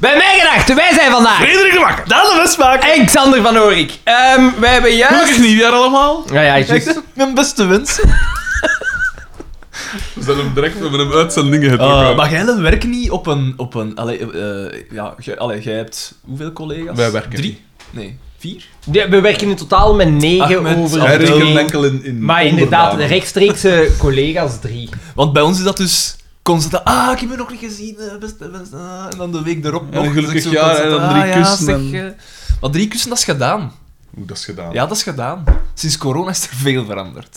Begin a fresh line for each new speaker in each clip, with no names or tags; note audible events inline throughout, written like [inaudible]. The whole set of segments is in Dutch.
Bij mij gedacht, wij zijn vandaag.
Frederik de Bakker.
Dat is smaak.
En Xander van Oorik. Ehm wij hebben juist.
Gelukkig nieuwjaar allemaal. Ah.
Ja, ja, juist.
Mijn beste wens.
We zijn hem direct we hem
Ah,
uitzendingen getrokken.
Eh, maar jij werkt niet op een... Op een allee, eh, ja, jij, allee, jij hebt hoeveel collega's?
Wij werken
Drie?
niet.
Nee, vier?
Ja, we werken in totaal met negen
Ach, met-
over.
Hij
Wij
drie.
rekent enkel in, in
Maar inderdaad, de
onderdanen.
rechtstreekse collega's drie.
Want bij ons is dat dus constant... Ah, ik heb je nog niet gezien, eh, beste wens. ah, en dan de week erop nog.
een gelukkig
Dus ik zo
jaar,
constant,
en dan
ah,
drie
ja,
kussen
zeg,
en-
eh. Maar drie kussen, dat is gedaan.
Hoe dat is gedaan.
Ja, dat is gedaan. Sinds corona is er veel veranderd.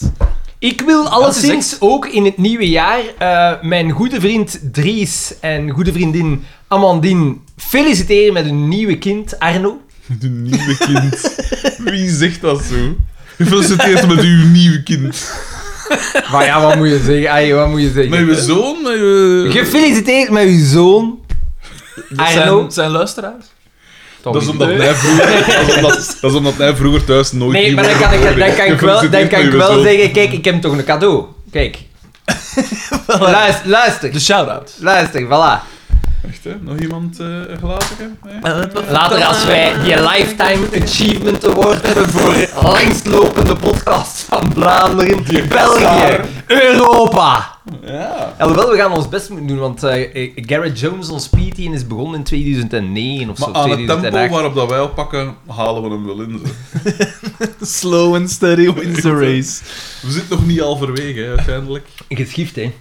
Ik wil
Dat
alleszins
is
ook in het nieuwe jaar eh, mijn goede vriend Dries en goede vriendin Amandine feliciteren met hun nieuwe kind, Arno.
Met uw nieuwe
[laughs]
kind. Wie zegt dat zo? Gefeliciteerd met uw nieuwe kind.
Maar ja, wat moet je zeggen? Ai, wat moet je zeggen?
Met uw zoon, eh, met uw...
Gefeliciteerd met uw zoon.
Dat
Arno.
Ah, zijn, zijn luisteraars.
Dat is omdat hij vroeger, dat is omdat, dat is omdat hij vroeger thuis nooit
Nee, maar dan
iemand
kan ik,
hoorde.
dan kan ik wel, dan kan ik
Gefeliciteerd met uw
wel
zoon.
zeggen, kijk, ik heb toch een cadeau.
[laughs]
Kijk. luister, luister,
De
Dus-
shout-out.
luister, voilà.
Echt, hè? Nog iemand eh glazen? Nee?
Later als wij die Lifetime Achievement Award hebben voor langstlopende podcast van Vlaanderen, België, Europa.
Ja.
Alhoewel, we gaan ons best moeten doen, want eh, Garrett Jones, ons PT, is begonnen in 2009 of zo.
Maar aan het tempo
2008.
waarop dat wij oppakken, halen we hem wel in. zo.
[laughs] Slow and steady wins the race.
We zitten nog niet halverwege, hè, uiteindelijk.
Geschift, hè.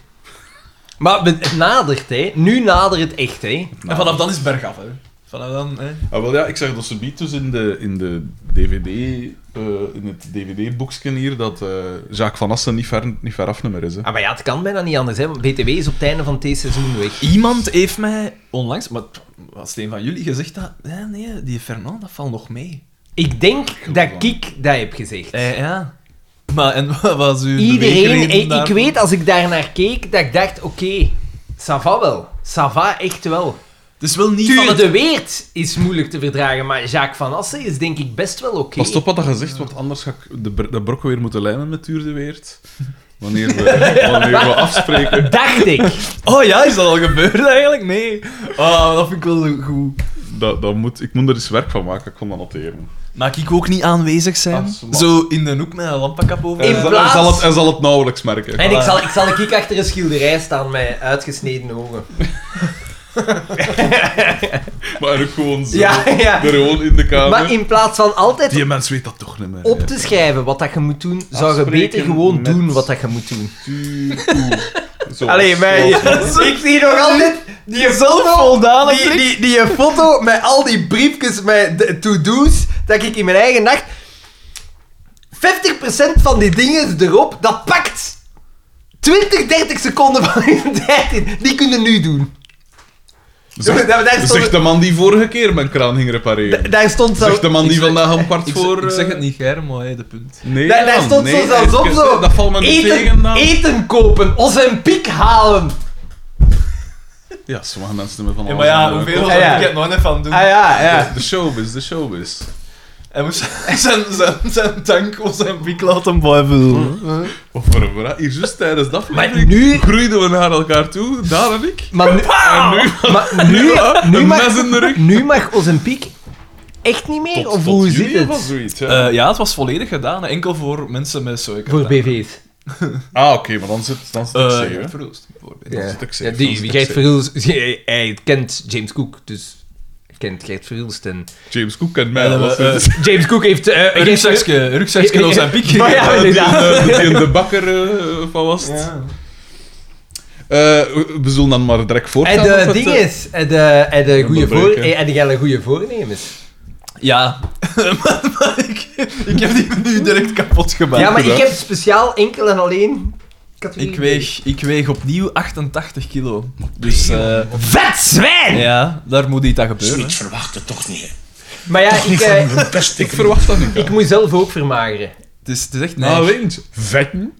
Maar het nadert, hè. Nu nadert het echt, hè.
En vanaf dan is het bergaf, hè. Vanaf dan, hè.
Ah, wel ja, ik zag dat ze biedt dus in de, in de DVD, eh, in het DVD-boeksken hier, dat eh, Jacques Van Assen niet ver, niet ver af nummer is. Hè.
Ah, maar ja, het kan bijna niet anders, hè. want BTW is op het einde van het seizoen weg.
Iemand heeft mij onlangs, maar het was een van jullie, gezegd dat... Nee, nee, die Fernand, dat valt nog mee.
Ik denk dat
Gewoon.
ik dat heb gezegd.
Eh, ja. Maar, en [laughs] wat was uw
Iedereen, eh,
beweegreden
ik, ik
daarvoor?
weet als ik daarnaar keek, dat ik dacht, oké, Sava wel. Sava echt wel.
Het is wel niet van
Tuur
het...
de Weert is moeilijk te verdragen, maar Jacques van Assen is denk ik best wel oké.
Pas op wat dat gezegd, want anders ga ik de, br- de brokken weer moeten lijmen met Tuur de Weert. Wanneer
[laughs]
we, wanneer we afspreken.
Dacht ik.
Oh ja, is dat al gebeurd eigenlijk? Nee. Oh, dat vind ik wel zo goed.
Dat, dat moet, ik moet er eens werk van maken, ik kon dat noteren.
Mag ik ook niet aanwezig zijn?
Ah, sla-
zo in de hoek met een lampakap over.
In
Hij zal, hij
plaats-
zal het, hij zal het nauwelijks merken.
En ik zal, ik zal ik achter een schilderij staan met uitgesneden ogen.
Maar ook gewoon zo.
Ja, ja.
Er gewoon in de kamer.
Maar in plaats van altijd
Die mens weet dat toch niet meer.
op te schrijven wat dat je moet doen, zou je
Afspreken
beter gewoon
met-
doen wat dat je moet doen.
Tuur, oeh. Zo,
Allee, mij.
[laughs] zo.
ik zie nog altijd die foto, die, die, die foto met al die briefjes met de to-do's, dat ik in mijn eigen nacht... 50% van die dingen erop, dat pakt 20, 30 seconden van je tijd in. Die kunnen nu doen.
Zegt,
[laughs] Ja, maar daar stond-
zegt de man die vorige keer mijn kraan ging repareren.
D- daar stond zo...
Zegt de man die
Ik zeg-
vandaag om kwart
ik,
voor...
ik zeg het
eh,
niet, Germ, maar hey, de punt.
Nee,
daar, daar
man,
stond
nee,
zo zelfs op
even,
zo...
Dat valt me nu tegen
eten,
dan.
eten kopen, ons een piek halen.
Ja, sommige mensen hebben van
Ja, maar ja,
alles aan de
hoeveel
kop.
Ja, ja.
ik het nog net van doen?
Ah ja, ja.
De showbiz, de showbiz.
Hij moest [laughs] zijn, zijn, zijn tank of zijn piek laten bijvullen.
Of voor voor- Hier, juist Dus tijdens dat
Mm-hmm. Maar
aflevering
nu...
groeiden we naar elkaar toe, daar en ik.
Maar nu...
En nu... [laughs]
Maar nu, nu,
een
mag,
mes in de rug.
nu mag Ozempic echt niet meer?
Tot-
of
tot
hoe
juli
zit
was
het?
zoiets, ja.
Eh, ja, het was volledig gedaan. hè. Enkel voor mensen met zoiets.
Voor BV's.
ah, oké, maar dan zit, dan zit
eh,
ik safe, hè.
Verroest, bijvoorbeeld.
Dan zit ik safe,
Ja,
dan
die
zit ik
Gert
safe.
Verhulst, [laughs] hij, hij kent James Cook, dus hij kent Gert Verhulst. En Dus
James Cook kent mij.
Ja,
dat was
eh,
het.
James Cook heeft... eh, Gert
Een
Verhulst-
rugzakje, een rugzakje op zijn
[laughs]
piek.
Maar ja,
Die,
inderdaad.
eh, die in [laughs] de bakker eh, van was. het. Eh, we- we zullen dan maar direct voortgaan.
En
of
de
het,
ding
eh,
is, en de, en de goede voor,
Onderbreken.
en die gaan goede voornemens.
[laughs]
[laughs]
Ja, maar, maar ik, ik heb die nu direct kapot gemaakt.
Ja, maar ik
goed,
heb speciaal enkel en alleen... categorie
Ik weeg, ik weeg opnieuw 88 kilo. Dus eh,
B. Vet zwijn!
ja, daar moet iets aan gebeuren.
Niet verwachten, toch niet.
Maar ja, ik, eh,
Een beste
Ik verwacht dat niet.
ik moet zelf ook vermageren.
Ah,
Het is, het is
[laughs]
echt
Nou,
nee.
weet je, vetten.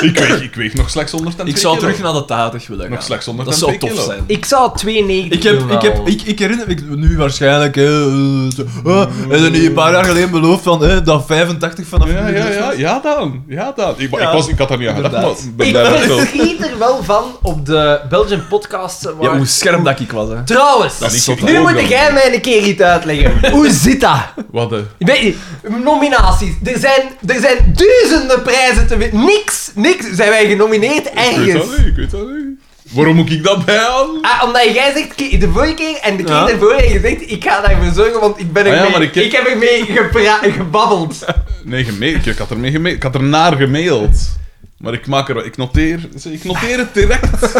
Ik weeg, ik weeg nog slechts 102
Ik zou
kilo.
terug naar de 80 willen gaan.
Nog slechts
Dat zou
102
tof
kilo.
zijn.
Ik zou 92
Ik, heb,
doen wel.
ik, heb, ik, ik herinner me nu waarschijnlijk. hè, eh, zo, ah, en dan een paar jaar geleden beloofd van hè, dat 85 vanaf
Ja,
nu
ja,
is. [laughs]
ja, ja dan. Ja dan. Ik, maar
Ja,
ik, was, ik had daar niet aan gedacht, maar
inderdaad.
ik ben
Ik
blij
[laughs]
dat ik wel.
verschiet er wel van op de Belgian podcast. waar-
Ja, hoe scherp dat ik was. Hè.
Trouwens,
Dat is zot,
nu
hè.
moet jij mij een keer iets
[laughs]
uitleggen. Hoe zit dat?
Wat de...
Ik weet niet, nominaties. Er zijn, er zijn duizenden prijzen te winnen. Niks, niks. Zijn wij genomineerd
Ik weet
ergens?
dat niet, ik weet dat niet. Waarom moet ik dat bijhouden?
Ah, omdat jij zegt ki- de vorige keer en de keer
Ja.
daarvoor heb je gezegd: ik ga daarvoor zorgen, want ik ben
Ah ja,
ermee.
maar
ik,
ik heb-
heb ermee gepra-
[laughs]
gebabbeld.
Nee, gemaild. Ik had, ermee gemaild. ik had er naar gemaild. Maar ik maak er wel- Ik noteer, ik noteer
[laughs]
het direct.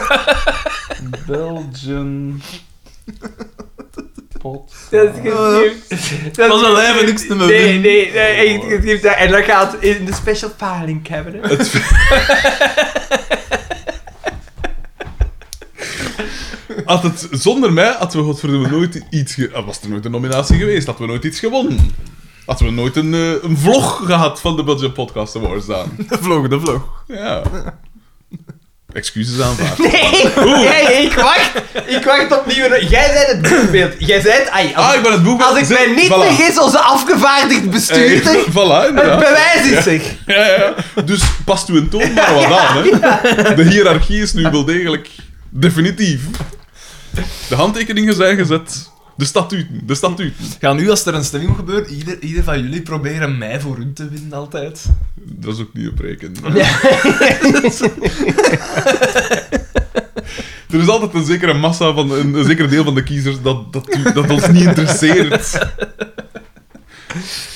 Belgian... Pot.
Dat is geschikt. Dat
was
is
een
geschikt.
lijvendikste moment.
Nee, nee, nee. Echt geschikt. En dat gaat in de special filing cabinet.
[laughs] Had het zonder mij, hadden we godverdomme nooit iets... Ge... ah, Was er nooit een nominatie geweest, hadden we nooit iets gewonnen. Hadden we nooit een, eh, een vlog gehad van de Belgian Podcast Awards dan.
De vlog, de vlog.
Ja. [laughs] Excuses aanvaard.
Nee, nee, ik wacht. Ik wacht opnieuw. Jij bent het boekbeeld. Jij bent... Ai, als,
Ah, ik ben het boek...
als ik mij niet vergis, onze afgevaardigd bestuurder.
Eh, voilà,
het
inderdaad.
[laughs] bewijs is er.
Ja, ja, ja. Dus past u een toon maar wat aan, hè. De hiërarchie is nu wel degelijk definitief. De handtekeningen zijn gezet. De statuten, de statuten.
Ga nu, als er een stemming gebeurt, ieder, ieder van jullie proberen mij voor hun te winnen altijd.
Dat is ook niet op rekenen. [laughs] Er is altijd een zekere massa van een, een zeker deel van de kiezers dat, dat, u- dat ons niet interesseert.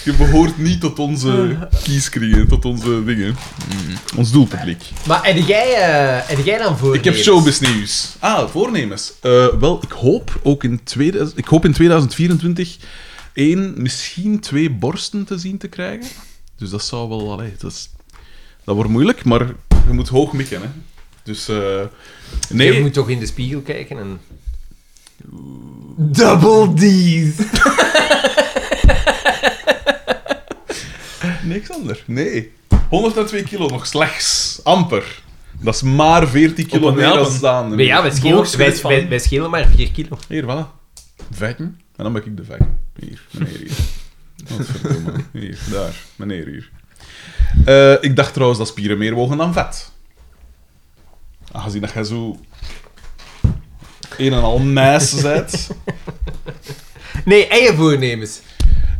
Je behoort niet tot onze kieskringen, tot onze dingen. Mm. Ons doelpubliek.
Maar heb jij, eh, heb jij dan voor?
Ik heb showbiznieuws. Ah, voornemens. Eh, wel, ik hoop ook in, 2000 ik hoop in 2024 één, misschien twee borsten te zien te krijgen. Dus dat zou wel... Allee, dat, is, dat wordt moeilijk, maar je moet hoog mikken, hè. Dus... eh, nee,
Je moet toch in de spiegel kijken en... Double D's.
niks ander. Nee. 102 kilo nog slechts. Amper. Dat is maar 14 kilo
een
meer
helpen.
dan staan.
Maar ja, wij schelen, wij,
Hoogstgewicht van-
wij, wij schelen maar 4 kilo.
Hier, voilà. Vekken. En dan ben ik de vekken. Hier, meneer
[laughs]
hier. Godverdomme. Hier, daar. Meneer hier. Eh, ik dacht trouwens dat spieren meer wogen dan vet. Aangezien dat jij zo... Een en al
[laughs]
meis bent.
Nee, en je voornemens.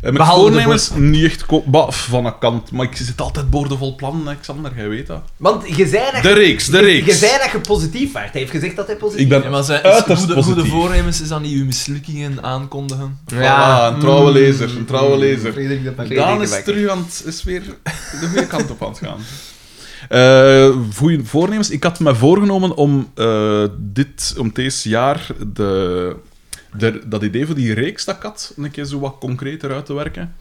En mijn
Behalve de
Eh, voornemens niet echt... ko- Bah, van een kant. Maar ik zit altijd boordevol plannen, hè, Xander. Jij weet dat.
Want je zei dat
De reeks, de
je, je
reeks.
zei dat je positief werd. Hij heeft gezegd dat hij positief
Ik ben
Ja, maar zijn, is,
uiterst
goede, goede
positief.
voornemens is dan niet uw mislukkingen aankondigen.
Ja.
Voilà, een trouwe lezer. Een trouwe lezer.
Frederik de
Hmm.
Bakker.
Frederik
Daan
de
is
Bakker.
terug aan het, is [laughs] weer de goede kant op aan het gaan. Eh, goeie voornemens. Ik had me voorgenomen om eh, dit, om deze jaar de, de, dat idee voor die reeks dat ik had, een keer zo wat concreter uit te werken.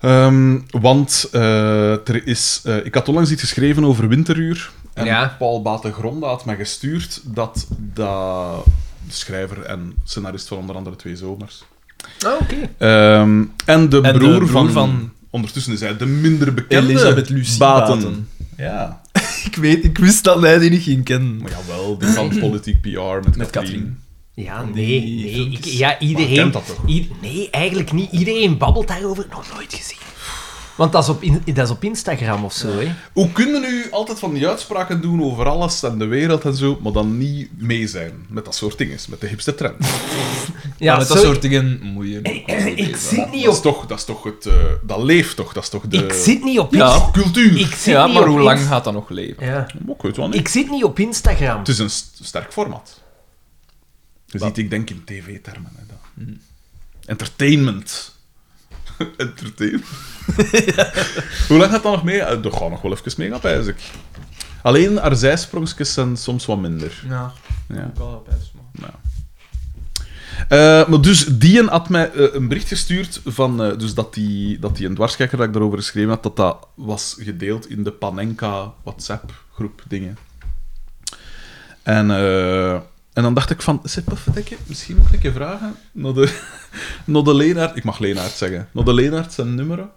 Ehm, want eh, er is, eh, ik had onlangs iets geschreven over winteruur. En
Ja.
Paul Batengronda had mij gestuurd dat, dat de schrijver en scenarist van onder andere Twee Zomers,
Oh, oké.
Ehm, en de broer,
de broer
van,
van-
Ondertussen is hij de minder bekende...
Elisabeth Lucie
Baten.
Baten.
Ja.
Ik, weet, ik wist dat hij die niet ging kennen.
Maar jawel, die van Politiek PR met,
Met Katrien.
Ja,
Van
nee,
die
nee.
filmpjes.
ik- ja, iedereen...
kent dat toch?
ied- nee, eigenlijk niet. Iedereen babbelt daarover. Nog nooit gezien. Want dat is op, in- dat is op Instagram of zo, hè.
Hoe kunnen nu altijd van die uitspraken doen over alles en de wereld en zo, maar dan niet mee zijn met dat soort dingen, met de hipste trend?
Ja,
maar met dat
sorry.
soort dingen moet je...
[laughs] Ik zit niet
dat, is
op...
toch, dat is toch het... eh, dat leeft toch? Dat is toch de
Ik zit niet op...
eh, Ja.
Inst-
cultuur?
Ik zit
Ja,
niet
maar
op
hoe
Inst-
lang gaat dat nog leven?
Ja.
Maar Ik weet wel niet.
Ik zit niet op Instagram.
Dus-
Het is een st- sterk format. Je ziet, ik denk in tv-termen. hè, dat. Entertainment. [laughs] Entertainment. Hoe lang gaat dat nog mee? Eh, Dat gaat nog wel even mee, gaan, pijs ik. Alleen haar zijsprongjes zijn soms wat minder.
Ja,
Ja.
wel op huis, man.
Eh, maar dus, Dien had mij eh, een bericht gestuurd van eh, dus dat, die, dat die een dwarskijker dat ik daarover geschreven had, dat dat was gedeeld in de Panenka WhatsApp-groep dingen. En, eh, en dan dacht ik van, zit puffertje, misschien moet ik een keer vragen naar de, [laughs] naar de Leenaard, ik mag Leenaard [laughs] zeggen, naar de Leenaard zijn nummer.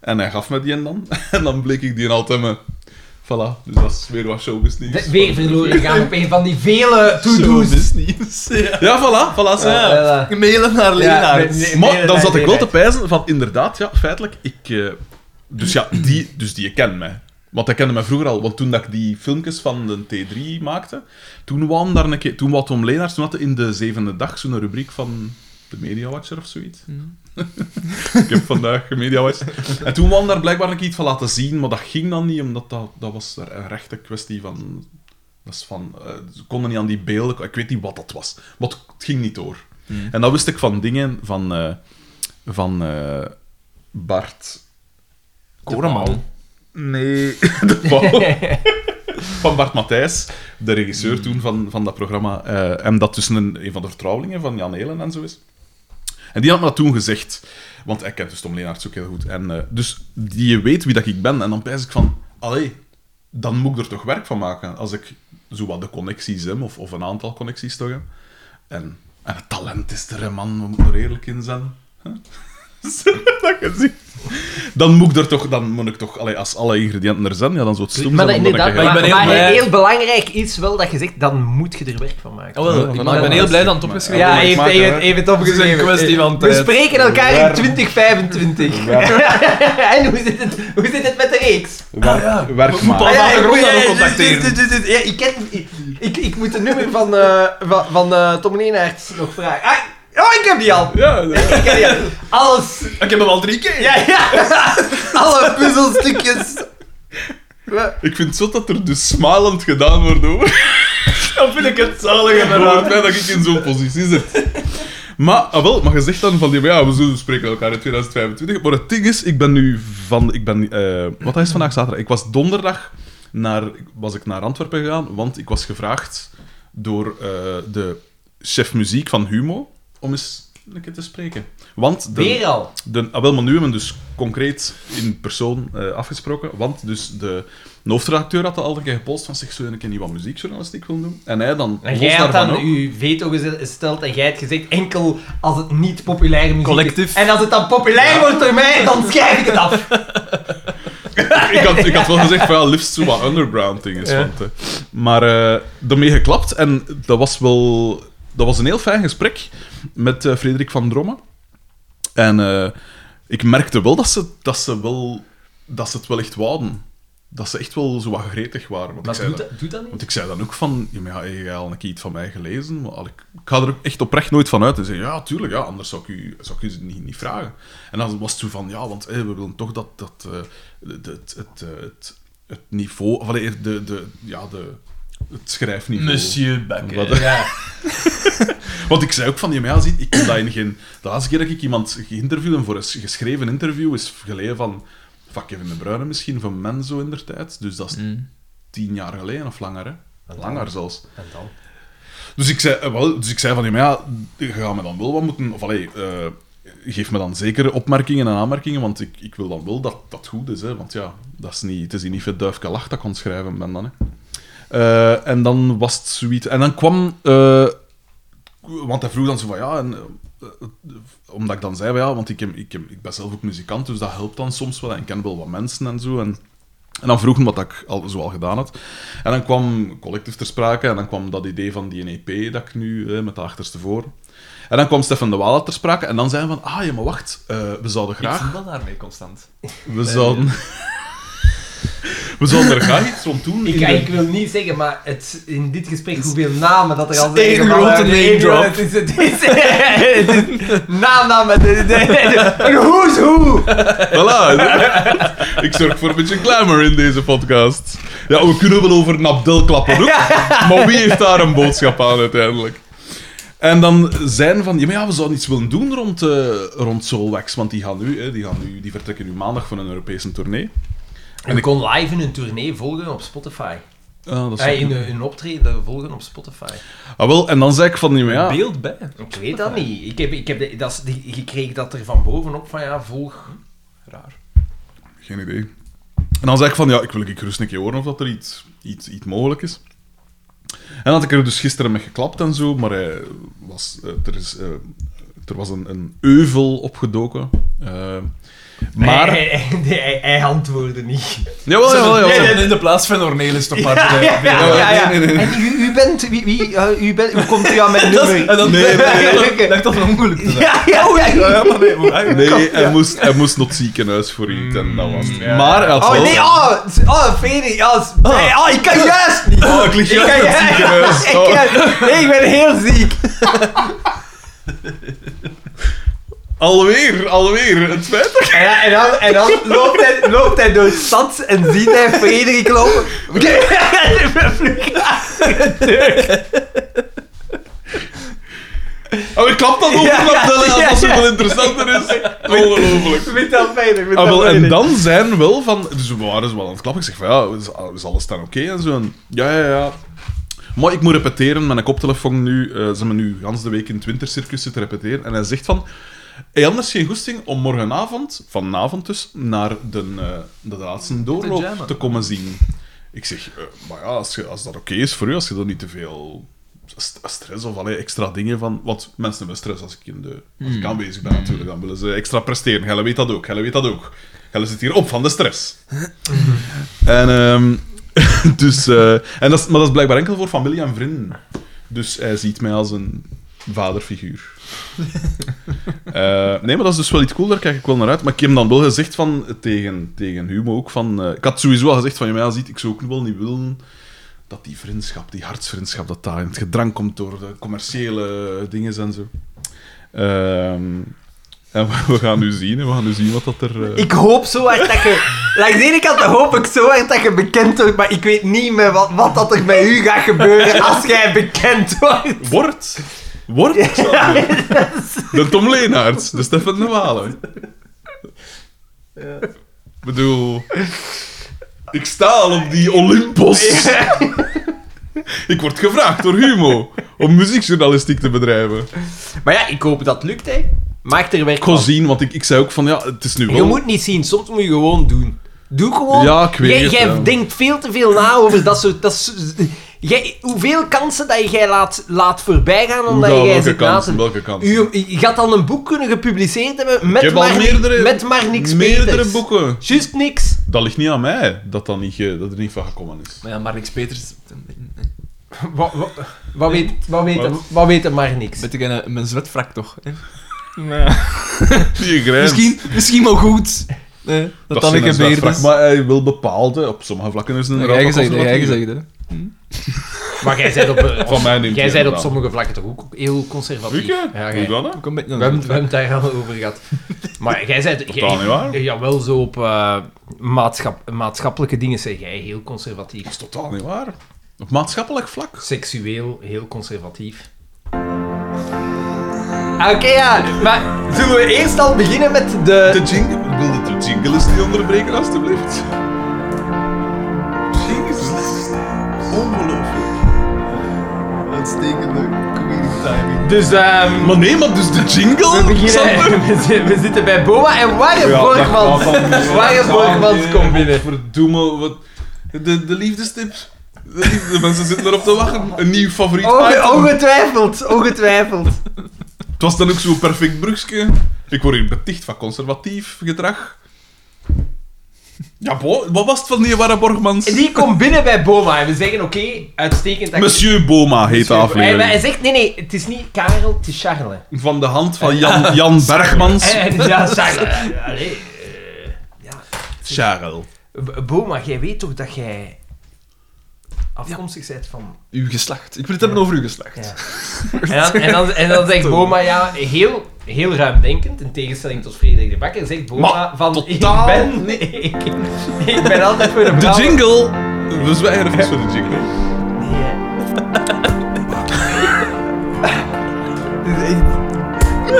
En hij gaf me die en dan. En dan bleek ik die altijd me Voilà, dus dat is weer wat showbiz nieuws.
De- weer verloren gaan op een van die vele to-do's.
nieuws. Ja.
eh, Ja, voilà, voilà. zo.
Ja, voilà.
Mailen naar Leenaerts.
met-
Maar dan zat ik wel te pijzen van, inderdaad, ja, feitelijk, ik... eh, dus ja, die, dus die kent mij. Want hij kende mij vroeger al, want toen dat ik die filmpjes van de T3 maakte, toen kwam daar een keer, toen was Tom Leenaars, toen had hij in de zevende dag zo'n rubriek van de Media Watcher of zoiets.
Hmm.
[laughs] ik heb vandaag een Media Watcher. En toen kwam daar blijkbaar een keer iets van laten zien, maar dat ging dan niet, omdat dat, dat was daar een rechte kwestie van... Dat is van, eh, ze konden niet aan die beelden, ik weet niet wat dat was, maar het het ging niet door. En dan wist ik van dingen van, eh, van eh, Bart. [laughs]
Koreman.
Nee,
Oh,
de Pauw. Van Bart Matthijs, de regisseur toen van, van dat programma. eh, en dat tussen een, een van de vertrouwelingen van Jan Helen en zo is. En die had me dat toen gezegd. Want hij kent dus Tom Leenaerts ook heel goed. En, eh, dus die weet wie dat ik ben. En dan pijs ik van... Allee, dan moet ik er toch werk van maken. Als ik zo wat de connecties heb, of, of een aantal connecties toch heb. En, en het talent is er, hè, man. We moeten er eerlijk in zijn. [laughs] Huh? dat je ziet. Dan moet ik er toch... Dan moet ik toch allee, als alle ingrediënten er zijn, ja, dan zou het stom
Maar
zijn.
dat,
om dan een
inderdaad,
keer-
maar,
ik ben heel
maar
blij-
een heel belangrijk iets wel dat je zegt, dan moet je er werk van maken.
Oh, wel, ik
Ja,
ben- ik ben heel blij dat het opgeschreven
ja,
maar
hij
ik
heeft,
maak
hij
er,
heeft, hij heeft het opgeschreven.
Het is een kwestie van
We
tijd.
spreken elkaar
Werk.
in 2025. [laughs] en hoe zit, het, hoe zit het met de reeks?
Werk,
Ah, ja.
werk
We- we
maar.
Ah, ja,
ik
ik moet
moet-
haar ook
ja,
contacteren.
dus- dus- dus- dus- ja, ik ken... Ik, ik, ik moet het nummer van, eh, van, van eh, Tom Leenaerts nog vragen. Ah, oh, ik heb die al!
Ja, ja.
Ik heb die al. Alles...
[laughs] Ik heb hem al drie keer.
Ja, [laughs] ja. Alle puzzelstukjes. We-
Ik vind het zo dat er dus smalend gedaan wordt over.
[laughs] Dan vind ik het zalig
Het hoort mij dat ik in zo'n positie zit. Maar, ah wel, maar je zegt dan van, die, ja, we zullen spreken elkaar in 2025. Maar het ding is, ik ben nu van, ik ben, eh, wat is het vandaag zaterdag? Ik was donderdag naar, was ik naar Antwerpen gegaan, want ik was gevraagd door eh, de chef muziek van Humo om eens een keer te spreken. Want de,
Weer al.
de, ah, wel, maar nu hebben we hem dus concreet in persoon eh, afgesproken. Want dus de, de hoofdredacteur had al een keer gepost van zich zo een keer niet wat muziekjournalistiek wil doen. En hij dan.
En
los
jij had
daarvan
dan
ook-
uw veto gesteld en jij hebt gezegd enkel als het niet populaire muziek
Collectief.
is. En als het dan populair wordt door mij, dan schrijf ik het af.
ik, had, ik had wel gezegd van ja, liefst zo wat underground ding is. Want, eh, maar eh daarmee geklapt. En dat was wel. Dat was een heel fijn gesprek met eh, Frederik van Drommen. En eh, ik merkte wel dat ze, dat ze wel. Dat ze het wel echt wouden. Dat ze echt wel zo wat gretig waren. Want ik
Maar
zei
doet
dat-
dat, doet dat niet?
Want ik zei dan ook van, ja, maar ja, heb jij al een keer iets van mij gelezen? Maar al- ik, ik ga er ook echt oprecht nooit van uit. En zei, ja, tuurlijk, ja, anders zou ik u, zou ik u niet, niet vragen. En dan was het zo van, ja, want eh, we willen toch dat, dat eh, het, het, het, eh, het, het niveau, of allee, de, de, ja, de, het schrijfniveau.
Monsieur Becker.
Wat-
Ja.
Want ik zei ook van, ja, maar ja, zie, ik kon dat in geen... De laatste keer dat ik iemand geïnterviewd en voor een s- geschreven interview is geleden van... Fuck, Kevin De Bruyne misschien, van Menzo in der tijd. Dus dat is tien jaar geleden of langer, hè. Langer zelfs.
En dan?
Dus ik zei, eh, wel, dus ik zei van, ja, maar ja, je gaat me dan wel wat moeten... Of allee, eh, geef me dan zeker opmerkingen en aanmerkingen, want ik, ik wil dan wel dat dat goed is. Hè, want ja, dat is niet, het is hier niet veel duifke lach dat ik kon schrijven ben dan. Hè. Eh, en dan was het zoiets... En dan kwam... eh, want hij vroeg dan zo van, ja... En, eh, eh, omdat ik dan zei, van, ja, want ik, heb, ik, heb, ik ben zelf ook muzikant, dus dat helpt dan soms wel. En ik ken wel wat mensen en zo. En, en dan vroegen wat ik al, zo al gedaan had. En dan kwam Collective ter sprake. En dan kwam dat idee van die EP dat ik nu eh, met de achterste voor. En dan kwam Stefan de Waal ter sprake. En dan zeiden we van, ah ja, maar wacht, eh, we zouden
Ik [laughs]
graag...
voel dat daarmee constant.
We zouden... [laughs] we zouden er graag iets rond doen.
Ik,
in de-
ik wil niet zeggen, maar het, in dit gesprek hoeveel namen dat er al
Het is één
gevallen.
grote name
Eén
drop.
grote- Het is, het is, het is [laughs] naam, naam,
[laughs]
het is- het is- een who's who.
Voilà. [laughs] Ik zorg voor een beetje glamour in deze podcast. Ja, we kunnen wel over Nabdel klappen ook. Maar wie heeft daar een boodschap aan uiteindelijk? En dan zijn van, ja, maar ja, we zouden iets willen doen rond, eh rond Soulwax, want die, gaan nu, hè, die, gaan nu, die vertrekken nu maandag voor een Europese tournee.
En ik kon live in een tournee volgen op Spotify.
Ah, dat is
Eh, in een, een optreden volgen op Spotify.
ah, wel, en dan zei ik van, ja, maar ja,
Beeld bij.
Oh,
Ik weet dat niet. Ik, heb, ik, heb de- dat is die, ik kreeg dat er van bovenop van ja, volg.
Raar.
geen idee. En dan zei ik van, ja, ik wil ik rustig een keer horen of dat er iets, iets, iets mogelijk is. En had ik er dus gisteren mee geklapt en zo, maar hij was, eh, er, is, eh, er was een, een euvel opgedoken. Eh, Maar...
Hij, hij, hij- hij antwoordde niet.
Jawel, jawel, jawel.
Nee, nee, in de plaats van Ornelis toch
[laughs]
maar.
Ja, ja, ja.
ja,
ja, ja.
nee, nee, nee.
En u, u bent... Wie, wie, eh, u bent... Hoe komt u aan mijn
[laughs] Dat
nummer?
is- en dan
Nee,
nee.
lijkt dat een ongeluk te zijn.
Ja, ja, ja.
Ja, ja, maar nee, maar-
Nee, hij moest, hij moest nog ziekenhuis voor iets en dat was het.
ja.
Maar hij had
Oh
wel-
nee, oh, z- oh Feni, oh, s- nee, oh, ik
[laughs]
kan juist niet.
Oh, ik lig juist in het ziekenhuis.
[laughs] Ik,
Oh.
kan- nee, ik ben heel ziek.
Alweer, alweer. Het feit dat
En, dan- en dan, en dan loopt, hij, loopt hij door de stad en ziet hij Frederik [laughs] lopen.
Oh, ik klap dat open
Ja,
op de
ja,
lijn,
[laughs]
dat
ja.
zoveel interessanter is. Ongelooflijk.
Met dat Frederik, met
Ah,
dat
wel, en
Frederik.
dan zijn wel van... Dus we waren ze wel aan het klappen. Ik zeg van, ja, is, is alles dan oké? En zo. En, ja, ja, ja. Maar ik moet repeteren. Mijn koptelefoon nu... eh, ze hebben nu gans de week in het wintercircus zitten repeteren. En hij zegt van... Hey, anders geen goesting om morgenavond, vanavond dus, naar de, eh, de laatste
Te
doorloop
jammen.
te komen zien. Ik zeg, eh, maar ja, als, je- als dat oké is voor u, als je dan niet te veel st- stress of allee, extra dingen van... Want mensen hebben stress als ik, in de, als
Hmm.
ik aanwezig ben natuurlijk, dan willen ze extra presteren. Gelle weet dat ook, Gelle weet dat ook. Gelle zit hier op van de
[laughs]
stress. en ehm, [laughs] dus... eh, en dat is, maar dat is blijkbaar enkel voor familie en vrienden. Dus hij ziet mij als een vaderfiguur. Eh, nee, maar dat is dus wel iets cool, daar kijk ik wel naar uit. Maar ik heb hem dan wel gezegd van, tegen, tegen Humo ook van... eh, ik had sowieso al gezegd van, ja, maar ja, ziet, ik zou ook wel niet willen dat die vriendschap, die hartsvriendschap, dat daar in het gedrang komt door de commerciële dingen en zo. Ehm, en we, we gaan nu zien, hè, we gaan nu zien wat dat er... eh,
Ik hoop zo hard dat je... Langs de ene kant hoop ik zo hard dat je bekend wordt, maar ik weet niet meer wat, wat dat er bij u gaat gebeuren als jij bekend wordt.
Wordt.
[laughs]
Wordt. De Tom Leenaerts. De Stefan de Walen. Ik bedoel... Ik sta al op die Olympos. Ik word gevraagd door Humo om muziekjournalistiek te bedrijven.
Maar ja, ik hoop dat het lukt, hè. Maak er werk
Ik ga
van.
zien, want ik, ik zei ook van ja, het is nu wel...
Je moet niet zien, soms moet je gewoon doen. Doe gewoon.
Ja, ik weet
Jij-
het,
Jij
ja.
denkt veel te veel na over dat soort... Dat, soort- jij, hoeveel kansen dat jij laat, laat voorbij gaan
Hoe
omdat
gaan-
jij
welke
zit na
kant?
te...
Welke kant?
U, je gaat dan een boek kunnen gepubliceerd hebben met,
heb al
maar, ni-
meerdere-
met maar niks
Meerdere
beters.
boeken.
Juist niks.
Dat ligt niet aan mij, dat, dat, niet, ge- dat er niet van gekomen is.
Maar ja, Marnix Peters...
Wat, wat, wat, weet, wat, weet,
Wat?
wat weet er maar niks?
Weet ik, een, mijn zwetvrak toch? Hè?
[laughs] Die grijns.
Misschien, misschien maar goed. Nee, dat dan
zijn
een
een
gebeurd
zwart
is.
vak, Maar hij wil bepaalde, op sommige vlakken is het
Ja,
inderdaad
Jij
wat
gezegd, jij
conservatiever.
gezegd, hè.
Maar jij bent op,
Van mij neemt
jij bent
hij
op
inderdaad.
sommige vlakken toch ook heel conservatief.
Ik, hè?
Ja,
Hoe
jij-
dan? hè?
Ook een beetje
We hebben we hebben het daar al over
[laughs]
gehad. Maar jij zei...
Totaal
jij-
niet waar.
Jawel, zo op eh, maatschap, maatschappelijke dingen zeg jij heel conservatief.
Dat is totaal niet waar. Op maatschappelijk vlak.
Seksueel heel conservatief. Oké, ja. Maar zullen we eerst al beginnen met de...
De jingle, ik wilde de jingle eens niet onderbreken, alstublieft. Jezus. Ongelooflijk.
Uitstekende comedic timing.
Dus ehm,
Maar nee, maar dus de jingle?
we, [laughs]
Sander?
beginnen, we, zi- we zitten bij Boa en Warren
Ja, dat
Borgmans.
kan wel niet.
[laughs] Warren Borgmans
Nee,
komt binnen.
Godverdomme, wat... De, de liefdestips. De, liefde- de mensen zitten erop te wachten. Een nieuw favoriet
Onge-
item.
ongetwijfeld, ongetwijfeld.
Het was dan ook zo'n perfect brugje. Ik word hier beticht van conservatief gedrag. Ja, bo, wat was het van die Warren Borgmans?
En die komt binnen bij Boma en we zeggen, oké, uitstekend. dat je-
Monsieur Boma heet de
Hij, hij
aflevering.
zegt, nee, nee, het is niet Karel, het is Charles.
Van de hand van Jan, Jan Bergmans.
En, [laughs] ja, Charles. Allee, eh, ja.
Charles.
B- Boma, jij weet toch dat jij afkomstig bent van...
Uw geslacht. Ik wil het hebben over uw geslacht.
Ja. En dan, en dan, en dan zegt Boma, ja, heel, heel ruimdenkend, in tegenstelling tot Frederik de Bakker, zegt Boma
Maar
van,
totaal
ik ben... Nee, ik, [laughs] ik ben altijd voor de
De
vrouwen.
jingle. We zwijgen even voor de jingle.
Nee, hè. Dus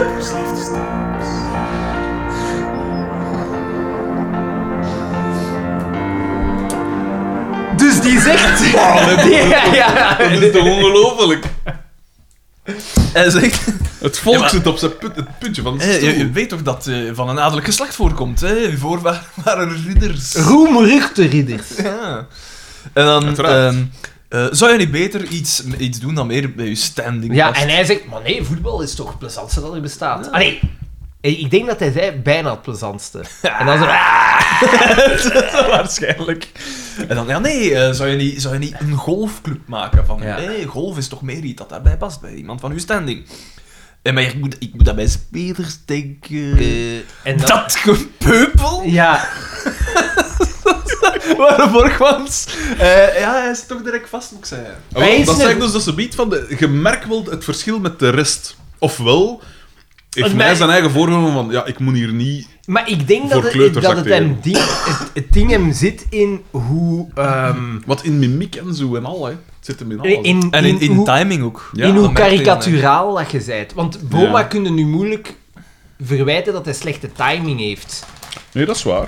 ik- [laughs] Dus die zegt... ja, ja.
Dat is toch ongelooflijk?
Hij zegt...
Het volk
Ja, maar-
zit op zijn punt, het puntje van de
Hé, je, je
stoel.
weet toch dat eh, van een adellijk geslacht voorkomt, hè? Uw voorwaarden [laughs] waren ridders.
Roemruchte ridders.
Ja. En dan...
Uiteraard.
ehm, eh, zou je niet beter iets, iets doen dan meer bij je standing
Ja,
past?
en hij zegt, maar nee, voetbal is toch het plezantste dat er bestaat. Allee, Ik ik denk dat hij zei bijna het plezantste. En dan zo... ah,
[laughs] Waarschijnlijk. En dan, ja, nee, eh, zou, je niet, zou je niet een golfclub maken? Van,
Ja.
nee, golf is toch meer iets dat daarbij past, bij iemand van uw standing. En maar ik moet, ik moet daarbij spelers denken.
eh, en dan-
dat gepeupel?
[laughs] Ja,
Waarvoor Gwans? Eh, ja, hij is toch direct vast, moet ik zeggen.
Ah, wel,
Eens
dat
een-
zeg ik dus dat ze biedt van de, je merkt wel het verschil met de rest. Ofwel heeft
Het
hij
mij-
zijn eigen voorgenomen van ja, ik moet hier niet.
maar ik denk
Voor
dat het,
kleuters
dat het, hem
acteren.
ding, het, het ding hem zit in hoe... ehm,
Wat in mimiek en zo en al, hè. Het zit hem in alles.
in, in,
En in, in
hoe-
timing ook.
Ja,
in
dat
hoe
merk je dan,
karikaturaal dat je zijt. Want Boma
Ja.
kun je nu moeilijk verwijten dat hij slechte timing heeft.
Nee, dat is waar.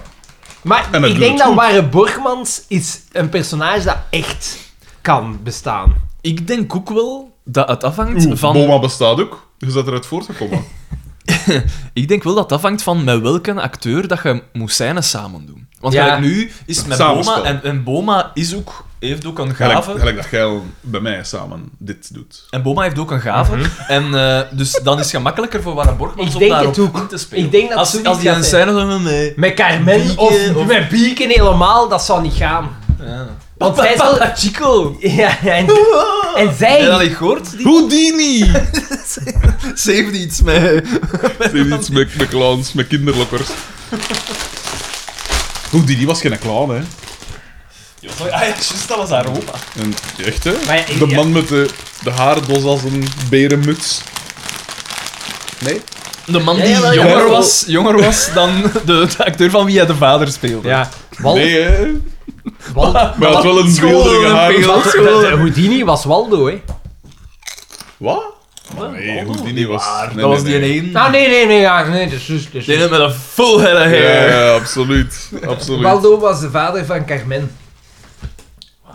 Maar
En hij
ik
doet
denk
het
dat
goed.
Ware Borgmans is een personage dat echt kan bestaan.
Ik denk ook wel dat het afhangt
Oeh,
van...
Boma bestaat ook. Je zat eruit
[laughs]
voortgekomen.
Ik denk wel dat het afhangt van met welke acteur dat je moet scènes samen doen. Want
Ja.
gelijk nu is het met
Samenspel.
Boma... En, en Boma is ook, heeft ook een
Gelijk,
gave.
gelijk dat jij al bij mij samen
[laughs]
dit doet.
En Boma heeft ook een gave.
Mhm.
En eh, dus dan is het gemakkelijker voor Warren Borgmans
Ik
om
denk
daarop
het ook.
in te spelen.
Ik denk dat
als,
zoiets
als die
gaat
een
zijn.
scène van... Nee.
Met Carmen
Bieken,
of,
of-
met Bieken helemaal, dat zou niet gaan. [laughs]
Ja.
Want zij zal...
Papa Chico!
Ja,
[laughs]
en, en zij...
En dan ik hoort, die [laughs]
Houdini! Ze
zeef iets mee.
heeft iets met, met clowns, met kinderlokkers. Houdini was geen clown, hè.
Ah ja, juist, dat was haar opa.
En, echt, hè?
Maar ja, ik-
de man met de, de haardos als een berenmuts. Nee?
De man
Ja,
die
ja, wel, ja.
jonger,
Wel-
was, jonger was dan de, de acteur van wie hij de vader speelde.
Ja, Wal...
Nee, hè?
Wal...
Ah,
Maar hij had wel een beeldige haar.
Wat- dat- Houdini was Waldo, hè.
Wat? Maar nee, Houdini was... Nee,
dat was die een.
Nou, nee, nee, nee, ja, nee, dus... dus, dus-
Die ene met een full head of hair.
Ja, ja, absoluut. absoluut.
Waldo was de vader van Carmen.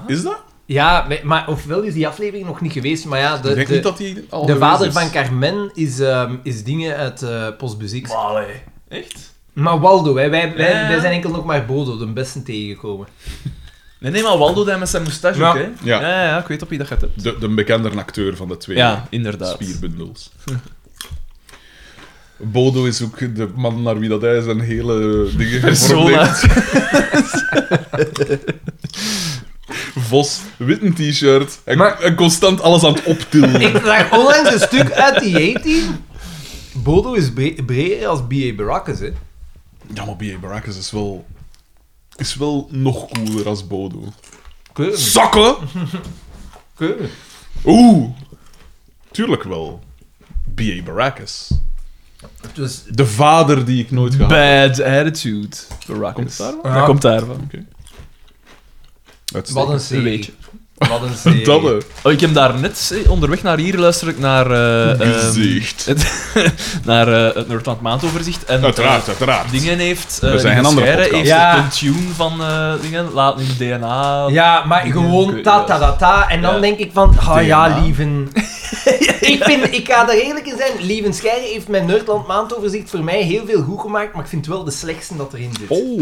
Is dat?
Ja, maar- maar ofwel is die aflevering nog niet geweest, maar ja, de,
Ik denk
de,
niet dat die al
de
geweest
vader
is.
van Carmen is, ehm, is dingen uit eh Postmuziek.
Wale. Echt?
Maar Waldo, hè, wij, wij,
Ja.
wij zijn enkel nog maar Bodo, de beste tegengekomen.
Nee, nee, maar Waldo daar met zijn moustache
Ja.
ook, hè?
Ja.
ja, ja, ik weet op wie dat gaat hebben.
De, de bekendere acteur van de twee
Ja, inderdaad.
spierbundels. [laughs] Bodo is ook de man naar wie dat hij zijn hele dingen gevormd
Persona.
heeft.
[laughs]
Vos, wit een t-shirt en,
Maar-
en constant alles aan het optillen.
[laughs] Ik zag onlangs een stuk uit die 18. Bodo is bre- breder als B.A. Baracus, hè.
Ja, maar B.A. Baracus is wel, is wel nog cooler als Bodo.
Keurig,
Zakken!
keurig.
Oeh! Tuurlijk wel. B.A. Baracus.
Dus,
De vader die ik nooit gehad heb.
Bad attitude. Baracus.
Komt het daarvan?
Dat
Ja.
komt daarvan.
wat een
Uitstekend.
serie.
Weet je.
Wat een serie.
[laughs] Dat, hè.
Oh, ik heb daar net, eh, onderweg naar hier, luister ik naar... eh, ehm,
Gezicht.
het- naar eh, het Noordland Maandoverzicht. En,
Uiteraard,
eh,
uiteraard.
Dingen heeft... eh,
We
die
zijn geen andere
Scheire
podcast.
heeft
Ja.
de tune van eh, dingen. Laat nu DNA...
Ja, maar gewoon
Keurig.
ta ta ta ta. En dan
Ja.
denk ik van, ah ja,
DNA.
lieven. ik, vind, ik ga daar eerlijk in zijn. Lieven Scheire heeft mijn Nerdland maandoverzicht voor mij heel veel goed gemaakt, maar ik vind het wel de slechtste dat erin zit.
Oh.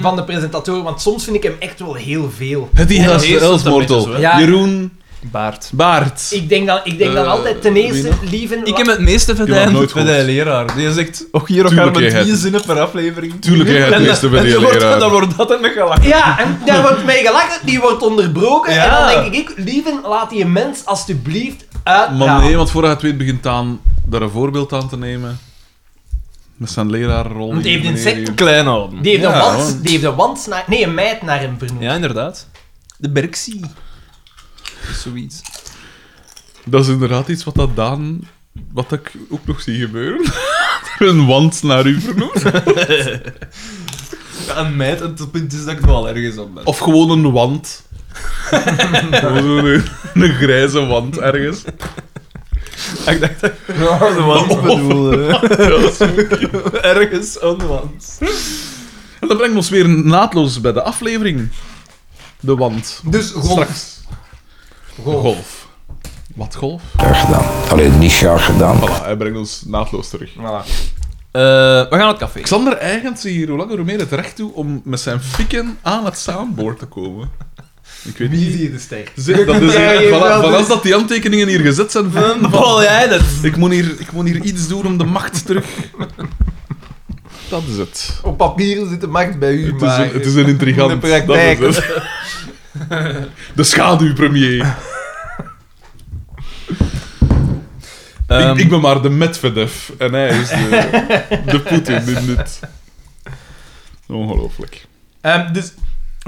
Van de presentator, want soms vind ik hem echt wel heel veel.
Het die
Ja,
Hels-
de eerste
Helsmortel.
termijn is
wel. Ja.
Jeroen
Baard.
Baart.
Ik denk dan, ik denk dan
Eh,
altijd ten eerste,
Lina?
lieven...
Ik heb het meeste
heb dat
verdijn
nooit
bij de
gehoord.
leraar. Die zegt, och hier, och
Tuurlijk,
daar met
jij
drie
hebt-
zinnen per aflevering.
Tuurlijk, jij hebt het
En dan-
meeste bij
en
die
dan wordt-
leraar.
Dan wordt dat en dan gelachen.
Ja, en daar wordt mee gelachen, die wordt onderbroken.
Ja.
En dan denk ik, lieven, laat die mens alstublieft uitgaan.
Man, nee, want voor hij het weet begint aan daar een voorbeeld aan te nemen. Met zijn leraarrol.
Want die heeft
meneer
insecten.
hier.
Klein houden.
Die heeft
Ja,
een wand,
want-
die heeft een wand naar, nee, een meid naar hem vernoemd.
Ja, [laughs] inderdaad. De Berksie. Of Zoiets.
Dat is inderdaad iets wat dat Daan... Wat ik ook nog zie gebeuren. [laughs] een wand naar u vernoemd.
Ja, een meid, en het punt is dat ik er wel ergens op ben.
Of gewoon een wand. Gewoon zo'n- een grijze wand ergens.
ik dacht dat ik de wand [laughs] bedoelde. ergens onwans.
En dat brengt ons weer naadloos bij de aflevering. De wand.
Dus gewoon
Straks. Golf. Wat golf?
gedaan. Alleen niet graag gedaan.
Voilà, hij brengt ons naadloos terug.
Eh, we gaan naar het café.
Xander eigent zich hier hoe langer hoe meer het recht toe om met zijn fikken aan het soundboard te komen. [laughs] Ik weet
Wie zie je de ster?
Zeg, dat is,
Ja, je
voilà,
wel
voilà,
dus.
als dat die handtekeningen hier gezet zijn,
Bepaal jij dat?
ik moet, hier, ik moet hier iets doen om de macht terug... [laughs] Dat is het.
Dus Op papier zit de macht bij u,
Het is
maar...
een, het is een intrigant.
In de praktijk.
Dat is
[laughs]
het. De schaduwpremier.
Ehm,
ik, ik ben maar de Medvedev. En hij is de,
[laughs]
de Poetin in dit. Ongelooflijk.
Ehm, dus...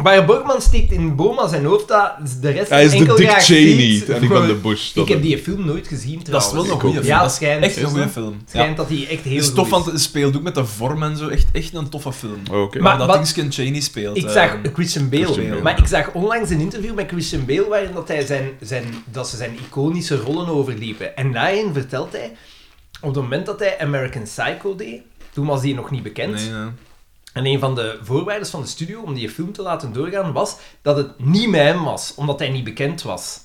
Waar Borgman steekt in Boma zijn hoofd, dat is de rest
Hij is de
enkel
Dick
graag
Cheney.
ziet.
En ik ben
[laughs]
de Bush.
Ik
Dat
heb die film nooit gezien,
Dat is
trouwens.
wel een
Ik
goede
ook.
film.
Ja,
dat is
schijnt.
echt een
Is
goede
dat?
film.
Het
Ja.
schijnt dat hij echt heel
Het is
goed
tof, want het speelt ook met de vorm en zo. Echt, echt een toffe film.
Oh, Oké.
Maar-
Maar dat
wat-
Dingsken Cheney speelt.
Ik zag
ehm,
Christian Bale,
Christian Bale.
maar ik zag onlangs een interview met Christian Bale waarin dat, hij zijn, zijn, dat ze zijn iconische rollen overliepen. En daarin vertelt hij, op het moment dat hij American Psycho deed, toen was hij nog niet bekend.
nee, nee.
En een van de voorwaarden van de studio om die film te laten doorgaan was dat het niet met hem was, omdat hij niet bekend was.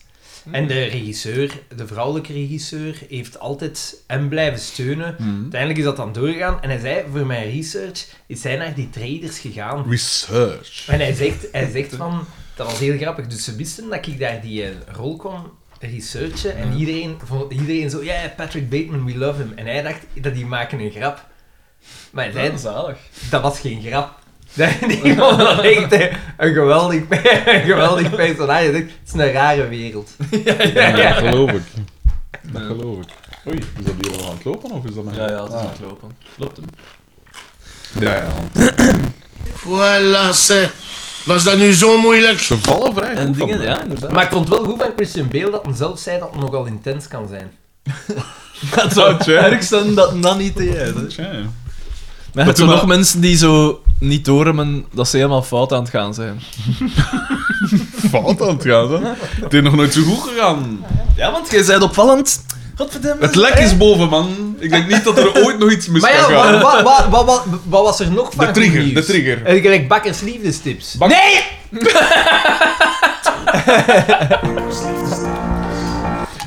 En de regisseur, de vrouwelijke regisseur, heeft altijd hem blijven steunen. Uiteindelijk is dat dan doorgegaan. En hij zei, voor mijn research is hij naar die traders gegaan.
Research.
En hij zegt, hij zegt van, dat was heel grappig. Dus ze wisten dat ik daar die eh, rol kwam researchen. En iedereen, vond- iedereen zo, ja, Patrick Bateman, we love him. En hij dacht dat die maken een grap. Maar hij zei,
Ja, zalig.
dat was geen grap. [laughs] Die vond dat echt eh, een geweldig, [laughs] een geweldig personage. Ik dacht, Het is een rare wereld.
[laughs] Ja, dat geloof ik. Dat geloof ik. Oei, is dat hier al aan het lopen of is dat mijn...
Ja, ja, het is
Ah.
aan het lopen. Loopt hem.
Ja, ja.
Voilà, c'est. Was dat nu zo moeilijk?
Ze vallen vrij
En
goed van
dingen,
mij.
ja, inderdaad.
Maar ik vond het wel goed van Christian Bale dat hij zelf zei dat het nogal intens kan zijn.
[laughs] dat
zou het werk
zijn dat dan niet deed.
Tja, ja.
Maar
Dat
het zijn
doe
nog
maar-
mensen die zo niet doorhebben dat ze helemaal fout aan het gaan zijn.
Valt aan het gaan, hè? Het is nog nooit zo goed gegaan.
Ja, want jij bent opvallend. Godverdomme.
Het lek is boven, man. Ik denk niet dat er ooit nog iets mis
Maar
kan
ja,
gaan.
wat, wat, wat, wat, wat, wat was er nog van
De
goed
trigger,
nieuws?
de trigger.
Eh, Gelijk Bakkers liefdestips.
Bak-
nee!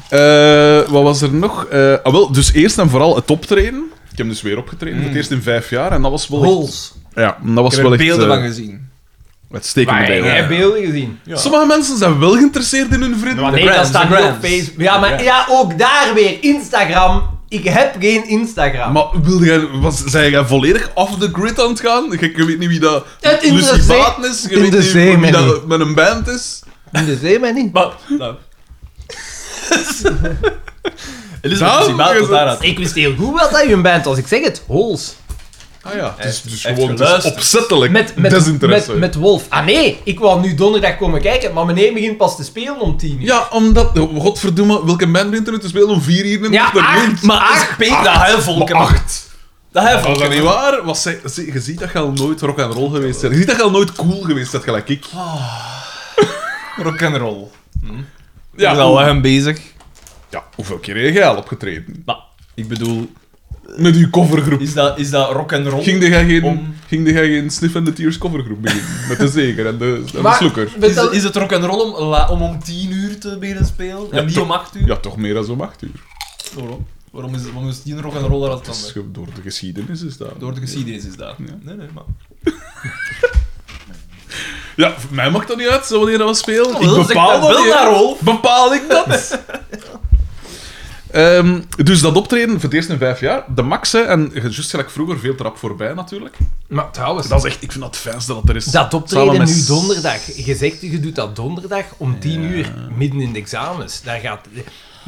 Eh, wat was er nog? Eh, ah, wel, dus eerst en vooral het optreden. Ik heb dus weer opgetreden, voor het eerst in vijf jaar. En dat was wel echt-
Hols.
Ja, dat was
Ik heb
wel
er
echt...
beelden
eh,
van gezien.
Uitstekende
Maar
beelden.
jij hebt beelden gezien.
Ja.
Sommige mensen zijn wel geïnteresseerd in hun vrienden.
Maar
De
nee, dat
Grams,
staat
de
niet op
Grams.
Facebook. Ja, maar
De
ja, ook daar weer. Instagram. Ik heb geen Instagram.
Maar wilde jij, was, zijn jij volledig off the grid aan het gaan? Je, je weet niet wie dat
Het
Lucy
interesseert-
Baten is. Je weet niet
interesseert
wie
mij
dat met een band is.
Dat zei mij Dus, eh, niet.
Maar, nou.
Daarom
Elisabeth,
is
nou,
het-
daaruit.
Ik wist heel goed wat dat je een band was. Ik zeg het, Hols.
Ah ja, het is
heeft-
dus
hij heeft
gewoon het is
geluisterd.
opzettelijk
Met, met,
desinteresse.
met, met Wolf. Ah nee, ik wou nu donderdag komen kijken, maar meneer begint pas te spelen om tien uur.
Ja, omdat... oh, Godverdomme, welke band begint er nu te spelen om vier uur in de
Ja,
ochtend?
acht, maar acht.
Peet, dat huivolken.
Maar acht.
Dat
Als dat
huivolken.
niet waar was, zij- ze- je ziet dat je al nooit rock and roll geweest bent. Je ziet dat je al nooit cool geweest bent, gelijk ik.
Ah. Rock'n'roll. Ja,
Ja,
ik ben al
hoe-
lang bezig.
ja, hoeveel keer heb jij al opgetreden?
Maar, ik bedoel,
Met uw covergroep.
is dat, is dat rock'n'roll?
Ging jij geen,
Om-
ging jij geen Sniff and the Tears covergroep beginnen? Met de zeker en de, en de sloeker.
Is,
vertel-
is het rock'n'roll om, la- om om 10 uur te beginnen spelen? En niet
toch-
om 8 uur?
Ja, toch meer dan zo'n acht uur.
Waarom? Waarom is, waarom is 10 rock'n'roll dan
Dat is
anders?
ge- door de geschiedenis is dat.
Door de geschiedenis is dat.
Ja.
Nee, nee, maar...
Ja, voor mij maakt dat niet uit, zo wanneer dat we spelen.
wel, zeg
ik
dat
bepaal dat
wel
niet.
naar Rolf.
Bepaal ik dat. [laughs] Ehm, dus dat optreden, voor het eerst in vijf jaar, de max, hè, en je- juist gelijk vroeger, veel te rap voorbij natuurlijk.
Maar trouwens,
Dat
dat,
is echt, ik vind dat het fijnste dat er is. Samen
optreden
met-
nu donderdag. Je zegt, je doet dat donderdag om tien uur, midden in de examens. Daar gaat...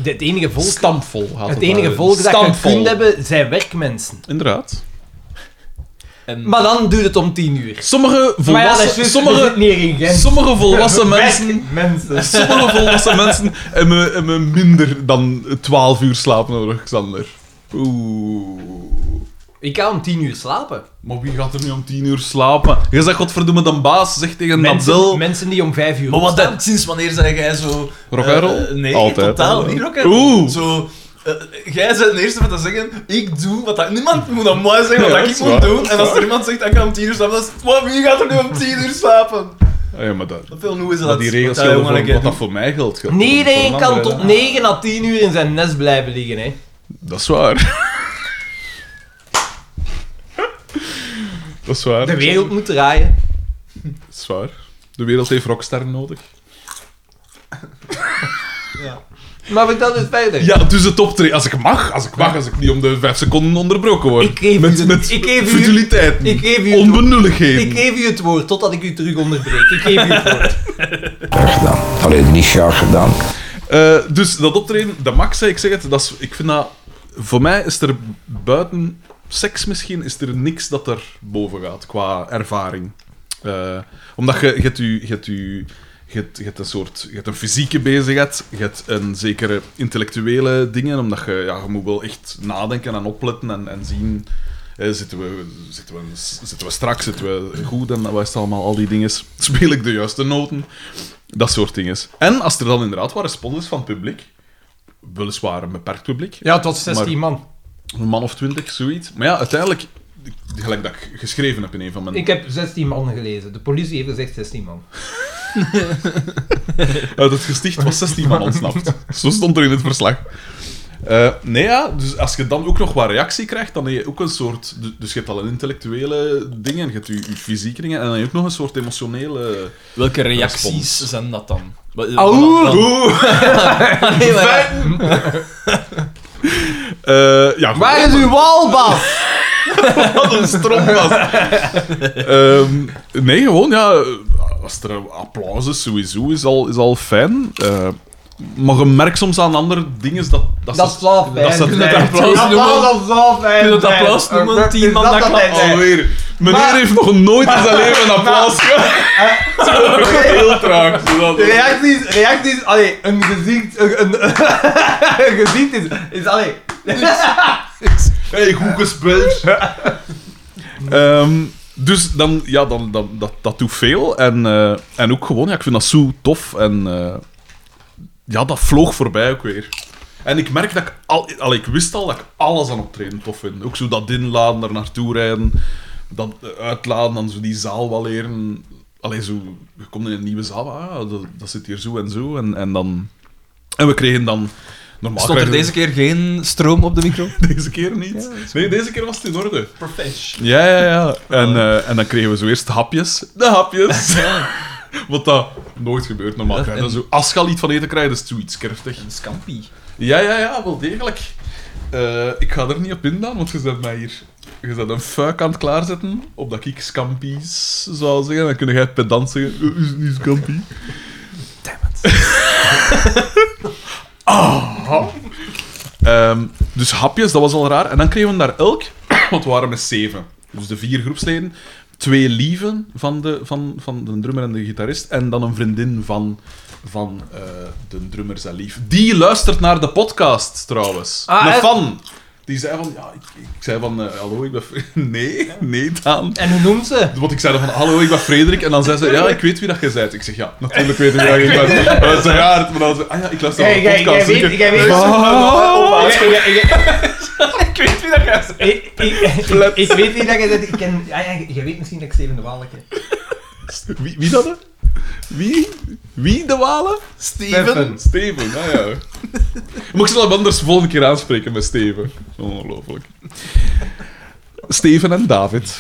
Het enige volk...
Stampvol gaat
het
daar
enige
in.
volk dat je
Stampvol.
kunt hebben, zijn werkmensen.
Inderdaad.
En...
Maar dan duurt het om tien uur.
Sommige
Maar ja,
volwassen,
dat is juist, we zitten
sommige,
hier in Gent.
sommige volwassen mensen...
Werkmensen.
Sommige volwassen mensen hebben, hebben minder dan 12 uur slaap nodig, Xander. Oeh.
Ik ga om tien uur slapen.
Maar wie gaat er nu om 10 uur slapen? Je zegt godverdomme dan baas, zeg tegen Nadel.
Mensen, mensen die om vijf uur
Maar wat
opstaan.
dan? Sinds wanneer zijn jij zo...
Rock'n'roll?
Eh, eh, nee,
Altijd.
totaal
Altijd.
niet rock'n'roll.
Oeh.
Zo... eh, jij bent de eerste van te zeggen, ik doe wat dat... Niemand moet aan mij zeggen wat
Ja,
dat
dat
ik
is
moet
waar, dat
doen.
is
En als er
waar.
iemand zegt, ik ga om 10 uur slapen, dan is het... "Wow, wie gaat er nu om 10 uur slapen?
Ah ja, maar dat,
Wat veel hoe is dat?
dat die regels
Wat eh, dat
gelden voor,
jongetje
wat dat
doet.
voor mij geldt. geldt
Nee,
voor- voor
iedereen kan
anderen,
tot
hè.
9 à 10 uur in zijn nest blijven liggen, hè.
Dat is waar. [laughs] dat is waar.
De wereld moet draaien.
Dat is waar. De wereld heeft rockster nodig.
Maar vertel eens verder.
Ja, dus het optreden. Als ik mag, als ik mag, als ik niet om de vijf seconden onderbroken word.
Ik geef
met,
u-
met
ik geef u-
futiliteiten.
ik geef u-
onbenulligheden.
Ik geef u het woord, totdat ik u terug onderbreek. Ik geef u het woord.
Graag gedaan. Allee, niet graag gedaan.
Eh, dus dat optreden, dat Max zei, ik zeg het, dat is, ik vind dat... Voor mij is er buiten seks misschien, is er niks dat er boven gaat, qua ervaring. Eh, omdat je, je hebt u... Je hebt u je hebt, je hebt een soort je hebt een fysieke bezigheid, je hebt een zekere intellectuele dingen, omdat je, ja, je moet wel echt nadenken en opletten en, en zien, eh, zitten, we, zitten, we, zitten we straks, zitten we goed en wat is het allemaal, al die dingen. [laughs] Speel ik de juiste noten? Dat soort dingen. En als er dan inderdaad wat respons is van het publiek, weliswaar een beperkt publiek,
Ja, tot 16
Maar-
man.
een man of twintig, zoiets. Maar ja, uiteindelijk, gelijk dat ik geschreven heb in een van mijn...
Ik heb 16 man gelezen. De politie heeft gezegd 16 man.
Uit het gesticht was 16 man ontsnapt. Zo stond er in het verslag. Eh, nee, ja, dus als je dan ook nog wat reactie krijgt, dan heb je ook een soort... du- Dus je hebt al een intellectuele dingen, je hebt je, je fysieke dingen, en dan heb je ook nog een soort emotionele...
Welke reacties
Respons.
zijn dat dan? Wat-
Auw!
dan- dan-
Oeh!
Nee, maar ja.
Eh, ja,
Waar is uw walbas?
[laughs] Wat een strom was. Ehm, nee, gewoon, ja... Als er een applaus is, sowieso, is al, is al fijn. Eh, maar je merkt soms aan andere dingen dat... Dat,
Dat
ze-
zal fijn
dat ze-
zijn.
dat applaus
Dat zal- dat zal fijn
Kun je het
zijn.
applaus noemen,
Dat
die
is eh,
man
dat
dat
dat
klapt?
hij zei.
[laughs] Alweer. Meneer
Maar-
heeft nog nooit in zijn leven een applaus gehad.
[laughs]
Heel traag. zodat-
Reacties, reacties, allee, een gezicht, een, een, [laughs] een gezicht is, is, allee,
Hey, goed gespeeld. Ehm, dus dan, ja, dan, dan, dat, dat doet veel. En, eh, en ook gewoon, ja, ik vind dat zo tof. En eh, ja, dat vloog voorbij ook weer. En ik merk dat ik al... Allee, ik wist al dat ik alles aan optreden tof vind. Ook zo dat inladen, daar naartoe rijden, dat eh, uitladen, dan zo die zaal wel leren. Allee, zo... Je komt in een nieuwe zaal, ah, ja, dat, dat zit hier zo en zo. En, en dan... En we kregen dan... Normaal
Stond er
krijgen- [laughs]
deze keer geen stroom op de micro?
deze keer niet. nee, deze keer was het in orde.
profesh.
Ja, ja, ja. En, eh, en dan kregen we zo eerst hapjes. De
[laughs]
hapjes. Wat dat nooit gebeurt normaal.
Ja, en-
En zo, als je al iets van eten krijgt, is het zoiets kerftig.
Een scampi.
Ja, ja, ja, wel degelijk. Eh, ik ga er niet op indaan, want je zet mij hier... Je zet een fuik aan het klaarzetten, opdat ik scampies zou zeggen. Dan kun jij pedant zeggen, "Eh, is het niet scampie? Ehm, dus hapjes, dat was al raar. En dan kregen we daar elk, [coughs] want we waren met zeven. Dus de vier groepsleden. Twee lieven van de, van, van de drummer en de gitarist. En dan een vriendin van, van eh, de drummer zijn lief. Die luistert naar de podcast trouwens.
Ah,
een
en-
fan. Die zei van, ja, ik, ik zei van, eh, hallo, ik ben... Fre- [laughs] Nee, nee, Daan.
En hoe noemt ze?
Want ik zei dan van, hallo, ik ben Frederik. En dan zei ze, ja, ik weet wie dat je bent. Ik zeg, ja, natuurlijk weet ik wie dat je
[laughs]
bent. Dat is raar. Maar dan zei ze, ah ja, ik luister naar de
Jij- jij-
podcast.
jij
Ik
weet- jij
zeg,
weet-
"Ah."
Ik weet wie dat gaat Ik, ik, ik weet wie dat je bent. Ik ken, ja, ja, je weet misschien dat ik Steven de Waal ken.
Wie, wie dat? hè? Wie? Wie de Walen?
Steven.
Steven, nou ja. Maar ik zal hem anders volgende keer aanspreken met Steven. Ongelooflijk. Steven en David.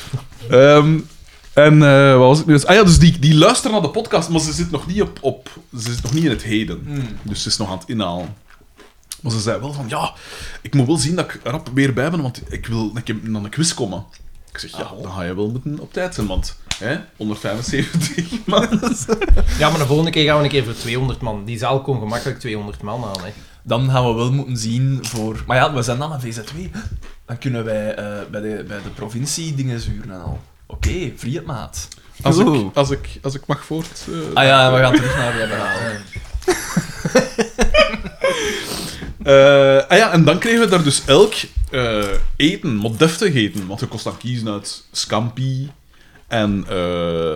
Ehm, en eh, wat was ik nu? eens- Ah ja, dus die, die luisteren naar de podcast, maar ze zit nog niet, op, op, ze zit nog niet in het heden. Dus ze is nog aan het inhalen. Maar ze zei wel van, ja, ik moet wel zien dat ik rap weer bij ben, want ik wil een keer naar een quiz komen. Ik zeg, ja, dan ga je wel moeten op tijd zijn, want hè, 175 man.
Ja, maar de volgende keer gaan we een keer voor 200 man. Die zaal kon gemakkelijk 200 man aan. Hè.
Dan gaan we wel moeten zien voor... Maar ja, we zijn dan een VZW. Dan kunnen wij eh, bij, de, bij de provincie dingen zuren en al. Oké, free het maat.
Als
Oeh.
ik, als, ik, als ik mag voort. eh,
Ah ja, we gaan terug naar de verhaal.
eh, ah ja, en dan kregen we daar dus elk eh, eten, maar deftig eten. Want je kost dan kiezen uit scampi en eh,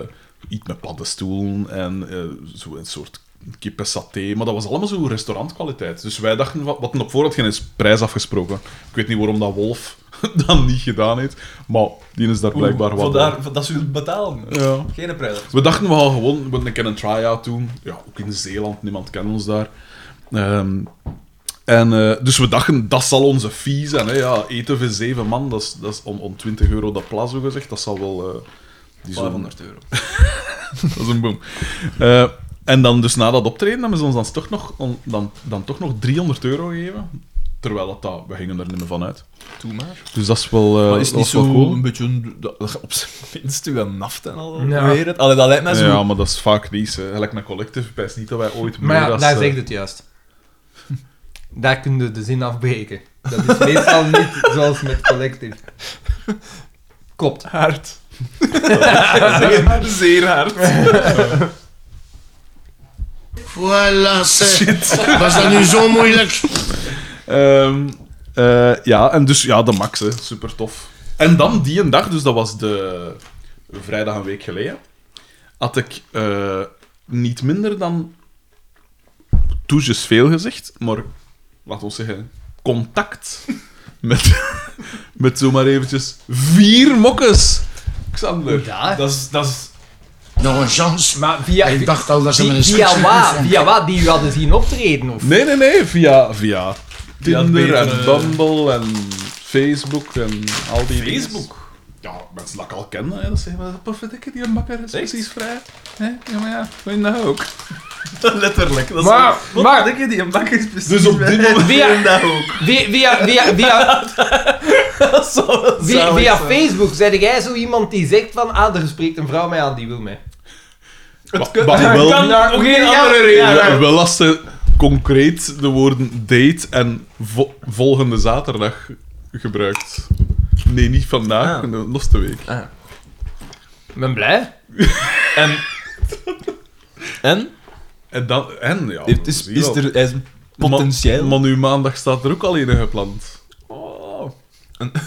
iets met paddenstoelen en eh zo een soort kippensaté. Maar dat was allemaal zo restaurantkwaliteit. Dus wij dachten, wat, wat op voorhand geen eens prijs afgesproken. Ik weet niet waarom dat Wolf [laughs] dat niet gedaan heeft, maar die is daar blijkbaar wat.
Voor daar, voor dat ze het betalen.
Ja.
Geen prijs.
We dachten we gaan gewoon we een keer een try-out doen. Ja, ook in Zeeland, niemand kent ons daar. Ehm, en, eh, dus we dachten, dat zal onze fee zijn. Hè? Ja, eten voor zeven man, dat is, dat is om, om 20 euro dat plas, zo gezegd. [laughs] Dat zal wel... eh die zo'n-
500 euro.
dat is een boom. Eh, En dan dus na dat optreden hebben ze ons dan toch nog, on- dan, dan toch nog 300 euro gegeven. Terwijl dat, dat, we gingen er niet meer van uit.
Doe maar.
Dus dat is wel, eh,
Maar is
dat
niet
is wel
zo
cool.
een beetje een- dat- op zijn minst uw naft en al
Ja.
weer het. Allee, dat lijkt mij zo.
Ja, maar dat is vaak niet. hè. Gelijk met Collective, ik wijs niet dat wij ooit meer...
Maar ja,
als,
daar
eh,
zegt het juist. [laughs] Daar kun je de zin afbreken. Dat is meestal niet zoals met collective. Klopt.
Hard. zeer, zeer hard.
Voilà, zeg. Was dat nu zo moeilijk?
Ehm, eh, ja, en dus ja, de Max, hè. super tof. En dan die een dag, dus dat was de vrijdag een week geleden, had ik eh, niet minder dan toejes veel gezegd, maar laten we zeggen, contact [laughs] met, met zomaar eventjes vier mokkes. Xander.
Ja.
Dat is, dat is
Nog een chance.
Maar via...
Ik dacht al dat ze met
via,
een
via,
stuk
wat? via wat? Die u hadden zien optreden? Of?
Nee, nee, nee, via, via Tinder
het
en
betere-
Bumble en Facebook en al die dingen.
Facebook.
Ja, mensen dat ik al ken, hè, dat zeggen maar, pofferdikke, die bakker is precies vrij. Hè? Ja, maar ja, vind je dat ook?
[laughs] letterlijk. Dat is
Maar-
wat
maar-
denk je, die een bak is precies
Dus op
[laughs]
dit moment-
Via-
dat ook.
Via, via, via, via,
Dat zou wel
via,
zalig
via
zijn.
Facebook zei jij zo iemand die zegt van ah, er spreekt een vrouw mij aan, die wil mij.
Het
kan-
wel,
kan
daar-
ook
ja,
geen
ja,
andere reden.
ja, wel als ze concreet de woorden date en vo- volgende zaterdag gebruikt. Nee, niet vandaag,
Ah.
de losse week.
Ik ben blij.
En... En?
En dan, en ja,
Dit is,
zie
is
wel.
er hij is potentieel...
Maar, maar nu maandag staat er ook al een gepland. Oh.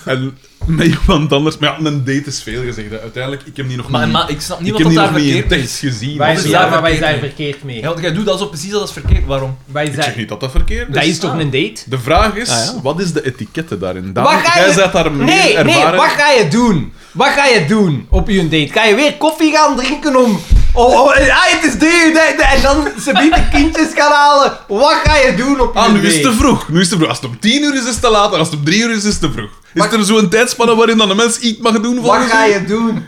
En met iemand anders. Maar ja, een date is veel gezegd. hè. Uiteindelijk, ik heb die nog
maar,
niet...
maar ik snap niet wat
ik heb
dat daar
die nog niet in
verkeerd
tekst
is.
gezien.
Wij
Dus
zijn,
ja,
daar, maar wij
verkeerd
zijn
mee.
verkeerd mee.
Ja, want jij doet dat zo precies, dat is verkeerd. Waarom?
Wij
Ik zeg
zijn...
niet dat dat verkeerd is.
Dat is toch
Ah.
een date?
De vraag is,
Ah, ja.
wat is de etikette daarin?
Wat
Daan,
ga
jij
je-
bent daar meer
Nee,
ervaren.
nee, wat ga je doen? Wat ga je doen op je date? Ga je weer koffie gaan drinken om... Oh, oh, eh, ah, het is date, date, date, en dan ze niet de kindjes gaan halen. Wat ga je doen op je
Ah,
date?
nu is het te vroeg. Nu is het te vroeg. Als het om 10 uur is, is het te laat. En als het om 3 uur is, is het te vroeg. Is er zo'n tijdspanne waarin dan een mens iets mag doen?
Wat
volgens
ga
u?
je doen?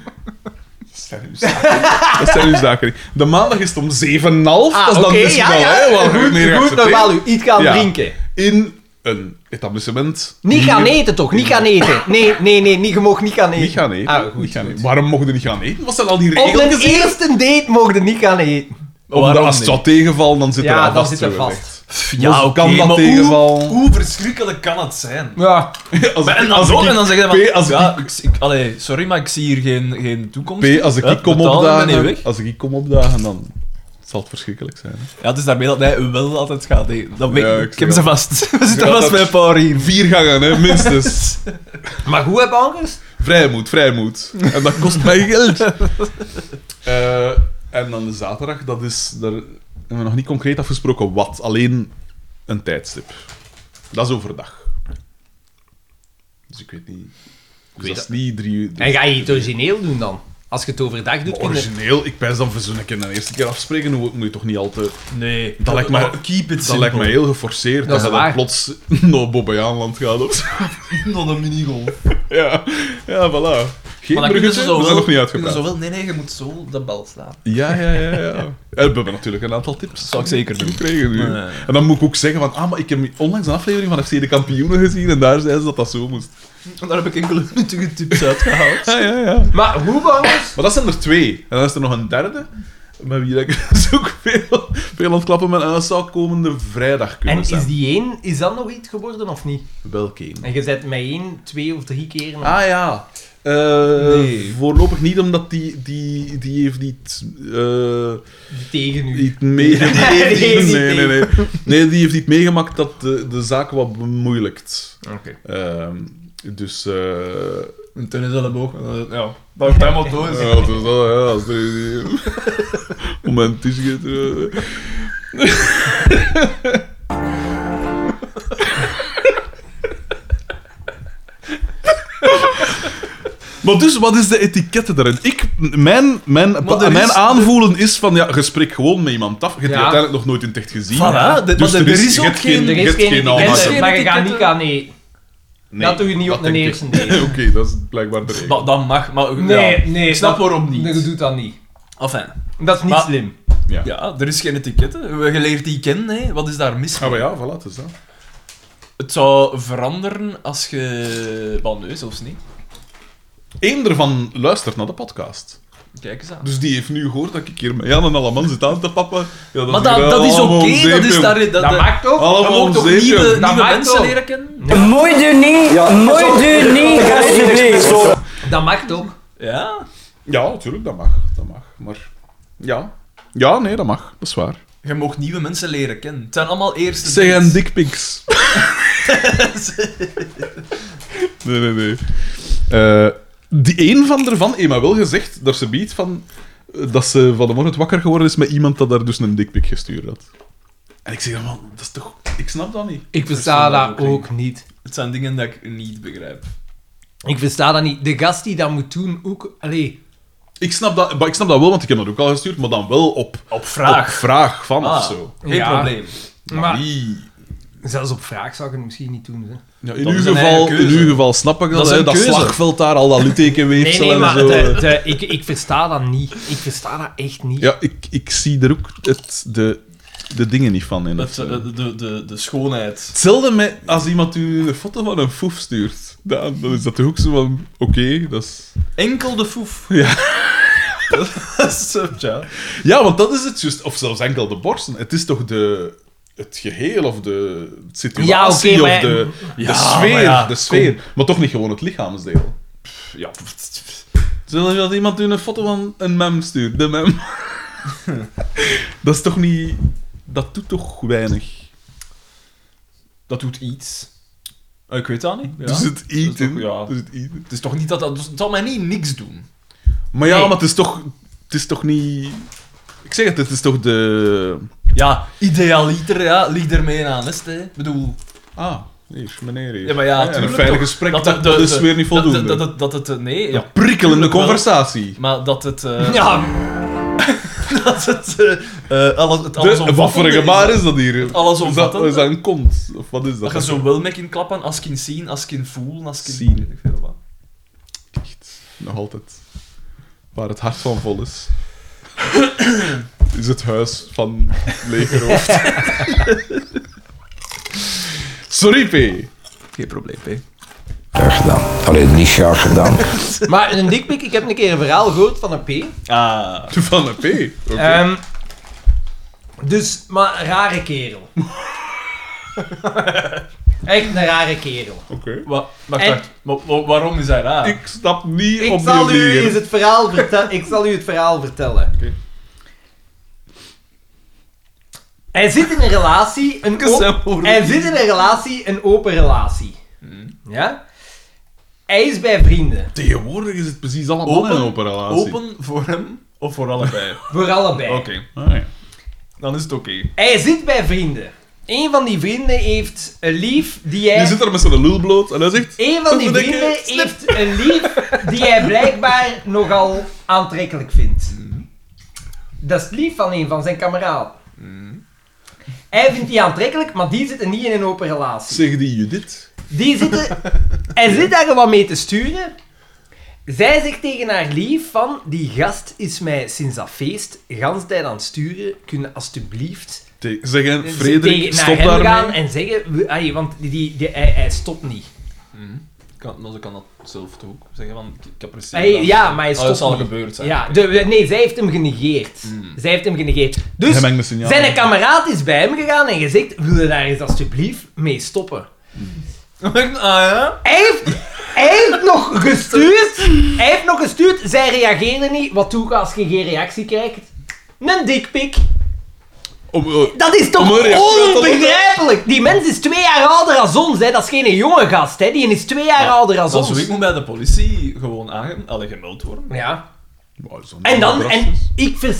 Dat zijn uw zaken. Dat zijn uw zaken. niet. De maandag is het om 7,5. dat
Ah,
is
oké,
dan dus
ja,
wel,
ja.
hè, wel
goed,
meer
goed, dan
geaccepteerd.
wel u iets gaan
Ja.
drinken.
in een etablissement.
Niet
Hier-
gaan eten toch? Niet gaan
[laughs]
eten. Nee, nee, nee, niet, je mag niet gaan eten.
Niet gaan eten.
Ah, goed,
niet gaan
goed.
eten. Waarom mochten we niet gaan eten? Wat zijn al die
Op
regels?
een eerste date mogen we niet gaan eten.
Omdat
Oh, Waarom
als het
niet?
zou tegenvallen, dan zit er
Ja,
al
dan
vast.
zit er
zo
vast.
gezegd.
Ja,
Hoe
oké,
kan dat
maar
tegenval?
hoe, hoe verschrikkelijk kan het zijn?
Ja.
Als,
Maar en dan,
als
ook,
ik,
en dan zeggen we
P,
van,
als
ja, ik, ik, allee, sorry, maar ik zie hier geen, geen toekomst.
P, als ik,
Hup,
ik kom
"Hm, betaal, ben je
opdagen,
weg.
als ik kom opdagen, dan zal het verschrikkelijk zijn. hè.
Ja, het is daarmee dat hij wel altijd gaat eten. Dat weet
Ja,
ik.
ik
Ik
zie
heb ze
dat.
vast. [laughs] We zitten
Ja,
vast
dat-
bij een paar hier.
Vier gangen, hè, minstens. [laughs]
Maar hoe heb angst?
vrijmoed, vrijmoed. En dat kost mij geld. [laughs] Eh, en dan de zaterdag, dat is... Daar hebben we nog niet concreet afgesproken wat. Alleen een tijdstip. Dat is overdag. Dus ik weet niet... Dus
weet
dat is niet drie uur...
En ga je iets origineel doen dan? Als je het overdag doet,
Maar
kun je...
origineel, ik pijs dan voor zo'n keer de eerste keer afspreken, hoe- moet je toch niet al te...
Nee.
Dat lijkt me,
Oh, Keep it
dat lijkt me heel geforceerd.
Dat
Dat,
is
je dan
waar.
plots [laughs] naar Bobbejaanland gaat of zo. [laughs]
Nog een minigolf.
Ja, ja, voilà. Geen
Maar dan kunnen
bruggetje,
ze
we
zo
zijn
wel...
nog niet
kunnen
uitgepraat.
ze wel- Nee, nee, je moet zo op de bal slaan.
Ja, ja, ja, ja. En we hebben natuurlijk een aantal tips.
Zou ik zeker doen.
Gekregen, nu.
Nee.
En dan moet ik ook zeggen van, ah, maar ik heb onlangs een aflevering van FC de Kampioenen gezien en daar zeiden ze dat dat zo moest.
En [laughs] daar heb ik enkele nuttige tips uitgehaald.
Ja, ja, ja.
Maar hoe [coughs] angst?
Maar dat zijn er twee. En dan is er nog een derde, met wie ik [laughs] dus ook veel, veel aan het klappen ben. En dat zou komende vrijdag kunnen
En
zijn.
is die één, is dat nog iets geworden of niet?
Welke een?
En je zet mij één, twee of drie keer... naar-
Ah, ja. Eh,
Nee.
Voorlopig niet, omdat die, die, die heeft niet... eh,
tegen u.
Niet
[laughs]
mee... Die heeft
Nee,
niet-
niet
nee, nee, nee. Nee, die heeft niet meegemaakt dat de, de zaak wat bemoeilijkt.
Oké.
Ehm, dus... eh
En toen is dat boog. Ja, dat heeft helemaal door.
ja, dat is dat, ja. Als er eh, [laughs] die- Om mijn t-shirt... eh. [laughs] Maar dus, wat is de etikette daarin? Ik, mijn mijn,
Maar er
mijn
is-
aanvoelen is van, ja, gesprek gewoon met iemand af. Je hebt die
Ja.
uiteindelijk nog nooit in het echt gezien. Dus
Voilà, de- maar er is
je
ook
hebt
geen-
Er
je
is
hebt
geen
aanmaak.
etikette,
aanmaak.
maar je gaat
Etikette?
niet gaan nee.
Nee,
dat doe je niet op
dat
een
denk ik.
eerste date.
[laughs] Oké, dat is blijkbaar de regel.
Dat, dat mag, maar... ja,
Nee, nee.
Ik snap
dat-
waarom niet.
Je doet dat niet.
Enfin.
Dat is niet
Maar-
slim.
Ja.
Ja, er is geen etiket. hè. We geleerd die kennen, hè. Wat is daar mis
Ah,
mee?
maar ja, voilà, het is dat.
Het zou veranderen als je... Wel, nee, zelfs niet.
Eén ervan luistert naar de podcast.
Kijk eens aan.
Dus die heeft nu gehoord dat ik hier met Jan en Alleman zit aan te pappen. Ja,
maar dat,
hier
dat is oké,
allemaal
dat is
zeep,
daar...
joh.
Dat, dat-
maakt ook.
je
Allemaal
mag toch
zeep,
nieuwe,
joh.
nieuwe
maakt
mensen
ook.
leren kennen?
Mooi doen niet, mooi doen niet, alsjeblieft.
Dat maakt ook.
Ja.
Ja, natuurlijk, dat mag. Dat mag. Maar ja. Ja, nee, dat mag. Dat is waar.
Je mag nieuwe mensen leren kennen. Het zijn allemaal eerste
Zeg
dates.
een
[laughs]
dickpics. nee, nee, nee. Eh, die een van ervan heeft mij wel gezegd dat ze biedt van... eh, Dat ze van de morgen wakker geworden is met iemand dat daar dus een dickpic gestuurd had. En ik zeg dan, man, dat is toch... Ik snap dat niet.
Ik versta
dat
dat
ook
ook niet.
Het zijn dingen dat ik niet begrijp.
Ik versta dat niet. De gast die dat moet doen, ook... Allee,
Ik snap dat, maar ik snap dat wel, want ik heb dat ook al gestuurd, maar dan wel op,
Op vraag.
op vraag van
Ah,
of zo.
Geen
Ja.
probleem.
maar
Die-
zelfs op vraag zou ik het misschien niet doen. Hè.
Ja, in,
Dat
uw
is een
geval,
eigen
in
keuze.
uw geval snap ik dat,
Dat is
hè,
een
dat
keuze.
slagveld daar, al dat
Nee,
littekenweefsel
nee, maar
en
eh,
zo.
de- de- ik, ik versta dat niet. Ik versta dat echt niet.
Ja, ik, ik zie er ook het, de, de dingen niet van in.
Het,
Het, eh.
de, de, de, de schoonheid.
Hetzelfde met als iemand u een foto van een foef stuurt. Dan, dan is dat toch ook zo van, oké, dat is...
Enkel de foef.
Ja.
[laughs] Dat is zo, ja.
Ja, want dat is het juist. Of zelfs enkel de borsten. Het is toch de, het geheel of de situatie
Ja, oké, maar-
of de, de
Ja,
sfeer.
maar ja,
de sfeer. Maar toch niet gewoon het lichaamsdeel.
Ja.
Zullen dat iemand u een foto van een mem stuurt?
[laughs]
De mem. dat is toch niet... Dat doet toch weinig.
Dat doet iets. Eh, Ik weet dat niet. Ja.
Er zit
is
iets
toch-
in.
ja.
Er zit iets in.
Het is toch niet dat dat... Het zal mij niet niks doen.
Maar ja,
Nee.
maar het is toch... Het is toch niet... Ik zeg het, het is toch de...
Ja, idealiter, ja. Ligt ermee aan, is het, hè. Ik bedoel...
Ah, hier, meneer hier.
Ja, maar
Ja,
ja,
en
tuurlijk
een veilig
toch.
gesprek,
Dat
dat,
de-
dat
de-
is weer niet
Dat,
voldoende.
dat, dat, dat, dat het... eh, Nee, ja.
Een prikkelende
tuurlijk wel.
conversatie.
Maar dat het...
[laughs]
eh,
Ja,
[laughs] dat het... eh, eh, alles, het
De, Dus wat voor
allesomvattende
een
is,
gebaar
hè.
is dat hier? Is dat,
allesomvattende.
is dat een kont? Of wat is dat?
Dat je zo wel mee kunt klappen als kind zien, als kind voelen, als kind...
Zien.
weet ik veel wat.
Echt, nog altijd. Waar het hart van vol is. is het huis van
[laughs]
legerhoofd. Sorry, P.
Geen probleem, hè.
Graag gedaan. Allee, niet graag gedaan.
maar een dikpik, ik heb een keer een verhaal gehoord van een P.
Ah.
Van een P. Oké.
Eh,
Ehm, dus, maar een rare kerel. Echt een rare kerel.
Oké.
Wa wacht,
En-
wacht. Wa- wa- waarom is hij raar?
Ik snap niet
Ik
op die
zal, u
manier.
eens het verhaal
[laughs]
vertel- ik zal u het verhaal vertellen.
Oké.
Hij zit in een relatie, een
Kus hem
op-
over de
hij
knie.
zit in een relatie, een open relatie.
Hmm.
Ja? Hij is bij vrienden,
Tegenwoordig is het precies allemaal
Open-
een open relatie.
Open voor hem of voor
[laughs]
allebei? Oké,
voor allebei.
Ah, ja.
dan is het oké.
Hij zit bij vrienden. Een van die vrienden heeft een lief die
Je
hij...
zit er met zo'n lul bloot en hij zegt...
Een van die
Wat bedenk je?
vrienden
eh, Snip.
heeft een lief die hij blijkbaar nogal aantrekkelijk vindt.
Mm-hmm.
Dat is het lief van een van zijn kameraden.
Mm-hmm.
Hij vindt die aantrekkelijk, maar die zitten niet in een open relatie.
Zeg die Judith.
Die zitten... Hij zit daar wat mee te sturen. Zij zegt tegen haar lief van... Die gast is mij sinds dat feest gans tijd aan het sturen. Kunnen alstublieft
Te- zeggen,
ze
Frederik,
tegen
stop
naar hem gaan
daarmee.
en zeggen... we- ai, want die, die- hij, hij stopt niet.
Kan, maar ze kan dat zelf toch ook zeggen van, ik- ik apprecieer
Hey,
dat.
ja, maar hij
Ah, dat
stopt
zal
niet.
gebeurd zijn.
Ja, de- nee, zij heeft hem genegeerd.
Hmm.
Zij heeft hem genegeerd. Dus
Hij mengt een signaal.
zijn kameraad is bij hem gegaan en gezegd: Wil je daar eens alstublieft mee stoppen?
[laughs] ah ja?
Hij heeft, hij heeft nog gestuurd. Hij heeft nog gestuurd. Zij reageerde niet. Wat doe ik als je geen reactie krijgt? Een dikpik.
Om, eh,
Dat is
Om een
toch
reactie te laten
onbegrijpelijk? Die mens is twee jaar ouder als ons. Hè. Dat is geen jonge gast. Hè. Die is twee jaar ouder als
Ah, Dan zou
ons.
ik moet bij de politie gewoon aange... Allee, gemeld worden.
Ja.
wauw, zo'n
En dan,
drastisch.
en ik vers.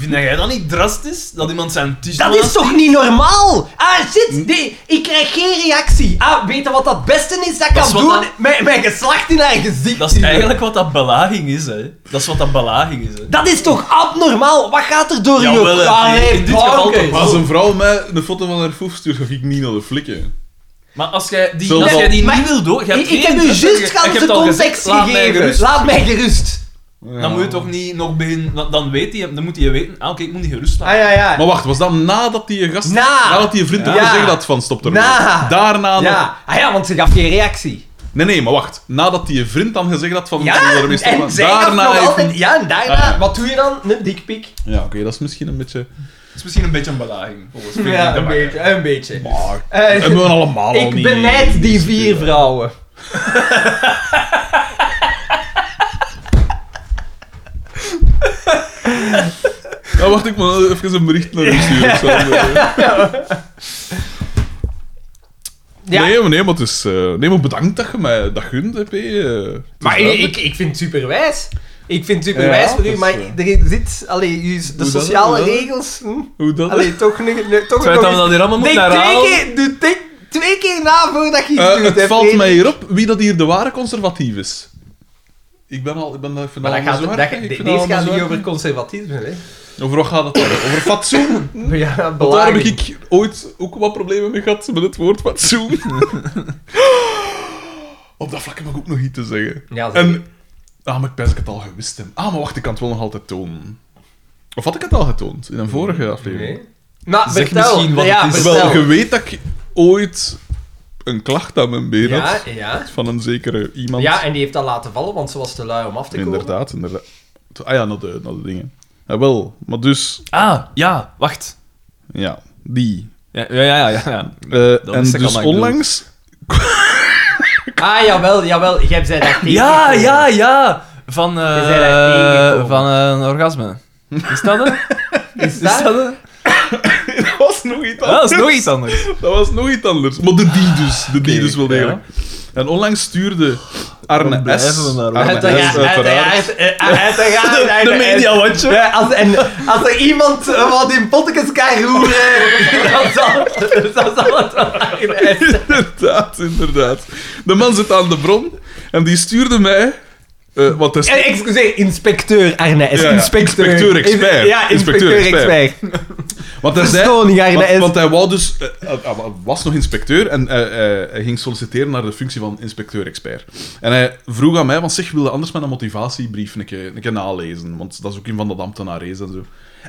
Vind jij dat niet drastisch? Dat iemand zijn tisch
Dat is toch niet normaal? Ah,
Hm?
shit, nee, ik krijg geen reactie. Ah, weet je wat dat beste is dat,
is
kan
wat
doen?
dat-
Mijn, mijn geslacht in haar gezicht.
Dat is eigenlijk wat dat belaging is, hè. Dat is wat dat belaging is, hè.
Dat is toch abnormaal? Wat gaat er door
Jawel,
je...
hè.
Ah, nee,
In dit geval
bankers.
toch wel.
Als een vrouw mij een foto van haar foef stuurt, ga ik niet naar de flikken.
Maar als jij die,
Zelfs
als
al-
jij die
Maar-
niet wil door... jij hebt
ik, ik
geen
heb u
interesse,
juist
jij-
gans
jij
de
hebt al
context
gezegd, laat mij
gegeven.
gerust.
Laat mij gerust.
Ja.
Dan moet je toch niet nog beginnen... Dan, dan weet hij... Dan moet hij weten... Ah, oké, ik moet niet gerust
Ah
laten.
ja, ja.
Maar wacht, was dat nadat die gast...
Na.
Nadat die vriend
Ja.
ja. gezegd had van stop ermee.
Na.
Daarna nog...
ja. Ah ja, want ze gaf geen reactie.
Nee, nee, maar wacht. Nadat die vriend dan gezegd had van...
Ja,
stop
en
ermee, stop
zij
ermee.
gaf nog
heeft-
altijd... Ja, en daarna,
Ah, ja.
wat doe je dan? Een dikpik.
Ja, oké, dat is misschien een beetje...
Het is misschien een beetje een belaging, volgens mij. Vind ik
Ja,
dat
een
maar.
beetje. Een beetje.
Maar,
Eh,
hebben we allemaal al
[laughs] ik
niet...
benijd die vier vrouwen.
Ja, wacht, ik moet even een bericht naar hem sturen. Ik zal,
[laughs]
[laughs] eh,
Ja.
Nee, maar, nee, maar, het is, eh, nee, maar bedankt dat je mij dat gunt, eh. heb je.
Maar ik, ik, ik vind het superwijs. Ik vind het superwijs
Ja,
voor u,
dat
maar
is,
er zit... Allee, je- de
Hoe dat
sociale
wel?
regels... Hm?
Hoe dat?
Allee, toch nu... nu- Toch
Het feit
nog
dat we
eens-
dat hier allemaal moeten
Denk twee
herhalen...
keer, doe denk twee keer na voordat je iets
Eh,
doet.
het
hè,
valt
Frederik.
mij hierop wie dat hier de ware conservatief is. Ik ben al, ik ben even
Maar dat gaat,
zo hard,
dat,
hè. Ik
de-
vind dat
deze
allemaal
gaat
zo
niet
hard,
over conservatisme, hè.
hè. Over wat gaat het dan? Over
[laughs]
fatsoen.
Maar ja,
Hm. Want daar heb
belangrijk.
ik ooit ook wat problemen mee gehad met het woord fatsoen. [laughs] Op dat vlak heb ik ook nog iets te zeggen.
Ja, zeker.
en, ah, maar ik pens ik het al gewist heb. Ah, maar wacht, ik kan het wel nog altijd tonen. Of had ik het al getoond in een vorige aflevering?
Nee. Maar
Zeg
vertel,
misschien wat
ja,
het is.
vertel.
Wel, je weet dat ik ooit een klacht aan mijn been
ja,
had.
ja.
Van een zekere iemand.
ja, eh. en die heeft dat laten vallen, want ze was te lui om af te komen.
inderdaad, inderdaad. Ah ja, naar de, naar de dingen. Ja, wel. Maar dus,
Ah, ja, wacht.
ja, die.
Ja, ja, ja, ja. ja.
Eh,
Dan
en
wist ik al
dus
dat ik [laughs]
onlangs...
Ah, jawel, jawel. Jij zei daar tegen.
Ja, ja, ja. Van, eh,
Je bent daar tegengekomen.
van eh, een orgasme. Is dat het?
Is
Is
dat...
dat het?
dat was nog iets
Ja, [laughs] Ah, dat
anders.
is nog iets anders.
Dat was nog iets anders. Maar de die dus. De die
Oké,
dus wel
ja.
degelijk. En onlangs stuurde Arne
Dan blijven
S.
we maar
Arne
Uiteraard,
S, uiteraras.
uiteraard, eh, [laughs] uiteraard,
De
uiteraard.
media watcher.
Ja, als, en, als er iemand eh, wat in pottekens kan roeren, dan eh, zal, dan zal het wel Arne S.
[laughs] Inderdaad, inderdaad. De man zit aan de bron en die stuurde mij... eh want hij
Eh, Excuseer, inspecteur Arne S.
Ja, ja.
Inspecteur.
Inspecteur expert.
Ja, inspecteur,
Inspecteur
expert.
Want hij zei...
Verstoning, Arne
want,
S.
want hij wou dus... eh, eh, eh, was nog inspecteur en eh, eh, hij ging solliciteren naar de functie van inspecteur-expert. En hij vroeg aan mij, want zeg, wilde anders met een motivatiebrief een keer, een keer nalezen. Want dat is ook een van dat ambtenares en zo.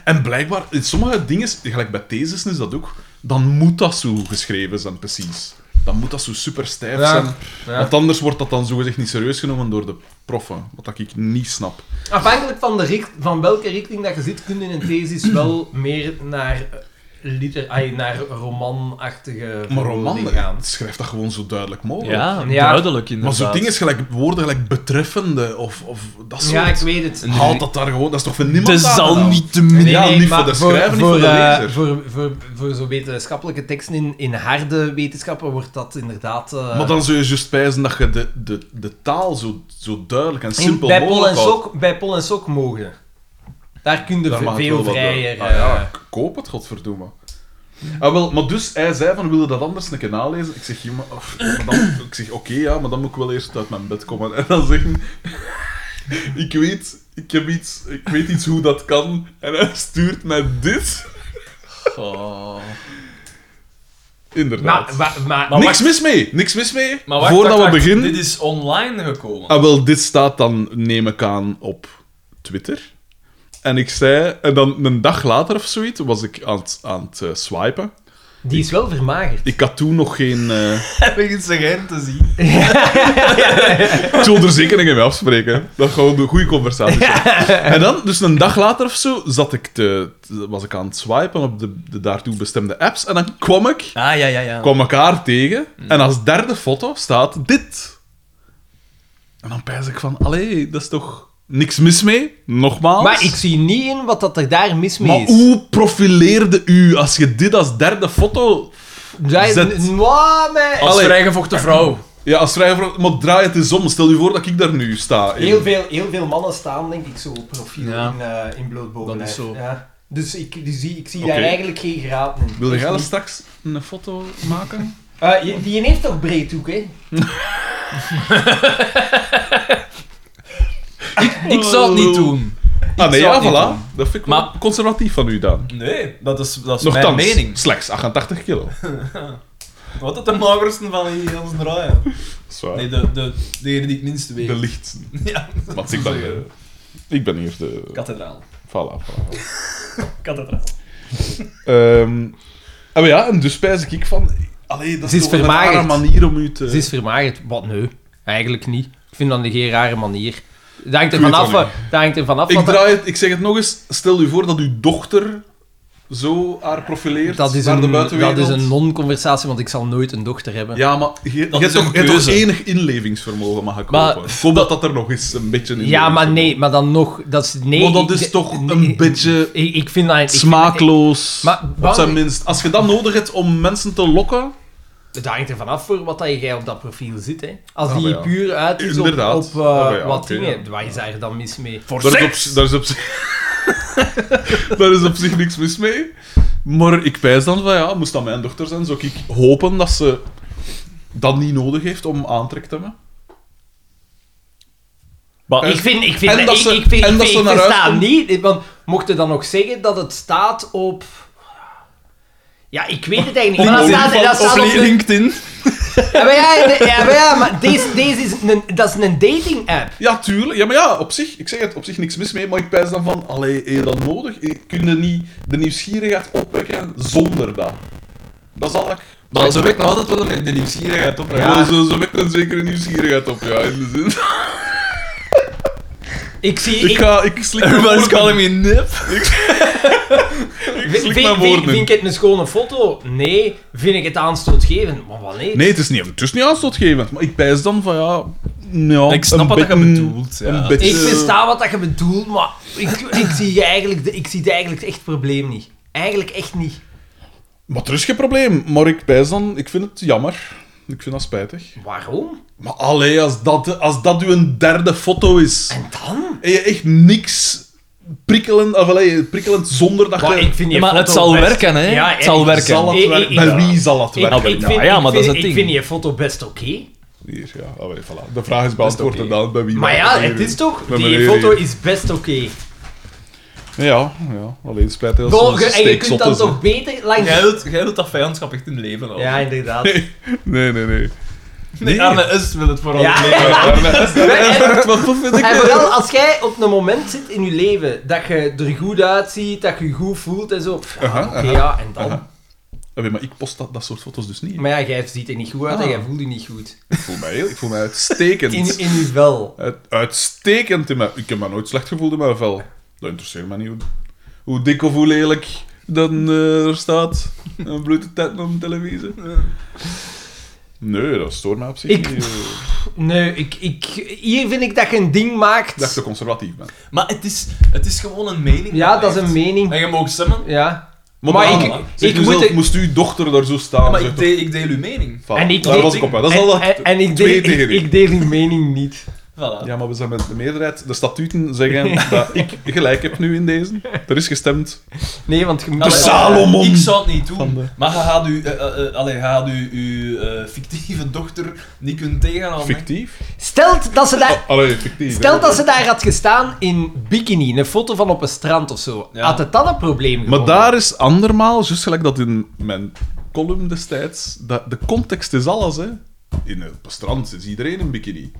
En blijkbaar, in sommige dingen, gelijk bij theses is dat ook, dan moet dat zo geschreven zijn, precies. Dan moet dat zo super stijf
Ja,
zijn.
ja.
Want anders wordt dat dan zogezegd niet serieus genomen door de proffen. Wat dat ik niet snap.
Afhankelijk van, de richt- van welke richting dat je zit, kun je in een thesis wel meer naar, eh, liter- ai, naar romanachtige
Maar
verbeelding
roman,
gaan.
schrijf dat gewoon zo duidelijk mogelijk.
Ja,
Ja.
duidelijk
Maar
inderdaad.
zo'n ding is gelijk woorden gelijk betreffende of, of dat soort.
Ja, ik weet het.
Haalt dat daar gewoon, dat is toch voor niemand
Het
aan
zal
gedaan?
niet te min...
Ja, niet voor
maar
de schrijver, niet voor de
eh,
lezer.
voor, voor, voor zo'n wetenschappelijke teksten in, in harde wetenschappen wordt dat inderdaad... eh,
Maar dan zou je juist pijzen dat je de, de, de taal zo, zo duidelijk en
in-
simpel
bij, Pol
mogelijk
en
houdt.
Sok, bij Pol en Sok mogen. Daar kun je
Daar mag ik
veel
wel wat
vrijer...
doen. Ah, ja,
eh,
ik koop het, godverdomme. Ah, wel, maar dus hij zei van, wil je dat anders een keer nalezen? Ik zeg, ja, maar, of, maar dan, ik zeg oké, ja, maar dan moet ik wel eerst uit mijn bed komen. En dan zeggen, [laughs] ik weet, ik heb iets, ik weet iets hoe dat kan. En hij stuurt mij dit.
Oh.
Inderdaad.
Maar, maar, maar,
Maar
niks
wacht.
mis mee, niks mis mee.
Maar wacht,
Voordat
wacht,
we
wacht.
beginnen.
Dit is online gekomen.
Ah, wel, dit staat dan, neem ik aan, op Twitter. En ik zei, en dan een dag later of zoiets, was ik aan het, aan het eh, swipen.
die is wel vermagerd.
Ik had toen nog geen. eh,
[laughs] Heb ik zijn geheim te zien?
Ik zal er zeker niet mee afspreken. Dat gewoon een goede
[laughs]
conversatie zijn. En dan, dus een dag later of zo, zat ik te, te- was ik aan het swipen op de, de daartoe bestemde apps. En dan kwam ik,
Ah, ja, ja, ja.
kwam ik haar tegen.
Hmm.
En als derde foto staat dit. En dan pijs ik van, allee, dat is toch niks mis mee? Nogmaals.
Maar ik zie niet in wat dat er daar mis mee
Maar
is.
hoe profileerde u als je dit als derde foto...
Zij,
Zet-
N- mwah, mij-
Als
Allee.
vrijgevochten vrouw.
Ja, als schrijver, maar draai het eens om. Stel je voor dat ik daar nu sta.
Heel veel, heel veel mannen staan, denk ik, zo op profiel
Ja.
in, eh in bloot bovenlijf.
Dat is zo.
Ja. Dus ik, die zie, ik zie
Oké.
daar eigenlijk geen graad in.
Wil
Echt
jij
niet.
straks een foto maken?
Eh, je- die heeft toch breedhoek, hè?
Ik zou het niet doen.
Ah, nee,
zou
ja,
het niet
voilà. Dat vind ik wel
Maar-
conservatief van u dan.
Nee, dat is, dat is
Nogthans,
mijn mening.
slechts 88 kilo.
Wat het de magerste van heel ons draaien?
Zwaar.
Nee, de, de, degene die het minste weegt.
de lichtste.
Ja.
Want ik ben... eh, Ik ben hier de...
Kathedraal.
Voilà, voilà.
Kathedraal.
Ehm, en maar ja, en dus spijs ik van... Allee, dat
Ze
is,
is
toch een
vermagerd.
rare manier om u te...
Het is vermagerd. Wat nee, eigenlijk niet. Ik vind dat geen rare manier. Dat hangt er
Ik weet
vanaf.
dat
wat- Dat hangt er vanaf.
Ik,
wat-
draai het, ik zeg het nog eens. Stel u voor dat uw dochter zo haar profileert
Dat is
naar de
een,
buitenwereld.
dat is een non-conversatie, want ik zal nooit een dochter hebben.
Ja, maar je- je
Dat
hebt
is een
toch, je hebt toch
keuze.
enig inlevingsvermogen, mag ik
Maar-
hopen. Ik hoop dat dat er nog eens een beetje in
Ja, maar
inlevingsvermogen-
nee, maar dan nog. Dat is, nee,
maar dat
ik-
is toch
nee,
een beetje
Ik, ik vind dat. ik vind-
smaakloos,
Maar
op
waarom-
zijn minst. Als je dat nodig hebt om mensen te lokken...
Het hangt er vanaf voor wat dat jij op dat profiel zit. Hè. Als
Ah,
die
maar ja.
puur uit is op, op
Inderdaad.
eh,
Ah, maar ja,
wat
oké,
dingen,
ja.
waar is daar dan mis mee?
Voor
Daar is,
seks!
op, daar, is op, zich- daar is op zich [laughs] niks mis mee. Maar ik wijs dan van ja, moest dat mijn dochter zijn, zou ik hopen dat ze dat niet nodig heeft om aantrek te hebben.
ik vind, ik vind,
en dat
ik,
ze-
ik vind,
en
ik,
dat
vind-
ze
ik
naar
versta
huis komt.
niet, want mocht je dan nog zeggen dat het staat op... Ja, ik weet het eigenlijk niet, maar dat staat, dat staat op... de-
LinkedIn.
Ja, maar ja, de- ja, maar, ja, maar deze, deze is een, dat is een dating-app.
Ja, tuurlijk. Ja, maar ja, op zich, ik zeg het, op zich niks mis mee, maar ik wijs dan van, allee, heb je dat nodig? Je kunt je niet de nieuwsgierigheid opwekken zonder dat. Dat zal ik.
Maar ze wekt nog altijd wel een de nieuwsgierigheid op. hè.
Ja. Ze, ze wekt een zekere nieuwsgierigheid op, ja, in de zin.
Ik zie...
Ik, ga, ik slik mijn [laughs]
Everybody's
woorden.
calling me nip.
Ik
vind,
slik
vind,
mijn woorden.
vind ik het een schone foto? Nee. Vind ik het aanstootgevend? Maar wanneer?
Nee, het is niet, het is niet aanstootgevend, maar ik wijs dan van ja. ja
Ik snap
een
wat dat je
beetje-
bedoelt, ja.
een beetje-
Ik versta
eh,
wat dat je bedoelt, maar ik, ik, zie, eigenlijk, de- ik zie het eigenlijk echt probleem niet. Eigenlijk echt niet.
Maar er is geen probleem, maar ik wijs dan, ik vind het jammer. Ik vind dat spijtig.
Waarom?
Maar allee, als dat, als dat uw derde foto is,
En dan?
en je echt niks prikkelend, of allee, prikkelend zonder dat
Maar
je...
ik vind die
maar
foto
het zal
best-
werken, hè.
Ja,
Het zal
ik-
werken.
Zal het
ik-
werken?
ik-
Bij
ik-
wie zal het
Ik, ik,
werken?
vind,
Nou ja,
ik
maar dat
vind-
is het
ik
ding.
vind die foto best oké.
Hier, ja, allee, voilà. De vraag is beantwoord
oké.
inderdaad, bij wie
Maar
wel,
ja,
bij
het
wie.
is toch...
Bij
Die
meneer
foto
hier.
is best oké.
Ja, ja. Alleen spijt heel
Bo-
soms
ge- En je kunt
steekzot
dan
is, hè.
toch beter langs...
Jij wilt, jij wilt dat vijandschap echt in leven houden.
Ja,
[laughs]
inderdaad.
Nee, nee, nee.
Nee, Arne S. wil het vooral
Ja.
in
[laughs]
leven houden.
En-
Wat tof vind ik
En vooral als jij op een moment zit in je leven dat je er goed uitziet, dat je je goed voelt en zo. pff, ja,
Aha,
Oké,
aha,
ja, en dan?
aha. Ja, weet je, maar ik post dat, dat soort foto's dus niet.
Maar ja, jij ziet er niet goed uit en
Ah.
jij voelt je niet goed.
Ik voel mij, heel- ik voel mij
[laughs]
uitstekend.
In, in je wel.
Uit- uitstekend in mijn... Ik heb me nooit slecht gevoeld in mijn vel. Dat interesseert me niet hoe, hoe dik of hoe lelijk dat eh, er staat. Een blote tent op de televisie. Nee, dat stoort mij op zich
Ik-
niet. eh,
Nee, ik, ik, hier vind ik dat je een ding maakt.
Dat ik te conservatief ben.
Maar het is, het is gewoon een mening.
Ja, dat is
heeft.
een mening.
En je mag stemmen.
Ja. Maar,
dan,
ik,
zeg
ik
nu
moet...
zelf, moest uw dochter daar zo staan?
Ja, maar
zeg
ik,
toch,
deel, ik deel uw mening.
van,
en ik-
daar
ik-
was ik op. hè. Dat is al
en, en, en ik, deel,
twee tegen
ik,
één.
ik deel uw mening niet.
Voilà.
Ja, maar we zijn met de meerderheid. De statuten
[laughs]
zeggen dat ik gelijk heb nu in deze. Er is gestemd.
Nee, want
Dus
je moet...
Allee,
Salomon
Ik zou het niet doen.
van de-
Maar je gaat uw, eh, eh, eh, allee, je gaat uw, uw eh, fictieve dochter niet kunnen tegenhouden. hè.
Fictief?
Stelt dat ze daar...
Allee, fictief.
Stel
hè.
dat ze daar had gestaan in bikini, een foto van op een strand of zo.
Ja.
Had het dan een probleem
Maar
gevonden?
daar is andermaal, juist gelijk dat in mijn column destijds, dat de context is alles, hè. In het strand is iedereen in bikini.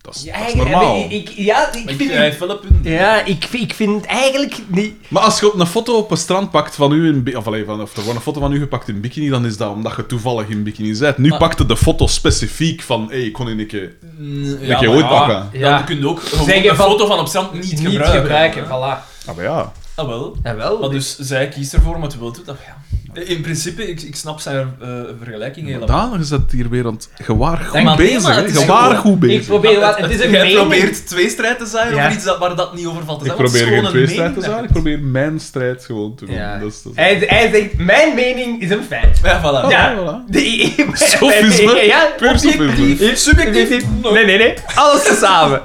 Dat is,
Ja,
dat is
eigenlijk-
normaal.
Ik, ik- ja, ik
Maar ik
vind...
hij heeft wel een punt.
Ja, ik, vind- ik vind het eigenlijk niet...
Maar als je op een foto op een strand pakt van u in bi- of, allee, van, of er wordt een foto van u gepakt in bikini, dan is dat omdat je toevallig in bikini bent. Nu
Maar-
pakte de foto specifiek van, hé, hey, ik kon in een keer...
Mm,
Dat je
maar
ooit pakken.
Dan
Ja.
kun je ook gewoon
Zeggen
een
van-
foto van op strand niet,
Niet gebruiken,
gebruiken. hè.
voilà.
Ah, maar ja.
Ah, wel.
En wel.
Maar dus zij kiest ervoor om het wel te doen. Ja. In principe, ik, ik snap zijn eh, vergelijking helemaal.
Daan, je zit hier weer aan het... Je waar goed
maar nee,
bezig,
maar
hè.
het is
Je waar
gewoon-
goed
ik
bezig.
probeer wat... Het is een
Jij
mening.
probeert twee strijd te zijn
Ja.
over iets dat, waar dat niet over valt te
Ik
zijn. want het is
probeer geen
gewoon een
twee strijd te
mening
zijn, ik
dat
probeer mijn strijd gewoon te doen.
Ja.
Dat is- dat is-
Hij, hij zegt, mijn mening is een feit.
je- Ja, voilà.
Ja,
voilà.
Die- mijn-
[laughs] Sofisme.
mijn- Ja,
Puur
objectief.
sofisme.
Subjectief. Nee, nee, nee. Alles tezamen.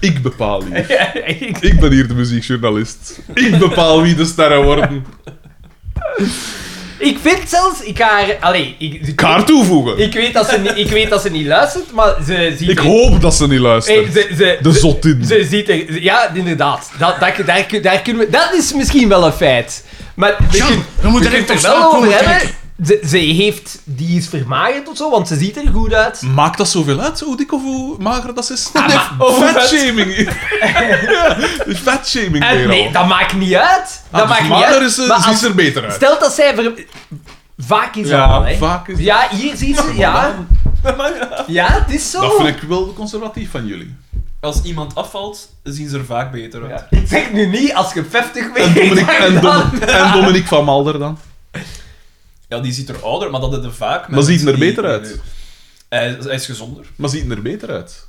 Ik bepaal hier.
Ja, ik-
Ik ben hier de muziekjournalist. Ik bepaal wie de sterren worden.
Ik vind zelfs... Ik ga haar... Allee, ik, ik,
Kaart toevoegen. Ik,
ik weet dat ze niet, ik weet dat ze niet luistert, maar ze ziet... er-
hoop dat ze niet
Hey,
luistert.
ze, ze,
De
ze-
zotin.
Ze ziet er... ze- Ja, inderdaad. Dat, dat, daar, kun- daar kunnen we, dat is misschien wel een feit. Maar je
Jan,
kunt-
we moeten
je
er
kunt
echt
er
op
wel
straat
over
komen
hebben
kijken.
ze, ze heeft... Die is vermagerd of zo, want ze ziet er goed uit.
Maakt dat zoveel uit, hoe dik of hoe mager dat ze is?
oh, vet.
Fatshaming. ja, [laughs] fatshaming
En
weer
nee,
al.
dat maakt niet uit. Dat
Ah, dus
maakt niet
mager
uit.
is, ze-
Maar
ziet
als-
ze er beter uit.
Stel dat zij... Ver... Vaak is
Ja,
dat wel, hè.
vaak is-
Ja, hier zie je... Ja. Ja, het is zo.
Dat vind ik wel conservatief van jullie.
Als iemand afvalt, zien ze er vaak beter uit.
Ja. Zeg nu niet, als je 50
En
weet...
Dominique, en,
dan-
Dom- en Dominique van Malder dan?
Ja, die ziet er ouder, maar dat is er vaak. met
Maar ziet
mensen
er
die-
beter uit.
Hij, hij is gezonder.
Maar ziet er beter uit.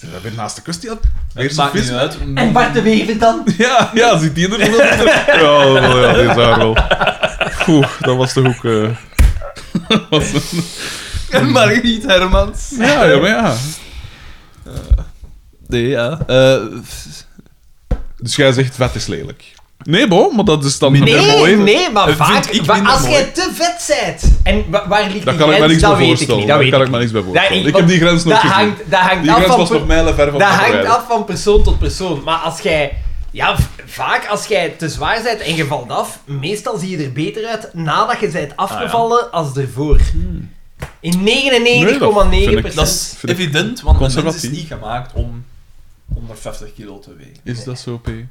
Ze hebben naast de kust die had. Weer
Het
zo'n
maakt niet
vis.
uit. Mm.
En Bart de Wever dan?
[laughs] Ja, ja, ziet die er wel beter
[laughs]
uit? Ja, wel, ja, die is daar wel. Oeh, dat was toch ook... eh, was een-
Margriet Hermans.
Ja, ja, maar ja.
Nee, ja. Eh, f-
Dus jij zegt vet is lelijk. Nee, bo, maar dat is dan minder
Nee,
mooi. Eh,
nee, maar
Dat
vaak...
vind ik
wa-
minder
als
mooi.
jij te vet bent... En wa- waar ligt
Daar
die
kan ik me
grens?
niks
Dat
bij
weet ik niet.
voorstellen.
Dat
Daar
weet
kan
ik
ik me niks bij
Ja,
voorstellen. Ik heb die grens nog
dat
gezien.
hangt, dat hangt
Die
af
grens
van
was nog mijlen ver van
Dat hangt
verdwijnen.
af van persoon tot persoon. Maar als jij... Ja, v- vaak als jij te zwaar bent en je valt af, meestal zie je er beter uit nadat je bent
Ah,
afgevallen als ervoor.
Hmm.
In 99,9%.
Nee, dat vind ik-
dat is
Vind ik
evident, want een mens is
conservatief.
niet gemaakt om 150 kilo te wegen.
Is dat zo, P?
Nee.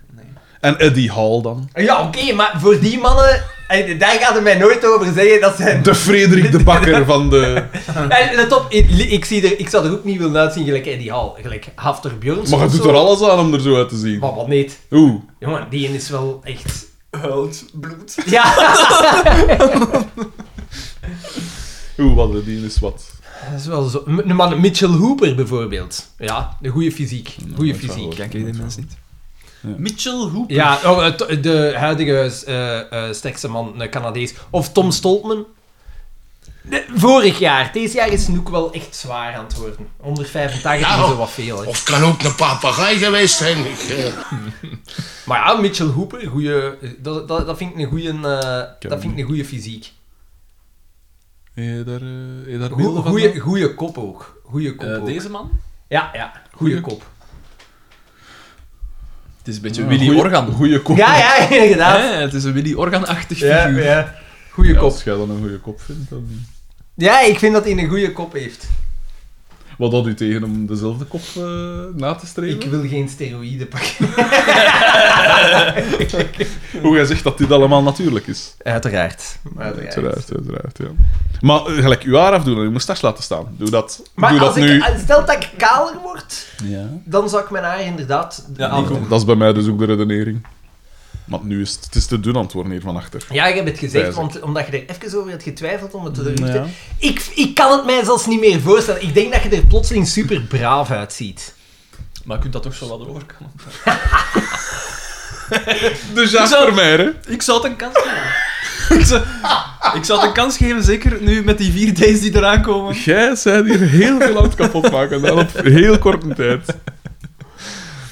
En Eddie Hall dan?
Ja, oké, maar voor die mannen... en Daar gaat het mij nooit over zeggen dat zijn...
De Frederik de Bakker van de...
[laughs] En let op, ik, ik zie er, ik zou er ook niet willen uitzien gelijk Eddie Hall. Gelijk Hafter Björns
Maar je
of
doet
zo.
er alles aan om er zo uit te zien.
Maar wat niet.
Oeh.
Jongen, die is wel echt...
Huilt, bloed.
Ja,
Oeh, wat, die is wat.
dat is wel zo. M- een man, Mitchell Hooper bijvoorbeeld. Ja, de goede fysiek. Goede
nooit van
fysiek.
gehoord.
Kijk, die mensen niet. Mitchell Hooper.
Ja, oh, eh, to- de huidige eh, eh, sterkste man, een Canadees. Of Tom Stoltman. De- vorig jaar. Deze jaar is Noek wel echt zwaar aan het worden. 185 is
Nou.
er wat veel. Hè.
Of kan ook een papegaai geweest zijn. Ik, eh,
Maar ja, Mitchell Hooper, goeie, eh, dat, dat, dat vind ik een goede
Ken
dat vind
hem
ik een goeie fysiek.
Heb je daar, eh, heb je daar beelden van?
Goeie, goeie kop ook. Goeie kop
Eh,
ook.
deze man?
Ja, ja. Goeie
Goeie-
kop.
Het is een beetje
Ja,
Willy
goeie-
Organ.
Goeie kop.
Ja, ja, [laughs] inderdaad.
Hè, het is een Willy Organ-achtig
Ja,
figuur.
ja. Goeie
Ja,
kop.
als jij dan een goede kop vindt, dan...
Ja, ik vind dat hij een goede kop heeft.
Wat had u tegen om dezelfde kop eh, na te streven?
Ik wil geen steroïden pakken.
Hoe jij zegt dat dit allemaal natuurlijk is.
Uiteraard.
Uiteraard, uiteraard, ja. Maar eh, gelijk uw haar afdoen en uw moustache laten staan. Doe dat,
Maar
doe
als
dat
ik,
nu.
stel dat ik kaler word,
Ja.
dan zou ik mijn haar inderdaad...
Ja,
niet doen.
afdoen.
Dat is bij mij dus ook de redenering. Want nu is het, het is te dun aan het worden hier van achter.
ja, ik heb het gezegd,
Wijs ik.
want, omdat je er even over had getwijfeld om het te doen.
Ja.
Ik, ik kan het mij zelfs niet meer voorstellen. Ik denk dat je er plotseling super braaf uitziet.
Maar je kunt dat toch zo wat overkomen.
Dus ja, voor mij, hè?
Ik zou het een kans geven. ik, zou, ik zou het een kans geven, zeker nu met die vier days die eraan komen.
Jij bent hier heel veel aan het kapot maken, en dan op heel korte tijd.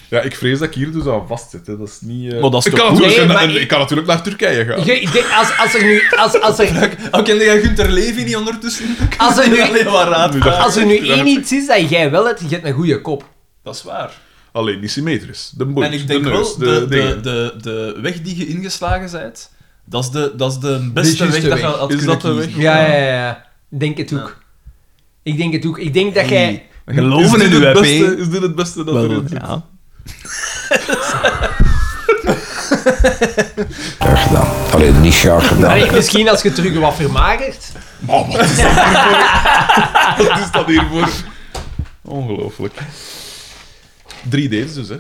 Ja, ik vrees dat ik hier dus aan vastzit. Hè. Dat is niet... eh,
Maar dat is
ik
toch
kan,
goed?
natuurlijk,
Nee,
en-
maar
en
ik-
ik kan natuurlijk naar Turkije gaan.
Je- ik denk, als, als er nu... Als, als er,
Oké, Oh, jij Gunter Levy niet ondertussen? [laughs]
Als er nu-
Alleen maar raad.
dat-
als er nu één iets is dat jij wel hebt, je hebt een goede kop.
Dat is waar.
Alleen niet symmetrisch. De boeit,
en ik denk
de neus,
wel, eh, de, de,
dingen.
de, de weg die je ingeslagen bent, dat is de, dat is de beste
juiste
weg dat je
weg.
had
Is
kunnen
dat de weg?
kiezen.
Ja, ja, ja. ja. Ik denk het ook. Ik denk het ook. Ik denk dat jij...
We
Is
geloven
dit
in
het
uw IP.
beste- Is dit het beste dat er
Wel,
is?
ja.
Echt dan. Alleen niet graag gedaan.
Allee, misschien als je terug wat vermagert.
Maar wat is dat hiervoor? wat is dat hiervoor? [laughs] Ongelooflijk. 3D's dus, hè.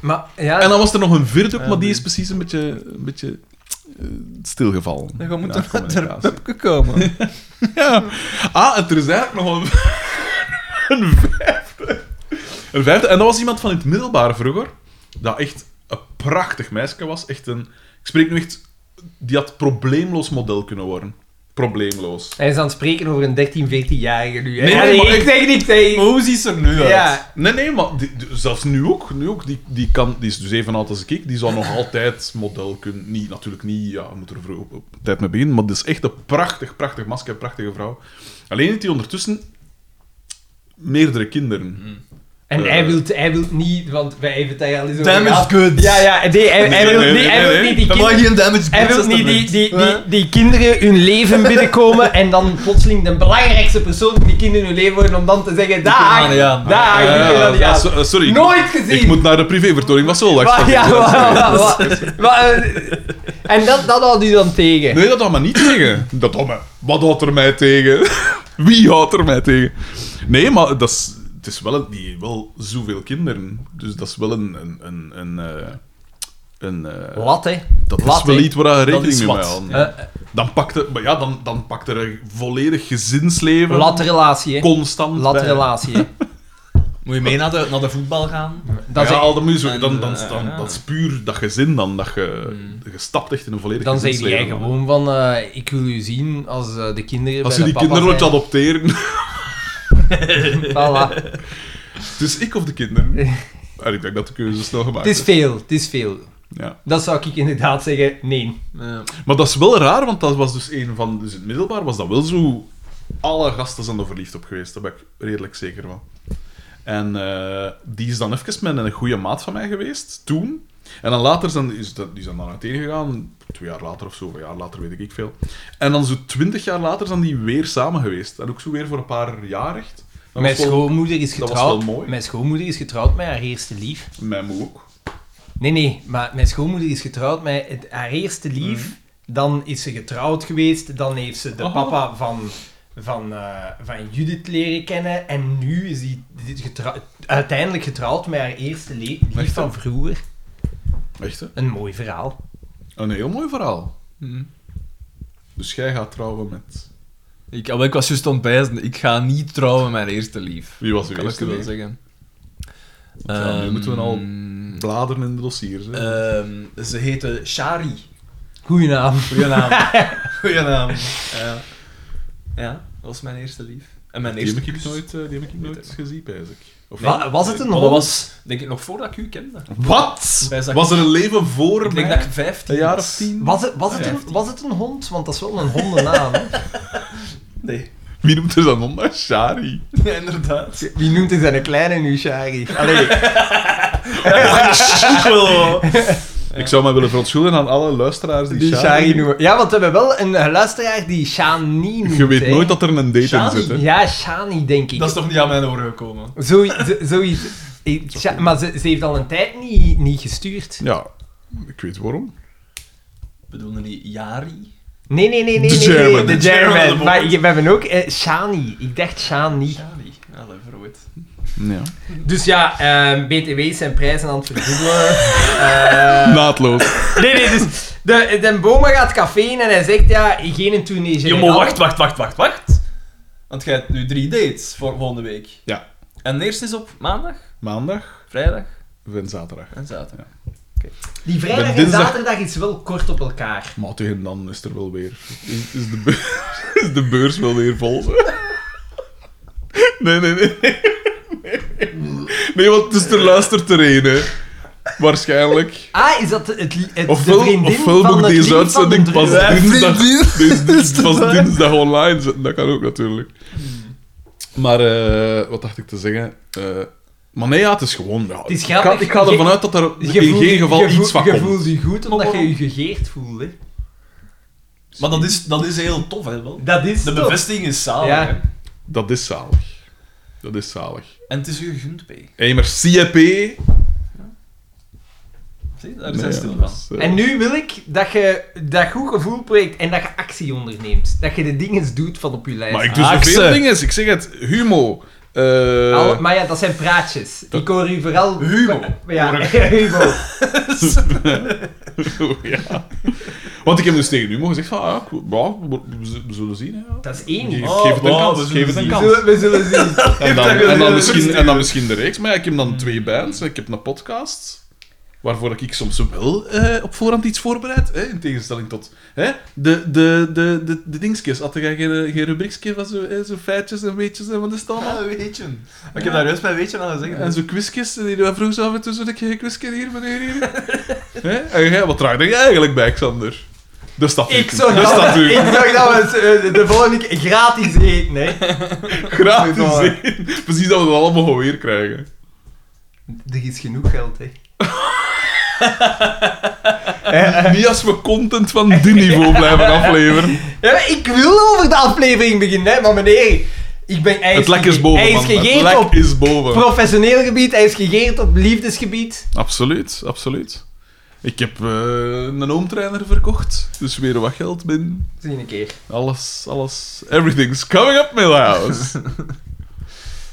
Maar ja,
En dan was er nog een vierde ook, maar die is precies een beetje, een beetje eh, stilgevallen.
Dan gaan we
in
moeten
haar
naar de
communicatie.
pubke komen.
[laughs] Ja. Ah, en er is eigenlijk nog een, [laughs] een vijfde. Een vijfde. En dat was iemand van in het middelbaar vroeger, dat echt een prachtig meisje was. Echt een... Ik spreek nu echt... Die had probleemloos model kunnen worden. Probleemloos.
hij is aan het spreken over een 13, 14-jarige nu. hè.
Nee,
Allee,
maar
ik
ik-
zeg niks, hè.
Maar hoe ziet ze er nu uit?
Ja.
Nee, nee, maar die- die- zelfs nu ook. Nu ook die, die, kan, die is dus even oud als ik. Die zou nog altijd model kunnen. Niet, natuurlijk niet, ja, we moeten er vroeg op, op tijd mee beginnen. Maar dit is echt een prachtig, prachtig masker, prachtige vrouw. Alleen heeft die ondertussen meerdere kinderen.
En
Eh.
hij wil hij wilt niet, want bij Eventail is ook...
Damaged goods.
Ja, ja, nee, hij, hij
Nee,
wil
nee,
niet, hij
nee,
wil
nee.
niet die
Dat mag
kinderen...
geen damage
Hij wil niet die, die, die, die kinderen hun leven binnenkomen en dan plotseling de belangrijkste persoon van die kinderen hun leven worden om dan te zeggen,
dat
daar,
niet aan."
daar,
Ja,
ik wil dat niet
ja,
aan."
so- eh, sorry. ik-
Nooit gezien!
Ik moet naar de privévertoning van Solwax.
Wa- ja, wa- wa- wa- wa- eh, En dat, dat houdt u dan tegen.
Nee, dat houdt me niet tegen. Dat houdt me... Wat houdt er mij tegen? [laughs] Wie houdt er mij tegen? Nee, maar dat is, het is wel, een- die, wel zoveel kinderen. Dus dat is wel een... een, een, een, eh, een eh,
Lat, hè.
dat
Wat,
is wel
hè?
iets waar je
is
rekening mee
wat.
moet houden.
Eh,
Dan pakt er, maar ja, dan, dan pakt er een volledig gezinsleven
Lat relatie, hè.
constant
Lat
Hm. bij.
relatie, hè.
Moet je mee naar de, naar de voetbal gaan?
Dat is
ja,
echt-
al dat moet je zo-
en,
dan, dan,
eh,
dan,
ja.
dat is puur dat gezin dan, dat je, je stapt echt in een volledig
Hmm. Dan zeg
gezinsleven.
jij gewoon van, eh, ik wil u zien als eh, de kinderen
Als je
bij de
die
papa
kinderen wilt
zijn.
adopteren,
Voilà.
dus ik of de
[laughs]
kinderen. En ik denk dat de keuze snel gemaakt
Het is
is.
veel, het is veel.
Ja.
Dat zou ik inderdaad zeggen, nee.
Maar dat is wel raar, want dat was dus een van... Dus in het middelbaar was dat wel zo... Alle gasten zijn er verliefd op geweest, daar ben ik redelijk zeker van. En eh, die is dan even met een goede maat van mij geweest, toen. En dan later zijn, is dat, die zijn dan uiteen gegaan, twee jaar later of zo, of een jaar later, weet ik niet veel. En dan zo twintig jaar later zijn die weer samen geweest. En ook zo weer voor een paar jaar echt. Dat
Mijn
was wel-
schoonmoeder is
dat was
getrouwd.
wel mooi.
Mijn schoonmoeder is getrouwd met haar eerste lief.
Mijn moe ook.
Nee, nee, maar mijn schoonmoeder is getrouwd met het, haar eerste lief. Dan is ze getrouwd geweest. Dan heeft ze de
Aha.
papa van, van, eh, van Judith leren kennen. En nu is die die getrou- uiteindelijk getrouwd met haar eerste le- lief
Echt, hè?
van vroeger.
Echt, hè?
Een mooi verhaal.
Een Oh, heel mooi verhaal.
Mhm.
Dus jij gaat trouwen met...
Ik, ah, wel, ik was juist ontbijzen. Ik ga niet trouwen met mijn eerste lief.
Wie was uw
Kan ik
eerste
wel
lief?
zeggen.
Ja, nu moeten we al
Ehm,
bladeren in de dossiers. Hè.
ehm, ze heette Shari.
Goeie naam.
Goeie
[laughs]
naam. Goeie naam. Ja. ja, dat was mijn eerste lief. En mijn
die
eerste
heb ik
kus.
nooit, eh, die heb ik nooit
Weet
gezien, pijs ik. Of
Wa- Oh, was het een
Maar
hond?
Dat was, denk ik, nog voordat ik u kende.
Wat?
Wij zagen-
Was er een leven voor
Ik denk
mij?
dat ik 15
Een jaar
was.
of tien?
Was het, was, het een, was het een hond? Want dat is wel een [laughs] hondennaam. hè.
Nee. [laughs]
Wie noemt er dan onder? Shari.
Ja,
[laughs]
inderdaad.
Wie noemt hij zijn kleine nu, Shari? Allee.
Ik zou mij willen verontschuldigen aan alle luisteraars die,
Die Shari noemen. Ja, want we hebben wel een eh, luisteraar die Shani noemt.
Je weet
hè.
nooit dat er een date
Shani.
in zit. Hè?
Ja, Shani, denk ik.
[laughs] Dat is toch niet aan mijn oren gekomen?
Zo, zo- zoiets. Ik- Sha- maar ze, ze heeft al een tijd niet, niet gestuurd.
Ja, ik weet waarom.
Bedoelde die Jari?
Nee, nee, nee, nee.
De
nee,
German.
nee, de
De
German,
German.
de
Maar
bond.
je- we hebben ook eh, Shani. Ik dacht Shani.
Jari. Allee, verwoord.
Ja.
Dus ja, ehm, BTW zijn prijzen aan het verdubbelen.
Naadloos.
[laughs] nee, nee, dus de, de Boma gaat café in en hij zegt, ja, geen en toen is
Ja, maar wacht, wacht, wacht, wacht, wacht. Want jij hebt nu drie dates voor volgende week.
Ja.
En de eerste is op maandag,
Maandag
vrijdag
en zaterdag.
en zaterdag.
Die vrijdag
Ben
en
dinsdag-
zaterdag is wel kort op elkaar.
Maar tegen dan is er wel weer... Is, is, de, beurs, [laughs] is de beurs wel weer vol? hè? Nee, nee, nee. Nee, nee. nee want dus er luistert er één, hè. Waarschijnlijk.
Ah, is dat het, li- het, de
Ofwel,
vriendin
ofwel
van
moet
het
deze
lied van de
uitzending pas
Druid?
dinsdag, deze- pas dinsdag online zetten. Dat kan ook natuurlijk. Maar eh, wat dacht ik te zeggen? Eh, maar nee, ja, het is gewoon... Ja,
is
ik ga,
grappig.
ik ga
Je-
ervan uit dat er
Je
in
voelt-
geen geval
je voelt-
iets van
Je
komt.
voelt je goed omdat je je gegeerd voelt. Hè.
Maar dat is, dat is heel tof, hè, wel.
Dat is
De
toch-
bevestiging is zalig,
Ja.
hè.
Dat is zalig. Dat is zalig.
En het is u gegund, P.
Immers, CEP...
Zie, daar
Nee,
zijn
ja,
stil
dat
van.
is, eh,
En nu wil ik dat je dat goed gevoel project en dat je actie onderneemt. Dat je de dingen doet van op je lijst.
Maar ik doe
Haakse.
zoveel dingen. Ik zeg het, humo. eh, [laughs]
Al- maar ja, dat zijn praatjes. Ik hoor u vooral...
Humo.
Ja, [laughs] humo.
Oh, ja. Want ik heb dus tegen humo gezegd van, ah, ik- ja, we, we- we zullen zien. Hè, ja.
Dat is één.
Geef,
We
Oh,
geef het een
wow,
kans.
we zullen
geef het een
zien.
kans.
zullen, we zullen zien.
[laughs] En dan,
dat
en, dan
gezien.
misschien, en dan misschien de reeks. Maar ja, ik heb dan twee bands. Ik heb een podcast. Waarvoor ik soms wel eh, op voorhand iets voorbereid. Hè, in tegenstelling tot hè, de, de, de, de, de dingetjes. Had jij geen, geen rubriekje van zo, hè, zo feitjes en weetjes en wat is het allemaal?
Ah, weet je. Ik heb daar juist bij weet je aan gezegd.
En zo quizjes, die dan vroeg ze af en toe zo dat je quizje hier, meneer hier. [laughs] Hè? en jij, wat draag je eigenlijk bij, Xander? De statuut.
Ik zorg
de
dat,
statuut.
[laughs]
[laughs]
ik zorg dat we het, eh, de volgende keer gratis eten. Hè.
Gratis. in. Precies dat we dat allemaal gewoon weer krijgen.
Er is genoeg geld, hè.
Niet als we content van dit niveau blijven afleveren.
Ja, maar ik wil over de aflevering beginnen, hè, maar meneer... Ik ben, hij
Het lek
gege-
is boven,
Hij is
man. Het
gegeerd
lek
op
is boven.
professioneel gebied, hij is gegeerd op liefdesgebied.
Absoluut, absoluut. Ik heb eh, een oomtrainer verkocht, dus weer wat geld binnen.
Zie een keer.
Alles, alles. Everything's coming up, Milhouse.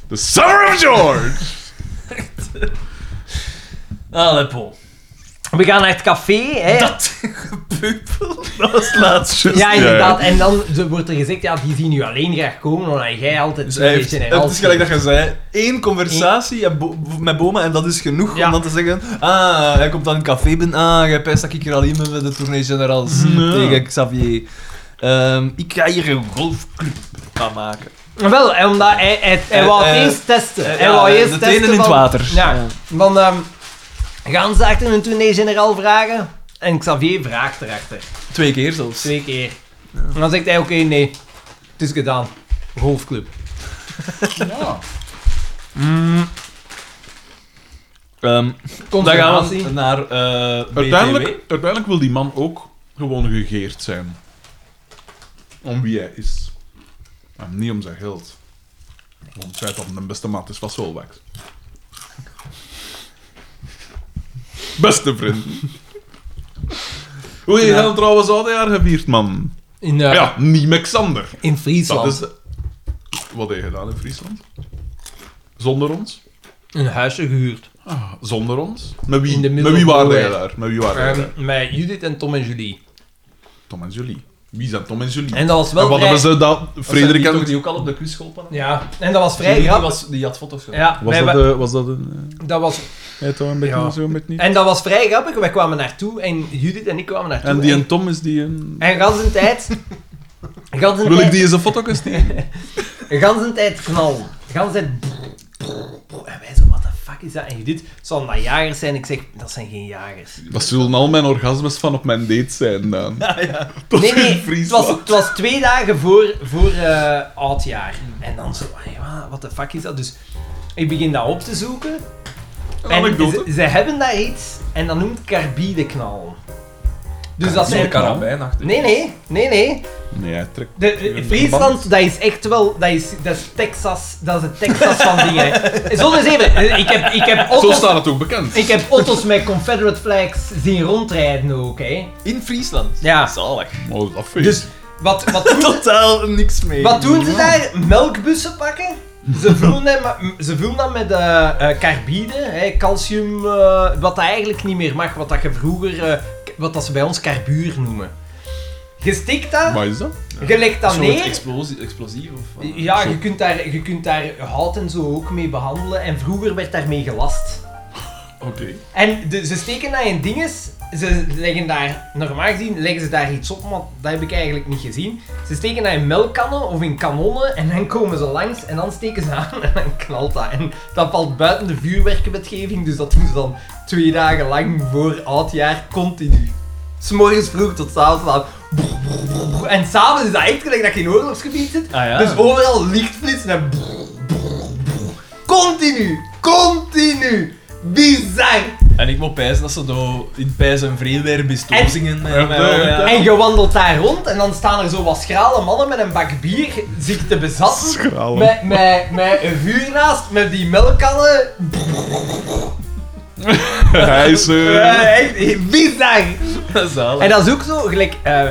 The Summer of George!
Allee, Paul.
We gaan naar het café, hè.
Dat gepeupel, dat was het laatste.
Ja, inderdaad. En dan ze- wordt er gezegd, ja, die zien u alleen graag komen, omdat jij altijd
Dus
een
hij heeft,
beetje in
het
hals
is gelijk
zit.
dat je zei, één conversatie en bo- met Boma en dat is genoeg
Ja.
om dan te zeggen Ah, hij komt dan in een café binnen, ah, jij pijst dat ik hier alleen ben met de Tournee Generals tegen Xavier. Ehm, ik ga hier een golfclub van maken.
Wel, en omdat hij, hij, hij wou
Eh, eh,
eerst testen.
eh,
hij
ja,
wou
eh,
eerst
de
testen
tenen in het
van-
water.
Ja,
Ja.
van... ehm, gaan ze achter een tournee-generaal vragen? En Xavier vraagt erachter.
Twee keer zelfs.
Twee keer. En dan zegt hij, oké, nee. Het is gedaan. Golfclub. Mm.
Ehm, dan gaan we
Confirmatie.
naar eh BTW.
Uiteindelijk, uiteindelijk wil die man ook gewoon gegeerd zijn. Om wie hij is. En niet om zijn geld. Want het feit dat het een beste maat is van Solwax. Beste vriend. Hoe heb je
Ja.
dan trouwens al dat jaar gevierd, man?
In, eh,
Ja, niet met Xander.
in Friesland.
Dat is... Wat heb je gedaan in Friesland? Zonder ons?
Een huisje gehuurd.
Ah, zonder ons? Met wie,
In de
met
middel
wie
van
waren jij
nowhere.
daar? Met wie waren jij
Ehm,
daar?
met Judith en Tom en Julie.
Tom en Julie. Wie zijn Tom en Julie?
En dat was wel
wat
vrij-
hebben ze dat?
Was dat
Frederik
die,
en...
toch die ook al op de quiz geholpen? had?
Ja, en dat was vrij
Die
grappig.
was, die had foto's gedaan.
Ja, wij hebben-
was dat een... eh,
dat was
Hij toch een beetje
Ja.
zo met niet?
En dat was vrij grappig. Wij kwamen naartoe en Judith en ik kwamen naartoe.
En die en Tom is die een...
en gans een
[laughs]
tijd... gans een
Wil ik
tijd,
die eens een foto
[laughs]
sturen?
gans een tijd knal. Gans een tijd... brrr, brrr, brrr. En wij zo, what the fuck is dat? En Judith, het zal dat jagers zijn? Ik zeg, dat zijn geen jagers.
[laughs] Dat zullen al mijn orgasmes van op mijn date zijn dan. [laughs] Tot
Nee,
in
nee, het
Friesland.
was, het was twee dagen voor, voor eh, oudjaar. En dan zo, "Hey, wa- wat de fuck is dat? Dus ik begin dat op te zoeken. En
anekdote.
ze, ze hebben daar iets en dat noemt carbideknal. Dus dat
Dat is een
zijn...
karabijnachtig.
Nee, nee, nee, nee.
Nee, hij trekt...
De, de- Friesland, dat is echt wel, dat is, dat is Texas, dat is het Texas van eh. dingen. hè. Zonder zeven, ik heb, ik heb
Zo
auto's,
staat het ook bekend.
ik heb auto's met Confederate flags zien rondrijden ook, hè.
In Friesland.
Ja.
Zalig.
Oh, dat vind ik.
Dus, wat, wat, doen,
Totaal niks mee.
wat doen ze daar? Melkbussen pakken? Ze vullen dat, met- ze vullen dat met eh, eh, carbide, hè, calcium, eh, wat dat eigenlijk niet meer mag, wat dat je vroeger, eh, k- wat dat ze bij ons carbuur noemen. Je stikt dat,
Wat is dat? [laughs]
je legt dat
Een soort
neer...
explosie, explosief of... wat?
Ja, je kunt, daar, je kunt daar hout en zo ook mee behandelen. En vroeger werd daarmee gelast.
Oké.
En de- ze steken dat in dinges. Ze leggen daar, normaal gezien, leggen ze daar iets op, maar dat heb ik eigenlijk niet gezien. Ze steken dat in melkkannen of in kanonnen en dan komen ze langs en dan steken ze [laughs] aan en dan knalt dat. En dat valt buiten de vuurwerkenwetgeving, dus dat doen ze dan twee dagen lang voor oudjaar continu. S'morgens vroeg tot s'avonds laat. Brrr, brrr, brrr, brrr. En s'avonds is dat echt gelijk dat je in oorlogsgebied zit.
Ah ja.
Dus overal lichtflitsen en... brrr, brrr, brrr. Continu, continu, bizar.
En ik moet pijzen dat ze door in pijs en vrede weer eh,
En-
bistool zingen. En,
Ja, ja, ja.
En je wandelt daar rond en dan staan er zo wat schrale mannen met een bak bier zich te bezatten.
Schralen.
Met, met, met een vuur naast, met die melkkannen.
Hij is... eh,
Eh, echt bizar!
[laughs] Zalig.
En dat is ook zo, gelijk... eh,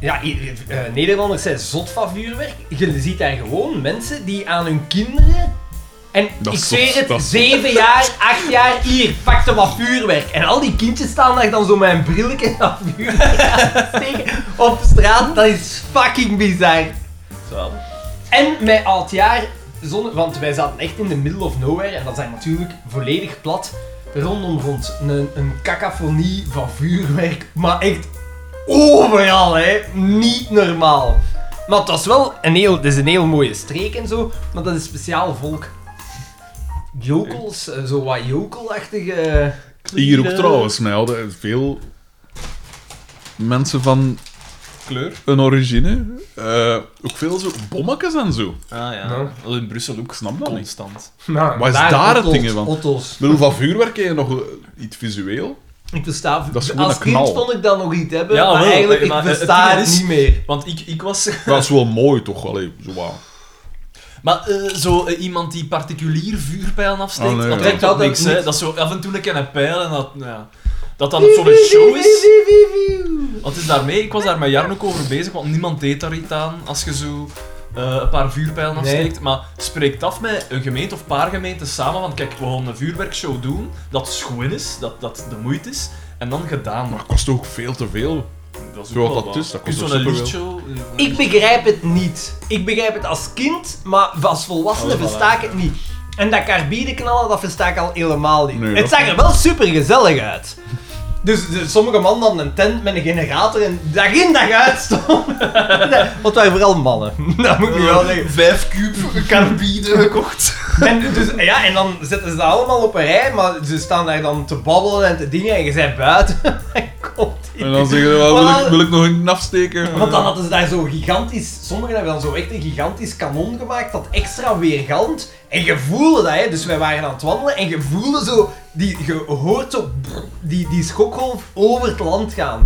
ja, i- eh, Nederlanders zijn zot van vuurwerk. Je ziet daar gewoon mensen die aan hun kinderen... En
Dat
ik
is zot,
zweer
dat
het,
is
zeven jaar, acht jaar, hier, pak er wat vuurwerk. En al die kindjes staan daar dan zo met een brilletje en dat vuurwerk aan te steken op straat. Dat is fucking bizar.
Zalig.
En met oudjaar, zonder, want wij zaten echt in de middle of nowhere en dat zijn natuurlijk volledig plat rondom rond. Een, een cacophonie van vuurwerk, maar echt overal, hè? Niet normaal. Maar het was wel een heel, het is een heel mooie streek en zo, maar dat is speciaal volk. Jokels, eh, zo wat jokelachtige. [laughs]
Hier ook trouwens, mij hadden veel mensen van
kleur.
een origine. Eh, ook veel zo bommetjes en zo.
Ah ja.
Nou.
Wel, In Brussel ook
Ik snap dat niet.
constant.
Nou,
Wat is daar het ding van?
Otto's.
Ik bedoel, van vuurwerk heb je nog eh, iets visueel.
Ik versta...
Dat is gewoon
als
een
kind
knal.
kon ik dat nog niet hebben,
Ja,
maar
wel,
eigenlijk, ik
maar het
versta
ding
het
is-
niet meer.
Want ik, ik was...
Maar Dat is wel mooi, toch? Allee, zo wauw.
Maar eh, zo eh, iemand die particulier vuurpijlen afsteekt,
Ah, nee,
dat
ja.
trekt
Dat
ook
ook
niks. Hè.
niet.
Dat is zo af en toe een keer een pijl en dat... nou Ja. Dat dat zo'n show is. Want het is daarmee, ik was daar met Jarn ook over bezig, want niemand deed daar iets aan als je zo eh, een paar vuurpijlen afsteekt. Maar spreekt af met een gemeente of een paar gemeenten samen, want kijk, we gaan een vuurwerkshow doen, dat schoon is, dat, dat de moeite is, en dan gedaan.
Maar het kost ook veel te veel.
Dat is
Zo wat
wel
dat
wat.
is, dat
Dus
kost
Zo'n
ook superveel.
lichtshow... eh,
Ik begrijp het niet. Ik begrijp het als kind, maar als volwassene
Oh, voilà.
versta ik het niet. En dat carbideknallen, dat versta ik al helemaal niet.
Nee,
het
dat
zag er wel super gezellig uit. Dus, dus sommige mannen hadden een tent met een generator en dag in dag uit stond.
[laughs]
Want wij vooral mannen. [laughs] Dat moet ik nu wel
Eh,
zeggen.
Vijf kuub carbide
[laughs]
gekocht.
En, dus, ja, en dan zetten ze dat allemaal op een rij, maar ze staan daar dan te babbelen en te dingen en je bent buiten. [laughs] en komt
En dan zeggen ze, wel, wil, ik, wil ik nog een afsteken?
Want dan hadden ze daar zo gigantisch, sommigen hebben dan zo echt een gigantisch kanon gemaakt dat extra weergalmt. En je voelde dat, hè? dus wij waren aan het wandelen en je voelde zo, die, je hoort zo brrr, die, die schokgolf over het land gaan.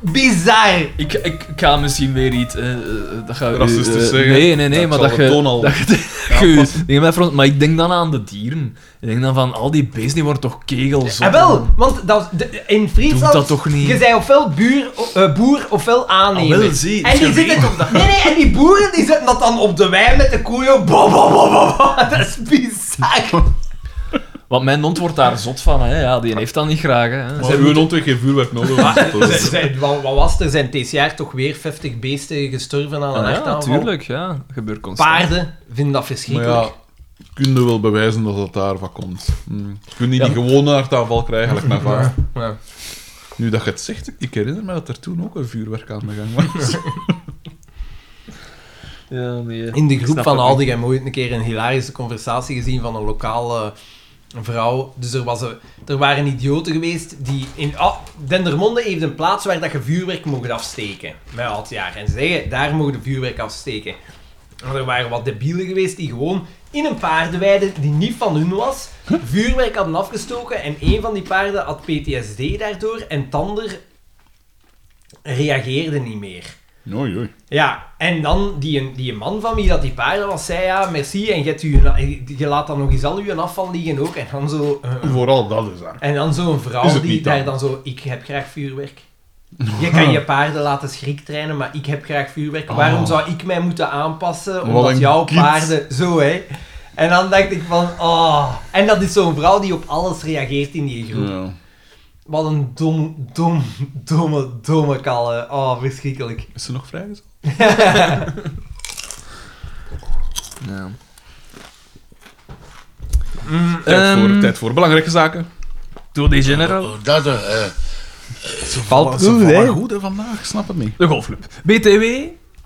Bizar!
Ik, ik ga misschien weer iets... eh, eh, dat ga,
Racistisch
eh,
zeggen.
Nee, nee, nee,
Dat
maar
zal
dat
de
je...
toon al-
Dat je, dat je- nee, maar front- maar ik denk dan aan de dieren. Ik denk dan van, al die beesten die worden toch kegels.
Ah, wel, want dat, de- in Friesland,
dat toch niet.
je zei ofwel buur, eh, boer ofwel aannemer.
Ah, wel, zie,
en die
het geween.
zitten, nee, nee, en die boeren die zetten dat dan op de wei met de koeien. Bah, bah, bah, bah, bah. [laughs] Dat is bizar.
Want mijn hond wordt daar zot van, hè. Ja, die heeft dat niet graag, hè.
Maar uw hond heeft geen vuurwerk
Ah.
nodig. Dat [laughs]
Zijn-
is-
zijn- wat, wat was het? er? Zijn dit jaar toch weer 50 beesten gestorven aan een
Ah, ja,
hartaanval?
natuurlijk, ja. Gebeurt constant.
Paarden vinden dat
Maar
verschrikkelijk.
ja, kun je wel bewijzen dat het daarvan komt. Hm. Kun je
Ja.
niet gewoon een hartaanval krijgen, gelijk naar vaar.
Ja.
Nu dat je het zegt, ik herinner me dat er toen ook een vuurwerk aan de gang was.
Ja, nee.
In de groep
eh, snap
van
het
Aldi hebben we ooit een keer een hilarische conversatie gezien van een lokale vrouw. Dus er, was een, er waren idioten geweest die... In, ah, Dendermonde heeft een plaats waar dat je vuurwerk mocht afsteken. Met oud jaar. En ze zeggen, daar mogen de vuurwerk afsteken. En er waren wat debielen geweest die gewoon in een paardenweide die niet van hun was, vuurwerk hadden afgestoken. En een van die paarden had PTSD daardoor en het ander reageerde niet meer.
[laughs] Oei, oei.
Ja, en dan die, die man van wie dat die paarden was, zei ja, merci, en je, hebt u een- je laat dan nog eens al je afval liggen ook. En dan zo, eh,
Vooral dat dus, is daar.
en dan zo een
Is
vrouw
het
die
niet
daar
dan?
dan zo, ik heb graag vuurwerk. Je kan je paarden laten schriktrainen, maar ik heb graag vuurwerk. Waarom zou ik mij moeten aanpassen, omdat
Ah. een
jouw
kind.
paarden... Zo, hè. En dan dacht ik van, oh... En dat is zo'n vrouw die op alles reageert in die groep.
Ja.
Wat een dom, dom, domme, domme kalle. Oh, verschrikkelijk.
Is ze nog vrijgezel?
Ja.
Tijd, voor,
Ehm.
tijd voor belangrijke zaken.
Door die
Oh,
general...
Dat, eh...
Valt
Ze vallen goed hè, vandaag, ik snap het niet.
De golfclub. BTW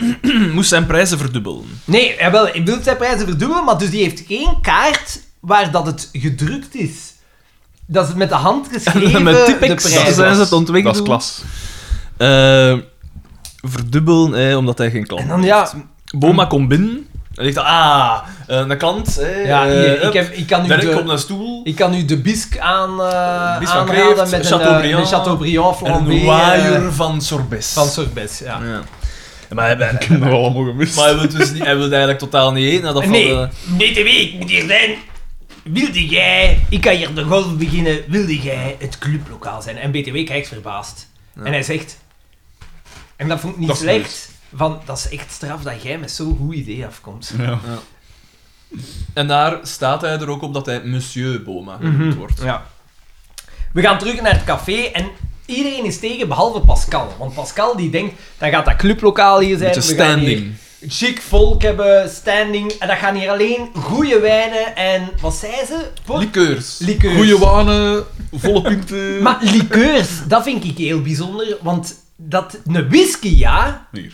[clears throat] moest zijn prijzen verdubbelen.
Nee, jawel, ik bedoel, zijn prijzen verdubbelen, maar dus die heeft geen kaart waar dat het gedrukt is. Dat is met de hand geschreven
Met
de
Tipex
prijs
zijn ze
was.
het ontwikkeld.
Dat is klas.
Eh, verdubbelen, eh, omdat hij geen klant
En dan, ja,
heeft.
Hm.
Boma komt binnen. En ik dacht, ah, eh, een klant. eh,
ja hier,
eh,
ik, heb, ik, kan u
Dirk op
de,
een stoel.
ik kan u de bisque aan, eh
Bisque van
aanraden
Kreeft,
met een, eh,
Chateaubriand.
een Chateaubriand
en
flambé
een
eh,
waaier van sorbet.
van Sorbet, ja.
Ja. Maar hij, hij-
Ik heb dat wel allemaal gemist.
maar hij wil, het dus niet, hij wil het eigenlijk totaal niet eten. Dat
nee,
valt, eh,
BTW, ik moet hier zijn. Wilde jij, ik kan hier de golf beginnen, wilde jij het clublokaal zijn? En BTW kijkt verbaasd. En hij zegt, en dat vond ik niet
Dat is
slecht, van dat is echt straf dat jij met zo'n goed idee afkomt.
Ja.
en daar staat hij er ook op dat hij Monsieur Boma genoemd wordt.
Mhm. Ja. We gaan terug naar het café en iedereen is tegen behalve Pascal. Want Pascal die denkt, dan gaat dat clublokaal hier zijn.
Beetje
we gaan hier
standing.
Chic volk hebben, standing. En dat gaan hier alleen goede wijnen en wat zei ze? Port-
Likeurs.
Liqueurs.
Goeie wanen, volle pinten.
Maar liqueurs, dat vind ik heel bijzonder, want dat, een whisky, ja.
Hier,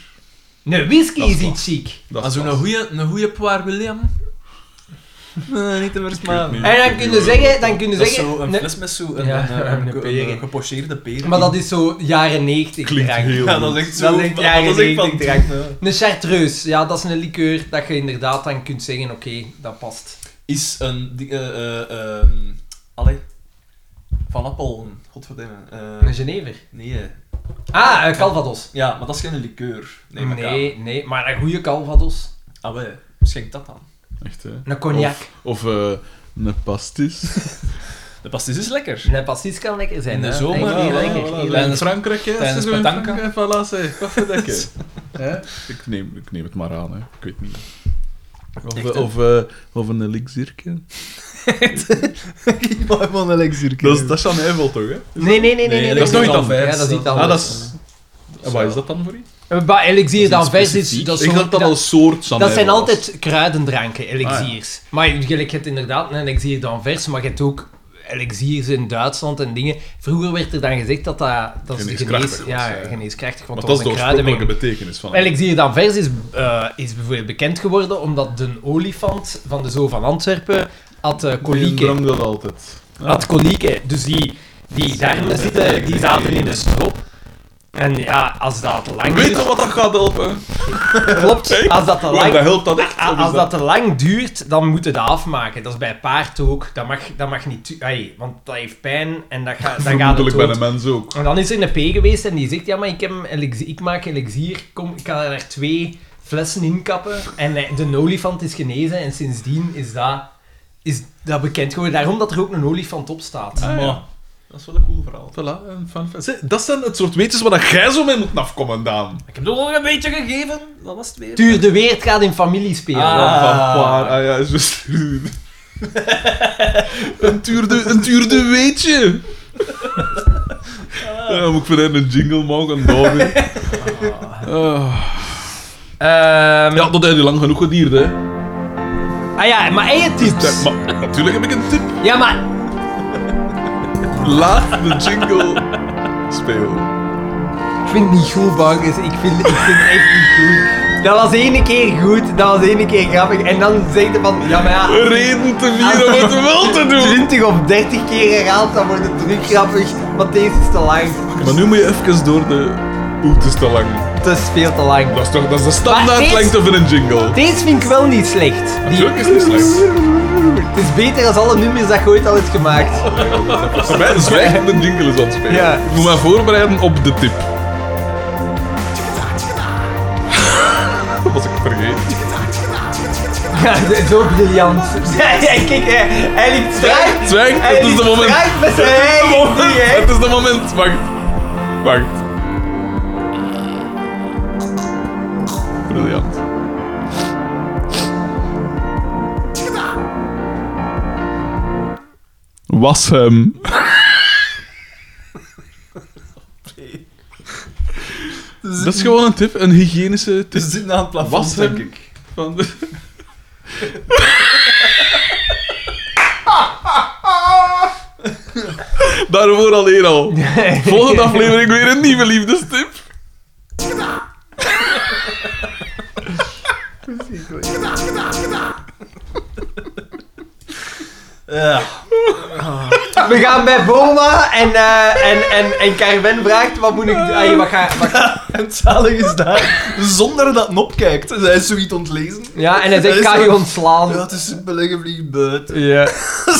Een whisky
Dat is
is
waar.
iets chic.
dat
Maar
is
zo'n
klas.
goeie, een goeie Poir William. Nee, niet te versmaden.
En dan kun je zeggen... Eh, Dan kun je
Dat is
zeggen
zo een
ne-
fles met zo een,
Ja,
een, een,
een
een-
peren.
een gepocheerde peer.
maar dat is zo jaren 90
Klinkt
drank.
heel
Ja,
goed.
dat is echt zo.
Dat is echt jaren
dat is echt van
90
toen, ja.
Een chartreuse, ja, dat is een liqueur dat je inderdaad dan kunt zeggen, oké, dat past.
Is een... die- eh eh, ehm, allee. Van Appelen. Godverdomme. Eh,
Een Genever.
nee. eh.
Ah, eh, Calvados.
Ja, maar dat is geen liqueur. Nee, maar
nee, nee, maar een goede Calvados.
Ah, wel. Schenk dat aan.
Echt, hè?
Een cognac.
Of eh, een pastis.
De pastis is lekker.
Een pastis kan lekker zijn.
In de
hè.
zomer,
Echt
ja,
heel
ja,
lekker,
voilà,
heel
dat-
lekker.
In Frankrijk, hè?
tijdens
Ze zijn in
petanca.
Frankrijk, Voilà, zeg. [laughs] Wat vind ik, hè? Hè? Ik neem, ik neem het maar aan, hè. Ik weet niet. Of,
Echt, hè?
of, eh, of een [laughs] elixirke.
[laughs] Ik wou van een lekker
Dat is, dat is aan Eiffel, toch, hè?
Nee, nee, nee, nee. nee,
Nee,
dat is
nee.
nooit dan
Ja, dat is niet
Ah, dat
anders.
is... En wat is dat dan voor iets?
Eh, Maar elixir dan vers is...
Specifiek?
Dat, is
ik
zo-
dacht dat al soort San
dat zijn
Eiffel was. Ah,
altijd kruidendranken, elixiers. Maar je- je hebt inderdaad een elixir dan vers, maar je hebt ook elixiers in Duitsland en dingen. Vroeger werd er dan gezegd dat dat, dat is de
Geneeskrachtig
genees,
was,
ja,
ja.
geneeskrachtig, want
Want dat is de
was een kruidenmengel.
oorspronkelijke betekenis van het.
Elixir dan vers is, eh, is bijvoorbeeld bekend geworden omdat de olifant van de zoo van Antwerpen had eh,
Die
kolieken.
dronk dat altijd.
Had kolieken. Dus die, die darmen zitten, die zaten in de strop. En ja, als dat te lang
Weet je
duurt,
wat dat gaat helpen?
klopt, als dat te
Maar dat
lang,
helpt dus dat echt.
a-
of is
Ah, als dat te lang duurt, dan moeten we dat afmaken. Dat is bij paard ook. Dat mag, dat mag niet, du- ai, want dat heeft pijn en
[laughs]
dat ga, dan gaat het
Vermoedelijk bij de
dood.
mens ook.
En dan is er een P geweest en die zegt, ja, maar ik, heb een elixir, ik maak elixir, kom, ik ga er twee flessen inkappen. En eh, de olifant is genezen en sindsdien is dat, is dat bekend geworden. Daarom dat er ook een olifant op staat.
Ah, ja.
Dat is wel een cool verhaal.
Voilà, een fun fact. Zie, Dat zijn het soort wetens waar jij zo mee moet afkomen, Daan.
Ik heb er nog een beetje gegeven. Dat was het weer.
Tuur de Weert gaat in familie spelen.
Ah.
Van waar? Ah ja, is juist. [laughs] een, tuurde, een tuurde weetje.
Ah.
Ja, dan moet ik voor hen een jingle maken, Daan.
[laughs]
Ah.
Ehm,
Ja, dat heb je lang genoeg gedierd, hè.
ah ja, maar en je
Ja,
tips.
Maar natuurlijk heb ik een tip.
Ja, maar...
Laat de jingle spelen.
Ik vind het niet goed, Bankers. Ik vind, ik vind het echt niet goed. Dat was ene keer goed, dat was ene keer grappig. En dan zegt hij van, ja, maar ja...
Een reden te vieren om het wel te doen.
20 of 30 keer herhaald, dan wordt het terug grappig. Want deze is te lang.
Maar nu moet je even door de... Oeh, het is te lang.
Het is veel te lang.
Dat is toch dat is de standaard
dit-
lengte van een jingle.
Deze vind ik wel niet slecht. Die...
Natuurlijk is het niet slecht.
Het is beter dan alle nummers dat je ooit al hebt gemaakt.
Voor mij de zwijgende jingle is aan het spelen.
Ja.
Ik moet mij voorbereiden op de tip. [laughs] Dat was ik vergeten.
Ja, dat is ook
[laughs]
briljant. Ja, kijk, hè. hij liep strijd.
Zwijg,
Hij
het is
liep
de moment.
strijd met zijn
Het is de
eigen
moment.
ding, hè.
Het is de moment. Wacht. Wacht. Briljant. Was hem. Dat is gewoon een tip, een hygiënische tip.
Ze zitten aan het plafond,
Was hem.
denk ik.
Van de... [laughs] Daarvoor alleen
[laughs]
al. Volgende aflevering weer een nieuwe liefdestip.
Ja. [laughs]
We gaan bij Boma en, eh, en, en, en Carven vraagt, wat moet ik... Ah, wat ga, wat
En het zalig is daar, zonder dat Nop kijkt, zij is zoiets ontlezen.
Ja, en hij zegt, kan je
Ja,
ontslaan?
het is simpel en je vliegt buiten.
[laughs] Ja.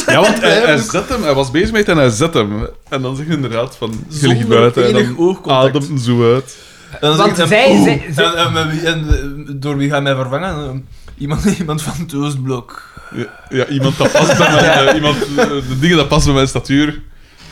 Ja, want hij, hij zet hem, hij was bezig met het en hij zet hem. En dan zeg je inderdaad van, je
Zonder
ligt buiten en
enig
dan
oogcontact.
ademt hem zo uit.
En dan
Want
zegt
zij-
hij, "Oeh."
zij- zij-
En, en met wie- en, eh, door wie ga je mij vervangen? Eh, Iemand, [laughs] iemand van het Oostblok.
Ja, ja, iemand dat past bij mijn,
[laughs]
eh, iemand, eh, de dingen dat past bij mijn statuur.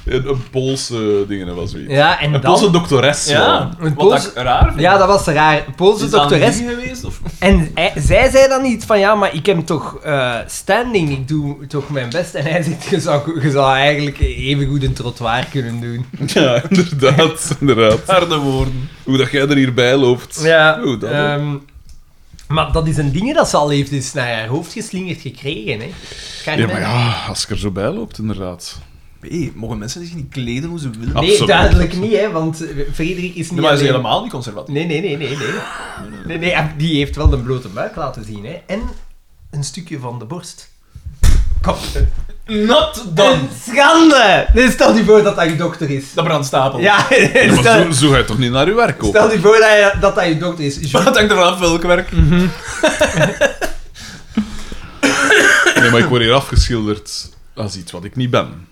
Een, een Poolse dingen was zoiets.
Ja, en
Een Poolse
dan...
doctores. wel.
Een
wat
Poolse-
ik raar vind.
Ja, dat was raar. Een Poolse
Is dat een
dokteres
ding geweest? Of?
En hij- zij zei dan niet van ja, maar ik heb toch eh, standing, ik doe toch mijn best. En hij zegt, je zou, je zou eigenlijk even goed een trottoir kunnen doen.
[laughs] Ja, inderdaad, inderdaad.
[laughs]
Harde woorden.
Hoe dat jij er hierbij loopt.
Ja,
Oeh, dat
ehm, maar dat is een ding dat ze al heeft dus naar haar hoofd geslingerd gekregen. Hè.
Ja,
Carmen.
maar ja, als ik er zo bij loopt, inderdaad.
Hé, mogen mensen zich niet kleden hoe ze willen?
Ah,
Nee,
absoluut.
duidelijk niet, hè, want eh, Frederik is niet
Nee, maar hij is
alleen-
helemaal niet conservatief.
Nee, nee, nee, nee, nee. nee, nee, die heeft wel de blote buik laten zien. Hè. En een stukje van de borst. kapte.
Not done.
Schande! Nee, stel je voor dat dat je dokter is.
De brandstapel.
Ja, [laughs]
Maar
stel,
zo, zo ga je toch niet naar je werk komen?
stel je voor dat, je, dat dat je dokter is. Ju-
[laughs] Dat hangt ervan af welk werk.
Mm.
Nee, maar ik word hier afgeschilderd als iets wat ik niet ben.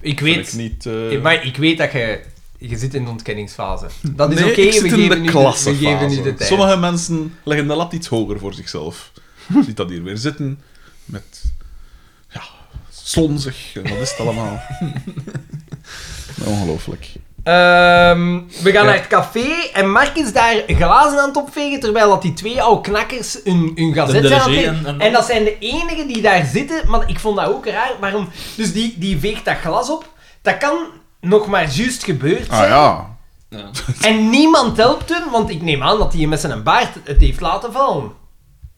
Ik
Dat
weet,
ik niet... eh,
maar ik weet dat je, je zit in de ontkenningsfase. Dat is
Nee,
oké,
ik
we,
zit in de
geven nu de- we
klassefase.
geven nu de tijd.
Sommige mensen leggen de lat iets hoger voor zichzelf. Ziet dat hier weer zitten met... Ja, slonzig. en Wat is het allemaal?
[laughs]
Ongelooflijk.
Ehm, we gaan
Ja.
naar het café en Mark is daar glazen aan het opvegen, terwijl dat die twee oude knakkers hun, hun gazet
De
zijn aan het
Delger
lezen.
en- en-
En dat zijn de enigen die daar zitten, maar ik vond dat ook raar. Waarom? Dus die, die veegt dat glas op. Dat kan nog maar juist gebeurd
Ah
zijn.
ja.
En niemand helpt hem, want ik neem aan dat hij met zijn baard het heeft laten vallen.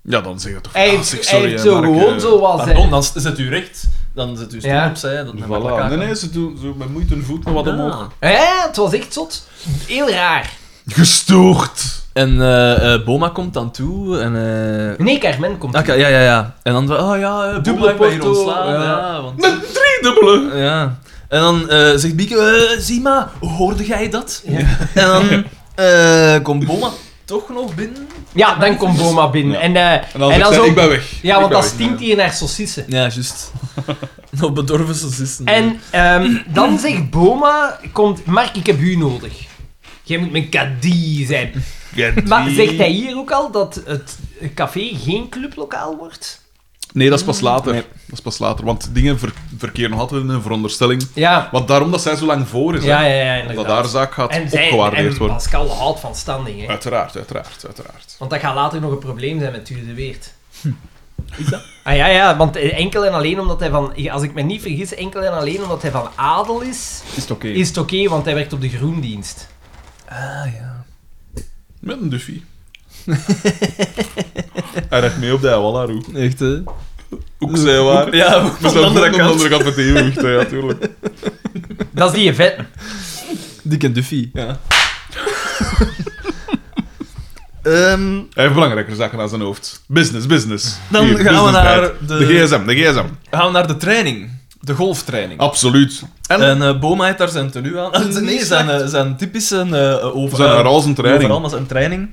Ja, dan zeg je toch...
Hij
ah,
heeft,
zeg,
hij
sorry,
heeft
hè,
zo
Mark,
gewoon
eh,
zoals
Pardon,
hij...
dan zet u recht. Dan zet u stoel
Ja.
opzij. Dat met
Voilà.
elkaar
Nee,
kan.
nee, ze doen, ze met moeite hun
Oh,
voet nog wat
Ja.
Ah.
omhoog.
Ja, eh, het was echt zot. Heel raar.
Gestoord!
En eh, eh, Boma komt dan toe en... eh,
Nee, Carmen komt.
Oké, ja, ja, ja. En dan... Oh ja, eh, Boma
Dubbele
heeft mij hier
porto,
ontslaan.
ja.
Ja. want,
Met driedubbele!
ja. En dan eh, zegt Bieke... eh, Zima, hoorde jij dat? En dan eh, komt Boma toch nog binnen.
Ja, dan komt Boma binnen.
Ja.
En, eh
En dan, zegt
zo-
hij, ik ben weg.
Ja,
Ik
want
ben
dat
weg.
stinkt hier naar saucissen.
Ja, juist. [laughs] Nog bedorven saucissen.
En ehm, [clears throat] dan zegt Boma, komt, Mark, ik heb u nodig. Jij moet mijn caddy zijn. Maar zegt hij hier ook al dat het café geen clublokaal wordt?
Nee, dat is pas later. Dat is pas later, want dingen ver- verkeren nog altijd in een veronderstelling.
Ja,
Want daarom dat zij zo lang voor is. hè.
ja, ja, ja
dat
inderdaad.
haar zaak gaat
en zij,
opgewaardeerd
en
worden.
Pascal houdt van standing, hè.
Uiteraard, uiteraard, uiteraard.
Want dat gaat later nog een probleem zijn met Tuur de Weert. Hm. Is dat? Ah ja, ja, want enkel en alleen omdat hij van... Als ik me niet vergis, enkel en alleen omdat hij van adel is,
Is het oké?
is het oké, want hij werkt op de groendienst.
Met een Duffy.
[laughs]
hij recht mee op de Awalaru.
Echt, hè?
Ook zij waar.
Ja, [laughs]
We
van de
staan
andere
aan de
kant.
andere kant met de eeuwig, hè, ja, tuurlijk.
Dat is die event.
Dick en Duffy.
[laughs]
Ja. Ehm,
Hij heeft belangrijke zaken aan zijn hoofd. Business, business.
Dan gaan we
business
naar
tijd.
de-
de gsm, de gsm.
gaan we naar de training. De golftraining.
Absoluut. En
En eh, Boma heeft daar zijn tenue aan. [laughs] nee, zijn, eh, zijn typische eh over,
zijn
eh,
een razend training.
Overal maar zijn training.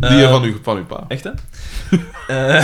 Die
Eh,
van, u, van uw pa.
Echt, hè? [laughs] Eh,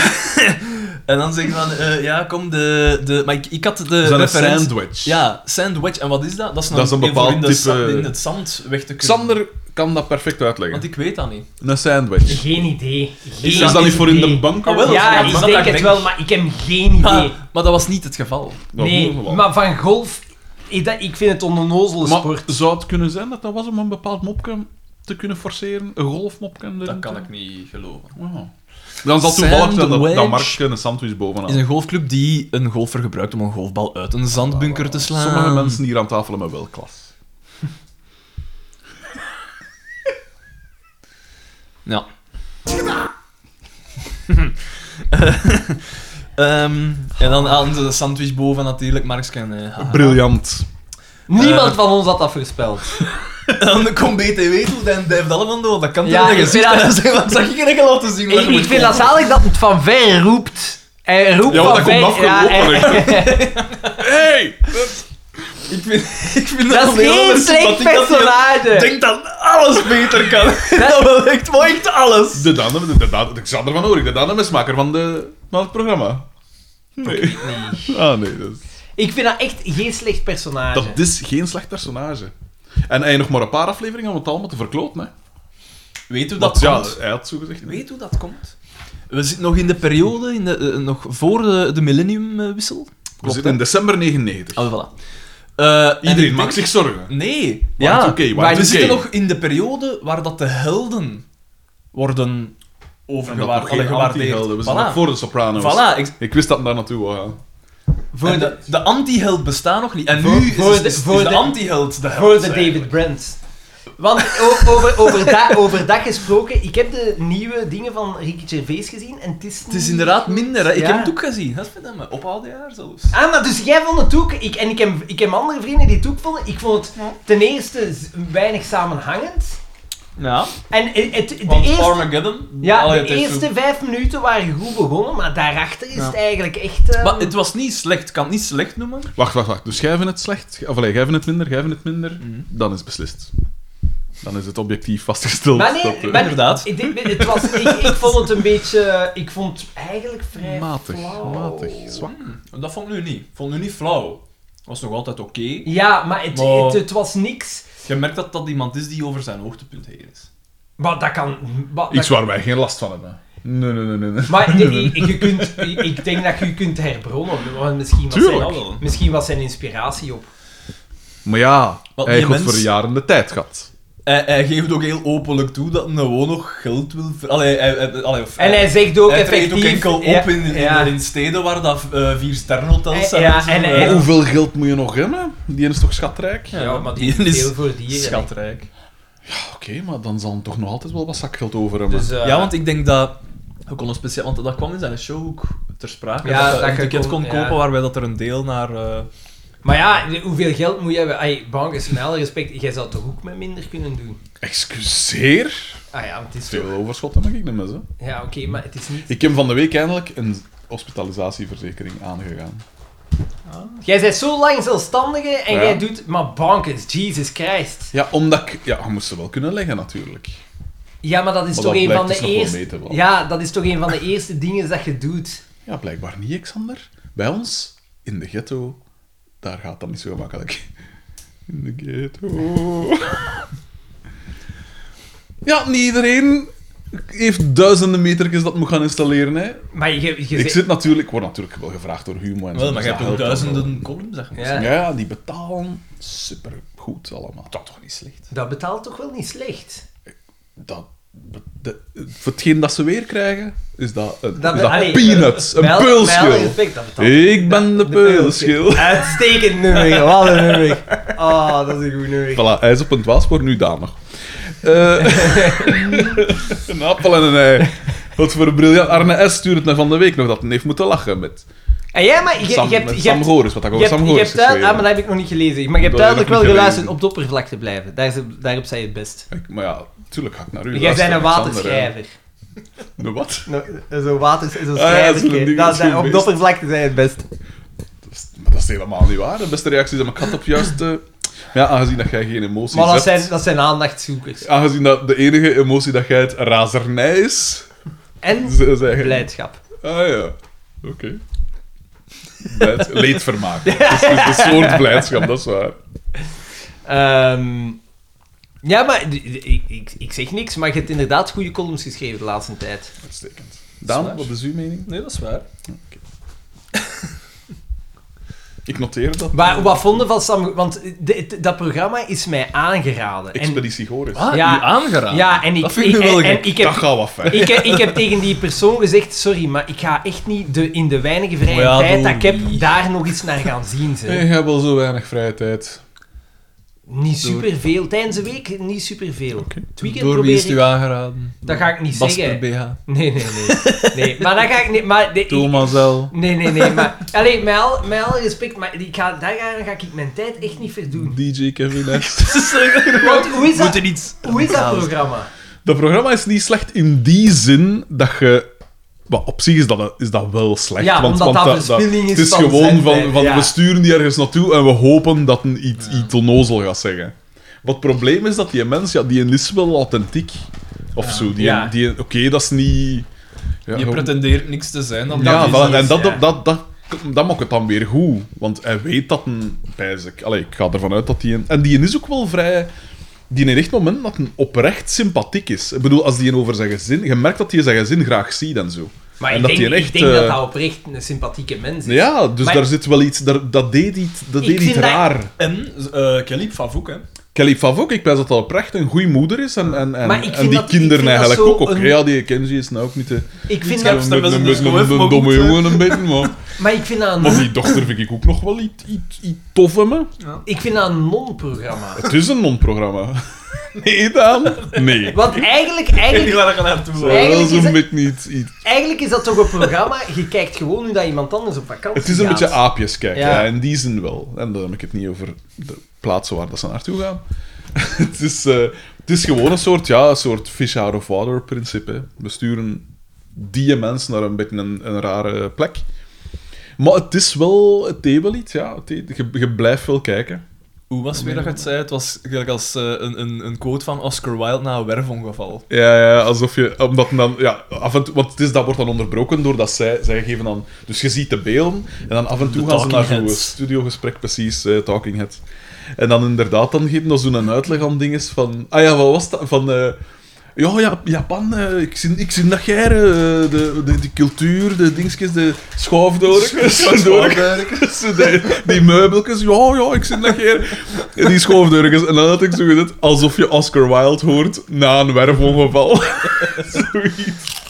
[laughs] en dan zeggen van, eh, ja, kom, de, de... Maar ik, ik had de
Zijn een
referentie-
sandwich.
Ja, sandwich. En wat is dat? Dat is een,
Dat is een
voor
bepaald
in de
type-
za- in het zand weg te kunnen.
Xander kan dat perfect uitleggen.
Want ik weet dat niet.
Een sandwich.
Geen idee. Geen
Is dat niet voor in de bank?
Ah, wel,
of zo?
Ja,
Dat is
ik
wat
denk
ik
het
denk.
wel, maar ik heb geen idee.
Maar, maar dat was niet het geval.
Dat
Nee,
moet wel.
maar van golf... Ik, dat, ik vind het een onnozele
Maar
sport.
zou het kunnen zijn dat dat was om een bepaald mopje te kunnen forceren? Een golfmopje? erin
Dat
te-
kan ik niet geloven.
Wauw. Dan zal toevallig zijn dat, dat
Sandwich.
Mark een sandwich
is
bovenaan.
een golfclub die een golfer gebruikt om een golfbal uit een zandbunker te slaan.
Sommige mensen hier aan tafel hebben wel klas.
Ja. [laughs] Ehm, en dan aan de sandwich boven natuurlijk, Marks kan... eh, haha.
Briljant.
Niemand van ons had dat voorspeld.
[laughs] dan komt BTW toe en duift allemaal door. Dat kan
Ja,
toch
ik
niet
vind
gezicht
dat-
en zeggen, wat zag ik er al te zien?
Ik, ik vind dat zalig dat het van ver roept. Hij roept
Ja, want
van
dat komt
ver... Ja, eh.
afgelopen.
en-
Hey!
Ik vind, ik vind
[laughs] dat
wel
is
heel
geen
erg
slecht
sympathiek dat hij
personage.
denkt dat alles beter kan. [laughs] dat wel echt, maar echt alles.
De Danem, de, de, de, de Xander van Oorik, de Danem is maker van, de, van het programma. Nee. Ah nee, dat is,
Ik vind dat echt geen slecht personage.
dat is geen slecht personage. En hij nog maar een paar afleveringen om het allemaal te verkloten, hè.
Weet u
Want ja, eh, hij had zo gezegd...
Weet hoe dat komt? We zitten nog in de periode, in de, eh, nog voor de, de millenniumwissel.
We
Klopt,
zitten in
hè?
december 99.
Ah, voilà. Eh, en ik
Iedereen maakt
denk-
zich zorgen.
Nee,
Maar
ja.
het oké, maar
maar
het
we
oké.
zitten nog in de periode waar dat de helden worden
En dat nog
overgewaardeerd.
geen anti-helden. We zijn nog voor de Soprano's.
Voilà, ik-
Ik wist dat we daar naartoe wou gaan.
Voor
En
de,
de, de anti-held bestaan nog niet. En
Voor-
nu
voor
is,
de-
is- is
voor
de,
de-
anti-held de held.
voor de
eigenlijk.
David Brent. Want o- over, over, dat, over dat gesproken, ik heb de nieuwe dingen van Ricky Gervais gezien en het is
Het is inderdaad minder. hè. Ik
Ja.
heb het ook gezien. Dat vind ik me. Op oude jaar zelfs.
Ah, maar dus jij vond het ook... Ik, en ik heb, ik heb andere vrienden die het ook vonden. Ik vond het ten eerste z- weinig samenhangend.
Ja,
En het, het- de
want
eerste...
Armageddon...
Ja,
allee,
de
het is
eerste
zo-
vijf minuten waren goed begonnen, maar daarachter is
Ja.
het eigenlijk echt... eh,
Maar het was niet slecht, ik kan het niet slecht noemen.
Wacht, wacht, wacht. Dus jij vindt het slecht? Of allee, jij vindt het minder, jij vindt het minder.
Mhm.
Dan is het beslist. Dan is het objectief vastgesteld.
Maar nee,
dat, eh,
maar-
Inderdaad.
Ik, denk- het was, ik,
[laughs]
ik vond het een beetje... eh, Ik vond het eigenlijk vrij
Matig,
flauw.
matig, zwak.
Dat vond ik nu niet. Ik vond het nu niet flauw. Dat was nog altijd oké.
Ja, maar het,
Maar-
het, het was niks.
Je merkt dat dat iemand is die over zijn hoogtepunt heen is.
Maar dat kan... Maar,
Iets
dat-
waar wij geen last van hebben. Nee, nee, nee, nee. nee.
maar nee, nee, je kunt, ik- ik denk dat je je kunt herbronnen. Want misschien was,
Tuurlijk.
zijn, misschien was zijn inspiratie op.
[laughs] Maar ja,
Wat
hij
die
heeft
mens-
voor jaren de tijd gehad.
Hij, hij geeft ook heel openlijk toe dat hij gewoon nog geld wil... ver- Allee, hij, hij- allee, of-
En hij zegt ook
hij treedt ook
effectief...
enkel op
ja,
in, in,
ja.
in steden waar dat eh, vier sterrenhotels
Eh,
zijn.
ja, en-
Maar
en-
Oef,
hoeveel geld moet je nog hebben? Die is toch schatrijk?
ja,
Ja, maar die is veel voor dieren.
schatrijk.
Oké, maar dan zal hij toch nog altijd wel wat zakgeld over hebben.
Dus, eh,
Ja, want ik denk dat... We konden speciaal... Want dat kwam in zijn show ook ter sprake.
Ja,
dat,
dat
je
je
een ticket kon
kon- ja.
kopen waarbij dat er een deel naar... eh,
Maar ja, hoeveel geld moet je hebben? Ay, bank is met alle respect, jij zou toch ook met minder kunnen doen?
Excuseer.
Ah ja, het is
Veel
toch...
overschot heb ik niet meer. Zo.
Ja, oké, maar het is niet...
Ik heb van de week eindelijk een hospitalisatieverzekering aangegaan.
Jij bent zo lang zelfstandige en
Ja.
jij doet... Maar bank is, Jesus Christ.
Ja, omdat ik... Ja, je moest ze wel kunnen leggen, natuurlijk.
Ja, maar dat is
Maar
toch
dat
een van
blijkt
de
dus nog wel mee
eerste...
te vallen.
Ja, dat is toch een van de eerste dingen dat je doet.
Ja, blijkbaar niet, Xander. Bij ons, in de ghetto, daar gaat dat niet zo makkelijk. [laughs] In de ghetto... [laughs] Ja, niet iedereen heeft duizenden metertjes dat moet gaan installeren, hè.
Maar je, je
Ik
zegt-
zit natuurlijk... Ik word natuurlijk wel gevraagd door Humo en zo,
wel, maar
dus
je
dat
hebt ook
helpt dan wel.
duizenden columns, zeg maar.
Ja,
Ja, ja, die betalen supergoed allemaal. Dat toch niet slecht.
dat betaalt toch wel niet slecht?
dat, de, voor hetgeen dat ze weer krijgen, is dat, een,
Dat
is
be-
dat
allee, eh,
peanuts,
Met
een
alle- Met alle
peulschil.
respect, dat betaalt.
Ik ben de,
De
peulschil.
Uitstekend nummer, wat een nummer. Ah, dat is een goed nummer.
Voilà, hij is op een dwaalspoor, nu daar nog. Eh, [laughs] een appel en een ei. Wat voor een briljant. Arne S. stuurt naar van de week nog dat hij heeft moeten lachen met
En jij, maar je, je
Sam,
hebt...
met
je
Sam
hebt-
Goris, wat ik
Je
over
hebt,
Sam
je
Goris
hebt duid- ah, maar
geschreven.
dat heb ik nog niet gelezen. Maar je hebt
Dat heb ik
duidelijk wel
nog niet
geluisterd op
gelezen.
het oppervlak te blijven. Daar is- Daarop zijn je het best.
Ik- Maar ja, tuurlijk ga ik naar u
Jij
luisteren,
bent een
Alexander,
waterschrijver.
hè. Een wat?
Nou, Zo'n waters, zo'n
Ah ja,
schrijverke.
zo'n ding,
Dat-
zo'n
dat- op het
beest.
oppervlak te zijn het best.
Dat is, maar dat is helemaal niet waar. De beste reactie is dat mijn kat op juist... eh, ja, aangezien dat jij geen emoties
Maar dat
hebt...
zijn, dat zijn aandachtzoekers.
Aangezien dat de enige emotie dat jij het razernij is, [laughs]
En
ze zeggen...
blijdschap.
Ah ja, oké. [laughs] Blijd- Leedvermaak. Het is, het is dus een soort blijdschap, dat is waar.
Ehm, ja, maar d- d- ik, ik, ik zeg niks, maar je hebt inderdaad goede columns geschreven de laatste tijd.
Uitstekend. Daan, wat is uw mening?
Nee, dat is waar.
Ik noteer dat.
Maar wat vonden van Sam... Want de- de- dat programma is mij aangeraden. En-
Expeditie Goris.
Ah,
Ja.
die aangeraden.
ja, en ik,
dat vind ik nu
[laughs] en-
wel
en
gek.
ik
dat
heb
gaat wat ver.
Ik, heb- ik heb tegen die persoon gezegd, sorry, maar ik ga echt niet de, in de weinige vrije
Maar ja,
tijd
doe
dat ik heb,
niet.
daar nog eens naar gaan zien.
[laughs]
Ze.
Ik heb al zo weinig vrije [laughs] tijd.
Niet superveel. Tijdens de week niet superveel. Het weekend
Door wie
probeer
is het
ik...
u aangeraden?
Dat ga ik niet
Basper
zeggen.
BH.
Nee, nee, nee.
[laughs]
nee. Maar dat ga ik niet... Maar de- ik-
Thomas [laughs] L.
Nee, nee, nee. Maar, allee, met, al, met alle respect, maar ik ga, daar ga- ga ik mijn tijd echt niet verdoen.
DJ Kevin S.
Want hoe is dat,
iets...
hoe is dat programma?
Dat programma is niet slecht in die zin dat je. Maar op zich is dat, is dat wel slecht.
Ja, omdat dat verspilling
Het
is
is
van
gewoon van,
zendtijd,
van
ja.
we sturen die ergens naartoe en we hopen dat een iets, iets onnozel gaat zeggen. Wat het probleem is dat die mens, ja, die is wel authentiek. Of zo. Die,
Ja.
die, Oké, dat is niet. Ja,
Je
gewoon-
pretendeert niks te zijn. Dan
ja,
dat
voilà,
is
en dat,
ja.
dat, dat, dat, dat maakt het dan weer goed. Want hij weet dat een bijzik. Allee, ik ga ervan uit dat die. Een, en die is ook wel vrij. Die in echt moment dat een oprecht sympathiek is. Ik bedoel, als die een over zijn gezin. Je merkt dat hij zijn gezin graag ziet en zo.
Maar
en
ik
dat
denk,
die een
ik
echt,
denk dat
eh,
dat oprecht een sympathieke mens is.
Ja, dus
Maar-
daar zit wel iets. Daar, dat deed iets, dat
Ik
deed iets
vind dat-
raar.
En eh Kelly Favouk, hè.
Kelly Favok, ik ben dat dat oprecht een goede moeder is. En, en, en,
Maar ik
en
vind
die
dat- ik
kinderen
vind dat
eigenlijk
zo
ook. Oké,
een-
ja, die Kenji is nou ook niet de.
Ik vind
Ja,
dat...
Een,
stemmen
een,
ze
een,
dus
een-
gewoon even,
een
maar
domme
goed, hè.
jongen, een beetje, maar.
Maar ik vind dat een
Maar die dochter vind ik ook nog wel iets, iets, iets tof hè, me.
Ik vind dat een
[laughs]
non-programma.
Het is een non-programma. [laughs] Nee, Daan? Nee.
Want eigenlijk,
Ik denk
eigenlijk,
waar ik aan naartoe wil.
Zo. eigenlijk
Dat
is
is een
het-
beetje niet... iets-
eigenlijk is dat toch een programma, je kijkt gewoon hoe dat iemand anders op vakantie
Het is een
gaat.
beetje aapjes kijken,
Ja.
ja. in die zin wel. En dan heb ik [laughs] het niet over de plaatsen waar dat ze naartoe gaan. het is... eh, Het is gewoon een soort, ja, een soort fish out of water principe. hè. We sturen die mensen naar een beetje een, een rare plek. Maar het is wel het themalied, ja. Het- Je, je blijft wel kijken.
Hoe was het weer dat je het zei? Het was gelijk als eh, een, een, een quote van Oscar Wilde na een werfongeval.
Ja, ja, alsof je... Omdat dan, ja, af en toe, want het is, dat wordt dan onderbroken doordat zij, zij geven dan... Dus je ziet de beelden en dan af en toe
De
gaan ze naar
talking
zo'n
heads.
studiogesprek, precies, eh, Talking Head. En dan inderdaad, dan geven ze zo'n uitleg aan dingen van... Ah ja, wat was dat? Van... eh, ja, ja, Japan, eh, ik, zie, ik zie dat jij eh, de, de, de cultuur, de dingetjes, de schuifdorkjes, schuifdorkjes, [laughs] de- die meubeltjes, ja, ja, ik zie dat jij en die schuifdorkjes. En dan had ik zo gezet, alsof je Oscar Wilde hoort na een werfongeval. [laughs] Zoiets.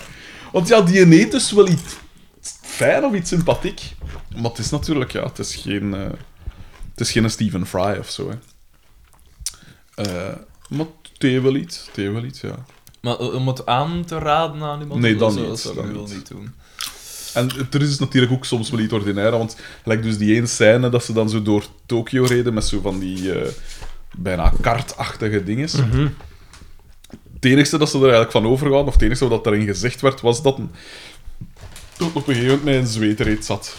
Want ja, die eet dus wel iets fijn of iets sympathiek. Maar het is natuurlijk, ja, het is geen, eh, het is geen Stephen Fry of zo, hè. Eh, maar het heeft wel iets, het heeft wel iets, ja.
Maar eh, om het aan te raden aan iemand?
Nee, dan
dat
niet,
zou
dan
ik wel
niet.
niet doen.
En er is natuurlijk ook soms wel iets ordinair, want gelijk dus die ene scène dat ze dan zo door Tokio reden met zo van die eh, bijna kartachtige dinges. Het enige dat ze er eigenlijk van overgaan, of het enige wat daarin gezegd werd, was dat een- dat op een gegeven moment met een zweetreet zat.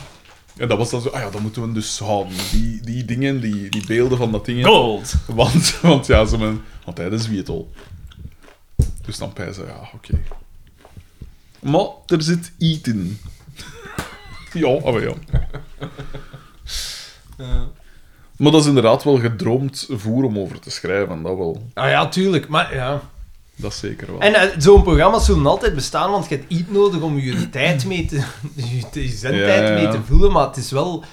En dat was dan zo, ah ja, dat moeten we dus houden. Die, die dingen, die, die beelden van dat ding.
Gold!
Want, [laughs] want ja, ze men, want hij is wietel. Dus dan pijzen, ja, oké. Maar er zit iets in. [laughs] ja, oh ja.
Ja.
Maar dat is inderdaad wel gedroomd voer om over te schrijven, dat wel.
Ah ja, tuurlijk, maar ja.
Dat zeker wel.
En eh, zo'n programma's zullen altijd bestaan, want je hebt iets nodig om je tijd mee te... [clears throat] je, je zendtijd
Ja, ja.
mee te vullen, maar het is wel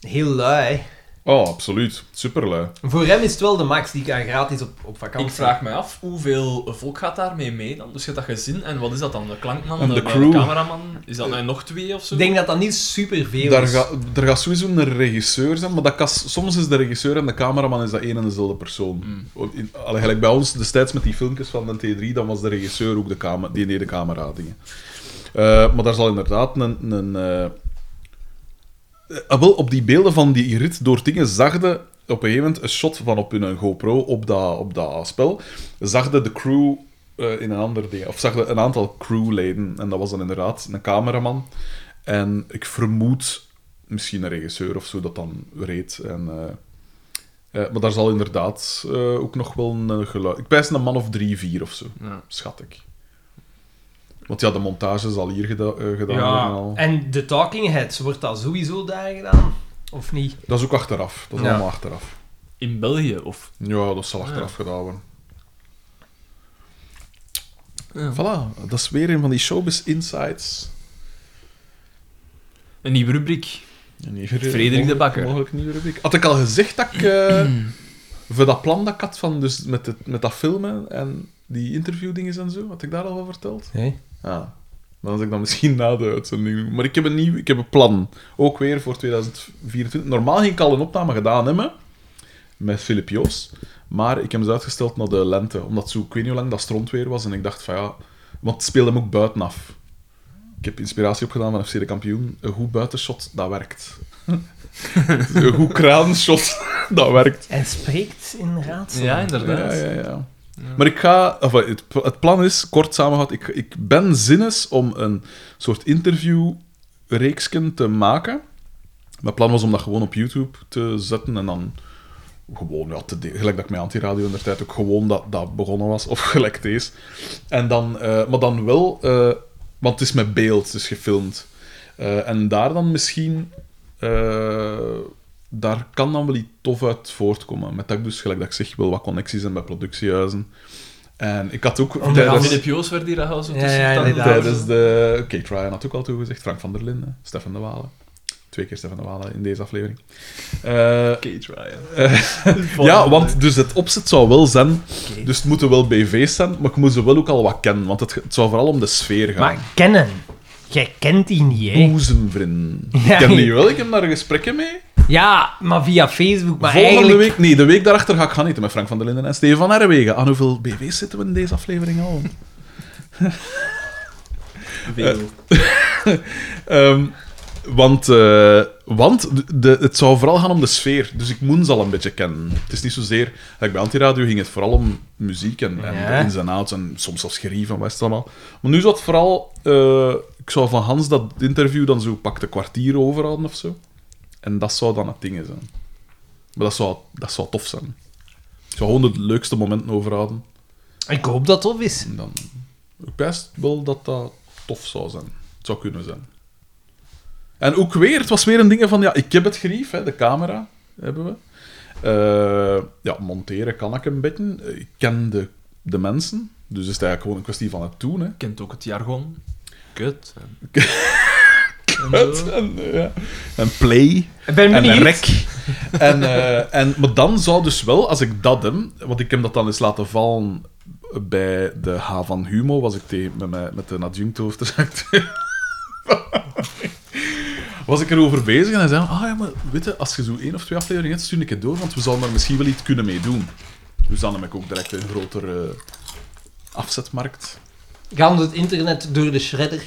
heel lui, hè.
Oh, absoluut. Superlui.
Voor hem is het wel de max die kan gratis op, op vakantie.
Ik vraag mij af, hoeveel volk gaat daarmee mee dan? Dus je hebt dat gezin, en wat is dat dan? De klankman,
En
de,
de
de
crew.
cameraman? Is dat nou nog twee of zo?
Ik denk dat dat niet superveel
Daar,
is.
ga, daar gaat sowieso een regisseur zijn, maar dat kan, soms is de regisseur en de cameraman is dat één en dezelfde persoon. Want in- allee, gelijk bij ons destijds met die filmpjes van de T3, dan was de regisseur ook de camera, die deed de camera dingen. Eh, maar daar zal inderdaad een... een eh, eh, wel, op die beelden van die rit door dingen zag je op een gegeven moment een shot van op hun GoPro op dat, op dat spel. Zag je de crew eh, in een ander ding. Of zag je een aantal crewleden. En dat was dan inderdaad een cameraman. En ik vermoed misschien een regisseur of zo dat dan reed. En, eh, eh, maar daar zal inderdaad eh, ook nog wel een geluid... Ik pijs een man of drie, vier of zo.
Ja.
Schat ik. Want ja, de montage zal hier geda- eh, gedaan
Ja,
worden al.
en de Talking Heads, wordt dat sowieso daar gedaan? Of niet?
Dat is ook achteraf. Dat is
Ja.
allemaal achteraf.
In België, of...
Ja, dat zal
Ah,
achteraf gedaan worden.
Ja.
Voilà, dat is weer een van die showbiz insights.
Een nieuwe rubriek.
Een nieuwe-
Frederik de Bakker.
Mogelijk een nieuwe rubriek. Had ik al gezegd dat ik... eh, voor dat plan dat ik had van, dus met, het, met dat filmen en die interviewdingen en zo, had ik daar al wel verteld?
Nee.
Ah. Dan had ik dan misschien [laughs] na de uitzending doen. Maar ik heb een nieuw... Ik heb een plan. Ook weer voor 2024. Normaal ging ik al een opname gedaan hebben. Met Filip Joos. Maar ik heb ze uitgesteld naar de lente. Omdat zo, ik weet niet hoe lang dat stront weer was. En ik dacht van ja... Want het speelde hem ook buitenaf. Ik heb inspiratie opgedaan van FC de kampioen. Een goed buitenshot, dat werkt. [laughs] een goed kraanshot, [laughs] dat werkt.
En spreekt in raadsel.
Ja, inderdaad.
Ja, ja, ja. Maar ik ga, of, eh, het, het plan is, kort samengevat, ik, ik ben zinnes om een soort interviewreeksken te maken. Mijn plan was om dat gewoon op YouTube te zetten en dan gewoon, ja, te de- gelijk dat ik met Antiradio in de tijd ook gewoon dat, dat begonnen was, of gelijk deze. En dan, eh, maar dan wel, eh, want het is met beeld, dus gefilmd. Eh, en daar dan misschien, eh, daar kan dan wel iets tof uit voortkomen. Met dat ik dus, gelijk dat ik zeg, wel wat connecties en bij productiehuizen. En ik had ook
Ja,
tijdens,
Philip Joos werd hier al zo
Ja,
tussen
ja,
tanden.
inderdaad.
tijdens de... Oké, Tryon had ook al toegezegd, Frank van der Linden, Stefan de Walen. Twee keer Stefan de Walen in deze aflevering. [laughs] Eh,
Kate Ryan.
ja, want dus het opzet zou wel zijn. Dus het moeten wel BV's zijn, maar ik moet ze wel ook al wat kennen. Want het, het zou vooral om de sfeer gaan.
Maar kennen. Jij kent die niet, hè?
Boezemvrienden.
[laughs] Ja.
Ik ken die wel, ik heb daar gesprekken mee.
Ja, maar via Facebook, maar
Volgende
eigenlijk...
week, nee, de week daarachter ga ik gaan eten met Frank van der Linden en Steven van Herwegen. Aan hoeveel BV's zitten we in deze aflevering al? [laughs]
Veel.
Eh, Ehm, Want, eh, want de, het zou vooral gaan om de sfeer. Dus ik moet ze al een beetje kennen. Het is niet zozeer... Like bij Antiradio ging het vooral om muziek en, en
Ja.
de ins en outs en soms zelfs gerie van West allemaal. Maar nu zat vooral... eh, ik zou van Hans dat interview dan zo pakte kwartier overhouden of zo. En dat zou dan het ding zijn. Maar dat zou, dat zou tof zijn. Ik zou gewoon de leukste momenten overhouden.
Ik hoop dat het tof is.
En dan... Ik best wel dat dat tof zou zijn. Het zou kunnen zijn. En ook weer, het was weer een ding van... Ja, ik heb het grief, hè, de camera hebben we. Eh, ja, monteren kan ik een beetje. Ik ken de, de mensen. Dus is het eigenlijk gewoon een kwestie van het doen, hè.
kent ook het jargon. Kut. En... en
Het,
zo.
en, eh, ja. en play.
Ik ben
en
benieuwd.
een rek. En, eh, en, maar dan zou dus wel, als ik dat hem, want ik heb dat dan eens laten vallen bij de H van Humo, was ik tegen, met, mijn, met een adjunct hoofdredacteur. [laughs] Was ik erover bezig en hij zei: Ah ja, maar weet je, als je zo één of twee afleveringen hebt, stuur ik het door, want we zouden er misschien wel iets kunnen mee doen. Dus dan heb ik ook direct een grotere eh, afzetmarkt.
Gaan we het internet door de shredder?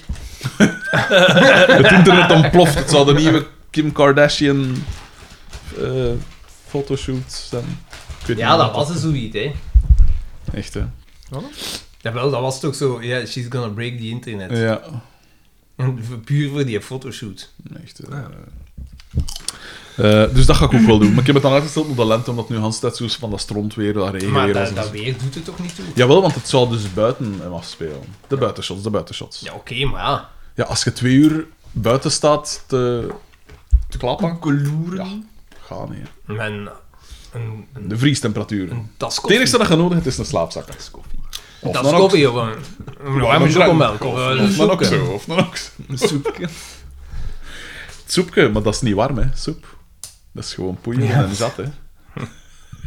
Het internet ontploft. Het zal de nieuwe Kim Kardashian eh fotoshoot zijn. Ik weet
Ja,
niet
dat was een zoiets, hè.
Echt, hè?
Jawel, dat was toch zo... Ja, she's gonna break the internet.
Ja,
En v- Puur voor die fotoshoot.
echt. eh. Eh, dus dat ga ik ook wel doen. Maar ik heb het dan uitgesteld op de lente, omdat nu Hans tijd zo is van dat stront weer, dat regen
Maar
weer
dat,
was.
dat weer doet het toch niet toe?
Jawel, want het zou dus buiten hem afspelen. De buitenshots, de buitenshots. Ja.
Ja, oké, maar ja.
als je twee uur buiten staat te, te klappen,
Koekeloeren.
ga niet. hè.
Mijn, een, een,
De vriestemperaturen.
een tas
Het
koffie.
enige dat je nodig hebt, is een slaapzak. Dat is koffie.
Een tas koffie, jongen. Een warme chocomelk. Of eh, een
Of dan ook
soepje.
zo, of dan ook zo.
Een soepje.
Het [laughs] soepje, maar dat is niet warm, hè, soep. Dat is gewoon poeien en zat, hè.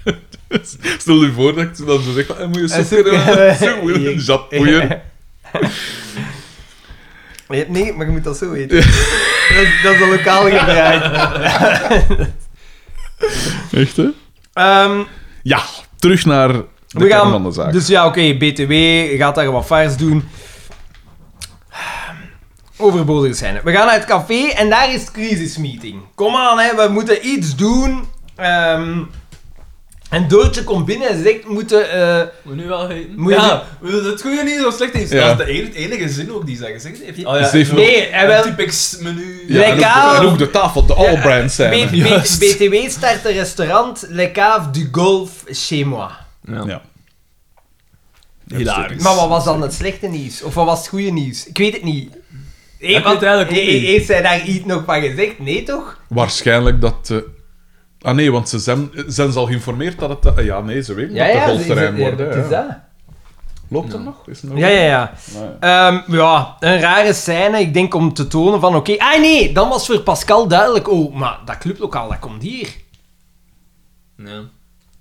[laughs] Dus Stel je voor dat ik dan zo zeg, van, eh, moet je
Een
soep
[laughs]
kunnen?
soepje.
Soep, moet je zat poeien.
Nee, maar je moet dat zo eten. [laughs] dat, is- dat is een lokaal gebruik.
Echt, hè?
Ehm,
Ja, terug naar de
we
kern
gaan,
van de zaak.
Dus ja, oké, BTW gaat daar wat vaars doen. Overbodig zijn. We gaan naar het café en daar is het crisismeeting. Kom aan, hè, we moeten iets doen. Ehm, en Doortje komt binnen en ze zegt, we moeten... eh,
Moet je nu wel heten?
Moet je
ja, het goede niet zo slecht heeft.
Ja.
Dat is de enige, enige zin ook die ze gezegd heeft. Oh, ja,
Ze heeft
en
nog-
ook
nee, en
een
wel...
Typex menu.
ja, en ook de-
Lekker.
en ook de tafel, de all-brand
B-
scène.
B-
Juist.
BTW start een restaurant Le Cave du Golfe chez moi.
Ja.
Hilarisch.
Maar wat was dan het slechte nieuws? Of wat was het goede nieuws? Ik weet het niet. Eén-
weet het eigenlijk ook
e- e-
niet.
Heeft zij daar iets nog van gezegd? Nee, toch?
Waarschijnlijk dat... eh, ah nee, want ze zijn, zijn ze al geïnformeerd dat het... eh, ja, nee, ze weten dat het
ze-
golfterrein
ze- ja,
wordt. hè,
dat is
ja.
dat.
Loopt er nog? Is er nog?
Ja, ja, ja.
Nou ja.
Ehm, ja, een rare scène. Ik denk om te tonen van, oké... Ah, nee, dan was voor Pascal duidelijk. Oh, maar dat clublokaal, dat komt hier.
Ja.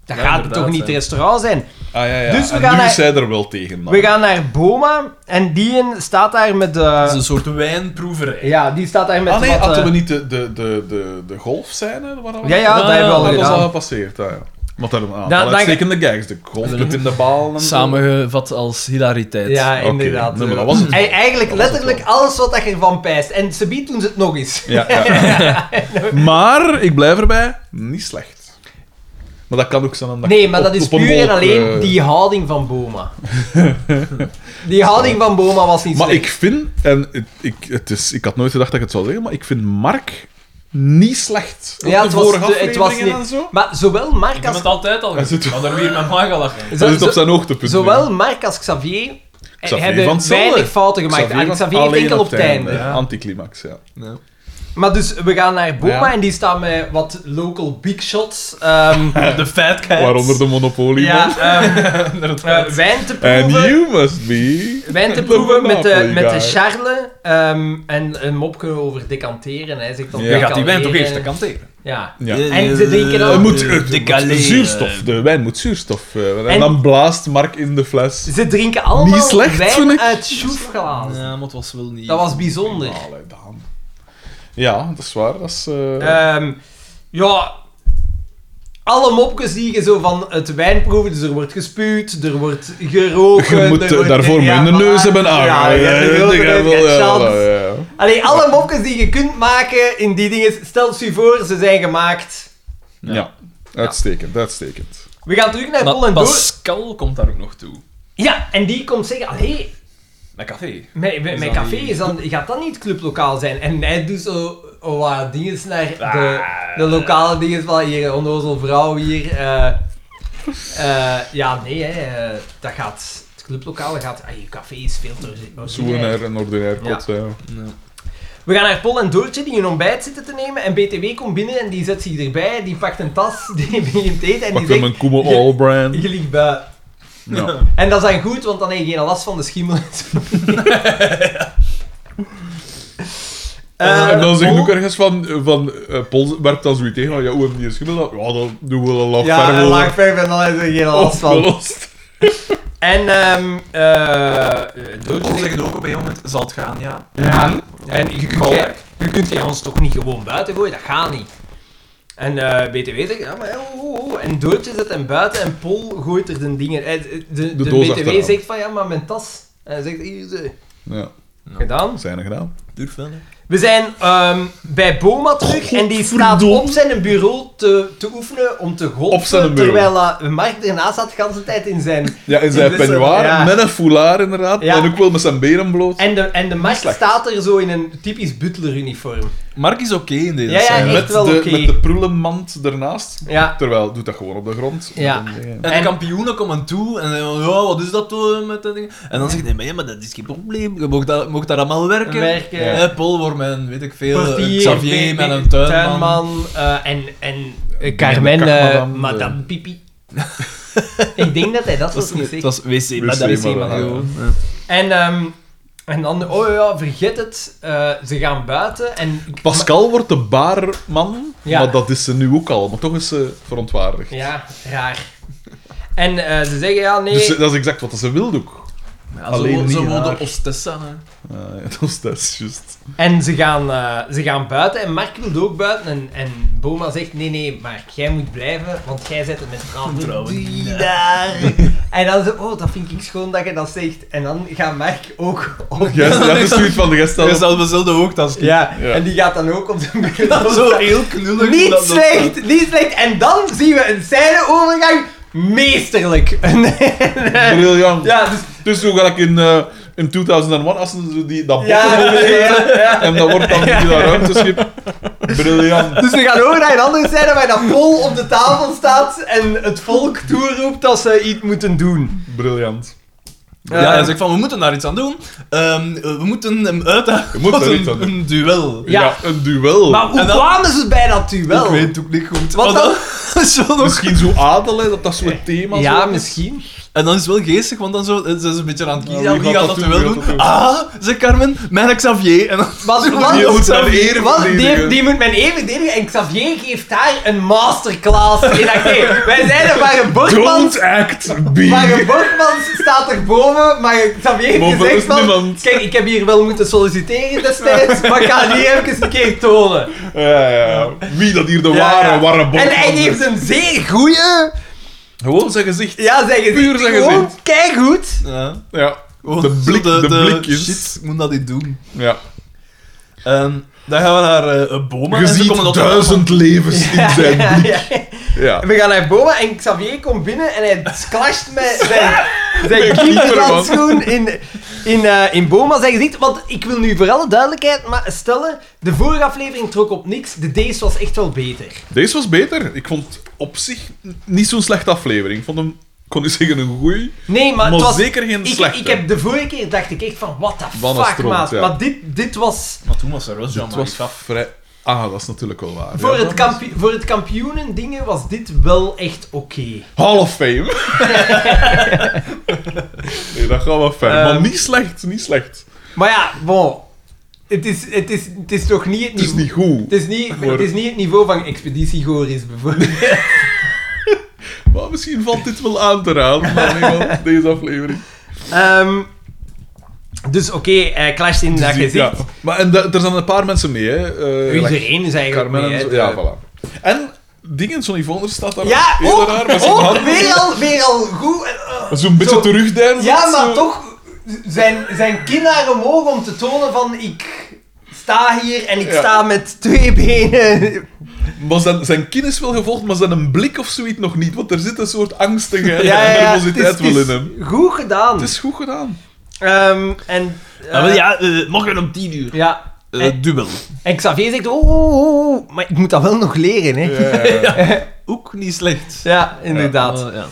Dat
Ja,
gaat
inderdaad,
toch niet
hè.
het restaurant zijn?
Ah, ja, ja.
Dus we
en
gaan
nu
naar-
is zij er wel tegen. dan.
We gaan naar Boma. En die een staat daar met... eh,
Het is een soort wijnproeverij.
ja, die staat daar met...
ah nee,
wat,
hadden
eh,
we niet de, de, de, de, de golfscène? Waar we-
Ja, ja, dat
Ah,
hebben we al
dat was
gedaan.
al gepasseerd, ah, ja. Want daar waren
dan-
dan, uitstekende gags. De golf met in de bal. en zo.
Samengevat als hilariteit.
Ja,
Oké,
inderdaad.
nee, maar
[laughs]
dat was het wel.
Ei- Eigenlijk
Dus Dat was het
letterlijk alles wat dat je ervan pijst. En ze biedt doen ze het nog eens.
Ja, ja.
[laughs]
maar, ik blijf erbij, niet slecht. Maar dat kan ook zijn... Dat
Nee, maar
op-
dat is
op een
puur en
hoog,
alleen
eh,
die houding van
[laughs]
Boma. die houding van Boma was niet
Maar
slecht.
ik vind... En het, ik, het is, ik had nooit gedacht dat ik het zou zeggen, maar ik vind Mark niet slecht. Ook
Ja,
de
het was-
vorige
het was
afleveringen
niet-
en zo.
Maar zowel Mark
Ik heb
als...
het altijd al
Hij
gezien.
zit-
Ik had er weer met mij gelachen.
zo-
Dat is op
zo-
zijn hoogtepunt.
Zowel Mark als Xavier, eh,
Xavier van
hebben
hetzelfde.
weinig fouten
nu.
gemaakt. Xavier,
was
Xavier heeft
alleen
enkel op het einde.
hè. Anticlimax, ja.
Maar dus, we gaan naar Boma
Ja.
en die staan met wat local big shots. ehm,
[laughs]
De fat cats.
Waaronder de Monopoly. man.
ja, ehm,
[laughs]
eh,
Inderdaad.
wijn te
And
proeven.
you must be.
Wijn te
The
proeven met de,
Monopoly
met de
guy.
Charles ehm, en een mopje over decanteren. Hij zegt dan
Ja.
Je gaat die
decanteren.
wijn toch eerst kanteren.
Ja.
Ja.
En ze drinken dan-
Het moet,
Eh,
het moet
decalé,
zuurstof. De wijn moet zuurstof. eh, en,
En-
dan blaast Mark in de fles.
Ze drinken allemaal
Niet slecht, vind
wijn
ik.
uit schoefglazen.
Ja, maar het was wel niet...
Dat was bijzonder.
Allee, Daan. Ja, dat is waar. Dat is, eh,
Ehm, ja, alle mopjes die je zo van het wijn proeven, dus er wordt gespuwd, er
[laughs]
wordt gerookt.
je moet
er
eh,
wordt-
daarvoor
ja,
mijn neus
voilà.
hebben aan.
Ja, je hebt een
ja,
grote
ja,
neus, je hebt
ja,
chance.
ja, ja.
Allee, alle mopjes die je kunt maken in die dingen, stel ze je voor, ze zijn gemaakt.
Ja. Uitstekend, uitstekend.
We gaan terug naar Paul
Maar
en Door.
Pascal komt daar ook nog toe.
Ja, en die komt zeggen, allee,
Met café.
mijn, mijn,
Is
mijn
dat
café
niet-
is dan, gaat dat niet clublokaal zijn? En hij doet zo oh, wat dingen naar de, de lokale dingen van hier, onnozel vrouw hier. eh. Eh, ja, nee, hè, eh, dat gaat, het clublokaal gaat, ah, je café is veel te...
Zoen er een ordinair eh,
Ja.
kot. Ja.
We gaan naar Paul en Doortje die een ontbijt zitten te nemen en BTW komt binnen en die zet zich erbij, die pakt een tas, [laughs] die begint te eten en
Pak
die
hem
zegt,
een Koeme
je-
All Brand.
je ligt buiten.
Ja.
En dat is dan goed, want dan heb je geen last van de schimmel [laughs] en zo. Eh,
en dan zeg ik
Paul-
ook ergens van, van eh Paul werpt dan zoiets tegen, van, ja, hoe hebben die een schimmel? dat? Ja, dan doen we een lach
Ja,
verf
een
over.
laag verf en dan heb je geen last
Oh,
van.
Opgelost.
En, ehm eh,
Doodje zegt ook op een moment, zal het gaan, ja.
ja, en je kunt, jij- je kunt jij ons toch niet gewoon buiten gooien, dat gaat niet. En eh BTW zegt, ja maar oh, oh, oh. En Doortje zet hem buiten en Paul gooit er de dingen. eh, De, de, de
doos
BTW
achteraan.
zegt van, ja maar mijn tas. En hij zegt, hier, eh,
Ja,
gedaan.
zijn er gedaan.
Durf wel, hè.
We zijn ehm, bij Boma terug en die staat op zijn bureau te, te oefenen om te golven.
Op zijn bureau.
terwijl eh, Mark ernaast zat de hele tijd in zijn.
Ja, in zijn
Dus, eh,
peignoir,
ja.
met een foulard inderdaad,
Ja.
en ook wel met zijn benen bloot.
En de, en de Mark staat er zo in een typisch butler-uniform.
Mark is oké in deze
Ja, ja,
scène.
echt
met,
wel
de,
oké.
met de prullenmand ernaast.
Ja.
Terwijl, doet dat gewoon op de grond. eh,
Ja.
En,
En-
de kampioenen komen toe en zeggen, ja, wat is dat toch met dat ding? En dan zegt hij, maar ja, maar dat is geen probleem, je mocht, dat, mocht daar allemaal werken.
Werken.
Ja. Hè, Paul wordt met een, weet ik veel, een
Portier,
eh, Xavier
met-
met een tuinman.
eh, en, en eh, Carmen, eh,
Kachmadam, de-
Madame Pipi. Ik denk dat hij dat
Dat
was niet
is,
zegt.
dat is wc, maar dat
wc,
is
maar
iemand
dat-
gewoon.
En, ehm, en dan, oh ja, vergeet het. eh, ze gaan buiten en...
Pascal wordt de baarman,
Ja.
maar dat is ze nu ook al. Maar toch is ze verontwaardigd.
Ja, raar. En eh, ze zeggen, ja, nee...
Dus eh, dat is exact wat ze wil ook.
Ja,
Alleen
zo,
niet
zo
haar.
wonen [laughs] Ostessa, hè.
Ah, ja, [laughs] dat is, dat is juist.
En ze gaan, eh, ze gaan buiten en Mark wil ook buiten. En, en Boma zegt: Nee, nee, Mark, jij moet blijven, want jij zit er met vrouwen.
Trouwen,
Die
ja.
daar.
[laughs]
En dan zo: Oh, dat vind ik schoon dat je dat zegt. En dan gaat Mark ook op.
Ja, dat is zoiets van de rest
Dat
Dus
al.
is al op dezelfde hoogte als ik.
Ja,
Ja.
en die gaat dan ook op zijn
[laughs] Dat
bureau.
is zo
staan.
heel knullig.
Niet
dat- dat-
slecht, niet slecht. En dan zien we een scèneovergang. Meesterlijk. [laughs]
Briljant.
ja, dus
Dus zo ga ik in, eh, in 2001, als ze zo die, dat
Ja,
botten willen
ja,
zetten, en dat wordt dan in dat ruimteschip. Briljant.
Dus we gaan over naar een andere scène waar dat Paul op de tafel staat en het volk toeroept dat ze iets moeten doen. Eh,
Briljant.
Ja, dus hij zegt van, we moeten daar iets aan doen. Ehm, we moeten hem uitdagen
moeten
tot
er
een,
iets aan doen.
een duel.
Ja.
Ja. een duel.
Maar hoe
En dan-
kwamen ze bij dat duel?
Ik weet het ook niet goed.
Wat
Maar
dan?
Oh, dat [laughs] is wel nog
Misschien zo adelen, dat dat soort thema's
Ja,
worden.
misschien.
En dan is het wel geestig, want dan zo, eh, ze is een beetje aan het kiezen.
Ja,
Ja,
wie
wie,
gaat
gaat
dat
dat
doen,
wel
wie
doen?
gaat dat doen?
Ah, zei Carmen, mijn Xavier. En dan
Wat, wat,
Die moet
wat-
mijn eer
wat- die,
verdedigen.
die moet mijn eer verdedigen en Xavier geeft daar een masterclass in. Ik dacht,
[laughs]
hey, wij zijn er waar een
Don't
Borgmans...
act,
[laughs]
be.
Maar Borgmans staat erboven, maar Xavier heeft
Boven
gezegd
is
van...
niemand.
Kijk, ik heb hier wel moeten solliciteren destijds, maar ik ga die even een keer tonen.
Ja, ja, ja. Wie dat hier de
Ja,
ware,
ja.
ware bond
En hij geeft een zeer goeie...
Gewoon zijn gezicht.
Ja, zeg eens.
Puur zijn
Gewoon
gezicht.
keigoed.
Ja.
Ja.
Oh,
De blik-
zo
de blik is-
Shit, ik moet dat niet doen.
ja.
Ehm, dan gaan we naar eh, eh Boma.
Je
en ze
ziet
komen tot-
duizend
[laughs]
levens in zijn
Ja,
blik.
ja. [laughs]
Ja.
We gaan naar Boma en Xavier komt binnen en hij clasht [laughs] met zijn, zijn keeperhandschoen in, in, eh, in Boma zijn gezicht. Want ik wil nu voor alle duidelijkheid maar stellen, de vorige aflevering trok op niks, de deze was echt wel beter.
Deze was beter. Ik vond op zich niet zo'n slechte aflevering. Ik vond hem, ik kon niet zeggen een goeie.
Nee, maar,
Maar
het was,
zeker geen
ik,
slechte.
ik heb de vorige keer dacht ik echt van, what the
Wat een
fuck,
stront,
maat.
ja.
Maar dit, dit was,
Maar toen was er wel
Het was
Jean-Marie Faf.
vrij... Ah, dat is natuurlijk wel waar.
voor,
Ja,
het
dat is-
kampioen voor het kampioenen dingen was dit wel echt oké.
Hall of
[laughs]
Fame. nee, dat gaat wel fijn.
Ehm.
maar niet slecht, niet slecht.
Maar ja, bon. Het is, het is, het is toch niet het
Het is
niveau...
niet goed.
Het is niet,
Voor-
het is niet het niveau van Expeditie Goris, bijvoorbeeld. [laughs]
Maar misschien valt dit wel aan te raden, maar
[laughs]
nee, wel, deze aflevering.
Ehm, dus oké, eh, Clash in dat
Dus die-
gezicht.
ja. Maar en da- er zijn een paar mensen mee, hè. Eh, like
Iedereen is eigenlijk
Carmen
mee,
en zo.
hè.
Ja, voilà. En dingen, Sonny Voners staat daar
Ja,
heel
ook,
raar met zijn
ook
handen.
weer, al, weer al goed. eh, eh,
Zo'n beetje
zo-
terugdeinzen.
Ja, maar
zo.
toch zijn, zijn kin naar omhoog om te tonen van ik sta hier en ik
Ja.
sta met twee benen.
Maar zijn, zijn kin is wel gevolgd, maar zijn blik of zoiets nog niet. Want er zit een soort angstigheid
Ja,
en
ja, ja.
nervositeit
Het is-
wel
het
in hem.
is Goed gedaan.
Het is goed gedaan.
Ehm, en,
Ah,
eh,
wel, ja, eh, morgen om 10 uur.
ja.
Eh, dubbel.
En Xavier zegt, oh, oh, oh, oh, maar ik moet dat wel nog leren, hè. Ja,
Ook niet slecht.
inderdaad.
Eh, ja.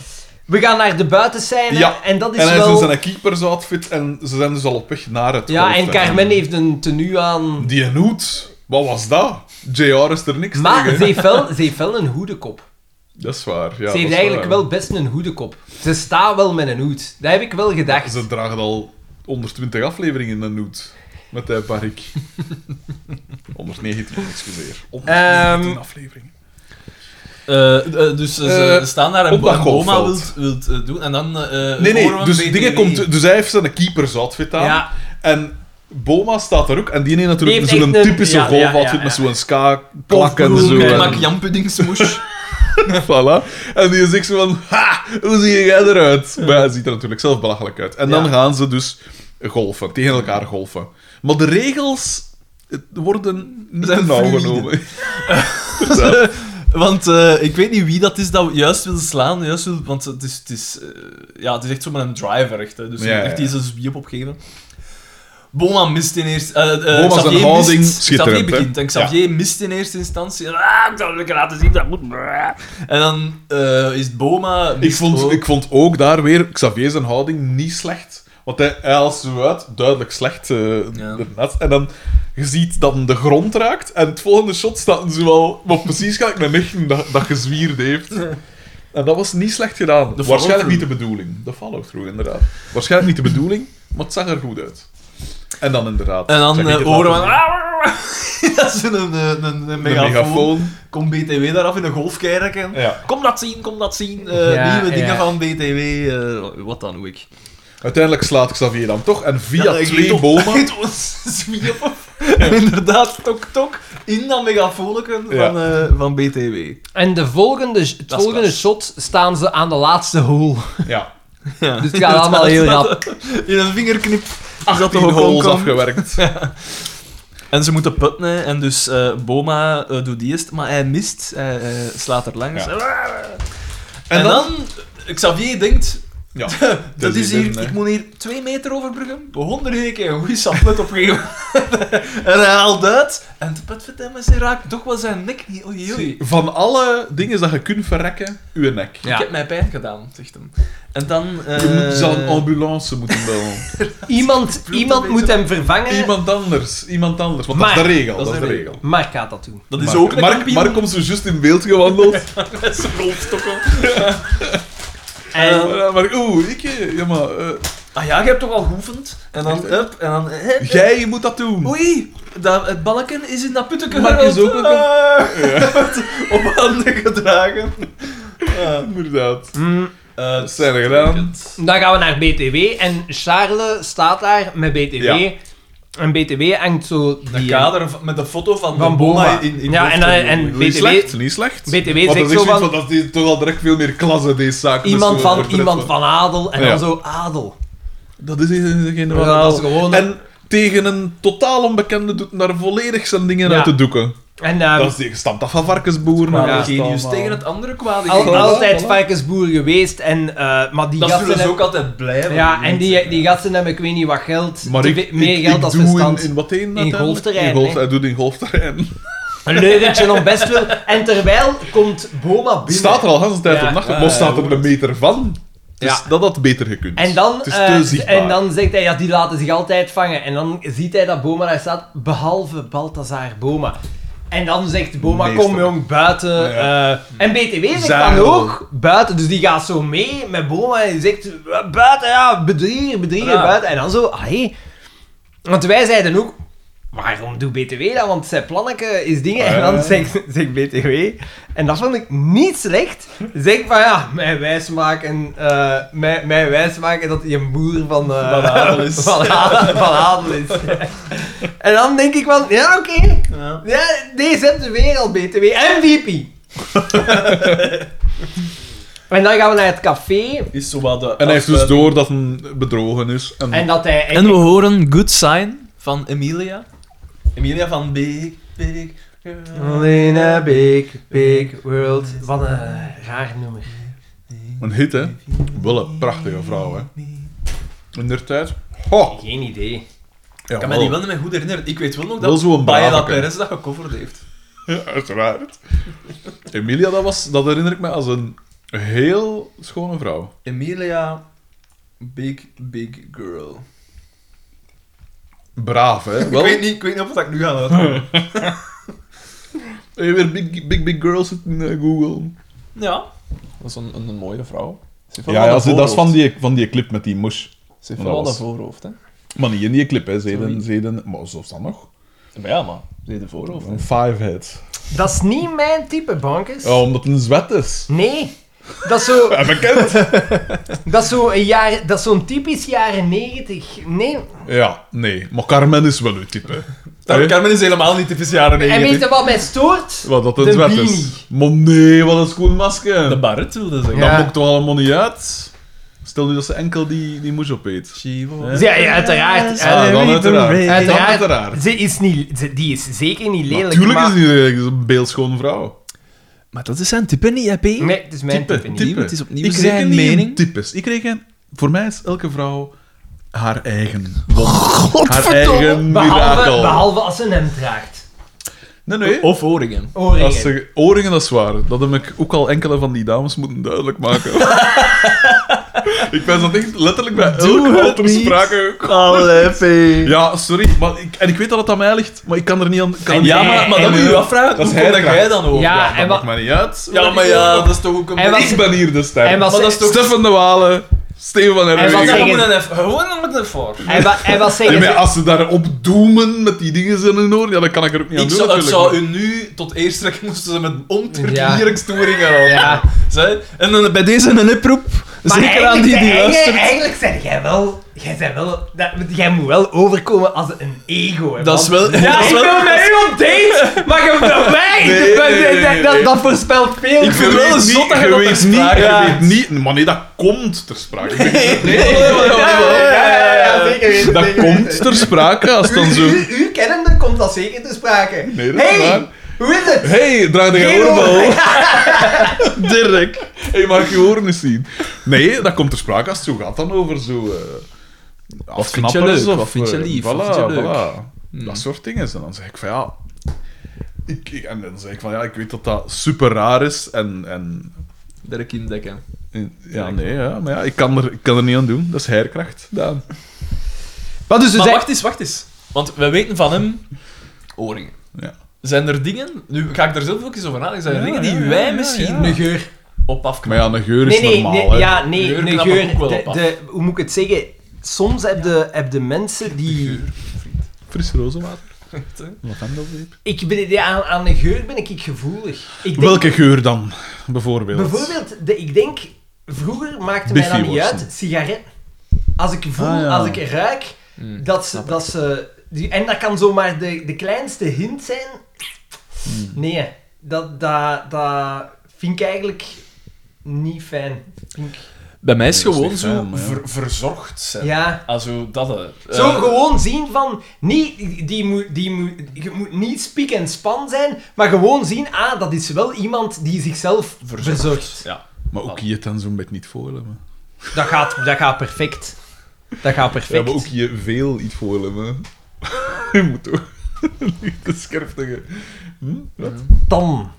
We gaan naar de buitenscène
Ja.
en dat is
en hij
wel...
is in zijn keepers outfit en ze zijn dus al op weg naar het
Ja,
golf,
en
hè.
Carmen heeft een tenue aan...
Die een hoed, wat was dat? JR is er niks
Maar
tegen.
ze
hè.
heeft wel, ze heeft wel een hoedenkop.
Dat is waar. Ja,
ze
dat
heeft
is
eigenlijk
waar.
wel best een hoedenkop. Ze staat wel met een hoed. Dat heb ik wel gedacht.
Ze dragen al 120 afleveringen in een hoed. Met die
[laughs]
barik. 119, excuseer. 119
Ehm,
afleveringen.
Eh, eh, dus ze- ze
Eh,
staan daar en
op dat
en Boma wil
golfveld.
wilt eh, doen en dan... eh,
Nee,
horen
nee,
we
dus,
BTW.
dingen komt, dus hij heeft zijn keepers outfit aan.
Ja.
En Boma staat er ook. En die heeft natuurlijk
Die heeft
zo'n
echt een-
typische
ja,
golf golfoutfit
ja, ja,
met
ja.
zo'n ska-klak en
Golfbroek,
zo.
hè.
Ik
en-
maak jampudding smoes.
[laughs] Voilà. En die zegt zo van, ha, hoe zie jij eruit? Maar hij ziet er natuurlijk zelf belachelijk uit. En dan
Ja.
gaan ze dus golven, tegen elkaar golven. Maar de regels eh, worden niet
Zijn
in nauw
fluïde.
genomen.
Want eh, ik weet niet wie dat is dat juist wil slaan. Juist wil, want het is, het, is, eh, ja, het is echt zo met een driver. Echt, hè. dus
Ja, ja,
echt
ja.
die zijn zwiep opgeven. Boma mist in eerste... eh, eh,
Boma zijn
Xavier
houding
mist-
schitterend,
Xavier
hè.
begint. En Xavier mist in eerste instantie. Ah, ik zal het lekker laten zien, dat moet... En dan eh, is Boma...
Ik
mist
vond,
ook.
ik vond ook daar weer Xavier zijn houding niet slecht. Want hij, hij haalt zo uit, duidelijk slecht eh
Ja.
ernaast. En dan, je ziet dat hem de grond raakt. En het volgende shot staat hem zo al... Maar precies gelijk naar nichten dat, dat gezwierd
[laughs]
heeft. En dat was niet slecht gedaan.
De
Waarschijnlijk
follow-through.
niet de bedoeling. De follow-through, inderdaad. Waarschijnlijk niet de bedoeling, maar het zag er goed uit. En dan inderdaad...
En dan
Xavier
eh,
gaat
horen we... [laughs]
met
dat is een, een, een, een
een
megafoon.
megafoon.
Komt BTW daar af in een golfkerken.
Ja.
Kom dat zien, kom dat zien. eh,
Ja,
nieuwe dingen
ja.
van BTW. eh, wat dan ook.
Uiteindelijk slaat Xavier dan toch. En via
Ja, ik weet
twee
op-
bomen...
[laughs] Het was zwiep op. Inderdaad, tok tok. In dat megafoonneken
Ja.
van, eh, van BTW.
En de volgende, het
Dat is
volgende
klaar.
shot staan ze aan de laatste
[laughs]
hole.
Ja,
Ja.
Dus het gaat allemaal heel
Inderdaad. In een vingerknip is dat
die
toch ook
holes
omkomen. [laughs]
afgewerkt.
En ze moeten putten hè. en dus eh, Boma eh, doet die eerst, maar hij mist, hij eh, slaat er langs.
Ja.
En, dan, Xavier denkt, [clears throat]
Ja,
dat is
hier,
hier,
hè.
ik moet hier twee meter overbruggen, honderden keer een goede saplet opgeven. [laughs] en hij haalt uit, en de putvertemmer raakt toch wel zijn nek niet, oei oei.
Van alle dingen dat je kunt verrekken, uw nek.
Ja.
Ik heb mij pijn gedaan, zegt hem. En dan... eh,
Je moet, zal een ambulance moeten bellen.
Iemand, iemand
een
moet
beetje.
hem vervangen.
iemand anders, iemand anders. Want
Maar-
dat is de regel, dat, is de regel.
Mark gaat dat doen.
dat is
Mark-
ook een
Mark,
kampioen.
Mark komt zo juist in beeld gewandeld.
met zijn rolstokken.
En
Maar Mark, oeh, ik... eh, Ja, maar... eh,
Ah ja, je hebt toch al geoefend? En dan up, en dan... eh, eh,
jij moet dat doen.
Oei, dat, het balken is in dat putteke
Mark is ook
een...
een
Op handen
[laughs]
gedragen.
Inderdaad.
Eh,
Dat zijn er gedaan.
dan gaan we naar BTW. En Charles staat daar met BTW.
Ja.
En BTW hangt zo die...
Een kader van- met de foto van,
Van
de Boma
Boma.
in, in
Ja, en
Hoofddorp.
dan- en-
Niet
BTW
slecht, niet slecht.
BTW
Want
zegt
dan zeg
zo
je iets
van-
Dat is toch al direct veel meer klasse, deze zaak. Dus, eh, met
Iemand
zo'n
van,
portret
iemand van adel. En
Ja.
dan zo adel.
Dat is geen
Ja, dat is gewoon een-
En tegen een totaal onbekende doet daar volledig zijn dingen
Ja.
uit de doeken.
En ehm,
dat is die gestapt af van varkensboeren.
Maar
Ja.
de genius tegen het andere kwaad.
al-
Voilà,
altijd
voilà.
varkensboer geweest. En, eh, maar die
Dat
gasten...
zullen ze
hebben-
ook altijd blijven.
ja, en die, die gasten hebben ik weet niet wat geld.
Maar
te
ik,
ve-
ik,
meer
ik
geld als
doe
verstand.
In, in wat heen uiteindelijk?
golfterrein,
In golf-
hè.
Hij doet in golfterrein.
Een leugentje om best wil. En terwijl komt Boma binnen.
Staat er al de hele tijd
Ja.
op nacht,
Ja,
maar staat
ja,
er een meter van. Dus
Ja.
dat had beter gekund.
En dan,
het is
eh,
te zichtbaar.
en dan zegt hij, ja, die laten zich altijd vangen. En dan ziet hij dat Boma daar staat, behalve Balthazar Boma. En dan zegt Boma,
Meester.
kom jong, buiten. eh, en BTW zegt
Zadel.
dan ook, buiten. Dus die gaat zo mee met Boma en die zegt, "Eh, buiten, ja, bedriegen, bedriegen,
Ja.
buiten. En dan zo, ah, hé. Want wij zeiden ook, waarom doet BTW dat? Want zijn plannetje is dingen. En
Ja.
Ah.
dan zegt, zegt BTW, en dat vond ik niet slecht, zeg van ja, mij wijsmaken, eh mij, mij wijsmaken dat hij een boer van, eh
Van adel is.
[laughs] van, adel, van adel is.
[laughs]
en dan denk ik van, ja oké,
Ja.
ja, deze hebt de wereld BTW, MVP.
[laughs]
en dan gaan we naar het café
Is zo wat de
En hij heeft dus
afsluiting.
door dat een bedrogen is. En,
en dat hij...
En we horen Good Sign van Emilia. Emilia van Big, Big Girl.
Only in a big, big world. Wat een raar nummer.
Een hit, hè? Wel een prachtige vrouw, hè? In der tijd. Ho!
Geen idee.
Ja,
Ik kan me die wel niet meer goed herinneren. Ik weet wel nog
Wel
dat
zo'n
Paella
braveke.
Perez dat gecoverd heeft.
Ja, uiteraard. Emilia, dat, was, dat herinner ik me als een heel schone vrouw.
Emilia, Big, Big Girl.
Braaf, hè?
Ik,
Wel,
weet niet, ik weet niet of dat ik nu ga
[laughs]
laten.
heb je weer Big Big, big Girls in eh, Google.
ja.
Dat is een, een, een mooie vrouw. Ze heeft wel
Ja,
wat
ja
een
ze- dat is van
voorhoofd.
die, van die clip met die moes.
Ze heeft
dat
wel dat
was-
voorhoofd, hè.
Maar niet in die clip, hè? Zeden,
Sorry.
zeden. Maar zo is dat nog.
Maar ja, maar. Ze heeft een voorhoofd.
Een fivehead.
Dat is niet mijn type, bankers.
Ja, omdat het een zwet is.
Nee. Dat is zo...
Ja, bekend.
Dat is zo'n jaar, dat is zo'n typisch jaren 90. Nee.
[laughs] ja, nee. Maar Carmen is wel uw type.
Daar- Carmen is helemaal niet typisch jaren
En weet
90.
je wat mij stoort?
Wat dat een
De
zwet
beanie.
is. Maar nee, wat een schoenmasker.
De Barrett wilde zeggen.
Dat
Ja.
mokt toch allemaal niet uit? Stel nu dat ze enkel die, die moes opeet.
She was-
Hè?
Ja, ja, uiteraard.
Ah, dan uiteraard.
Uiteraard.
Dan uiteraard.
Ze is niet, ze- die is zeker niet lelijk.
Natuurlijk is
maar-
die lelijk, dat is een beeldschoon vrouw.
Maar dat is zijn type niet, hè, P?
Nee, het is mijn type, niet.
type. het is opnieuw
ik
zijn
reken niet in
mening.
types. Ik reken... Voor mij is elke vrouw haar eigen wonder. Haar eigen
Behalve,
mirakel.
behalve als ze hem draagt. Oh,
Nee, nee.
Of Oringen.
Oren.
Als ze, oringen, dat is waar. Dat heb ik ook al enkele van die dames moeten duidelijk
[laughs]
maken. ik ben dat echt letterlijk bij elk
het
al ter
niet.
sprake gekomen. Ja, sorry. Maar ik, en ik weet dat het aan mij ligt, maar ik kan er niet aan... Kan
En
er
Ja,
niet-
maar, maar dan
en-
moet je je afvragen,
Dat is
hoe kom
heidekracht.
jij dan over?
Ja, en
dat maakt
wat...
mij niet uit.
Ja, maar ja, dat is toch ook een...
En wat-
Ik ben hier de ster.
En wat
Maar dat is
ze-
toch- Stefan de Walen, Steven van
En wat
Ja,
Herwijgen.
zeggen-
gewoon een F. Gewoon met een voor.
En, wa- en wat
Nee,
zeggen
maar
ze?
als ze daarop doemen met die dingen in hun oren, ja, dan kan ik er ook niet aan
Ik
doen
zou, ik
natuurlijk.
zou u nu tot eerst trekken, moesten ze met
Ja.
omturkieringstoering gaan houden.
Ja.
Zij- En dan bij deze een oproep,
Maar
zeker aan die die
eigenlijk-
luistert.
Eigenlijk zeg jij wel... Jij, bent wel dat, jij moet wel overkomen als een ego. hè,
Dat is
man.
wel...
Ja,
dat is
ik
wel-
wil met u
[laughs]
op date, maar je bent mij.
Nee,
[laughs]
Dat-
nee, nee,
dat-
nee.
Dat, dat voorspelt veel.
Ik vind
Je
wel
weet
een
niet-
zot dat je
je
dat
weet
ter
niet,
sprake
je
brengt.
weet niet. Maar nee, dat komt ter
[laughs]
sprake.
ja, ja, zeker weten,
Dat
zeker
komt ter sprake als dan zo...
U, u kennende komt dat zeker te sprake.
Nee, dat is waar.
hey, hoe is het?
hey, draag
Geen
je oorbel.
[laughs]
Dirk. Hé, hey, mag je oren eens zien? Nee, dat komt ter sprake als het zo gaat dan over zo... eh
Wat vind je
afknappers
leuk?
of,
Wat vind je
eh,
lief?
Voilà,
Wat vind je leuk? Hmm.
voilà. Dat soort dingen. En dan zeg ik van ja... Ik, ik- en dan zeg ik van ja, ik weet dat dat super raar is en... en eh,
Dirk indekken.
ja, nee, ja, maar ja, ik kan, er, ik kan er niet aan doen. Dat is herkracht, Daan.
Wat dus
Maar wacht eens, wacht eens. Want we weten van hem... Oringen.
Ja.
Zijn er dingen... Nu ga ik er zelf ook eens over nadenken. Zijn er
Ja,
dingen die
ja, ja,
wij
ja,
misschien
ja. Een
geur op
Maar
afknappen?
ja, een geur is
Nee, nee,
normaal,
nee,
hè.
ja, nee,
Geur
een
knapt
geur.
ook wel
de-
op af.
de- hoe moet ik het zeggen? Soms heb je heb de mensen die...
Frisse
[laughs]
rozenwater. Lavendelzeep.
Ik ben, ja, aan, aan de geur ben ik gevoelig. Ik denk-
Welke geur dan, bijvoorbeeld?
Bijvoorbeeld, de, ik denk, vroeger maakte mij dat niet
Biffyworsten.
uit, sigaret. Als ik voel,
Ah, ja.
als ik ruik, dat ze... Dat ze die, en dat kan zomaar de, de kleinste hint zijn.
Mm.
Nee, dat, dat, dat vind ik eigenlijk niet fijn. Vind ik-
Bij mij is
Nee, dat is
gewoon
niet
zo
fijn, maar ja.
ver- verzorgd zijn.
Ja.
Also, dat... eh,
Zo
eh,
gewoon zien van, niet, die moet, die moet, je moet niet spiek en span zijn, maar gewoon zien, ah, dat is wel iemand die zichzelf
Verzorgd.
verzorgt.
Ja.
Maar ook je dan zo'n beetje niet voorlemen.
Dat, gaat, dat gaat perfect. Dat gaat
Ja,
perfect.
maar ook je veel niet voorlemen. [laughs] je moet toch [laughs] niet te scherptigen.
Dan.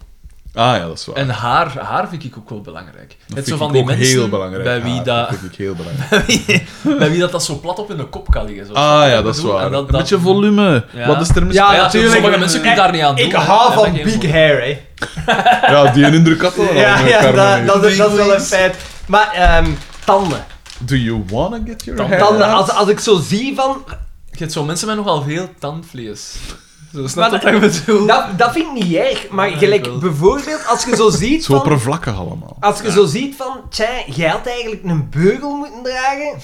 Ah ja, dat is waar.
En haar, haar vind ik ook wel belangrijk.
dat
het
vind
zo van
ik
die
ook
mensen
heel belangrijk.
bij wie
haar.
dat...
vind ik heel
[laughs]
belangrijk.
bij wie dat, dat zo plat op in de kop kan liggen. Zo.
Ah ja, dat is
bedoel,
waar.
en dat-
Een
dat-
beetje volume.
Ja.
Wat is er mis?
Ja,
ja,
natuurlijk.
sommige mensen kunnen daar niet aan
Ik
doen, hè.
hou
Daar
van
heb ik geen Oh,
big hair, hè.
Ja, die indruk had wel.
Ja,
eh,
ja
Carmen
dat,
heeft.
dat, is, dat is wel een
Please.
feit. Maar ehm, tanden.
Do you wanna get your hair
tanden
out?
als, als ik zo zie van...
Je hebt zo mensen met nogal veel tandvlees. Zo
Maar
snap je wat ik
eh,
bedoel?
Dat, dat vind ik niet erg. Maar
Ja, ik
gelijk
wel.
bijvoorbeeld als je
[laughs]
zo ziet
Zo
van...
oppervlakkig allemaal.
Als je zo ziet van... Tja, jij had eigenlijk een beugel moeten
[laughs]
dragen.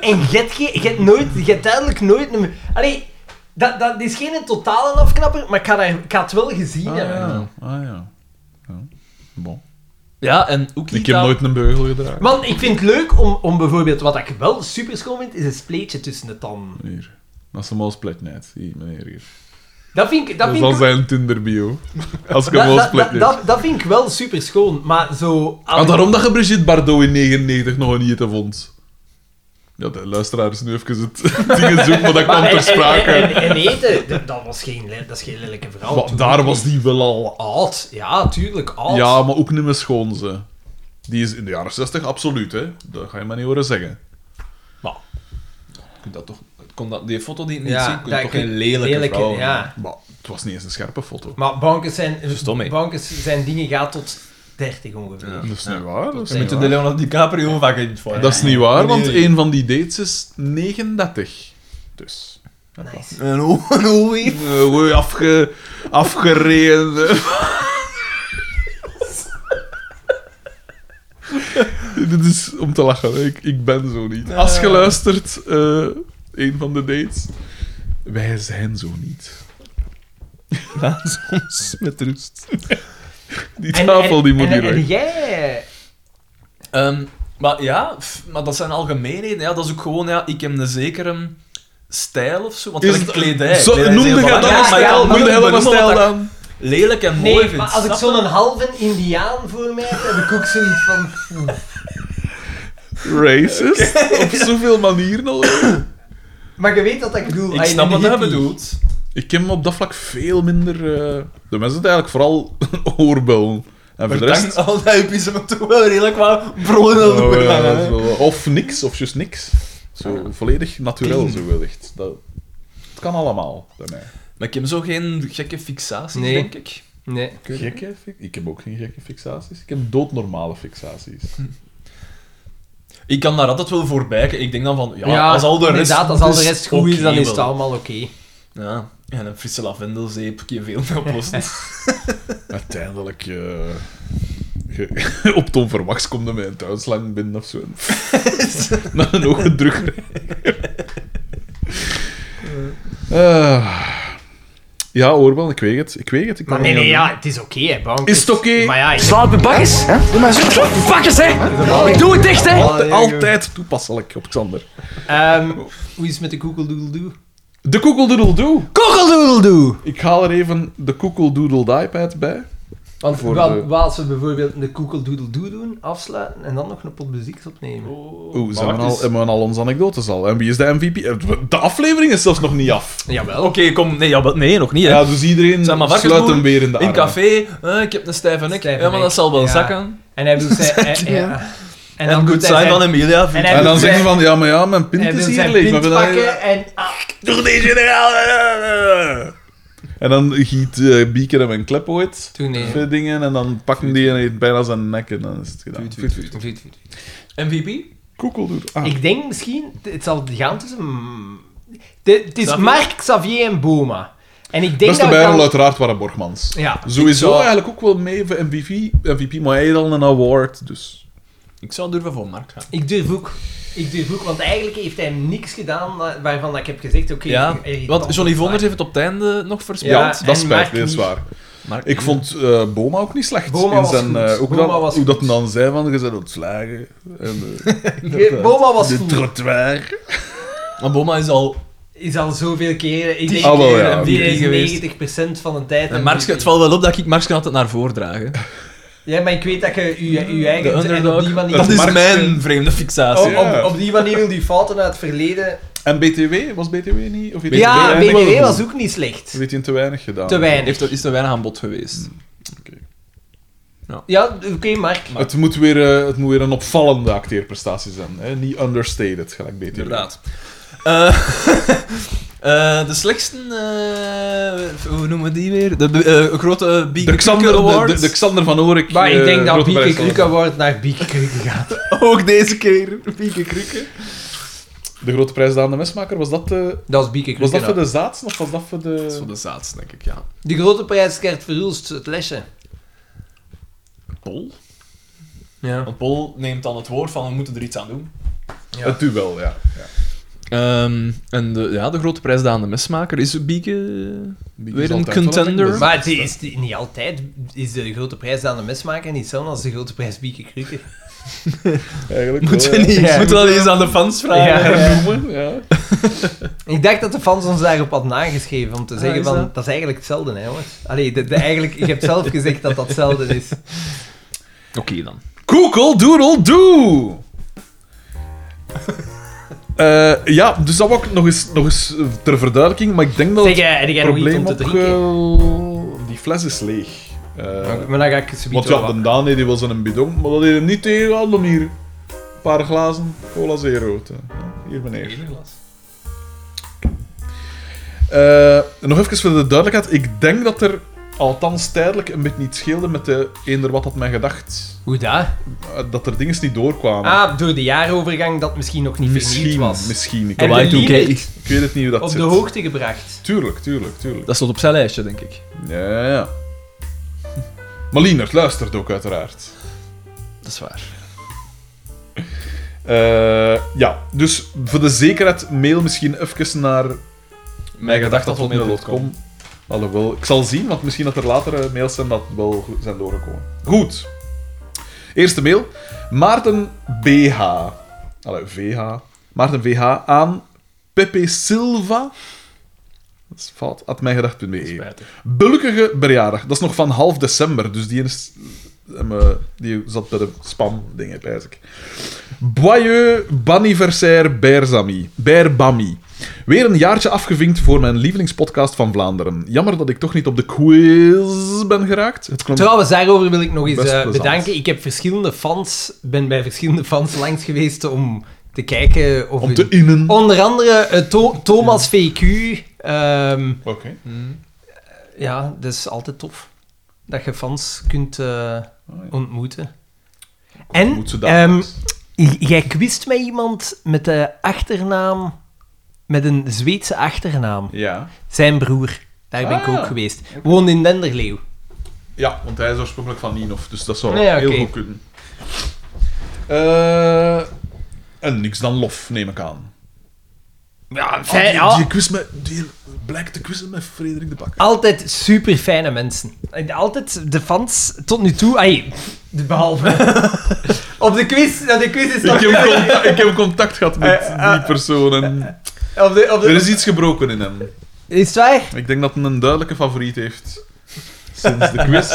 en je hebt ge- je hebt nooit... Je hebt duidelijk nooit een... Allee, dat, dat is geen totale afknapper, maar ik ga, daar, ik ga het wel gezien
Ah
hebben.
ja. Ah, ja. ja. Bon.
Ja, en ook niet
Ik heb
dat-
nooit een beugel gedragen.
Want ik vind het leuk om, om bijvoorbeeld, wat ik wel super schoon vind, is een spleetje tussen de tanden.
Hier. Dat is een malsplet net. Hier, meneer hier.
Dat vind ik... Dat
Dat is
vind ik
dan zijn Tinder-bio. Als ik
dat,
hem wil
dat, dat,
splitten.
dat, dat vind ik wel super schoon, maar zo...
Ah, daarom dat je Brigitte Bardot in 99 nog niet te vond. Ja, de luisteraar is nu even het [laughs] ding zoeken, maar dat kwam
Maar eh,
ter
en- en- En,
sprake.
en, en eten, dat- dat, was geen, le- dat is geen lelijke vrouw.
Maar
Toen-
Daar was die wel al
Oud, ja, tuurlijk, oud.
Ja, maar ook niet meer schoon, ze. Die is in de jaren 60 absoluut, hè. Dat ga je maar niet horen zeggen.
Kun je dat toch... Kon dat, die foto die ik niet
Ja,
zie, kun
dat
je toch
kun-
geen lelijke,
lelijke,
vrouw...
ja.
Maar het was niet eens een scherpe foto.
Maar bankers zijn,
Stom, hè?
bankers zijn dingen gaat tot 30 ongeveer.
Dat is niet waar. Dat is,
Je
niet
moet
waar.
de Leonardo DiCaprio vaak in het voor.
Dat [laughs] is niet waar, want
Nee.
een van die dates is 39. Dus...
Nice.
Een oe- een oei.
Eh, hoe afge... afgereden. [laughs] Dit is om te lachen, hè. ik, ik ben zo niet. Als je luistert, eh, een van de dates. Wij zijn zo niet.
Laat ons met rust.
Die tafel die moet
en,
hier
en, en
weg.
jij...
Ehm, maar ja, pff, maar dat zijn algemeenheden. Ja, dat is ook gewoon, ja, ik heb een zekere stijl of zo. Want
Is
gelijk
het-
kledij.
Zo,
kledij is
noemde
heel
jij
belangrijk,
dat een
maar ik
stijl?
kan
Moet je
moeilijk
helemaal
benoemen
stijl
wat ik
dan?
Lelijk en mooi
Nee,
vind.
maar als ik Ah,
snap je?
zo'n halve indiaan voor mij heb, heb ik ook zoiets van...
Racist? Op zoveel manieren al.
Maar je weet wat ik bedoel.
Ik
ah, je
snap
bent
wat hij
hippie.
bedoelt.
Ik ken me op dat vlak veel minder... eh, De mensen zijn eigenlijk vooral [laughs] oorbellen. En voor de rest...
Al die hippies hebben toch wel redelijk wat bronnen
Oh,
over.
ja, dat is wel- Of niks, of juist niks. Zo volledig natuurlijk, zo wel echt. Dat, het kan allemaal bij mij.
Maar ik heb zo geen gekke fixaties,
Nee.
denk ik.
Nee.
Gekke fi- Ik heb ook geen gekke fixaties. Ik heb doodnormale fixaties.
Ik kan daar altijd wel voor bijken. Ik denk dan van, ja,
Ja,
als al de rest
inderdaad, als al de
is,
rest goed is,
oké
dan is
wel.
het allemaal oké.
Ja, en een frisse lavendelzeep kun je
[laughs]
veel mee oplossen.
Uiteindelijk... eh, ge- [laughs] op Tom Verwachts komt er met een tuinslang binnen of zo. Na een hoge druk. ja, oorbel, ik weet het. Ik weet het. Ik kan
Maar
er
nee,
niet
nee,
aan
ja, het is oké, hè, bankers.
Is het oké?
Maar ja, je-
Sla op de bakjes, hè? Doe maar zo. Sla op de bakjes, hè? Ik doe het dicht, hè?
doen. Altijd toepasselijk op Xander.
ehm, hoe is het met de Google Doodle Doo?
De koekeldoedeldoe.
Google Doodle Doo!
Ik haal er even de koekeldoedelde iPad bij.
Want
Voor
wat,
de-
wat als we bijvoorbeeld een Google Doodle Doo doen, afsluiten en dan nog een pot muziek opnemen?
Oeh, zijn we,
wacht
al,
eens.
hebben we al onze anekdotes al? En wie is de MVP? Eh, De aflevering is zelfs nog niet af.
Jawel.
Oké, kom. Nee, ja, maar- nee, nog niet, hè.
Ja, dus iedereen
Zeg maar,
sluit hem
varkensboer,
weer in de
In
armen.
café, eh, ik heb een stijve nek.
Stijve
ja, maar
nek,
dat zal wel
ja.
zakken.
En hij wil
[laughs]
zijn... eh, eh, ja. En dan
En
doet
goed
hij
zijn van Emilia.
En
vind
hij
ik.
En
wil
dan zeggen
zijn,
ze van, ja, maar ja, mijn pint
hij wil
is hier
zijn
leeg. maar
pint
we hebben
pakken en... ah,
dan- Doe die generaal! En dan giet eh Beaker hem een klep ooit.
Toen nee.
Veel dingen, en dan pakken die en bijna zijn nek en dan is het gedaan. Vuut, vuut.
MVP?
Koekeldoedel. Ah.
Ik denk misschien, t- het zal gaan tussen... mm, de- Het is
Xavier?
Mark, Xavier en Boma. En ik denk
Beste
dat... we
bijrol
dan-
uiteraard waren Borgmans.
Ja.
Sowieso
zou-
eigenlijk ook wel mee voor MVP, MVP, maar hij had al een award, dus...
Ik zou durven voor Mark gaan.
Ik durf ook. Ik durf ook, want eigenlijk heeft hij niks gedaan wa- waarvan ik heb gezegd, oké...
Ja,
irritant
want Johnny
of
Vonders
waar.
heeft het op het einde nog verspeeld.
Ja,
Ja,
en
dat spijt
Mark
me, dat is
niet.
waar.
Mark
Ik vond eh, Boma ook niet slecht.
Boma
in
was
zijn,
goed.
eh, ook
Boma
dat,
was
hoe dat
goed.
dan zei van, je bent ontslagen. En, eh,
Je- Boma was
de
goed.
trottoir.
Maar Boma is al...
Is al zoveel keren... Ik denk,
Ah, wel, ja.
die
Die geweest.
is 90% van de tijd...
En Mark,
MVP.
Eh, het valt wel op dat ik Mark altijd naar voren draag. [laughs] hè.
Ja, maar ik weet dat je je, je eigen...
De
En op
underdog.
die manier...
Dat is Oh,
Mark-
mijn vreemde fixatie.
op,
Ja.
op, op die manier wil die fouten uit het verleden...
En BTW? Was BTW niet? Of
Ja,
BTW
BTW was ook niet slecht.
Heeft hij te weinig gedaan?
Te weinig.
Heeft er, is er weinig aan bod geweest.
Ja, oké, Mark.
Het moet, weer, eh, het moet weer een opvallende acteerprestatie zijn. Hè? Niet understated, gelijk BTW.
Inderdaad. Eh, [laughs] eh, de slechtste, eh, hoe noemen we die weer? De eh, grote Big
De Xander, de,
Award.
de, de Xander van Oorik.
Maar ik
eh,
denk dat
grote
Bieke
prijs.
Krukke wordt naar Bieke Krukke gaat.
[laughs] Ook deze keer, Bieke Krukke.
De grote prijs aan de mesmaker, was dat, de,
Dat is Bieke
was
Krukke.
dat voor
nou.
de zaadsen of was dat voor
Dat is voor
de...
de zaadst, denk ik, ja.
De grote prijs Gert Verhulst, het lesje.
Pol?
Ja.
Want Pol neemt dan het woord van, we moeten er iets aan doen.
Ja.
Het duel, ja. ja.
Ehm, en de, ja, de grote prijs aan de mesmaker is Bieke...
Die
Weer
is
een
altijd wel dus
contender.
echt best.
Maar het [laughs] is, het- niet altijd is de grote prijs aan de mesmaker niet zo als de grote prijs Bieke Krukke.
Eigenlijk
Moeten we
eh, [laughs]
wel, ja.
niet
Ja.
moeten we dat eens aan de fans vragen?
Ah, Ja.
Noemen, ja.
Ik dacht dat de fans ons daarop hadden aangeschreven om te zeggen
is
van,
dat?
dat? Ah, is eigenlijk hetzelfde, hè, jongens. Allee, de, de- eigenlijk, ik heb zelf gezegd dat dat hetzelfde [laughs] is.
Oké dan.
Google Doodle Doo! Eh, ja, dus dat wou ik nog eens, nog eens eh, ter verduidelijking, maar ik denk dat
Zeg, eh, heb
het
jij nog iets
probleem
om te
ook
drinken?
wel- Die fles is leeg. Eh,
maar dan ga ik ze
want ja, de Daan nee, die was in een bidon, maar dat deed hem niet tegenhouden om hier een paar glazen cola zero te... Ja, Hier, meneer. Eh, nog even voor de duidelijkheid. Ik denk dat er althans tijdelijk een beetje niet scheelde met de eender wat had men gedacht.
Hoe dat?
Eh, dat er dingen niet doorkwamen.
Ah, door de jaarovergang dat misschien nog niet vernieuwd
misschien,
was.
misschien. Ik,
En
weet-
de
Y2K.
lied
ik weet het niet hoe dat
op
zit.
de hoogte gebracht.
Tuurlijk, tuurlijk, tuurlijk.
Dat stond op zijn lijstje, denk ik.
Ja, ja, ja. [laughs] Maar Lienert luistert ook uiteraard.
Dat is waar.
Eh, ja, dus voor de zekerheid mail misschien even naar mijngedacht.com. Alhoewel, ik zal zien, want misschien dat er later eh, mails zijn dat wel goed zijn doorgekomen. Goed. Eerste mail. Maarten BH. Allee, VH. Maarten VH aan Pepe Silva. Dat is fout. At mijngedacht.be. Bulkige verjaardag. E. Dat is nog van half december, dus die is... hem, eh, Die zat bij de spam-dingen, pijs ik. Boyeux Banniversaire Berzami. Berbami. Weer een jaartje afgevinkt voor mijn lievelingspodcast van Vlaanderen. Jammer dat ik toch niet op de quiz ben geraakt. Het
[laughs]
klonk...
Trouwens, daarover wil ik nog eens
Best
eh,
plezant.
bedanken. Ik heb verschillende fans, ben bij verschillende fans langs geweest om te kijken of...
Om
hun-
te innen.
Onder andere eh, To- Thomas VQ. ehm,
Oké.
ja, dat is altijd tof. Dat je fans kunt
Oh
eh, ontmoeten. En
Moet ze daar
ehm,
eens.
j- jij kwist met iemand met de achternaam... Met een Zweedse achternaam.
Ja.
Zijn broer. Daar ben ik
Ah.
ook geweest. Woont in Denderleeuw.
Ja, want hij is oorspronkelijk van Ninov, dus dat zou
Nee, ja,
heel
oké.
goed kunnen. Eh, en niks dan lof, neem ik aan.
Ja,
Ah,
fijn,
die,
ja.
die quiz met, die blijkt te quizzen met Frederik de
[laughs]
Bak.
Altijd super fijne mensen. En Altijd de fans tot nu toe. Ai, de- behalve. [laughs] op de quiz, nou, de quiz is
Ik
nog.
heb, contact, ik heb contact gehad met
Eh, eh.
die persoon en
Op de, op
er
de,
is iets gebroken in hem.
is het waar?
Ik denk dat hij een duidelijke favoriet heeft sinds de quiz.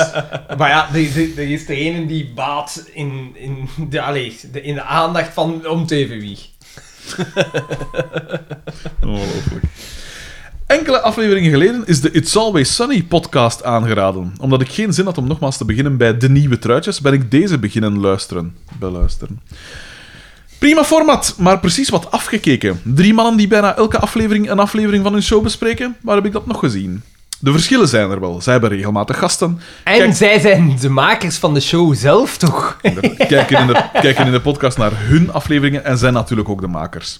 Maar ja, er- er er is er een die baat in, in, de, allee, de- in de aandacht van om TV.
Ongelooflijk. Enkele afleveringen geleden is de It's Always Sunny podcast aangeraden. Omdat ik geen zin had om nogmaals te beginnen bij de nieuwe truitjes, ben ik deze beginnen luisteren. Beluisteren. Prima format, maar precies wat afgekeken. Drie mannen die bijna elke aflevering een aflevering van hun show bespreken, waar heb ik dat nog gezien? De verschillen zijn er wel. Zij hebben regelmatig gasten,
En
Kijk.
zij zijn de makers van de show zelf, toch?
kijken, in de, kijken in de podcast naar hun afleveringen en zijn natuurlijk ook de makers.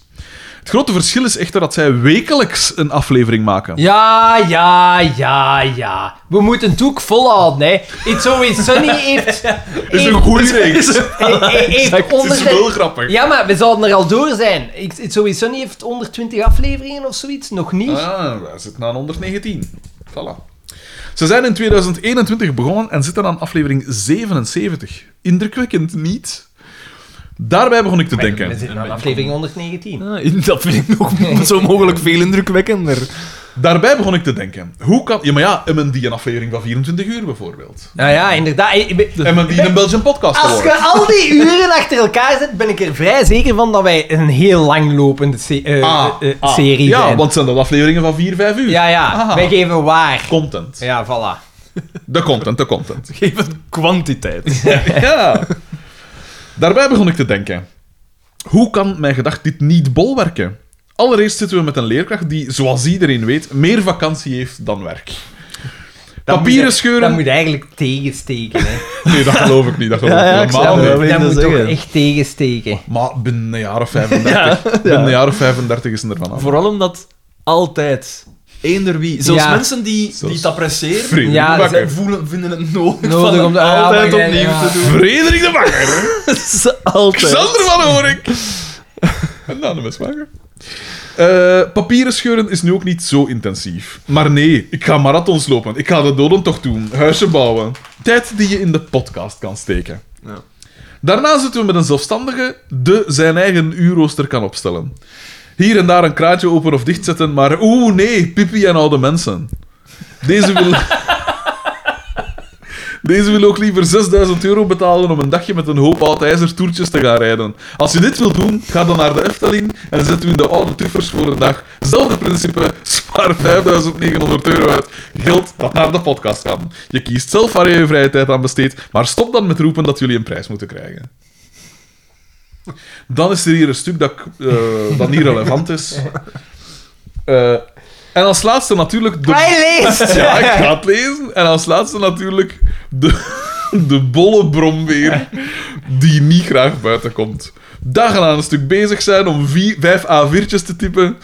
Het grote verschil is echter dat zij wekelijks een aflevering maken.
Ja, ja, ja, ja. We moeten het ook volhouden, hè. It's Always Sunny [laughs] heeft...
is een
heeft-
goede reeks.
Hij- hij heeft
Het is
onder-
wel grappig.
Ja, maar we zouden er al door zijn. Ik- It's Always Sunny heeft 120 afleveringen of zoiets. Nog niet.
Ah, wij zitten aan 119. Voilà. Ze zijn in 2021 begonnen en zitten aan aflevering 77. Indrukwekkend niet. Daarbij begon ik te denken.
We zitten aan aflevering 119.
[laughs] dat vind ik nog [laughs] zo mogelijk veel indrukwekkender.
Daarbij begon ik te denken. Hoe kan... Ja, maar ja, M&D een aflevering van 24 uur bijvoorbeeld.
Nou ja, inderdaad. Ik- ik ben-
M&D een Belgian podcast
Als
award.
je al die uren achter elkaar zet, ben ik er vrij zeker van dat wij een heel langlopende se- eh,
Ah,
eh, eh,
ah.
serie
Ja,
zijn.
want Ah. zijn dat afleveringen van 4, 5 uur.
ja, ja.
Aha.
Wij geven waar.
Content.
Ja, voilà.
De content, de content.
Geef het kwantiteit.
ja. Daarbij begon ik te denken. Hoe kan mijn gedacht dit niet bolwerken? Allereerst zitten we met een leerkracht die, zoals iedereen weet, meer vakantie heeft dan werk.
Dat
Papieren
moet-
scheuren?
Dat moet eigenlijk tegensteken. Hè.
Nee, dat geloof ik niet. Dat geloof
Ja,
ik
ja, ik
helemaal
snap
niet.
wel. wil je
dat
dat
moet toch
zeggen?
echt tegensteken.
Maar binnen een jaar of 35, binnen een jaar of 35 is het er vanaf.
[laughs] Vooral omdat altijd eender wie. Zelfs
Ja.
mensen die,
Zelfs-
die het appreciëren,
Frederik
Ja,
de Bakker.
ze voelen, vinden het nodig,
Nodig
van
om
het
dat- ja,
altijd
maar jij-
opnieuw
ja.
te doen.
Frederik de Bakker.
Ze [laughs] altijd.
Xander van [laughs] Horik. En dan de mesmaker. Eh papieren scheuren is nu ook niet zo intensief. Maar nee, ik ga marathons lopen. Ik ga de dodentocht doen. Huizen bouwen. Tijd die je in de podcast kan steken. Daarna zitten we met een zelfstandige de zijn eigen uurrooster kan opstellen. Hier en daar een kraantje open of dichtzetten, maar oeh nee, pipi en oude mensen. Deze wil... [laughs] Deze wil ook liever 6000 euro betalen om een dagje met een hoop oud toertjes te gaan rijden. Als je dit wilt doen, ga dan naar de Efteling en zet u in de oude tuffers voor een dag. Zelfde principe, spaar 5900 euro uit. Geld dat naar de podcast kan. Je kiest zelf waar je je vrije tijd aan besteedt, maar stop dan met roepen dat jullie een prijs moeten krijgen. Dan is er hier een stuk dat, ik, eh, dat niet relevant is. Eh, en als laatste natuurlijk... De... Ja, ik ga het lezen. En als laatste natuurlijk de, de bolle brombeer die niet graag buiten komt. Dagen aan een stuk bezig zijn om vi- vijf A4'tjes te typen.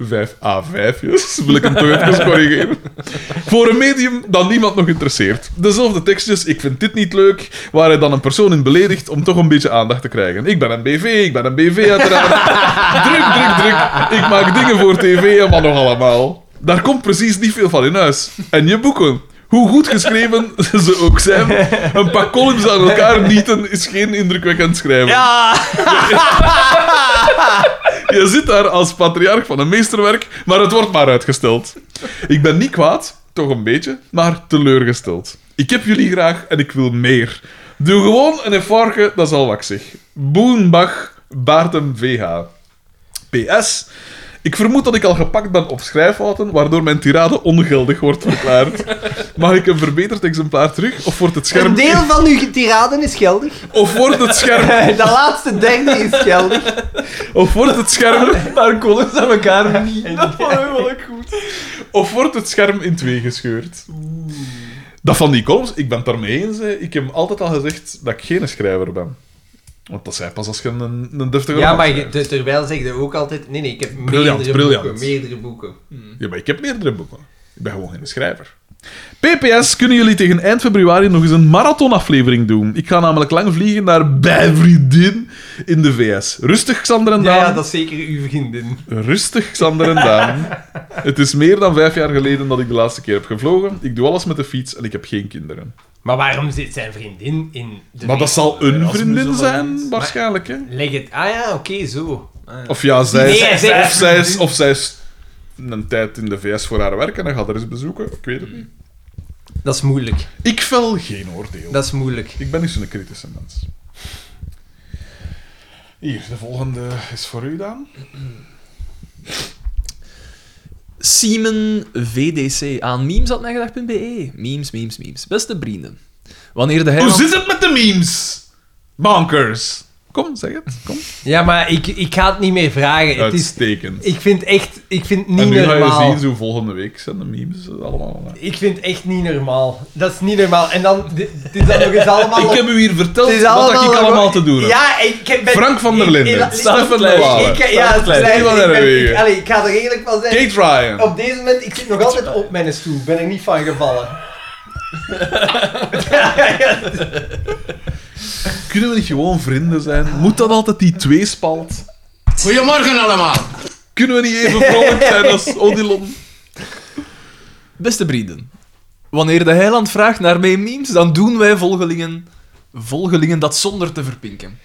Vijf A5'jes, wil ik hem toch even corrigeren. Voor een medium dat niemand nog interesseert. Dezelfde tekstjes, ik vind dit niet leuk, waar hij dan een persoon in beledigt om toch een beetje aandacht te krijgen. Ik ben een BV, ik ben een BV uiteraard. Druk, druk, druk. Ik maak dingen voor tv en wat nog allemaal. Daar komt precies niet veel van in huis. En je boeken. Hoe goed geschreven [laughs] ze ook zijn, een pak columns aan elkaar nieten is geen indrukwekkend schrijven. Ja! Je zit daar als patriarch van een meesterwerk, maar het wordt maar uitgesteld. Ik ben niet kwaad, toch een beetje, maar teleurgesteld. Ik heb jullie graag en ik wil meer. Doe gewoon een effortje, dat is al waksig. Boenbach, Baartem VH. PS. Ik vermoed dat ik al gepakt ben op schrijffouten, waardoor mijn tirade ongeldig wordt verklaard. Mag ik een verbeterd exemplaar terug? Of wordt het
Een
scherm...
deel van uw tiraden is
[laughs]
geldig.
Of wordt het scherm...
De laatste derde is geldig.
Of wordt het
[laughs]
scherm...
Daar konden ze elkaar niet. Dat vond ik wel goed.
Of wordt het scherm in twee gescheurd? Dat van die columns, ik ben het daarmee eens. hè. Ik heb altijd al gezegd dat ik geen schrijver ben. Want dat zei pas als je een, een deftige
Ja,
roman
maar je-
schrijft.
te- terwijl zeg je ook altijd... Nee, nee, ik heb
Briljant,
meerdere
briljant.
boeken. Meerdere boeken.
Ja, maar ik heb meerdere boeken. Ik ben gewoon geen schrijver. PPS, kunnen jullie tegen eind februari nog eens een marathonaflevering doen? Ik ga namelijk lang vliegen naar Bijvriendin in de VS. Rustig, Xander en
Ja,
Daan.
ja, dat is zeker uw vriendin.
Rustig, Xander en Daan. Het is meer dan vijf jaar geleden dat ik de laatste keer heb gevlogen. Ik doe alles met de fiets en ik heb geen kinderen.
Maar waarom zit zijn vriendin in de
Maar dat
wereld?
zal een
Erasmus
vriendin
of
zijn,
iets.
waarschijnlijk, hè?
Leg het... Ah ja, oké, zo.
Of ja, zij,
Nee, hij zei-
of, zij is, of zij is een tijd in de VS voor haar werk en dan gaat er eens bezoeken. Ik weet het niet.
Dat is moeilijk.
Ik vel geen oordeel.
Dat is moeilijk.
Ik ben niet zo'n kritische mens. Hier, de volgende is voor u, Daan.
Siemen VDC aan
E.
memes.mijgedag.be. Memes, memes, memes. Beste vrienden. Wanneer de
Hoe
heiland...
zit het met de memes? Bankers. Kom, zeg het. Kom.
Ja, maar ik, ik ga het niet meer vragen. Het is,
Uitstekend.
ik vind echt... Ik vind het
En
niet
nu ga je
normaal.
zien, zo volgende week zijn de memes allemaal...
Ik vind het echt niet normaal. Dat is niet normaal. En dan... dit- Het is dan nog
[laughs]
eens allemaal...
Ik heb u hier verteld
het is
wat ik allemaal te doen heb.
Ja, ik heb- ben...
Frank van der
ik-
Linden,
ik-
Stefan de Waal,
Ik, ja, het
Stijn
blijft-
van
ik, ben-
Herwegen.
ik, allee, ik ga er eerlijk van zijn.
Kate Ryan.
Op deze moment, ik zit nog altijd op mijn stoel. Ik ben er niet van gevallen.
Kunnen we niet gewoon vrienden zijn? Moet dat altijd die tweespalt?
Goedemorgen allemaal.
Kunnen we niet even vrolijk zijn als Odilon?
Beste vrienden. Wanneer de heiland vraagt naar mijn memes, dan doen wij volgelingen... Volgelingen dat zonder te verpinken.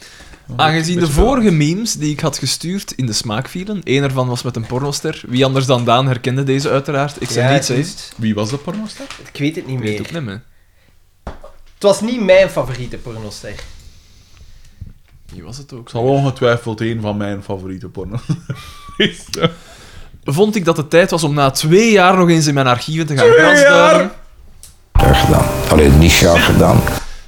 Aangezien de vorige memes die ik had gestuurd in de smaak vielen, één ervan was met een pornoster, wie anders dan Daan herkende deze uiteraard, ik zei niets, hè.
Wie was de pornoster?
Ik weet het niet
Ik weet
meer.
het ook niet, hè.
Het was niet mijn favoriete pornoster.
Wie was het ook?
Zal ongetwijfeld een van mijn favoriete porno. [laughs] Is dat?
Vond ik dat het tijd was om na twee jaar nog eens in mijn archieven te gaan grasduinen.
gedaan. Alleen niet schaar gedaan.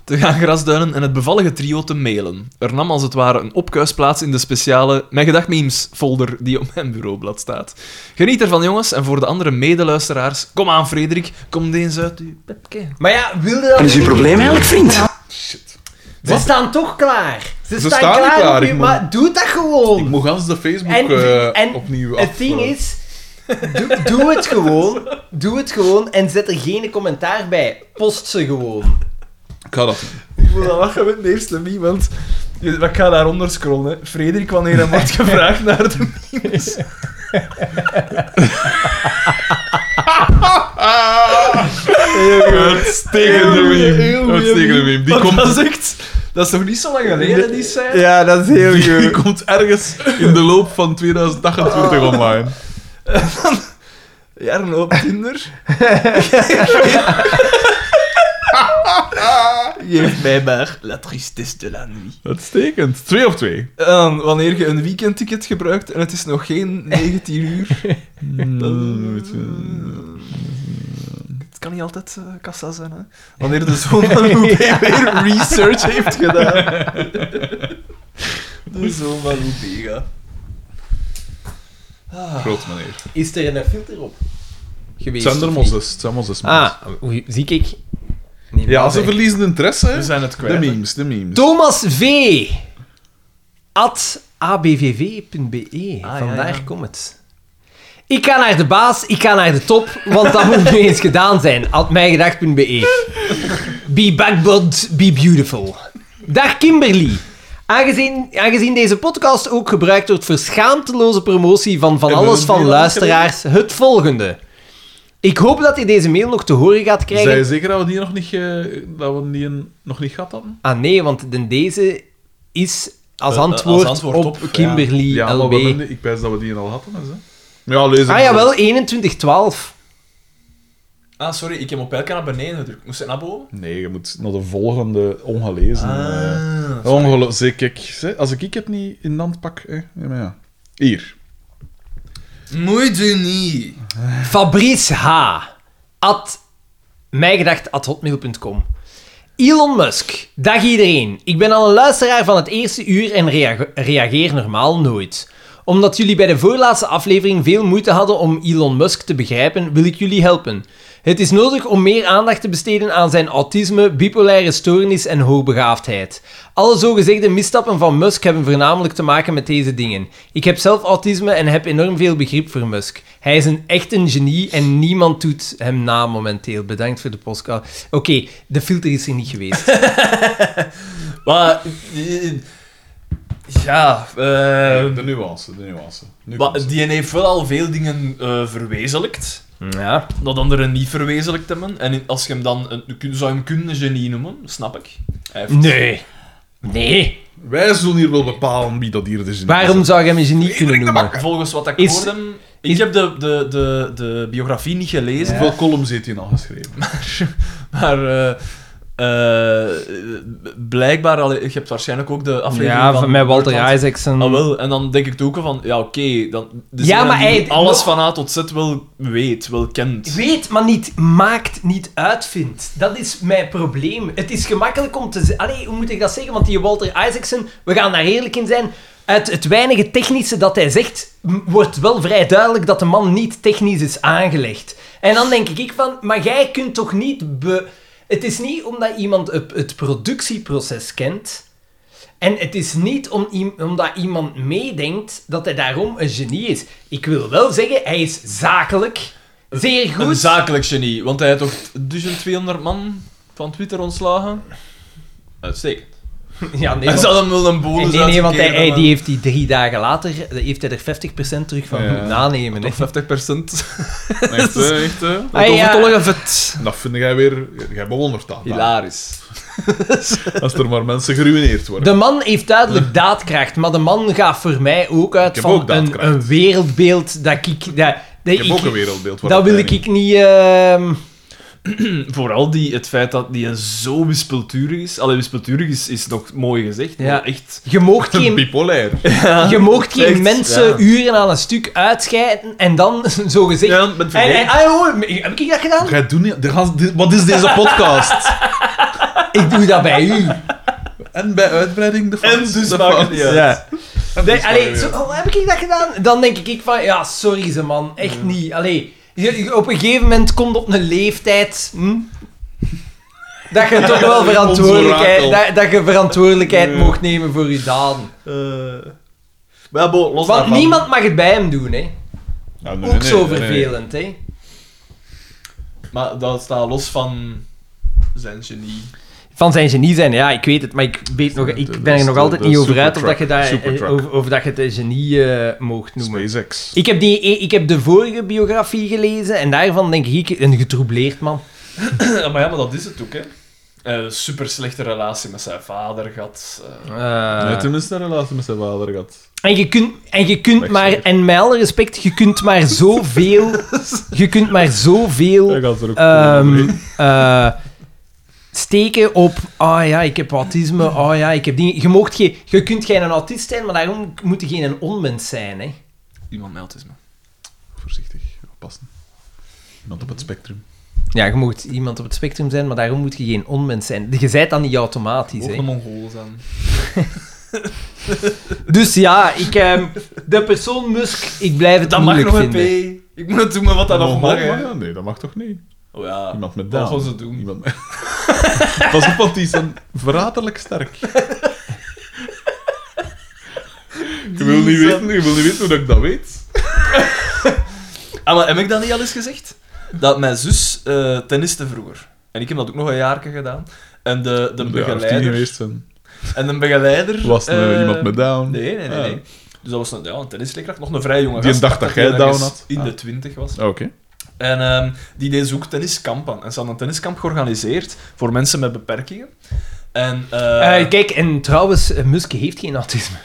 te gaan grasduinen en het bevallige trio te mailen. Er nam als het ware een opkuisplaats in de speciale Mijn Gedag Memes folder die op mijn bureaublad staat. Geniet ervan, jongens, en voor de andere medeluisteraars, kom aan, Frederik, kom eens uit uw pepke.
Maar ja, wilde dat...
Wat is uw probleem eigenlijk, vriend?
Shit.
Ze staan toch klaar. Ze,
Ze
staan,
staan
klaar,
klaar,
op
ik
je,
moet-
maar doe dat gewoon.
Ik moet gans de Facebook
En-
eh,
en
opnieuw af...
Het ding is, doe, doe het gewoon. Doe het gewoon en zet er geen commentaar bij. Post ze gewoon.
Ik ga dat doen.
Ik moet dat lachen met de eerste meme, want je- ik ga daaronder scrollen. hè. Frederik, wanneer hem [laughs] wordt gevraagd naar de memes.
Uitstekende meme. Uitstekende meme. Die
Want
komt...
dat is echt... Dat is toch niet zo lang geleden, die scène?
Ja, dat is
[laughs]
heel
Die
goed.
[laughs] komt ergens in de loop van 2028
[laughs]
online.
[laughs]
Jaren op Tinder.
Geef mij maar la tristesse de la nuit.
Uitstekend. Twee op twee.
En wanneer je een weekendticket gebruikt en het is nog geen 19 uur.
Mm,
Het kan niet altijd eh, kassa zijn, hè. Wanneer de zoon van
[laughs]
Loubet weer [laughs] research heeft gedaan.
De zoon van Lubega.
Groot meneer.
Is er een filter op?
Het
Geweest.
zijn er mozes. Het zijn mozes.
Ah, oei, zie ik. Niet
Ja,
waar,
ze
zeg.
verliezen interesse.
We
hè.
zijn het
De
kwijt.
memes, de memes.
Thomas V. At abvv.be. E. Vandaar
Ah, ja.
komt het. Ik ga naar de baas, ik ga naar de top, want dat moet nu eens gedaan zijn. At mijgedacht.be. E. Be backbond, be beautiful. Dag Kimberly. Aangezien, aangezien deze podcast ook gebruikt wordt voor schaamteloze promotie van van
Hebben we
alles
een
van
mail
luisteraars, het volgende. Ik hoop dat je deze mail nog te horen gaat krijgen.
Zijn je zeker dat we die nog niet, eh, dat we die een- nog niet gehad hadden?
Ah nee, want de deze is als
Eh, eh,
antwoord,
als antwoord
op,
op, ja.
Kimberly
Ja, maar
LB.
we hebben die- ik wijs dat we die al hadden. dus, Hè. Ja, lees
Ah jawel, 2112.
Ah, sorry, ik heb op pijlkant naar beneden gedrukt. Moest je naar boven?
Nee, je moet naar de volgende ongelezen. eh.
Ah.
Ongelooflijk. Zie, Kijk, zie, als ik ik het niet in de hand pak... Hè. Ja, maar ja. Hier.
Moeite niet.
Fabrice H. At mijgedacht.hotmail.com Elon Musk. Dag iedereen. Ik ben al een luisteraar van het eerste uur en reage- reageer normaal nooit. Omdat jullie bij de voorlaatste aflevering veel moeite hadden om Elon Musk te begrijpen, wil ik jullie helpen. Het is nodig om meer aandacht te besteden aan zijn autisme, bipolaire stoornis en hoogbegaafdheid. Alle zogezegde misstappen van Musk hebben voornamelijk te maken met deze dingen. Ik heb zelf autisme en heb enorm veel begrip voor Musk. Hij is een echt een genie en niemand doet hem na momenteel. Bedankt voor de podcast. Oké, de filter is er niet geweest.
Maar... eh, Ja, eh...
de nuance, de nuance. Nu
wa-
komt ze.
die heeft wel al veel dingen eh, verwezenlijkt.
ja.
dat anderen niet verwezenlijkt hebben. En in- als je hem dan... Een, je kun- zou je hem kunnen een genie noemen, snap ik. Hij heeft-
Nee. Nee.
Wij zullen hier wel bepalen wie dat hier dus in
Waarom zou je hem een genie kunnen noemen?
Volgens wat ik
Is-
hoorde... Ik heb de, de, de, de biografie niet gelezen,
Hoeveel columns heeft hij al
[laughs]
geschreven?
maar... [laughs] eh, eh, blijkbaar, al, je hebt waarschijnlijk ook de aflevering
Ja,
van
van met Walter
Nerdland.
Isaacson.
Ah, wel. En dan denk ik ook van, ja, oké. dan dus
Ja,
iemand
maar
die
hij-
alles
nog-
van A tot Z wel weet, wel kent.
Weet, maar niet maakt, niet uitvindt. Dat is mijn probleem. Het is gemakkelijk om te zeggen... Allee, hoe moet ik dat zeggen? Want die Walter Isaacson, we gaan daar eerlijk in zijn... Uit het weinige technische dat hij zegt, m- wordt wel vrij duidelijk dat de man niet technisch is aangelegd. En dan denk ik van, maar jij kunt toch niet be... Het is niet omdat iemand het- het productieproces kent... En het is niet om, iem- omdat iemand meedenkt dat hij daarom een genie is. Ik wil wel zeggen, hij is zakelijk. Zeer
Een
goed.
zakelijk genie, want hij heeft toch 1200 man van Twitter ontslagen? Uitstekend.
ja,
[laughs]
nee,
Hij
want,
zal hem wel een bonus
nee, nee, nee, want hij,
uitkeren,
hij-
maar-
die heeft die drie dagen later eh, heeft hij er 50% terug van
Ja.
moeten aannemen. hè.
Of 50%.
Echt, hè, echt, hè?
Ah, ja.
vet.
Dat vind jij weer... Jij bewondert dat.
Hilarisch.
Als er maar mensen geruineerd worden.
De man heeft duidelijk daadkracht, maar de man gaat voor mij ook uit
heb
van
ook
een,
daadkracht.
een wereldbeeld dat ik... Dat, dat
Ik heb
ik-
ook een wereldbeeld. waar
Dat wil
hij
ik,
niet-
ik niet... ehm,
[laughs] Vooral die, het feit dat die een zo wispelturig is. Allee, wispelturig is, is nog mooi gezegd, maar
Ja.
echt...
je moogt geen
[laughs] Bipolair.
Je moogt geen
Echt,
mensen
ja.
uren aan een stuk uitscheiden en dan [laughs] zo gezegd.
Ja, met
en, en, ah, joh, heb ik dat gedaan?
Jij doet niet... er gaan- dit- Wat is deze podcast?
Ik doe dat bij u.
[laughs] en bij uitbreiding de fans.
[laughs] dus
de
maakt het
fans. Ah,
niet uit.
Ja.
Nee, allee, zo, oh, heb ik dat gedaan? Dan denk ik van, ja, sorry ze man, echt
Mm.
niet. Allee, je- je- op een gegeven moment komt op een leeftijd. Hm? Dat je toch
[laughs]
wel verantwoordelijkheid,
Ons
dat, dat je verantwoordelijkheid mocht nemen voor je daden.
eh, maar ja, bon, los
Want
daarvan.
niemand mag het bij hem doen, hè?
Nou, nee,
Ook
nee,
zo
nee, nee.
vervelend, hè?
Maar dat staat los van zijn genie. [clears throat]
van zijn genie zijn, ja, ik weet het, maar ik, weet nog, ik
Dat
ben er
is
nog
de-
altijd
de
niet over uit of dat je,
supertruck.
daar, eh,
Supertruck.
of, of dat je het een genie eh, moogt noemen.
SpaceX.
Ik heb, die, ik heb de vorige biografie gelezen en daarvan denk ik een getroubleerd man.
maar ja, maar dat is het ook, hè. eh, super slechte relatie met zijn vader gehad. eh.
Nee, tenminste een relatie met zijn vader gehad.
En je kunt, en je kunt
Weg,
maar,
zeker.
en met alle respect, je kunt maar zoveel,
[laughs]
je kunt maar zoveel
Hij gaat er ook
ehm,
over.
eh, steken op, ah ja, ik heb autisme, ah ja, ik heb dingen. Je, moogt geen, je kunt geen autist zijn, maar daarom moet je geen onmens zijn. Hè.
Iemand met autisme.
Voorzichtig, oppassen. Iemand op het spectrum.
Ja, je moogt iemand op het spectrum zijn, maar daarom moet je geen onmens zijn. Je zijt dan niet automatisch.
Ook
Hè.
een Mongool zijn.
Dus ja, ik, ehm, de persoon Musk, ik blijf het
Dat mag
moeilijk
nog een P.
vinden.
Ik moet doen met wat dat nog
Oh,
mag,
maar
hè.
ja, Nee, dat mag toch niet?
Oh ja,
Iemand met
dat
Down.
gaan ze doen.
Iemand met... [laughs] Pas op, want die zijn verraderlijk
[laughs]
sterk. Je wil, niet weten, je wil niet weten hoe dat ik dat weet.
Ah, maar heb ik dat niet al eens gezegd? Dat mijn zus eh tenniste vroeger. En ik heb dat ook nog een jaarke gedaan. En de, de
Ja, als die
begeleider...
geweest zijn.
En de begeleider...
Was er
eh,
iemand met Down?
Nee, nee, nee.
Ah.
nee. Dus dat was een, ja, een tennisleerkracht, nog een vrij jonge
Die
gast.
dacht dat jij
hij
down
ergens
had.
In de
Ah.
twintig was.
Ah, Oké.
En ehm, die deed ook tenniskampen. En ze hadden een tenniskamp georganiseerd voor mensen met beperkingen. En eh,
Eh, kijk, en trouwens, eh, Musk heeft geen autisme.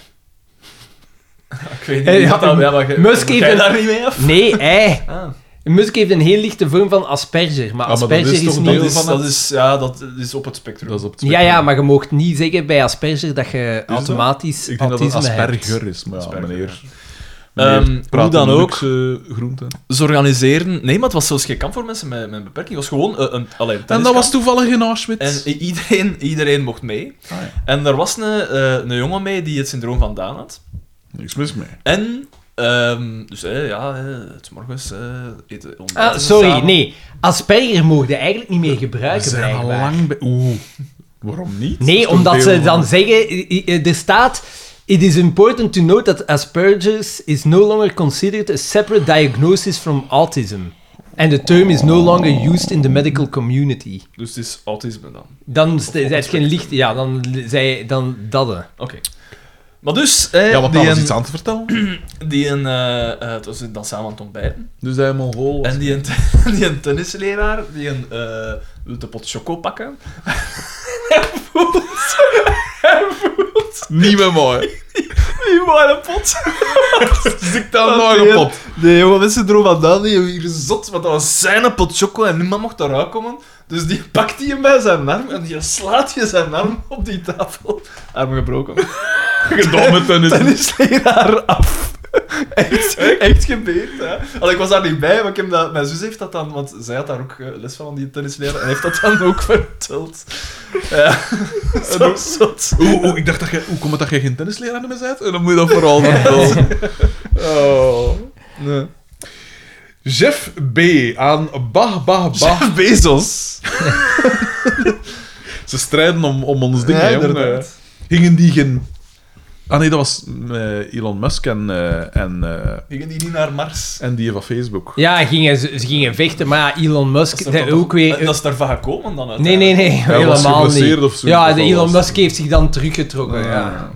ik weet niet
eh,
wat
ja,
dat... Ja, maar ge-
Musk
jij
heeft een-
daar niet mee af?
Nee, ei.
Ah.
Musk heeft een heel lichte vorm van asperger, maar
Ah, maar dat
asperger
is
is,
toch
niet...
deel
Dat is,
van
dat
het-
is, ja, dat is op het spectrum.
Dat is op het
Ja,
spectrum.
ja, maar je mag niet zeggen bij asperger dat je
dat?
automatisch
Ik denk dat het
autisme
asperger
hebt.
is, maar ja,
Asperger,
meneer...
Ehm,
meneer praat
hoe dan
een
ook.
luxe groente.
Ze organiseren... Nee, maar het was zelfs geen kamp voor mensen met, met een beperking. Het was gewoon eh, een... Alleen,
En dat was toevallig in Auschwitz.
En i- iedereen, iedereen mocht mee.
Ah, ja.
En er was een, eh, een jongen mee die het syndroom van Down had.
Niks mis mee.
En... ehm, dus eh, ja, eh, het is morgens eh, eten ontbijten
Ah,
ze
sorry,
samen.
nee. Asperger mogen je eigenlijk niet meer gebruiken, blijkbaar.
bij... Oeh, waarom niet?
Nee,
Dat is
omdat
toch
ze
deel
dan
van-
zeggen... i- i- eh, Er staat... It is important to note that Asperger's is no longer considered a separate diagnosis from autism. And the term is no longer used in the medical community.
Dus het is autisme dan.
Dan is het geen licht... Ja, dan zei... Dan dadde.
Oké. Maar dus, eh,
Ja, want daar
die,
was
een,
iets aan te
[clears throat]
vertellen.
die een, eh, eh, het was dan samen aan het ontbijten.
Dus hij Mongool was.
En die een, ten- [laughs] die een tennisleraar, die een, eh, wil de pot choco pakken.
Niet meer
[laughs]
mooi.
Die wou een [laughs] pot. Dus
Ik dan nog een pot.
De jongen met syndroom van Down, die hebben hier zot, want dat was zijn pot choco en niemand mocht eruit komen. Dus die pakt die hem bij zijn arm en die slaat je zijn arm op die tafel. Arm gebroken. [laughs]
Gedaan met tennis.
tennisleraar af. [laughs] Echt, echt gebeurd, hè. Allee, ik was daar niet bij, maar ik heb dat, mijn zus heeft dat dan... Want zij had daar ook eh, les van, van die tennisleraar, en heeft dat dan ook [laughs] verteld. [laughs] Ja, zo zot.
Oeh, oeh, ik dacht dat jij... Hoe komt het dat jij geen tennisleraar meer bent? En dan moet je dat vooral vertellen. Oh.
Nee.
Jeff B. aan Bah Bah Bah.
Bezos.
[laughs] Ze strijden om, om ons ding,
Ja,
hè, om,
inderdaad.
eh, Gingen die geen... Ah nee, dat was eh, Elon Musk en, eh, en, eh,
Gingen die niet naar Mars?
en die van Facebook.
Ja, gingen, ze ze gingen vechten, maar ja, Elon Musk
Dat
de-
is toch-
ook weer...
Dat is daarvan gekomen dan
nee, nee, nee,
was
helemaal niet.
geblesseerd of zo,
ja,
of
de
wat
Elon
was
Musk heeft zich dan teruggetrokken, ja.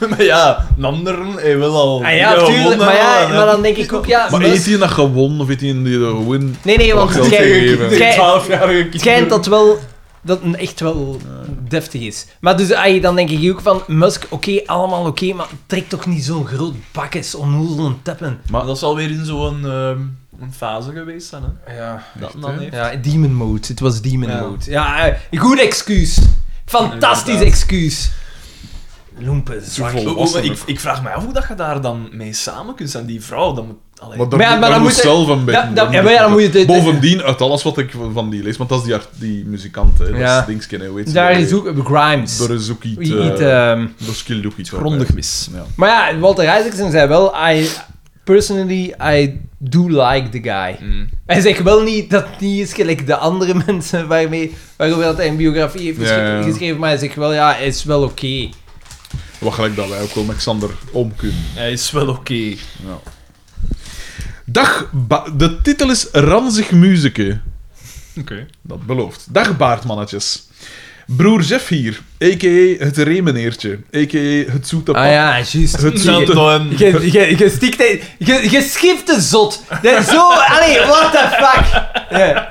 nee. [laughs] maar ja, een anderen heeft wel al...
Ah ja, tuurlijk, maar ja, maar dan denk ik ook, ja...
Maar
Musk-
heeft hij dat gewonnen of heeft hij die dat win?
Nee, nee, want
Wacht,
het
dat
schijnt,
gegeven.
het schijnt-
Twaalfjarige
het schijnt dat wel... Dat een echt wel deftig is. Maar dus, ah, dan denk ik ook van... Musk, oké, allemaal oké, maar trek toch niet zo'n groot bakjes onnozel een teppen.
Maar dat is alweer in zo'n ehm, een fase geweest zijn, hè.
Ja,
Dat
Echt,
dan
hè?
heeft.
ja demon mode. Het was demon
Ja.
mode. Ja, eh, goed excuus. Fantastisch
Inderdaad.
excuus. Loempen, zwak.
vol.
Oh, oh, maar
Volwassenen.
ik, ik vraag me af hoe dat je daar dan mee samen kunt zijn. Die vrouw, dat moet... Allee,
Maar, daar
Maar ja,
moet-
maar
daar
dan
moet
moet je-
zelf een beetje...
dat-
daar
ja, maar ja, dan moet je dit-
Bovendien, uit alles wat ik van die lees, want dat is die, art- die muzikant, hè, dat
Ja.
is Dingsken, hè, hoe heet ze?
Daar is ook Grimes.
Daar is ook iets...
Wie eet,
eh,
ehm,
Daar scheelt ook iets
grondig
waarbij.
mis.
Ja.
maar ja, Walter Isaacson zei wel, I, personally, I do like the guy.
Mm.
Hij zegt wel niet dat het niet is gelijk de andere [laughs] mensen waarmee, waarover dat hij een biografie heeft
Ja,
gesche-
ja, ja.
geschreven, maar hij zegt wel, ja, hij is wel oké.
Wat gelijk dat wij ook wel met Xander om kunnen.
Hij is wel oké.
Ja. Dag... Ba- De titel is Ranzig Muzeke.
Oké.
Dat belooft. Dag baardmannetjes. Broer Jeff hier, a.k.a. het remeneertje, a.k.a. het zoete pap.
Ah ja, juist.
Het zoete...
Je- je- Je stikt... hij- Je je schift de zot. Dat is zo... Allee, what the fuck. Ja.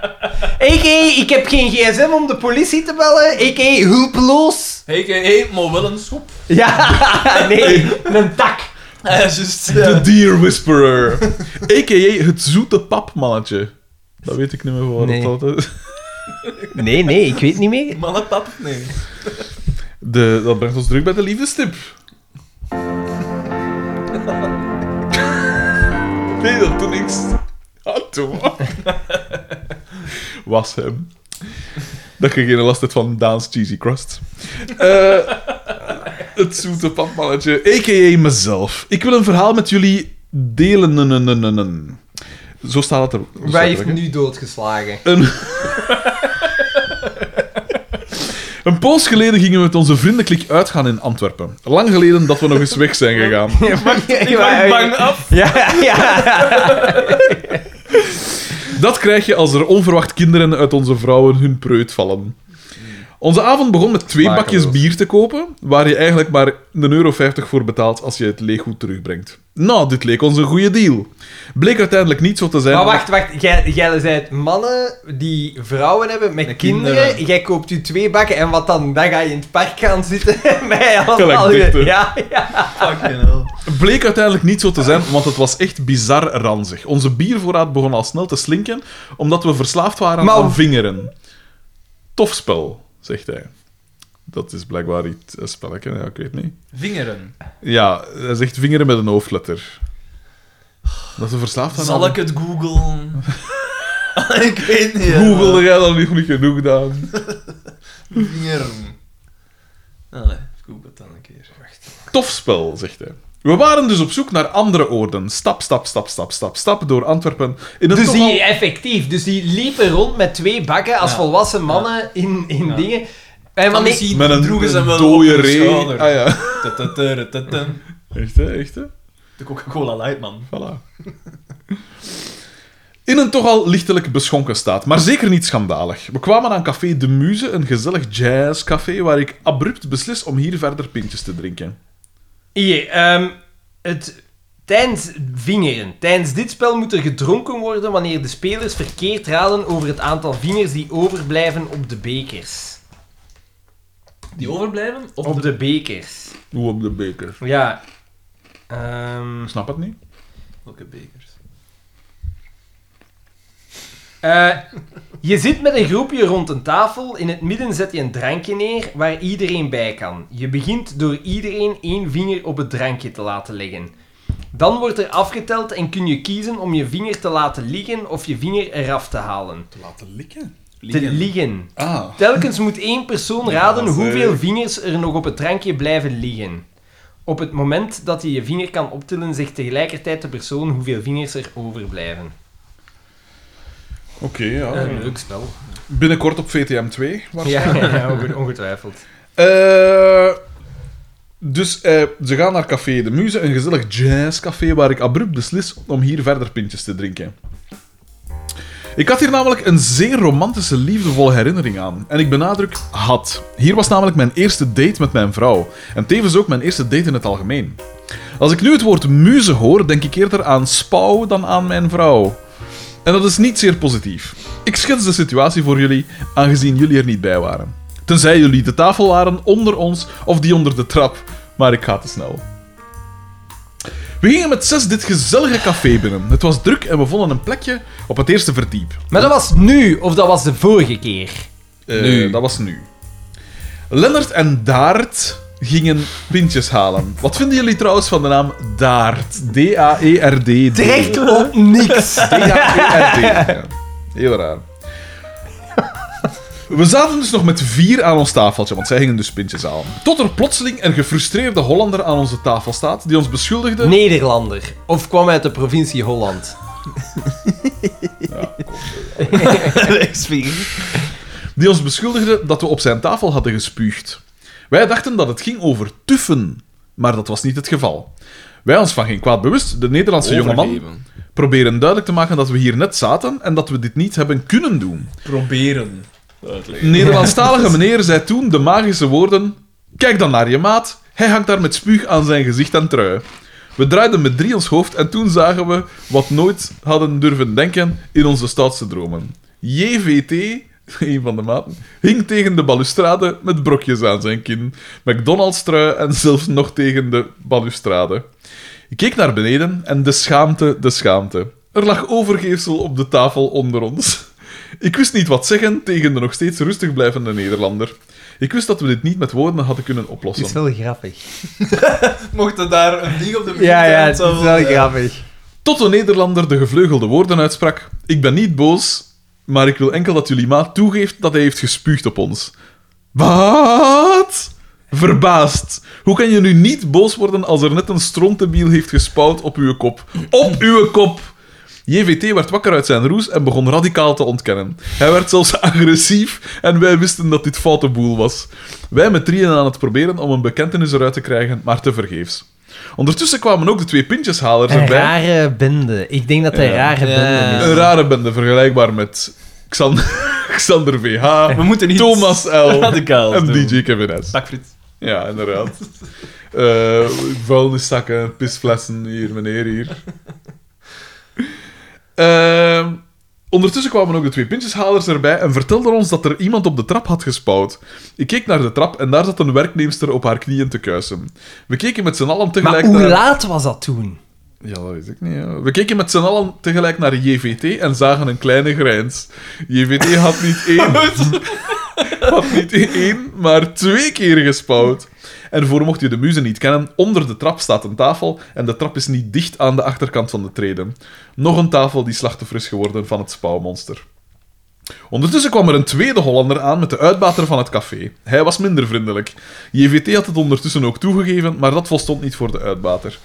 A.k.a. ik heb geen gsm om de politie te bellen. A.k.a. hulpeloos.
A.k.a. maar wel een schop.
Ja, [laughs] nee, een tak.
Ja, juist. eh,
The Deer Whisperer. A.k.a. het zoete papmannetje. Dat weet ik niet meer waar
Nee.
dat dat is.
Nee, nee, ik weet niet meer.
Mannenpap?
[laughs]
Nee.
De, dat brengt ons terug bij de liefdestip. nee, dat doet niks. Ah, doe maar. Was hem. Dat je geen last hebt van Daan's Cheesy Crust. Eh, het zoete papmannetje, a.k.a. mezelf. Ik wil een verhaal met jullie delen. Nnnnnnnen. Zo staat het er.
Wij heeft nu doodgeslagen.
Een... Een poos geleden gingen we met onze vriendenklik uitgaan in Antwerpen. Lang geleden dat we nog eens weg zijn gegaan.
Ik ben bang af. Ja, ja.
Dat krijg je als er onverwacht kinderen uit onze vrouwen hun preut vallen. Onze avond begon met twee bakjes bier te kopen, waar je eigenlijk maar 1,50 euro voor betaalt als je het leeggoed terugbrengt. Nou, dit leek ons een goede deal. Bleek uiteindelijk niet zo te zijn.
Maar wacht, wacht. Jij, jij zei mannen die vrouwen hebben met, kinderen.
kinderen.
Jij koopt u twee bakken en wat dan? Dan ga je in het park gaan zitten. [laughs] Bij
Gelijk
allemaal.
dichter.
ja, ja.
Fucking hell.
Bleek uiteindelijk niet zo te zijn, want het was echt bizar ranzig. Onze biervoorraad begon al snel te slinken, omdat we verslaafd waren
Maar-
aan vingeren. Tof spel, zegt hij. Dat is blijkbaar iets een spelletje, ja, ik weet niet.
Vingeren.
Ja, hij zegt vingeren met een hoofdletter. Dat we verslaafd waren
Zal ik het googlen? [laughs] ik weet niet. hè,
Google jij dan nog niet genoeg gedaan?
maar Vingeren. Allee, google het dan een keer. Wacht.
Tof spel, zegt hij. We waren dus op zoek naar andere oorden. Stap, stap, stap, stap, stap, stap door Antwerpen. In een
Dus
toch al-
die, effectief, dus die liepen rond met twee bakken als
Ja.
volwassen mannen in, in
Ja.
dingen. Eh, En
Dan
wanneer...
misschien
Met een
droegen ze hem wel
dode
op hun
ree.
schouder.
Ah, ja.
Tututurututum.
Echt hè, echt hè?
De Coca-Cola Light, man.
Voilà. In een toch al lichtelijk beschonken staat, maar zeker niet schandalig. We kwamen aan Café de Muze, een gezellig jazzcafé, waar ik abrupt beslis om hier verder pintjes te drinken.
Hier, ehm, het... Tijdens vingeren. Tijdens dit spel moet er gedronken worden wanneer de spelers verkeerd raden over het aantal vingers die overblijven op de bekers.
Die overblijven? Of
Op de bekers.
Hoe op de beker.
Ja. Ehm,
Ik snap het niet.
Welke bekers?
eh, je zit met een groepje rond een tafel. In het midden zet je een drankje neer waar iedereen bij kan. Je begint door iedereen één vinger op het drankje te laten leggen. Dan wordt er afgeteld en kun je kiezen om je vinger te laten liggen of je vinger eraf te halen.
Te laten likken?
Te liggen.
Ah.
Telkens moet één [laughs] persoon raden
zeg.
hoeveel vingers er nog op het drankje blijven liggen. Op het moment dat je je vinger kan optillen, zegt tegelijkertijd de persoon hoeveel vingers er overblijven.
Oké, ja.
Een Eh, leuk spel.
Binnenkort op VTM 2.
Ja, ja, onge- ongetwijfeld.
Eh, dus eh, ze gaan naar Café de Muze, een gezellig jazzcafé waar ik abrupt beslis om hier verder pintjes te drinken. Ik had hier namelijk een zeer romantische, liefdevolle herinnering aan. En ik benadruk had. Hier was namelijk mijn eerste date met mijn vrouw. En tevens ook mijn eerste date in het algemeen. Als ik nu het woord muze hoor, denk ik eerder aan spouw dan aan mijn vrouw. En dat is niet zeer positief. Ik schets de situatie voor jullie, aangezien jullie er niet bij waren. Tenzij jullie de tafel waren onder ons of die onder de trap, maar ik ga te snel. We gingen met zes dit gezellige café binnen. Het was druk en we vonden een plekje op het eerste verdiep.
[laughs] Maar dat was nu, of dat was de vorige keer?
Eh, Dat was nu. Lennart en Daart gingen pintjes halen. Wat vinden jullie trouwens van de naam Daart? E D-A-E-R-D-D.
Terecht op niks.
D-A-E-R-D. Ja. Heel raar. We zaten dus nog met vier aan ons tafeltje, want zij gingen dus pintjes halen. Tot er plotseling een gefrustreerde Hollander aan onze tafel staat, die ons
[laughs]
beschuldigde...
Nederlander. Of kwam uit de provincie [laughs] Holland.
die ons beschuldigde dat we op zijn tafel hadden gespuugd. Wij dachten dat het ging over tuffen, maar dat was niet het geval. Wij ons van geen kwaad bewust, de Nederlandse jongeman,
Overgeven.
proberen duidelijk te maken dat we hier net zaten en dat we dit niet hebben kunnen doen.
Proberen. Uitleggen.
Een [laughs] Nederlandstalige meneer zei toen de magische woorden: Kijk dan naar je maat, hij hangt daar met spuug aan zijn gezicht en trui. We draaiden met drie ons hoofd en toen zagen we wat nooit hadden durven denken in onze stoutste dromen. JVT, [laughs] een van de maten, hing tegen de balustrade met brokjes aan zijn kin, McDonald's-trui en zelfs nog tegen de balustrade. Ik keek naar beneden en de schaamte, de schaamte. Er lag overgeefsel op de tafel onder ons. Ik wist niet wat zeggen tegen de nog steeds rustig blijvende Nederlander. Ik wist dat we dit niet met woorden hadden kunnen oplossen.
is wel grappig.
Mochten daar een ding op de muur
Ja, ja, het
zijn,
is
zo-
wel grappig.
Tot de Nederlander de gevleugelde woorden uitsprak: Ik ben niet boos, maar ik wil enkel dat jullie maat toegeeft dat hij heeft gespuugd op ons. Wat? Verbaasd. Hoe kan je nu niet boos worden als er net een strontdebiel heeft gespouwd op uw kop? Op uw kop! JVT werd wakker uit zijn roes en begon radicaal te ontkennen. Hij werd zelfs [laughs] agressief en wij wisten dat dit foute boel was. Wij met drieën aan het proberen om een bekentenis eruit te krijgen, maar tevergeefs. Ondertussen kwamen ook de twee pintjeshalers
Eh,
Een
erbij.
rare bende. Ik denk dat hij
Ja.
rare bende is.
Een rare bende, vergelijkbaar met Xander, [laughs] Xander VH,
We moeten niet...
Thomas L
[laughs] Radicaal.
en DJ Kevin S.
Dakfried.
Ja, inderdaad. Eh vuilniszakken, pisflessen, hier, meneer, hier. Ehm, ondertussen kwamen ook de twee pintjeshalers erbij en vertelden ons dat er iemand op de trap had gespouwd. Ik keek naar de trap en daar zat een werkneemster op haar knieën te kuisen. We keken met z'n allen
Maar
tegelijk
hoe
naar...
laat was dat toen?
Ja, dat weet ik niet. ja. We keken met z'n allen tegelijk naar JVT en zagen een kleine grijns. JVT had niet één, had niet één, maar twee keer gespouwd. En voor mocht je de muzen niet kennen, onder de trap staat een tafel en de trap is niet dicht aan de achterkant van de treden. Nog een tafel die slachtoffer is geworden van het spouwmonster. Ondertussen kwam er een tweede Hollander aan met de uitbater van het café. Hij was minder vriendelijk. JVT had het ondertussen ook toegegeven, maar dat volstond niet voor de uitbater.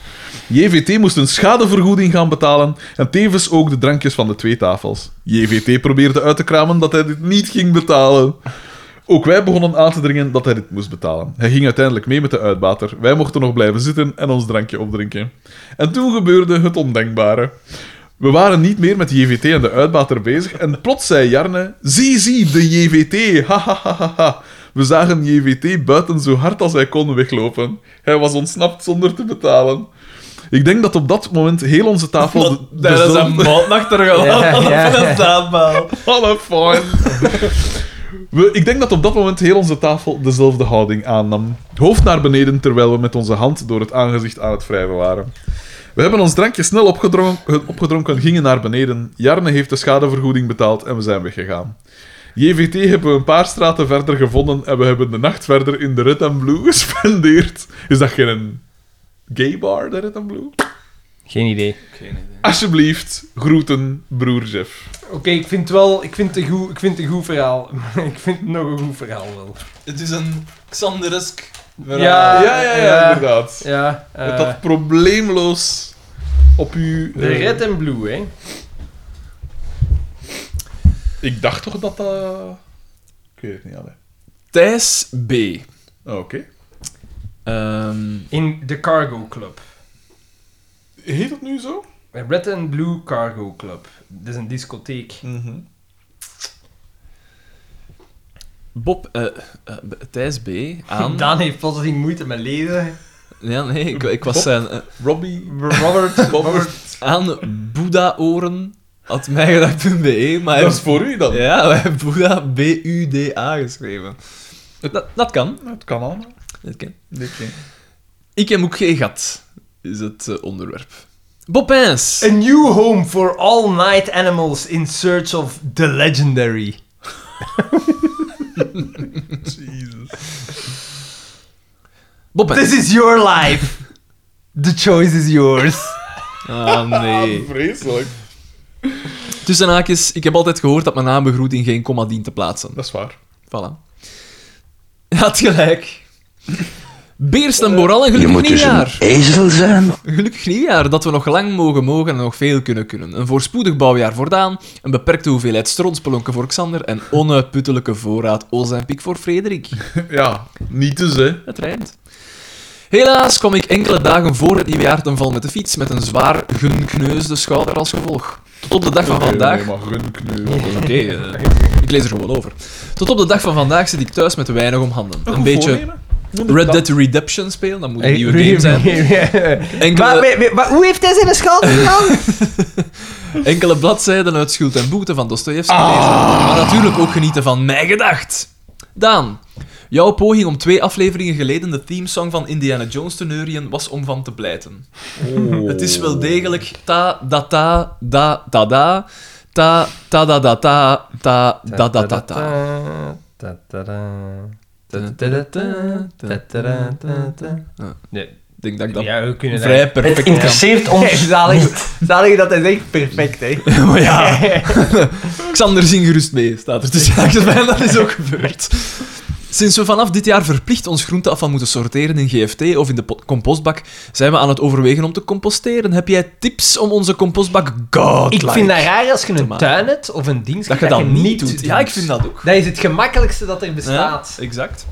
JVT moest een schadevergoeding gaan betalen en tevens ook de drankjes van de twee tafels. JVT probeerde uit te kramen dat hij dit niet ging betalen. Ook wij begonnen aan te dringen dat hij dit moest betalen. Hij ging uiteindelijk mee met de uitbater. Wij mochten nog blijven zitten en ons drankje opdrinken. En toen gebeurde het ondenkbare. We waren niet meer met JVT en de uitbater bezig en plots zei Jarne: Zie, zie, de JVT! Ha, ha, ha, ha, ha." We zagen JVT buiten zo hard als hij kon weglopen. Hij was ontsnapt zonder te betalen. Ik denk dat op dat moment heel onze tafel...
Dat,
de-
daar is
dezelfde-
een maand achtergelaten.
Ja, ja,
[laughs] Dat
ja.
is dat, man.
Alle fijn. [laughs] We, ik denk dat op dat moment heel onze tafel dezelfde houding aannam. Hoofd naar beneden terwijl we met onze hand door het aangezicht aan het wrijven waren. We hebben ons drankje snel opgedronken, opgedronken, gingen naar beneden. Jarne heeft de schadevergoeding betaald en we zijn weggegaan. JVT hebben we een paar straten verder gevonden en we hebben de nacht verder in de Red and Blue [laughs] gespendeerd. Is dat geen gay bar, de Red and Blue?
Geen idee.
Alsjeblieft, groeten, broer Jeff.
Oké, ik vind het wel... Ik vind het een goed, ik vind het een goed verhaal. [laughs] ik vind het nog een goed verhaal wel.
Het is een Xanderesk verhaal.
Ja,
ja, ja, ja,
Ah, ja.
inderdaad.
Ja,
Met
eh,
dat probleemloos op uw...
de
eh,
red en blue, hè.
Ik dacht toch dat dat... Ik weet het niet, alle.
Thijs B.
Oh, Oké.
Ehm,
In de Cargo Club.
Heet dat nu zo?
Red and Blue Cargo Club. Dat is een discotheek.
Bob, eh, eh, B- Thijs B.
Mhm.
[laughs]
aan.
Daan heeft plotseling moeite met lezen.
Ja, nee, ik, ik was
Bob.
zijn. eh,
Robbie...
Robert, [laughs] Robert.
aan boedaoren had mijgedacht.be, E, maar hij-
Dat is voor u dan.
Ja, wij hebben Boeddha B-U-D-A geschreven. Dat, dat kan.
Nou, Het kan allemaal.
Dat kan.
Dit keer.
Ik heb ook geen gat, is het eh, onderwerp. Eh, Bopins!
A new home for all night animals in search of the legendary.
Jezus.
Bopins!
This is your life. The choice is yours.
Ah, nee.
Vreselijk.
Tussen haakjes, ik heb altijd gehoord dat mijn naambegroeting geen komma dient te plaatsen.
Dat is waar.
Voilà. Je had gelijk. Beerst en Borrel,
Je
gelukkig
moet dus een
nieuwjaar.
ezel zijn.
Gelukkig nieuwjaar dat we nog lang mogen mogen en nog veel kunnen kunnen. Een voorspoedig bouwjaar voor Daan, een beperkte hoeveelheid stronspelonken voor Xander en onuitputtelijke voorraad Ozempic voor Frederik.
Ja, niet dus, hè.
Het rijmt. Helaas kwam ik enkele dagen voor het nieuwjaar ten val met de fiets met een zwaar gekneusde schouder als gevolg. Tot op de dag van vandaag...
Nee, maar gunkneul.
Oké, eh, ik lees er gewoon over. Tot op de dag van vandaag zit ik thuis met weinig om handen. Een beetje Red Dead Redemption spelen, dat moet
[laughs]
[laughs]
een nieuwe game zijn. Enkele... [laughs]
Maar, maar, maar, maar hoe heeft hij zijn schuld gedaan?
Enkele bladzijden uit Schuld en Boete van Dostoevsky lezen, maar natuurlijk ook genieten van Mijn Gedacht. Daan, jouw poging om twee afleveringen geleden de themesong van Indiana Jones te neurien was om van te blijten. Het is wel degelijk ta da ta da da da ta ta da da ta ta da da da ta. Eh, Ik denk dat ik dat
Ja, we kunnen daar-
vrij perfect
Het interesseert
Hey,
ons.
Zalig, [laughs] zalig dat hij zegt perfect, hè.
Maar [laughs] ja, Xander zing gerust mee, staat er Dus tussen haakjes bij en dat is ook gebeurd. Sinds we vanaf dit jaar verplicht ons groenteafval moeten sorteren in GFT of in de pot- compostbak, zijn we aan het overwegen om te composteren. Heb jij tips om onze compostbak godlike?
Ik vind dat raar als je een
maken.
tuin hebt of een ding
dat je dat niet doet. Ja, ik vind dat ook.
Dat is het gemakkelijkste dat er
Ja,
bestaat.
exact.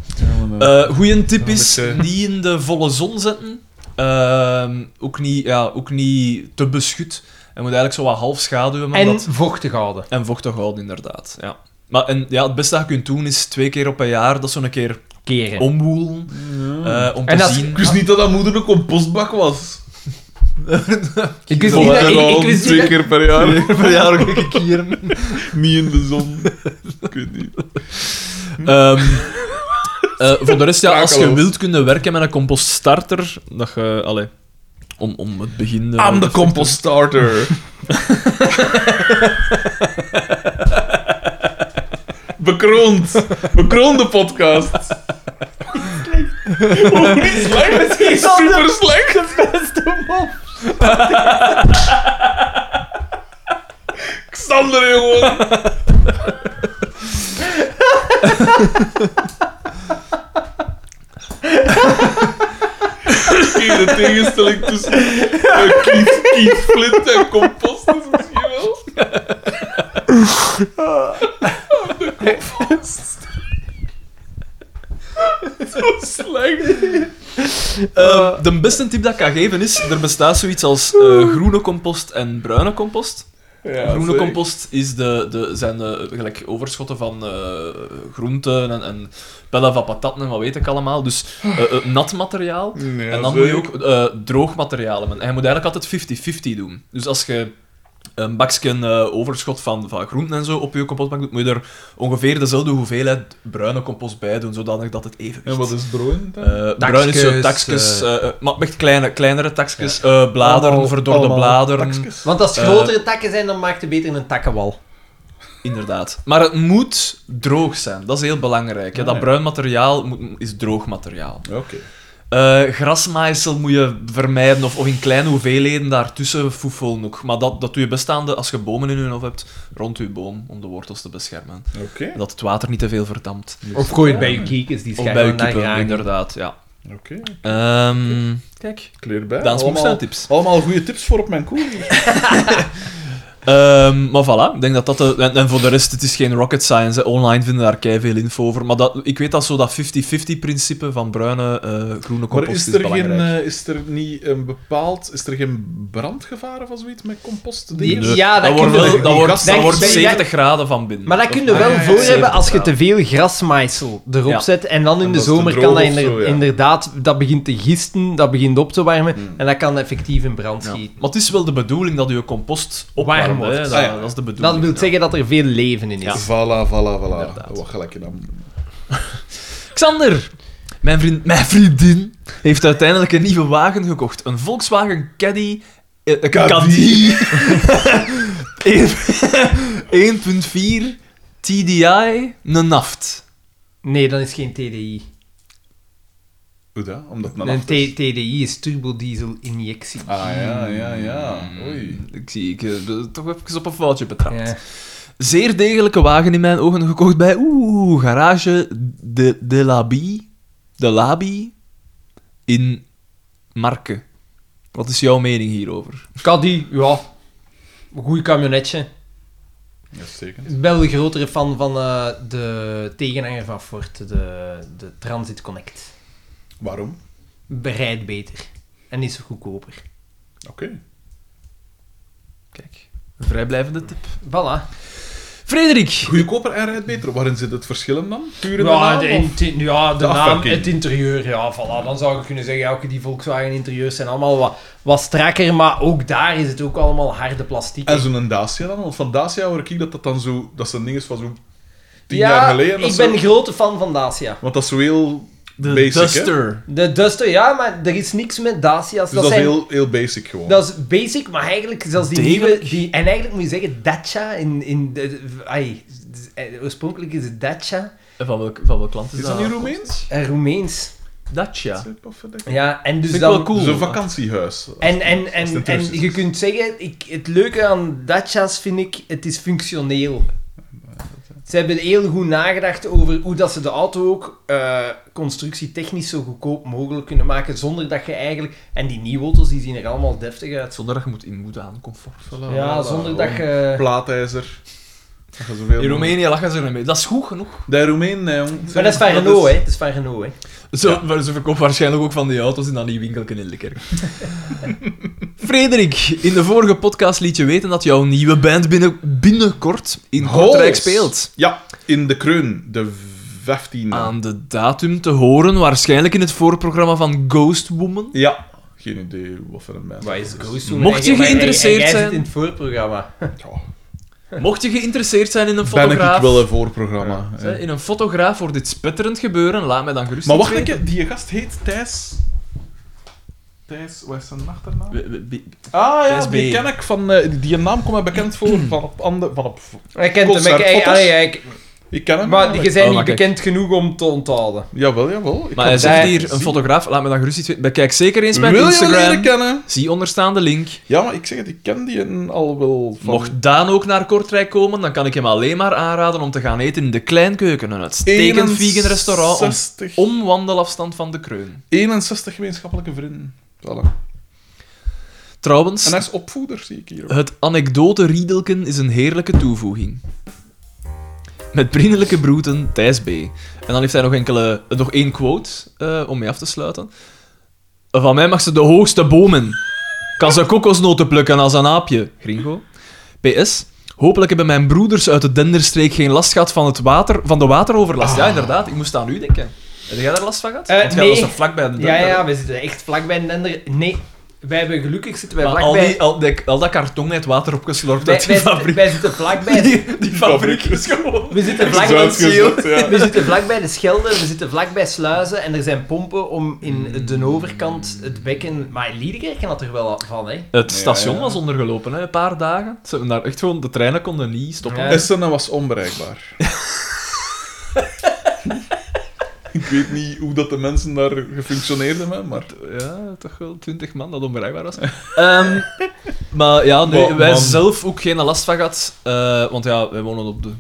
Eh goeie tip is,
Ja, dat, eh.
niet in de volle zon zetten. Ehm, ook, niet, ja, ook niet te beschut. Je moet eigenlijk zo wat half schaduwen. maar
En
dat-
vochtig houden.
En vochtig houden, inderdaad. Ja. Maar en, ja, het beste dat je kunt doen is twee keer op een jaar dat zo'n een keer
Keren.
omwoelen. eh, om
En
te
als-
[laughs]
zien.
Ik wist niet dat dat moeder een compostbak was.
Ik wist
Dat
niet dat...
waren
Ik, ik
al
wist niet
twee
dat-
keer per jaar.
per
[laughs]
jaar ook een kieren.
Niet in de zon. Ik weet niet.
Ehm, eh, voor de rest, ja, als je
Sprakeloos.
wilt kunnen werken met een compoststarter, dat je, allee, om, om het begin... eh,
I'm the compost starter. Bekroond. Bekroonde podcast. Hoe niet slecht? Het is super slecht. Ik sta er jongen. Geen de tegenstelling tussen eh, Keith, Keith Flint en compost is misschien wel.
Ehm, de beste tip dat ik kan geven is, er bestaat zoiets als eh, groene compost en bruine compost.
Ja,
groene
zeg.
compost is de, de, zijn de, gelijk overschotten van eh, groenten en, en pellen van patatten en wat weet ik allemaal. Dus eh, eh, nat materiaal.
Ja,
en dan
zeg.
moet je ook eh, droog materiaal hebben. En je moet eigenlijk altijd 50-50 doen. Dus als je een bakje eh, overschot van, van groenten en zo op je compostbak doet, moet je er ongeveer dezelfde hoeveelheid bruine compost bij doen, zodanig dat het even
En wat is brood? dan?
eh bruin is zo
Takjes,
takjes,
eh.
eh, eh, maar echt kleine, kleinere takjes, eh, bladeren,
Allemaal-
verdorde
allemaal
bladeren.
Takskes.
Want
Eh.
als het grotere takken zijn, dan maakt het beter een takkenwal.
Inderdaad. Maar het moet droog zijn. Dat is heel belangrijk. hè.
Ah,
dat
ja.
bruin materiaal moet- is droog materiaal.
Oké.
Eh grasmaaisel moet je vermijden of, of in kleine hoeveelheden daartussen foefel nog. Maar dat, dat doe je bestaande als je bomen in je hof hebt, rond je boom om de wortels te beschermen.
Oké.
En dat het water niet te veel verdampt.
Of gooi het bij je kiekens, die
Of bij je
schijnen naar
kippen,
graag.
inderdaad. Ja.
Oké.
Ehm, kijk.
Kleer bij.
Daans
Allemaal-
Moestuintips.
Allemaal goede tips voor op mijn
[laughs]
koer.
Ehm, maar voilà, ik denk dat dat... De, en, en voor de rest, het is geen rocket science. Hè. Online vinden daar veel info over. Maar dat, ik weet dat zo dat 50-50-principe van bruine, eh, groene
Maar
compost is,
is er, geen,
belangrijk.
eh, is er niet een bepaald... Is er geen brandgevaar of zoiets met compost?
Die-
dingen?
Nee. Ja, Ah, dat
dat wordt,
kunnen
wel-
we-
dat wordt,
gast-
dat
dat-
wordt
ben jij-
70 graden van binnen.
Maar dat kun je
Ah,
wel
ja, ja,
voor
ja.
hebben als je
Ja.
te veel grasmaaisel erop
Ja.
zet. En dan in
En
de
dat is te
zomer
droog
kan dat
of zo,
inder-
ja.
inderdaad... Dat begint te gisten, dat begint op te warmen. En dat kan effectief in brand
Ja.
schieten.
Maar het is wel de bedoeling dat je compost opwarmt.
wordt.
hè. Dat,
Ah, ja.
dat is de bedoeling.
Dat wil
ja.
zeggen dat er veel leven in is.
Voilà, voilà, voilà.
Inderdaad.
Wat gelijk je dan?
Xander! Mijn, vriend, mijn vriendin heeft uiteindelijk een nieuwe wagen gekocht. Een Volkswagen Caddy... eh, eh,
Caddy.
[laughs] Caddy. 1.4 TDI, een naft.
Nee, dan is geen TDI.
Hoe dat? Omdat het een
Een
aft is.
T- TDI is turbodiesel-injectie.
Ah, ja, ja, ja.
Mm.
Oei.
Ik zie, ik eh, ben toch even op een foutje betrapt.
Ja.
Zeer degelijke wagen in mijn ogen gekocht bij oeh, garage de, de Labi. De Labi in Marken. Wat is jouw mening hierover?
Caddy, ja. Goed camionetje.
Ja, zeker.
Ik ben wel een grotere fan van eh, de tegenhanger van Ford, de, de Transit Connect.
Waarom?
Bereid beter. En is goedkoper.
Oké.
Kijk, een vrijblijvende tip.
Voilà.
Frederik,
Goedkoper en rijdt beter. Waarin zit het verschil hem dan? Puur in de
Ja,
naam,
Nou, de,
of?
in- ti- ja, de,
De
naam,
afwerking.
het interieur, ja, voilà. Dan zou ik kunnen zeggen, ja, oké, die Volkswagen interieurs zijn allemaal wat, wat strakker, maar ook daar is het ook allemaal harde plastic.
En zo'n Dacia dan? Want van Dacia hoor ik dat dat dan zo... Dat zijn dingen van zo'n tien
ja,
jaar geleden. dat
ik
is
ben
zo-
een grote fan van Dacia.
Want dat is zo heel
de
basic, hè?
Duster.
De Duster, ja, maar er is niks met Dacia's.
Dus
dat,
dat,
zijn,
is heel, heel basic gewoon.
dat is basic, maar eigenlijk zelfs die
Degelijk.
nieuwe... Die, en eigenlijk moet je zeggen Dacia in... in de, de- ai, eh, oorspronkelijk is het Dacia
En Van welk, van welk land is,
Is dat niet Roemeens?
en Roemeens.
Dacia.
Ja, en dus
Vind ik
dan...
wel cool.
Zo'n vakantiehuis.
En, en,
Als het
en,
een terrorist
en je
is.
kunt zeggen, ik, het leuke aan Dacia's vind ik, het is functioneel. Ze hebben heel goed nagedacht over hoe dat ze de auto ook eh, constructietechnisch zo goedkoop mogelijk kunnen maken, zonder dat je eigenlijk... En die nieuwe auto's, die zien er allemaal deftig uit.
Zonder dat je moet in moet aan, comfort.
Ja, zonder dat je...
Plaatijzer. Dat je zoveel-
In Roemenië lachen ze ermee. Dat is goed genoeg.
De Roemeen, nee, jong.
Maar dat is van Renault, hè. Dat is van Renault, hè.
Zo, maar ze verkopen waarschijnlijk ook van die auto's in dat nieuw winkeltje in Lekkerk. [laughs] Frederik, in de vorige podcast liet je weten dat jouw nieuwe band binnen, binnenkort in Kortrijk
Hols.
speelt.
Ja, in de Kreun, de 15e.
Aan de datum te horen, waarschijnlijk in het voorprogramma van Ghost Woman.
Ja, geen idee wat voor een band.
Waar is Ghost
Mocht je geïnteresseerd
en jij zit
zijn-
in het voorprogramma.
Ja,
Mocht je geïnteresseerd zijn in een
ben ik
fotograaf...
ik wel een voorprogramma.
Hè,
hè.
In een fotograaf voor dit spetterend gebeuren, laat mij dan gerust
Maar
iets
wacht
weten.
even, die gast heet Thijs... Thijs, wat is zijn achternaam?
We- we- we-
Ah ja,
Thijs B.
die ken ik van... eh, die naam komt mij bekend voor van op andere... Van op,
Ik kent hem, ik,
Concertfoto's?
allee, ik-
ik ken hem.
maar je
eigenlijk.
bent
Oh,
niet
maar kijk.
bekend genoeg om te onthouden.
Jawel, jawel.
Maar
Ik kan
hij
het
zegt
wel
hier,
zien.
een fotograaf, laat me dan gerust iets weten. Bekijk zeker eens mijn
Wil je hem leren
Instagram.
kennen?
Zie onderstaande link.
Ja, maar ik zeg het, ik ken die een al wel van...
Mocht Daan ook naar Kortrijk komen, dan kan ik hem alleen maar aanraden om te gaan eten in de Kleinkeuken. Een uitstekend vegan restaurant om,
61
om wandelafstand van de Kreun.
61 gemeenschappelijke vrienden. Voilà. En
Trouwens,
hij is opvoeder, zie ik hier. ook.
het anekdote riedelken is een heerlijke toevoeging. Met vriendelijke broeten, Thijs B. En dan heeft hij nog, enkele, eh, nog één quote eh, om mee af te sluiten. Van mij mag ze de hoogste bomen. Kan ze kokosnoten plukken als een aapje, gringo. PS. Hopelijk hebben mijn broeders uit de Denderstreek geen last gehad van, het water, van de wateroverlast. Ja, inderdaad. Ik moest aan u denken. Heb jij daar last van gehad?
Ah. Eh,
Want jij
nee.
was er vlakbij
Ja,
de Dender.
ja, we zitten echt vlakbij een ander... Nee, wij hebben gelukkig zitten wij
Maar al,
vlakbij...
die, al, die- al dat karton heeft water opgeslorpt
wij,
uit die
wij, zitten,
fabriek.
wij zitten vlakbij...
[laughs] Die, die fabriek is gewoon...
We zitten vlakbij... We zitten vlakbij de Schelde, we zitten vlakbij Sluizen en er zijn pompen om in de overkant het bekken... Maar Liedekerken had er wel van, hè?
Het station
ja.
was ondergelopen, hè, een paar dagen. Ze hebben daar echt gewoon, de treinen konden niet stoppen.
Ja.
Essen was
[laughs]
onbereikbaar. ik weet niet hoe dat de mensen daar gefunctioneerd hebben, maar...
Ja, toch wel 20 man dat onbereikbaar was. Ehm, maar ja, nee,
Maar,
wij
man.
zelf ook geen last van gehad. eh, want ja, wij wonen op de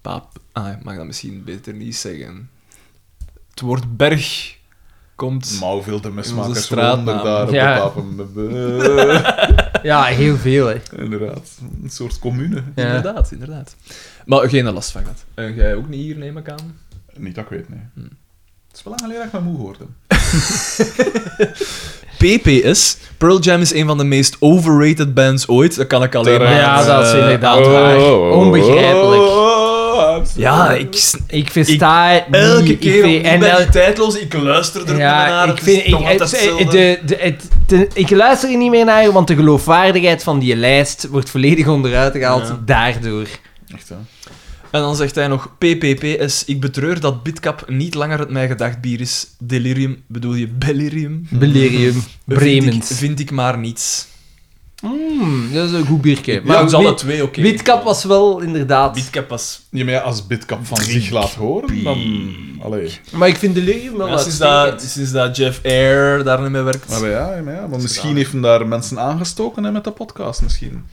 Paap. Ah, ik mag dat misschien beter niet zeggen. Het woord berg komt.
Maar hoeveel de
Onze
mesmakers
straatnaam.
wonder daar op
Ja.
de
[laughs]
papen.
Ja, heel veel, hè?
Inderdaad, een soort commune.
Inderdaad, inderdaad. Maar geen last van gehad. En jij ook niet hier, neem ik aan.
Niet dat ik weet, nee.
Hm.
Het is wel lang geleden dat ik mijn moe hoorde.
PPS. Pearl Jam is een van de meest overrated bands ooit. Dat kan ik alleen maar.
Terecht.
Ja, dat is
eh,
inderdaad waar. Onbegrijpelijk.
Oh, I'm sorry.
Ja, ik, s-
Ik versta het niet.
elke
Ik
keer
vind-
opnieuw
en
bij
el-
die tijdloos, ik luister er ja,
Ja,
naar.
ik vind... Ik, het- het- de, de, het, de- ik luister er niet meer naar, want de geloofwaardigheid van die lijst wordt volledig onderuit gehaald
Ja.
daardoor.
Echt, hè.
En dan zegt hij nog, PPPS, ik betreur dat Bitcap niet langer het mij gedacht bier is. Delirium, bedoel je Belirium?
Belerium,
Vind Hmm, ik,
Bremens.
vind ik maar niets.
Mm, dat is een goed biertje.
Maar ja,
Maar
ze alle
Wit-
twee oké.
Witkap was wel inderdaad.
Bitcap was...
Ja, maar ja, als Bitcap van zich laat horen, dan... Allee.
Maar ik vind Delirium wel
Ja, sinds, dat, sinds dat Jeff Air daar niet mee werkt.
Maar ja, ja, maar, ja, maar misschien
raar.
heeft hem daar mensen aangestoken hè, met de podcast, misschien.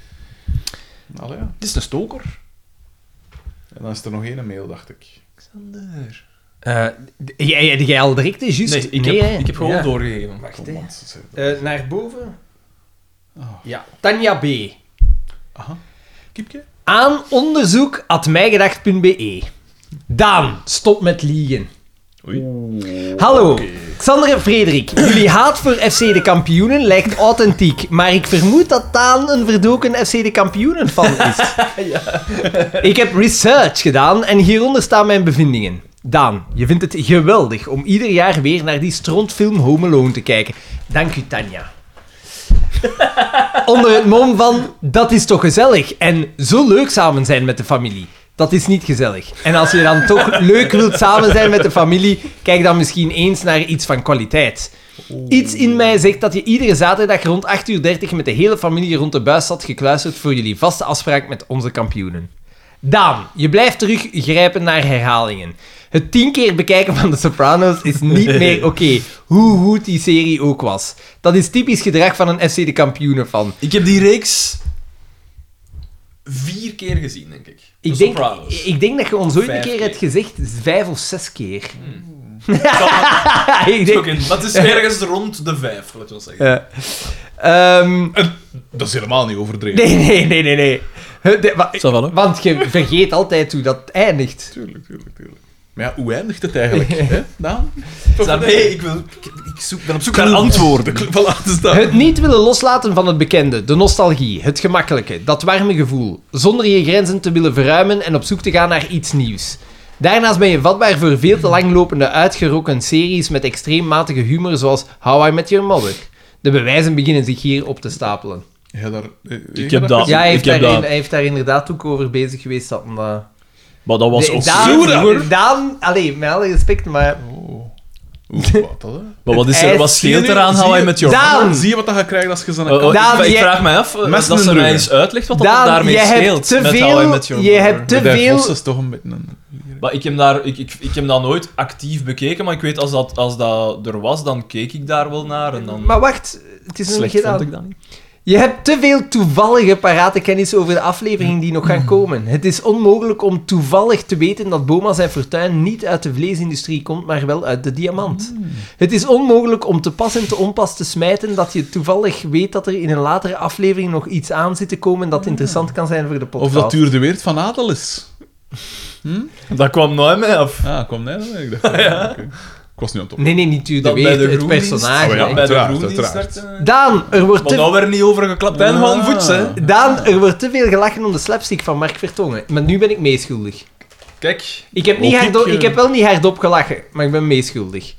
Allee, ja.
Het is een stoker.
En dan is er nog één mail, dacht ik.
Xander.
Eh, jij, jij- jij al direct is juist.
Nee, ik,
hè?
heb, ik heb gewoon
Ja.
doorgegeven.
Wacht,
Kom,
hè.
want ze zei-
Eh, naar boven.
Oh.
Ah.
Ja. Tanja B.
Aha. Kiepje?
Aan onderzoek at E. mijgedacht.be. Daan, stop met liegen. Hallo. Xander en Frederik, jullie haat voor FC de Kampioenen lijkt authentiek, maar ik vermoed dat Daan een verdoken FC de Kampioenen fan is. Ik heb research gedaan en hieronder staan mijn bevindingen. Daan, je vindt het geweldig om ieder jaar weer naar die strontfilm Home Alone te kijken. Dank u, Tanja. Onder het mom van, dat is toch gezellig en zo leuk samen zijn met de familie. Dat is niet gezellig. En als je dan toch leuk wilt samen zijn met de familie, kijk dan misschien eens naar iets van kwaliteit. Iets in mij zegt dat je iedere zaterdag rond 8.30 uur met de hele familie rond de buis zat gekluisterd voor jullie vaste afspraak met onze kampioenen. Daan, je blijft teruggrijpen naar herhalingen. Het tien keer bekijken van The Sopranos is niet meer oké, hoe goed die serie ook was. Dat is typisch gedrag van een FC de Kampioenen fan.
Ik heb die reeks vier keer gezien, denk ik. De
Ik denk,
Sopranos.
ik denk dat je ons ooit een
Vijf
keer
keer.
hebt gezegd, vijf of zes keer. [laughs] ik
Oké,
denk,
dat
[laughs]
is ergens rond de vijf, laten we zeggen.
Ja. Ehm,
Dat is helemaal niet overdreven.
nee, nee, nee, nee, nee. Huh, de- wa-
Zal wel, hè?
want je vergeet altijd hoe dat eindigt.
Tuurlijk, tuurlijk, tuurlijk. Maar ja, hoe eindigt het
[laughs]
eigenlijk, hè, Daan?
Daarmee, ik, wil, ik, ik zoek, ben op zoek naar
Daar
antwoorden.
antwoorden. Voilà, het is dat.
Het niet willen loslaten van het bekende, de nostalgie, het gemakkelijke, dat warme gevoel, zonder je grenzen te willen verruimen en op zoek te gaan naar iets nieuws. Daarnaast ben je vatbaar voor veel te langlopende uitgerokken series met extreem matige humor zoals How I Met Your Mother. De bewijzen beginnen zich hier op te stapelen.
Ja, daar, eh,
Ik
ja,
heb dat.
Ja, hij Dus heeft,
ik heb
daar,
dat.
hij heeft daar inderdaad ook over bezig geweest. Dat, omdat-
Maar dat was
De-
ook
Daan,
zo dat.
Daan, allee, met alle respect, maar...
Oeh, wat dat, hè?
Maar wat, is er,
ijs-
wat scheelt
Zie je
eraan?
nu-
Hou
zie
hij
je-
met jou?
Daan!
Zie je wat dat gaat krijgen als je ze aan
Eh, eh, ik-
Daan,
ik,
jij-
vraag mij af eh,
Messen
dat
en
ze mij
ruggen.
eens uitlegt wat dat
Daan,
daarmee
je hebt
scheelt.
te
met How I Met
veel...
Your
Je
Mother.
hebt te
De Vos
veel...
is toch een beetje een...
Maar ik heb, daar, ik, ik, ik heb dat nooit actief bekeken, maar ik weet als dat, als dat er was, dan keek ik daar wel naar. En dan
Maar wacht, het is nog niet
slecht vond
gedaan.
ik dat niet.
Je hebt te veel toevallige parate kennis over de afleveringen die nog
Hmm.
gaan komen. Het is onmogelijk om toevallig te weten dat Boma zijn fortuin niet uit de vleesindustrie komt, maar wel uit de diamant.
Hmm.
Het is onmogelijk om te pas en te onpas te smijten dat je toevallig weet dat er in een latere aflevering nog iets aan zit te komen
Hmm.
dat interessant kan zijn voor de
Of
podcast.
dat Tuur de Weert van Adel is.
Dat kwam nooit mee af.
Ah, kom nee, nee, ik
[laughs]
dacht... Ja. Ik was nu aan het op.
Nee, nee, niet u, de
Dat bij
Weert,
de
het
Groendienst-
personage.
Oh ja.
hè.
Bij de
uiteraard,
groendienst
uiteraard.
werd, eh,
Daan, er wordt
Maar
te
nou werd niet over geklapt en gewoon voets, hè.
Daan, er wordt te veel gelachen om de slapstick van Mark Vertongen. Maar nu ben ik meeschuldig.
Kijk.
Ik heb, niet
Ook
hardop,
ik,
ik
eh.
heb wel niet hardop gelachen, maar ik ben meeschuldig.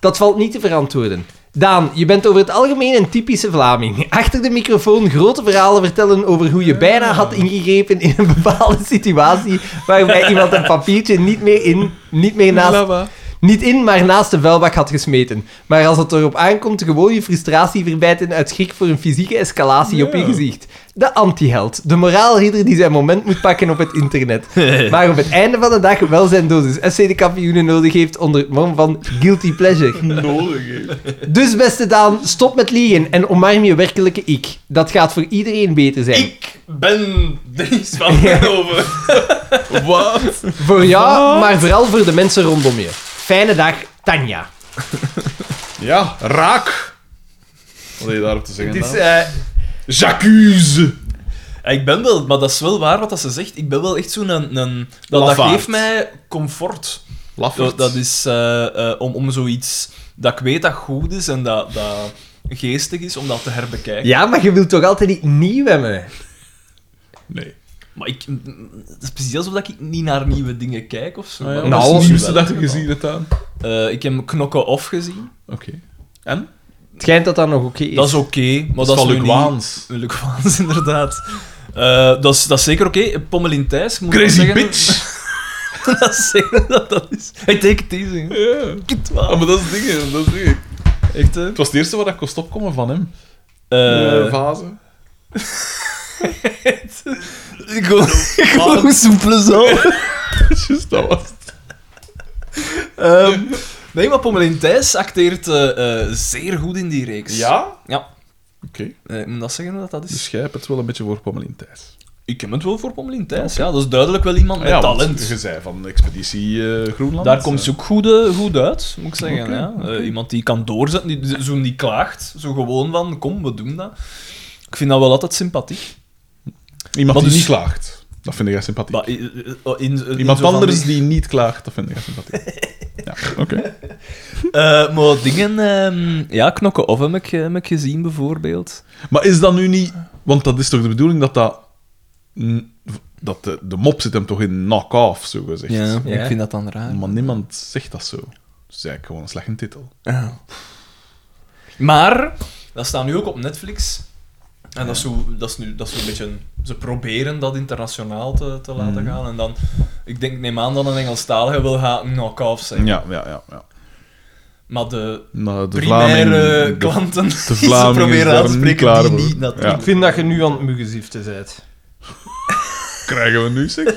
Dat valt niet te verantwoorden. Daan, je bent over het algemeen een typische Vlaming. Achter de microfoon grote verhalen vertellen over hoe je bijna had ingegrepen in een bepaalde situatie waarbij iemand een papiertje niet meer in, niet meer naast, niet in, maar naast de vuilbak had gesmeten. Maar als het erop aankomt, gewoon je frustratie verbijten uit schrik voor een fysieke escalatie op je gezicht. De antiheld. De moraalridder die zijn moment moet pakken op het
[laughs]
internet. maar op het einde van de dag wel zijn dosis SC de kampioenen nodig heeft onder het mom van guilty
[laughs]
pleasure. Dus beste Daan, stop met liegen en omarm je werkelijke ik. Dat gaat voor iedereen beter zijn.
Ik ben Dries van Verhoeven. Wat?
Voor jou, maar vooral voor de mensen rondom je. Fijne dag, Tanja.
Ja, raak! Wat heb je daarop te zeggen,
Dus,
Daan?
eh,
J'accuse!
Ik ben wel, maar dat is wel waar wat dat ze zegt. Ik ben wel echt zo'n... Een, een, dat, dat
Lafaard.
geeft mij comfort.
Laffert.
Dat, dat is eh, eh, om, om zoiets dat ik weet dat goed is en dat, dat geestig is, om dat te herbekijken.
ja, maar je wilt toch altijd iets nieuw hebben?
Nee.
Maar ik, mm, het is precies alsof dat ik niet naar nieuwe dingen kijk of zo. Maar
Nou,
dat
Nou,
nou,
is
als
nu
nieuwste
wel
dat je
het
gezien hebt, Daan. Oké.
geval. Eh, ik heb Knokken Off gezien.
En?
Het schijnt dat dat nog oké is.
Dat is oké, maar dat is nu niet...
Waans.
Luc Waans, [laughs] inderdaad. Eh, dat, is, dat is zeker oké. Pommelin Thijs, ik moet wel
Crazy
zeggen... [laughs]
bitch!
dat is zeker dat dat is. Ik take it easy. hè.
Ja.
Kut, man.
Ah, maar dat is dingen, dat is dingen.
Echt, hè?
Het was het eerste wat ik kost opkomen van hem.
Eh,
Eh, fase. [laughs]
ik wil [laughs] gewoon soepele zo.
Just, dat was het.
Ehm, nee, maar Pommelin Thijs acteert eh, eh, zeer goed in die reeks. Ja.
Oké.
Eh, ik moet dat zeggen hoe dat dat is?
Dus jij hebt het wel een beetje voor Pommelin Thijs.
ik ken het wel voor Pommelin Thijs. Ja, dat is duidelijk wel iemand met
Ja, want
talent.
Je zei van Expeditie eh, Groenland.
Daar komt
Eh,
ze ook goed, eh, goed uit, moet ik zeggen.
Oké,
ja. Eh, iemand die kan doorzetten, die, zo niet klaagt. Zo gewoon van, kom, we doen dat. Ik vind dat wel altijd sympathiek.
Iemand
Maar
die
dus-
niet klaagt. Dat vind ik sympathiek.
Maar, eh, eh, in, in
Iemand
zo van
anders
die- [laughs]
die niet klaagt, dat vind ik sympathiek. ja. Oké.
Eh, maar [laughs] dingen... ehm, ja, knokken of heb ik, heb ik gezien, bijvoorbeeld.
Maar is dat nu niet... Want dat is toch de bedoeling dat dat... n- Dat de, de mop zit hem toch in knock-off, zo gezegd.
Ja,
Ja.
ik vind dat dan raar.
Maar niemand zegt dat zo. Dat is eigenlijk gewoon een slechte titel.
Ja. Maar, dat staat nu ook op Netflix. En dat, is zo, dat is nu dat is zo een beetje... een- Ze proberen dat internationaal te, te laten
Mhm.
gaan. En dan... Ik denk, neem aan dat een Engelstalige wil gaan knock-off zijn.
Ja, ja, ja. ja.
Maar de
Nou, de
primaire
Vlaming- de-
klanten [laughs] die ze
Vlaming is
proberen
daar
aan te
niet
spreken,
klaar
die
voor.
niet natuurlijk.
Ja.
Ik vind dat je nu aan het muggenziften bent.
krijgen we nu, zeg. [laughs]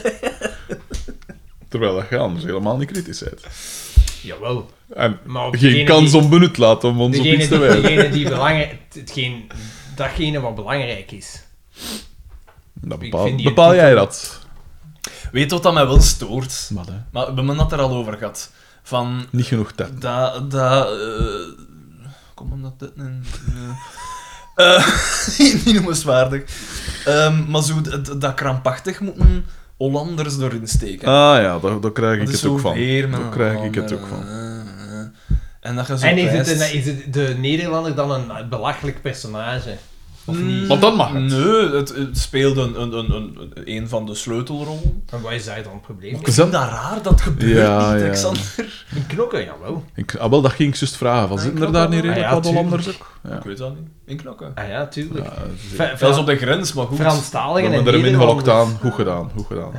Terwijl dat je anders helemaal niet kritisch bent.
Jawel.
En
Maar op
geen
degene
kans
die-
om benut laten om ons op
Degene
iets te
die,
wijzen.
degene die belangrijk... Hetgeen, datgene wat belangrijk is.
Dat
Ik
bepaal,
vind die
bepaal jij
titel-
dat.
Weet wat dat mij wel stoort?
Maar hè,
Maar we hebben het er al over gehad. Van
niet genoeg tijd.
dat. dat eh, kom omdat dit een. [laughs] eh, [laughs] eh, niet noemenswaardig. Ehm, maar zo dat, dat krampachtig moeten Hollanders erin steken.
Ah ja, daar, daar krijg ik
dat is
het
zo
ook van.
weer met
Daar
een
krijg ik het
ander,
ook van.
eh, eh. En dat je zo
En is het,
wijst-
een- is het de Nederlander dan een belachelijk personage? Of niet?
Want dan mag het.
Mm, Nee, het, het speelde een, een, een, een, een van de sleutelrollen.
En wat is daar dan het probleem?
Ik vind dat raar, dat gebeurt
Ja,
niet,
ja.
Alexander.
In knokken, jawel.
Ik, ah, wel, dat ging ik juist vragen. Van, zitten er daar niet redelijk
Ah, ja,
wat Hollanders
tuurlijk.
ook? Ja.
Ik weet dat niet. In knokken.
Ah ja, tuurlijk.
Ja, dus ik-
Fra-
Dat is
Fra-
op de grens, maar goed.
we
Franstaligen en
hebben er min gelokt
Nederlanders.
aan. Goed gedaan, goed gedaan.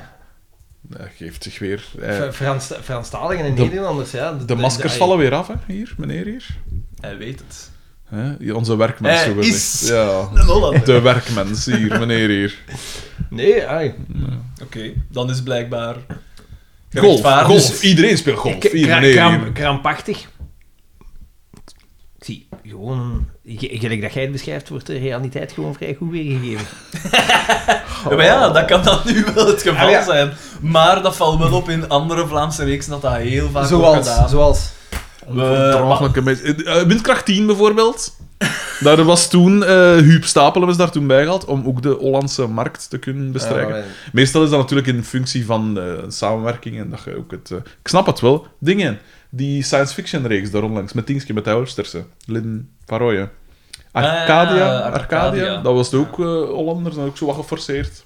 Dat geeft zich weer. eh,
Fra- Frans, Franstaligen en
De-
Nederlanders, ja.
de maskers vallen weer af, hè, hier, meneer hier.
Hij weet het.
Hè, hier, onze werkmens,
Hij
zo gezegd.
is-
Ja,
Een Hollander.
de werkmens hier, meneer hier.
Nee, ai.
Oké, dan is blijkbaar... Dus-
Golf,
Rechtvaardig.
golf. dus Iedereen speelt golf.
K-
Hier,
kra-
meneer
kramp-
hier.
krampachtig. Ik zie gewoon, ge- gelijk dat jij het beschrijft, wordt de realiteit gewoon vrij goed weergegeven.
Maar [laughs] ja,
[laughs]
dat kan dat nu wel het geval
Ah, ja.
zijn. Maar dat valt wel op in andere Vlaamse reeksen dat dat heel vaak wordt gedaan.
Zoals, zoals.
Onverdraaglijke mensen. Eh, eh, Windkracht 10 bijvoorbeeld. [laughs] Daar was toen, eh Huub Stapelen was daar toen bij gehad, om ook de Hollandse markt te kunnen bestrijken.
Ah,
Meestal is dat natuurlijk in functie van eh, samenwerking en dat je ook het... eh, ik snap het wel. Dingen. Die science fiction reeks daar onlangs, met Dingske, met de Oudersterse. Lynn van Rooyen. Arcadia,
Ah, Arcadia.
Arcadia, dat was het ook eh, Hollanders, en ook zo wat geforceerd.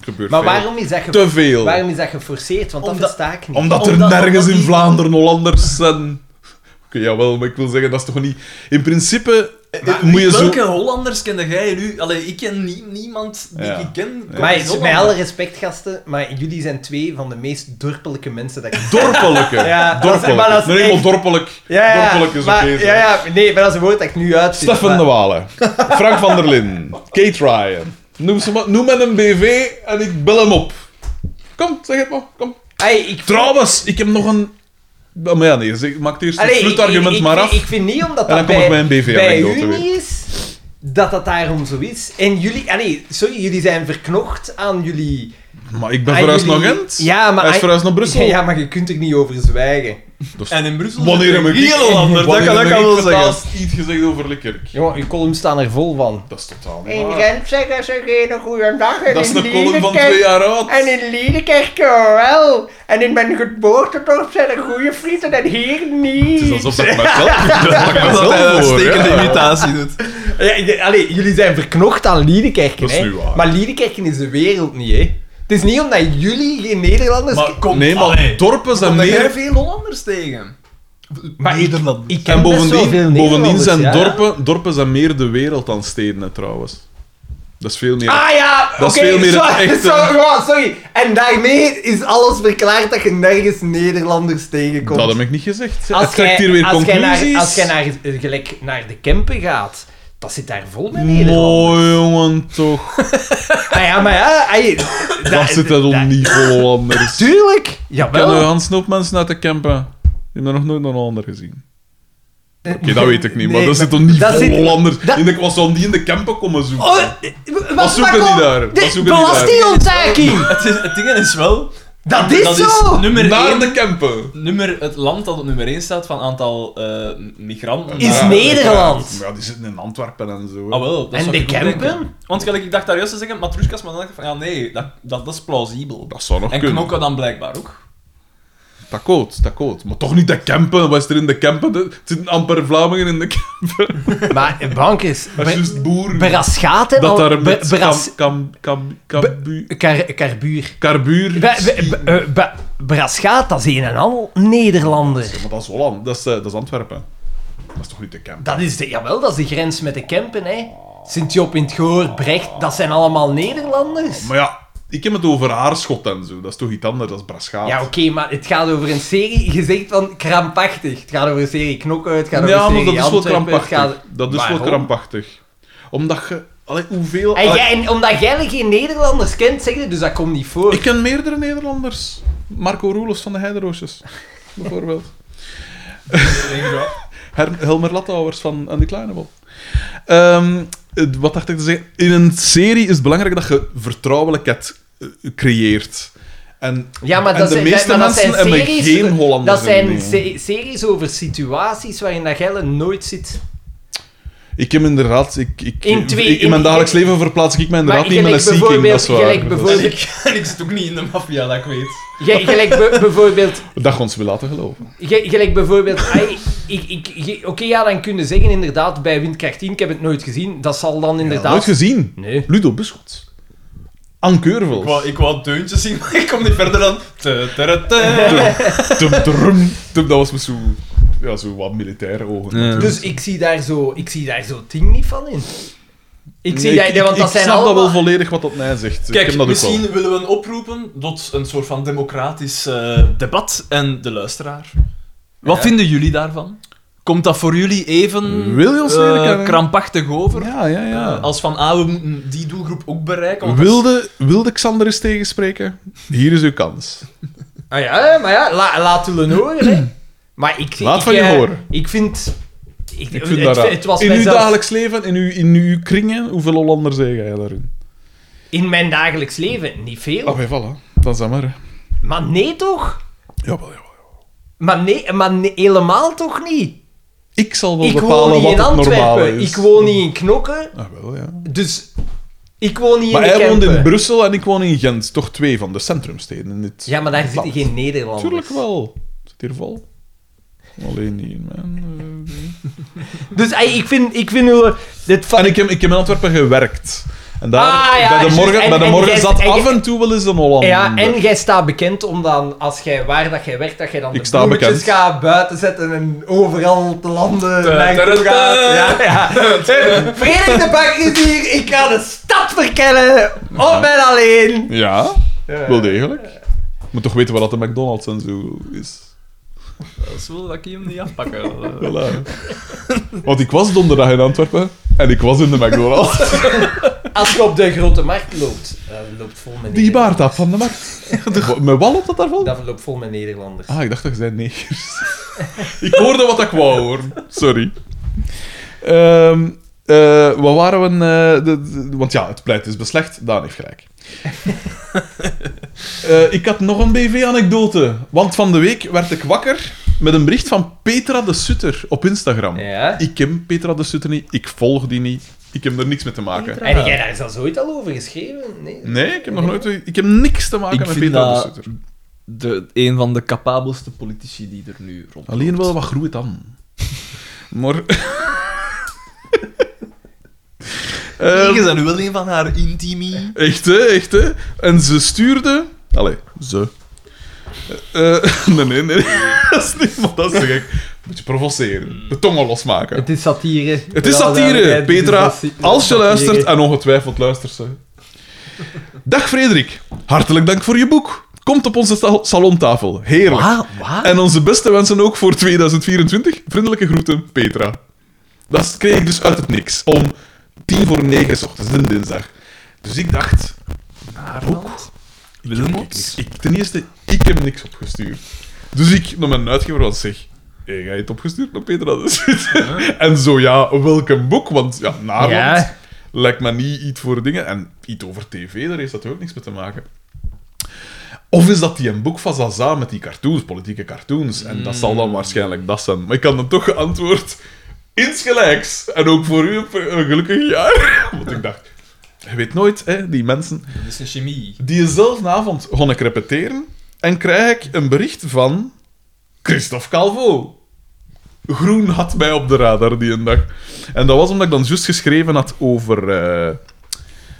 Gebeurt
Maar
veel.
waarom is dat, ge-
Te veel.
waarom is dat geforceerd? Want dat
Omdat-
versta ik niet.
Omdat,
Omdat-
er nergens
omdat
in
die-
Vlaanderen Hollanders zijn. Oké, jawel, maar ik wil zeggen, dat is toch niet... In principe eh, moet je zo...
Welke Hollanders kende jij nu? Allee, ik ken nie- niemand die
Ja.
ik ken.
Ja.
Maar
is
met alle respect, gasten, maar jullie zijn twee van de meest dorpelijke mensen
[laughs]
dat ik...
[laughs] Dorpelijke.
Ja, dat is-
dorpelijke.
maar dat is
Nee, helemaal
echt-
dorpelijk. dorpelijk is
maar,
oké. zo.
ja, ja, nee, maar dat is een woord dat ik nu uitzit.
Stefan de Walen, Frank van der Linden, Kate Ryan. Noem, ze maar, noem men een BV en ik bel hem op. Kom, zeg het maar, kom.
Ai, ik vind-
Trouwens, ik heb nog een... Ah, Maar ja, nee, zeg, maak eerst het
Allee, ik-
sluitargument
ik-
maar
ik-
af.
Ik vind niet omdat
En
dat
dan kom
bij,
ik met een BV
bij
anekdote
u
weer.
niet is, dat dat daarom zo is. En jullie... Allee, sorry, jullie zijn verknocht aan jullie...
Maar ik ben
aan
verhuisd
Ah, jullie-
naar Gent.
Ja, maar...
Hij is
aan-
verhuisd naar Brussel.
[laughs] Ja, maar je kunt er niet over zwijgen.
En in Brussel
Wanneer
zit
heb
een
ik...
heel Hollander, dat
wanneer
kan
heb
ik al wel
ik
zeggen.
vertaald iets gezegd over Likkerk.
Jongen, uw columns staan er vol van.
Dat is totaal niet
In
waar.
Gent zeggen ze geen goede dag. En
Dat is
in
een column van
Liedekerk-
twee jaar oud.
En in Liedekerk wel. En in mijn geboortedorp zijn er goede frieten en hier niet.
Het is alsof dat
[laughs]
ik mezelf... dat ik
Dat hij een
mezelf hoor,
uitstekende
ja.
imitatie doet.
Ja, ik- allee, jullie zijn verknocht aan Liedekerken,
Dat is
hè.
nu waar.
Maar Liedekerken is de wereld niet, hè. Het is niet omdat jullie geen Nederlanders...
Maar kom,
Nee, maar Ah,
allee.
dorpen zijn
Kom
meer...
jij veel Hollanders tegen?
Maar ik, ik ken
En
best wel veel
bovendien, bovendien
Nederlanders,
zijn
ja.
dorpen, dorpen zijn meer de wereld dan steden, hè, trouwens. Dat is veel meer.
Ah ja, oké,
Dat is veel meer het
sorry,
echte.
sorry, oh, sorry. En daarmee is alles verklaard dat je nergens Nederlanders tegenkomt.
dat heb ik niet gezegd.
als
het trekt
jij-
hier weer
als jij
conclusies.
naar, als jij naar, eh, gelijk naar de Kempen gaat, dat zit daar vol met Nederlanders.
Mooi, jongen,
[laughs]
toch.
Ah ja, maar ja,
[laughs]
ai,
Daar zit dat om niet vol Hollanders. Ik
tuurlijk.
ken een
Jawel.
Hans Snoep mensen uit de Kempen. Die hebben nog nooit een Hollander gezien. Oké, dat weet ik niet, maar
Nee,
dat zit
maar
toch niet
dat
vol
zit-
Hollanders.
dat-
Ik denk, wat zouden die in de Kempen komen zoeken?
Oh, eh,
wat zoeken die
kom,
daar? Wat
dit-
zoeken die daar?
Belastingontduiking!
Het, is- het ding is wel...
Dat is
dat
zo!
Is nummer
naar
één-
de Kempen.
nummer, het land dat op nummer 1 staat van aantal eh, migranten.
Is
naar-
Nederland.
Ja, die zitten in Antwerpen en zo. hè.
Ah, wel, dat
En
zou
de
ik ook denken.
Kempen?
Want gelijk, ik dacht daar juist te zeggen, Matroeskas, maar dan dacht ik van, ja nee, dat, dat, dat is plausibel.
Dat zou nog
en
kunnen.
knokken dan blijkbaar ook.
Takkoord, takkoord. Maar toch niet de Kempen. Wat is er in de Kempen? De- Het zitten amper Vlamingen in de Kempen. [laughs]
Maar eh, bank is...
Dat is juist boeren.
Beraschaten...
dat daar
oh, be-
met
beras-
kam, kam, kam, kambu-
Kar- Karbuur.
karbuur...
Be- be- be- eh, be- Beraschaat, dat is een en al Nederlander.
Maar dat is Holland. Dat is, eh, dat is Antwerpen. Dat is toch niet de Kempen?
Dat is de... Jawel, dat is de grens met de Kempen, hè. Sint-Job in het Goor, Brecht, dat zijn allemaal Nederlanders.
Maar ja, ik heb het over haarschot en zo. Dat is toch iets anders dan Braschaat.
Ja, oké, maar het gaat over een serie, je zegt van krampachtig. Het gaat over een serie Knockout, het gaat over
Ja,
een
maar
serie
dat is wel
Antwerpen, het
krampachtig.
gaat-
Dat is wel
Waarom?
krampachtig. Omdat je... Allee, hoeveel...
En,
allee,
jij, en omdat jij geen Nederlanders kent, zeg je, dus dat komt niet voor.
Ik ken meerdere Nederlanders. Marco Roelofs van de Heideroosjes,
[laughs]
bijvoorbeeld. [laughs] Her- Helmer Lattauwers van Andy Kleinebol. Ehm, het- wat dacht ik te zeggen? In een serie is het belangrijk dat je vertrouwelijkheid eh, creëert. En,
Ja, maar
en
dat
de
zijn-
meeste
maar dat
mensen
zijn
hebben
series-
geen Hollanders
dat zijn
in hun leven.
se- series over situaties waarin dat jij nooit zit.
Ik heb inderdaad... Ik, ik,
In twee-
ik- in mijn
in-
dagelijks
in-
leven verplaats ik mij inderdaad niet
gelijk
met een seeking, dat
bijvoorbeeld-
is waar.
gelijk
En
bijvoorbeeld,
ik, [laughs] en ik zit ook niet in de maffia, dat ik weet.
jij- gelijk be- bijvoorbeeld
Dat je ons wil laten geloven.
Ge- Gelijk bijvoorbeeld, ai, ik, ik, ge- oké, ja, dan kun je zeggen inderdaad bij Windkracht 10, ik heb het nooit gezien, dat zal dan
Nooit
inderdaad...
gezien.
nee.
Ludo Buschots. Anne Keurvels.
Ik wou, ik wou deuntjes zien, [laughs] maar ik kom niet verder dan... Te, te,
[laughs] Tum, trum, tum, dat was met zo, ja, zo wat militaire ogen. natuurlijk.
Dus ik zie daar zo, ik zie daar zo ding niet van in. Ik zie
Nee,
daar, want dat
ik
zijn
snap
allemaal...
dat wel volledig wat dat mij zegt. ik heb
Kijk,
dat
misschien
ook
willen we een oproepen tot een soort van democratisch eh, debat en de luisteraar.
Wat vinden jullie daarvan? Komt dat voor jullie
wel.
even
Wil je ons
eh,
leren kennen?
krampachtig over?
Ja, ja, ja.
Ja.
Als van, ah, we moeten die doelgroep ook bereiken. want dat is-
Wilde, wilde Xander eens tegenspreken? Hier is uw kans.
Ah ja, maar ja, la, laat willen horen, hè. Maar ik...
Laat
ik,
van je
eh,
horen.
Ik vind... Ik,
Ik
het,
vind dat raar.
het was
in uw
mij zelfs-
dagelijks leven, in uw, in uw kringen, hoeveel Hollanders zeg jij daarin?
In mijn dagelijks leven, niet veel.
Ah, wij vallen. Dan zijn we er.
Maar nee toch?
Jawel, jawel.
Maar nee, maar nee, helemaal toch niet?
Ik zal wel
Ik woon
bepalen
niet
wat
in
het normaal
Antwerpen,
is.
ik woon niet in Knokken,
Ah, wel, ja.
Dus ik woon niet
Maar
in de
hij woont in
Kempen.
Brussel en ik woon in Gent. Toch twee van de centrumsteden in dit
Ja, maar daar zitten
land.
geen Nederlanders.
Tuurlijk wel. Zit hier vol. Alleen niet, man. Eh,
Dus ey, ik vind... Ik vind hoe- dit van...
En ik heb, ik heb in Antwerpen gewerkt. En daar,
Ah, ja,
bij de
juist.
morgen,
En-
bij de
en
morgen
jij-
zat
en
af
jij-
en toe wel eens een Hollander.
ja, en jij staat bekend omdat als jij waar dat jij werkt, dat jij dan
Ik
de
sta
bloemetjes
bekend.
gaat buiten zetten en overal te landen naartoe
tuh,
gaat. Ja, ja. [laughs] Frederik de Bak is hier, ik ga de stad verkennen, op en alleen.
Ja, wel degelijk. Moet toch weten wat dat de McDonald's en zo is.
Dat is wel dat ik hem niet afpakken.
eh.
Voilà. Want ik was donderdag in Antwerpen en ik was in de McDonald's.
Als je op de grote markt loopt, dat loopt vol met
Die
Nederlanders.
baard af van de markt. Met wat loopt dat daarvan?
Dat loopt vol met Nederlanders.
Ah, ik dacht dat je zei negers. [laughs] ik hoorde wat ik wou horen. Sorry. Ehm eh, wat waren we... eh, de, de- want ja, het pleit is beslecht. Daan heeft gelijk. Eh, ik had nog een BV-anekdote. Want van de week werd ik wakker met een bericht van Petra de Sutter op Instagram.
Ja?
Ik ken Petra de Sutter niet. Ik volg die niet. Ik heb er niks mee te maken.
En jij daar zelfs ooit al over geschreven? Nee.
Nee, ik heb nog nooit... Ik heb niks te maken
Ik
met
vind
Petra de
dat-
Sutter.
De, een van de capabelste politici die er nu rond.
Alleen wel wat groeit dan. [laughs] Maar... Ehm,
Ik is nu wel een van haar intimi.
echt, hè, echt, hè. En ze stuurde... Allee, ze. Eh, eh, [laughs] nee, nee, nee. dat is niet... Maar dat is te gek. Moet je provoceren. De tongen losmaken.
Het is satire.
Het is dus- satire, Petra. Als je luistert, eh. en ongetwijfeld luistert ze. Dag Frederik, hartelijk dank voor je boek. Komt op onze sal- salontafel. Heerlijk. En onze beste wensen ook voor 2024. Vriendelijke groeten, Petra. Dat kreeg ik dus uit het niks. Om tien voor negen 's ochtends, een dinsdag. Dus ik dacht... Naar boek. Ik, ik, ten eerste, ik heb niks opgestuurd. Dus ik naar mijn uitgever was zeg... Hey, jij het opgestuurd naar Petra [laughs] de Sutter? En zo ja, welk een boek? Want ja, Naarland
Ja.
lijkt me niet iets voor dingen. En iets over tv, daar heeft dat ook niks mee te maken. Of is dat die een boek van Zaza met die cartoons, politieke cartoons? En dat zal dan waarschijnlijk dat zijn. Maar ik had dan toch geantwoord... Insgelijks. En ook voor u een een gelukkig jaar. [laughs] Want ik dacht... Je weet nooit, hè, die mensen...
Dat is een chemie.
Diezelfde avond kon ik repeteren. en krijg ik een bericht van Christophe Calvo. Groen had mij op de radar die een dag. En dat was omdat ik dan juist geschreven had over eh,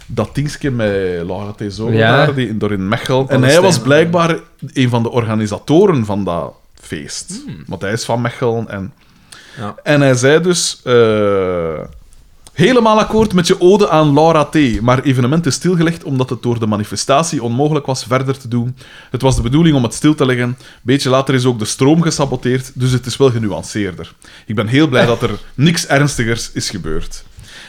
dat dingetje met Laura Tezo
Ja.
daar, die, door in Mechel. En hij
Palestijn.
was blijkbaar een van de organisatoren van dat feest. Want hij is van Mechel. En,
Ja.
en hij zei dus... eh, Helemaal akkoord met je ode aan Laura T. Maar evenement is stilgelegd omdat het door de manifestatie onmogelijk was verder te doen. Het was de bedoeling om het stil te leggen. Beetje later is ook de stroom gesaboteerd, dus het is wel genuanceerder. Ik ben heel blij dat er niks ernstigers is gebeurd.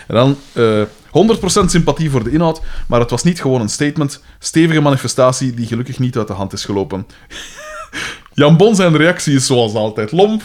En dan eh 100% sympathie voor de inhoud, maar het was niet gewoon een statement. Stevige manifestatie die gelukkig niet uit de hand is gelopen. Jan Bon zijn reactie is zoals altijd lomp.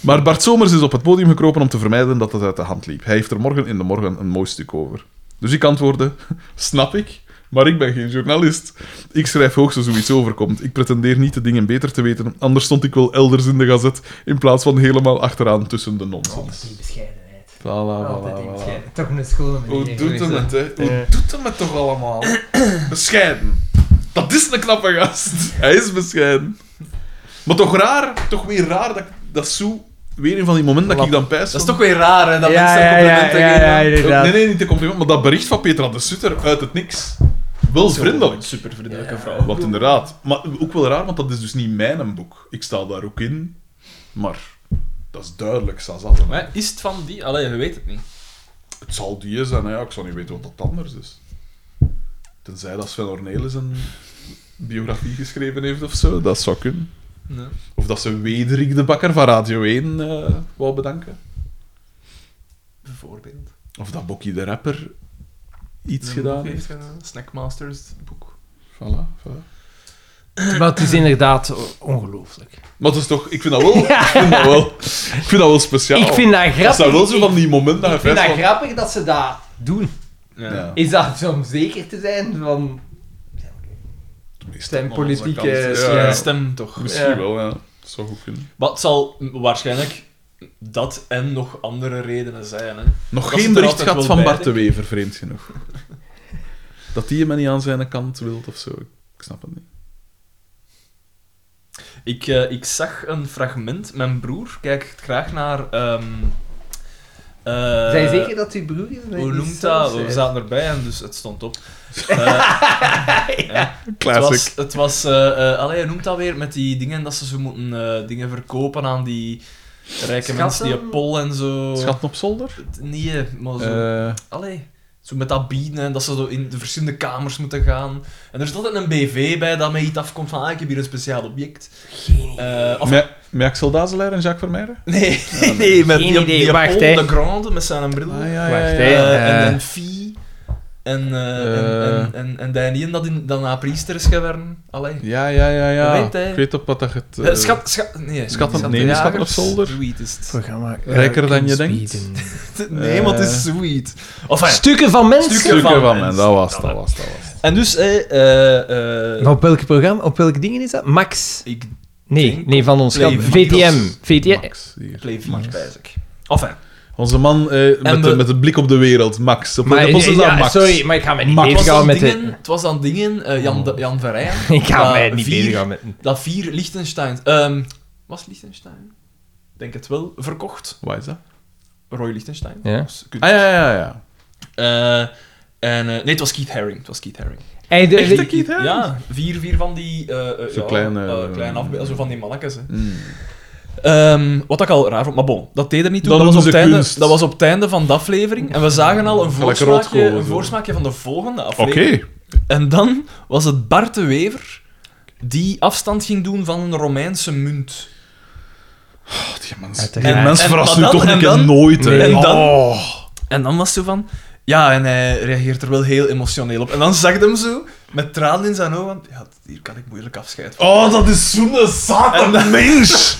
Maar Bart Somers is op het podium gekropen om te vermijden dat het uit de hand liep. Hij heeft er morgen in de morgen een mooi stuk over. Dus ik antwoordde, [laughs] snap ik, maar ik ben geen journalist. Ik schrijf hoogstens zoiets overkomt. Ik pretendeer niet de dingen beter te weten, anders stond ik wel elders in de gazet in plaats van helemaal achteraan tussen de nonsens.
Die bescheidenheid.
Voilà, voilà,
Altijd die
voilà.
bescheidenheid. Toch een schone
Hoe
manier.
doet hem het, hè? Hoe doet hem het toch allemaal? [clears throat] Bescheiden. Dat is een knappe gast. Hij is bescheiden. Maar toch raar, toch weer raar dat, dat Sue weer een van die momenten dat ik dan pijs
Dat is toch weer raar, hè? Dat
Ja,
mensen daar
ja, ja,
complimenten
ja,
geven.
ja, inderdaad.
Nee, nee, niet de compliment, maar dat bericht van Petra de Sutter uit het niks. Wel vriendelijk.
Super vriendelijke vrouw.
Wat inderdaad. Maar ook wel raar, want dat is dus niet mijn boek. Ik sta daar ook in, maar dat is duidelijk, Sazat.
Maar is het van die? Allee, je weet het niet.
Het zal die zijn, hè. ik zou niet weten wat dat anders is. Tenzij dat Sven Ornelis een biografie geschreven heeft of zo, dat zou kunnen.
Nee.
Of dat ze Wederik de Bakker van Radio 1 eh wou bedanken.
Bijvoorbeeld.
Of dat Bokkie de Rapper iets gedaan heeft.
Snackmasters, het boek.
Voilà, voilà.
Maar het is inderdaad ongelooflijk.
Maar het is toch, ik vind dat
[laughs]
wel, ik vind dat wel, ik vind dat wel speciaal.
Ik vind dat
dat
grappig.
zijn wel zo van die momenten dat je
Ik vind
vijf
dat
van-
grappig dat ze dat doen.
Ja.
Is dat zo om zeker te zijn van zijn politieke...
Ja,
Ja.
ja.
Stem toch.
Misschien
Ja.
wel, ja. Dat zou goed kunnen.
Maar het zal waarschijnlijk dat en nog andere redenen zijn, hè.
Nog
Dat
geen
zit er
bericht
altijd
gehad
wel bij,
van Bart de
denk
Wever, vreemd genoeg. [laughs] dat die hem niet aan zijn kant wilt of zo. Ik snap het niet.
Ik, eh, ik zag een fragment. Mijn broer kijkt graag naar... ehm eh,
Zijn zeker dat uw broer is?
Hoe noemt dat? We zaten erbij en dus het stond op. Eh, Het
Classic.
was, het was eh, eh, allee, je noemt dat weer met die dingen dat ze zo moeten eh, dingen verkopen aan die rijke mensen, die
Schatten?
Pol en zo.
Schatten op zolder?
Nee, maar zo.
Eh,
Allee. Zo met dat bieden en dat ze zo in de verschillende kamers moeten gaan. En er is altijd een BV bij dat mij iets afkomt van, ah, ik heb hier een speciaal object. Eh, of,
met, met Axel Dazelaar en Jacques Vermeijden?
nee, nee, met
Geen
die,
idee,
die
wacht,
Paul
hè.
de Grande met zijn bril.
Ah, ja,
Wacht, hè.
Eh,
Eh.
en, en Fie. En, eh, en, en, en, en die ene dat, in, dat na priester is geworden. Allee.
Ja, ja, ja, ja.
Dat weet hij.
ik weet op wat dat het... eh,
Eh, schat, schat, nee.
Schatten- nee, niet Schatten op zolder.
Sweet is het.
Programma.
Rijker dan je denkt.
Nee, want het is sweet. Of enfin,
Stukken van mensen?
Stukken van
Stukken van
mensen.
men, dat was het, dat was het, dat was het.
En dus, eh, eh, eh,
Op welk programma? Op welke dingen is dat? Max?
ik
Nee,
Denk
nee van ons
Play
geld.
Videos.
VTM. VTM.
Max, hier.
play vier bezig. Enfin,
Onze man eh,
En
met, de,
we-
met de blik op de wereld, Max. Op
Maar,
de bos is dat dus
ja,
Max.
Sorry, maar ik ga me niet
Max.
het was,
bezighouden
aan
met
dingen,
de...
het was aan dingen, eh, Jan, de, Jan Verrijen,
[laughs] Ik ga
dat
mij niet
vier-
bezighouden met...
dat vier Liechtenstein... ehm, was Liechtenstein? Ik Denk het wel, verkocht.
Wat is dat?
Roy Liechtenstein.
Ja.
Ah, ja, ja, ja.
Eh, en, eh, nee, het was Keith Haring. Het was Keith Haring.
En de-
Echte Keith Haring?
Ja, vier, vier van die... eh, eh,
Zo
ja,
kleine,
eh, kleine
eh,
afbeeldingen, zo van die mannetjes. Hè.
Mm.
Ehm, wat ik al raar vond, maar bon, dat deed er niet toe.
Dat
Dat was, op
noemen
het einde,
ze kunst.
dat was op het einde van de aflevering. En we zagen al een
Gelijk
voorsmaakje,
roodkolen,
een
zo.
voorsmaakje van de volgende
Oké.
aflevering. En dan was het Bart de Wever die afstand ging doen van een Romeinse munt.
Die
Uiteraard.
mensen
En-
verrast
en-
nu
maar
toch
dan-
een
en
keer
dan-
nooit, hè.
En
Oh.
dan, en dan was het zo van... Ja, en hij reageert er wel heel emotioneel op. En dan zag ik hem zo, met tranen in zijn ogen, want ja, hier kan ik moeilijk afscheid van.
Oh, dat is zo'n satan mens.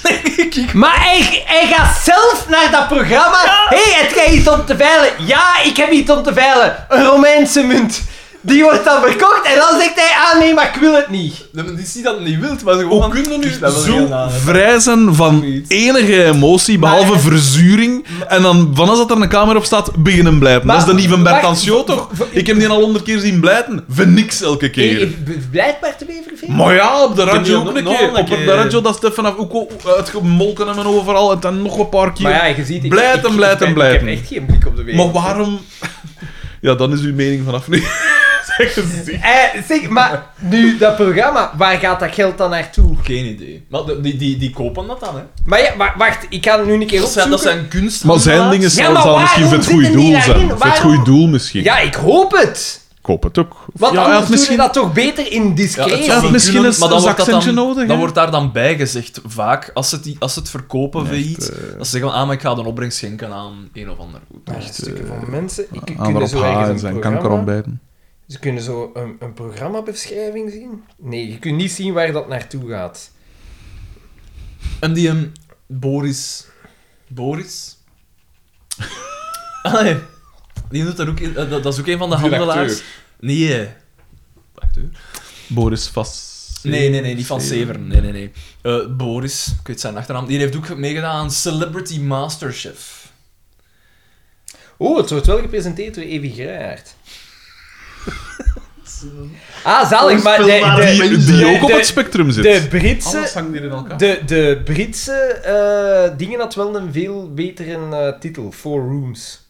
Maar hij, hij gaat zelf naar dat programma. Hé, hey, heb jij iets om te veilen? Ja, ik heb iets om te veilen. Een Romeinse munt. Die wordt dan verkocht en dan zegt hij, ah nee, maar ik wil het niet.
Het is niet Dus dat het niet wilt, maar gewoon...
Oh. Hoe
van-
kun je
Dus dat wil
nu zo
je aan, hè.
vrij zijn van enige emotie, behalve
Maar-
verzuring, en dan, vanaf dat er een camera op staat, beginnen blijven?
Maar-
dat is dan niet van Bert
wacht,
Tancio, toch? Ik heb die al honderd keer zien blijten. Voor niks elke keer.
Blijkbaar te veel.
Maar ja, op de radio
die
ook
nog-
een
nog
keer.
een
Op de
keer.
radio dat Stefan af ook uitgemolken hebben overal en dan nog een paar keer.
Maar ja, je ziet... ik-
Blijten,
ik- ik-
blijten,
ik ben-
blijten.
Ik heb echt geen blik op de wereld.
Maar waarom... Ja, dan is uw mening vanaf nu. Zeg eens.
Eh, zeg, maar nu, dat programma, waar gaat dat geld dan naartoe?
Geen idee. Maar de- die, die, die kopen dat dan, hè?
Maar ja, maar wacht, ik ga het nu een keer
Dat zijn,
opzoeken.
dat zijn kunst.
[laughs] Maar zijn dingen
Ja, maar
zal misschien voor
waarom
het goede
zitten die
doel
daarin?
zijn. Voor het
Waarom-
goede doel misschien.
Ja, ik hoop het.
Ik hoop het ook. Of-
Want
ja,
anders doe
misschien
je dat toch beter in discreet.
Ja, het zou- misschien
kunnen,
is
maar dan
een
wordt dat
accentje
dan-
nodig, hè?
Dan wordt daar dan bij gezegd, vaak, als ze het, die- als ze het verkopen voor iets,
eh,
dan zeggen we, ah, maar ik ga de opbrengst schenken aan een of ander. Goed.
stukken van mensen. Ik,
aan
kunnen
Ah, waarop
zo
haar en
ergens
zijn
een
kanker
programma...
ontbijten.
Ze kunnen zo een, een programmabeschrijving zien. Nee, je kunt niet zien waar dat naartoe gaat.
En die ehm, Boris...
[laughs]
Boris? ah, nee. Die doet daar ook... in- eh, dat, dat is ook een van de handelaars. Nee. eh. Acteur?
Boris Vas.
Nee, nee, nee, niet van Severn. Nee, nee, nee. Eh, Boris, ik weet zijn achternaam, die heeft ook meegedaan aan Celebrity Masterchef.
Oh, het wordt wel gepresenteerd door Evi Graert. Ah, zalig, maar de, de,
Die, die ook op
de-
het spectrum zit.
de Britse,
hangt hier in elkaar.
de, de Britse eh, dingen had wel een veel betere eh, titel. Four Rooms.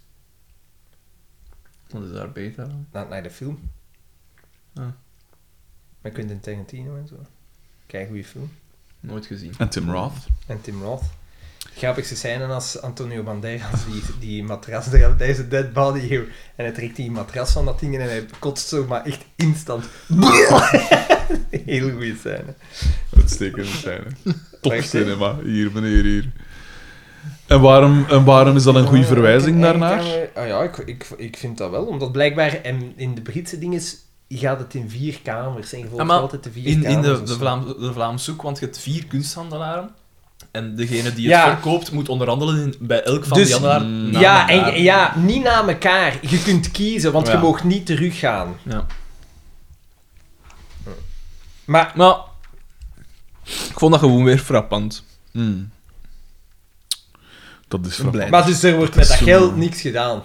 Dat is daar beter aan.
Na, naar de film.
Ah.
Maar Quentin Tarantino en zo. Kijk, goede film.
Nooit gezien.
En Tim Roth.
En Tim Roth. Grappigste scène als Antonio Banderas die, die matras eraf, deze dead body hier. En hij trekt die matras van dat ding en hij kotst zo, maar echt instant. [laughs] Heel goede scène.
Uitstekende scène.
[laughs]
Top cinema. Hier, meneer, hier. En waarom, en waarom is dat een goede verwijzing daarnaar?
Ah ja, ik, ik, ik vind dat wel, omdat blijkbaar en in de Britse dinges gaat het in vier kamers en je volgt
Ja, maar
altijd de vier
In, in
kamers. Dus
de,
of
de,
zo.
Vlaam, de Vlaamse hoek, want je hebt vier kunsthandelaren. En degene die het
Ja.
verkoopt moet onderhandelen in- bij elk van
Dus-
die handelaren. na
Ja,
elkaar.
en, ja, niet na elkaar. Je kunt kiezen, want je
Ja.
mag niet teruggaan.
Ja.
Maar
Maar ik vond dat gewoon weer frappant.
Hmm. Dat
blij.
is frappant.
Maar dus er wordt met dat
is
geld
zo-
niks gedaan.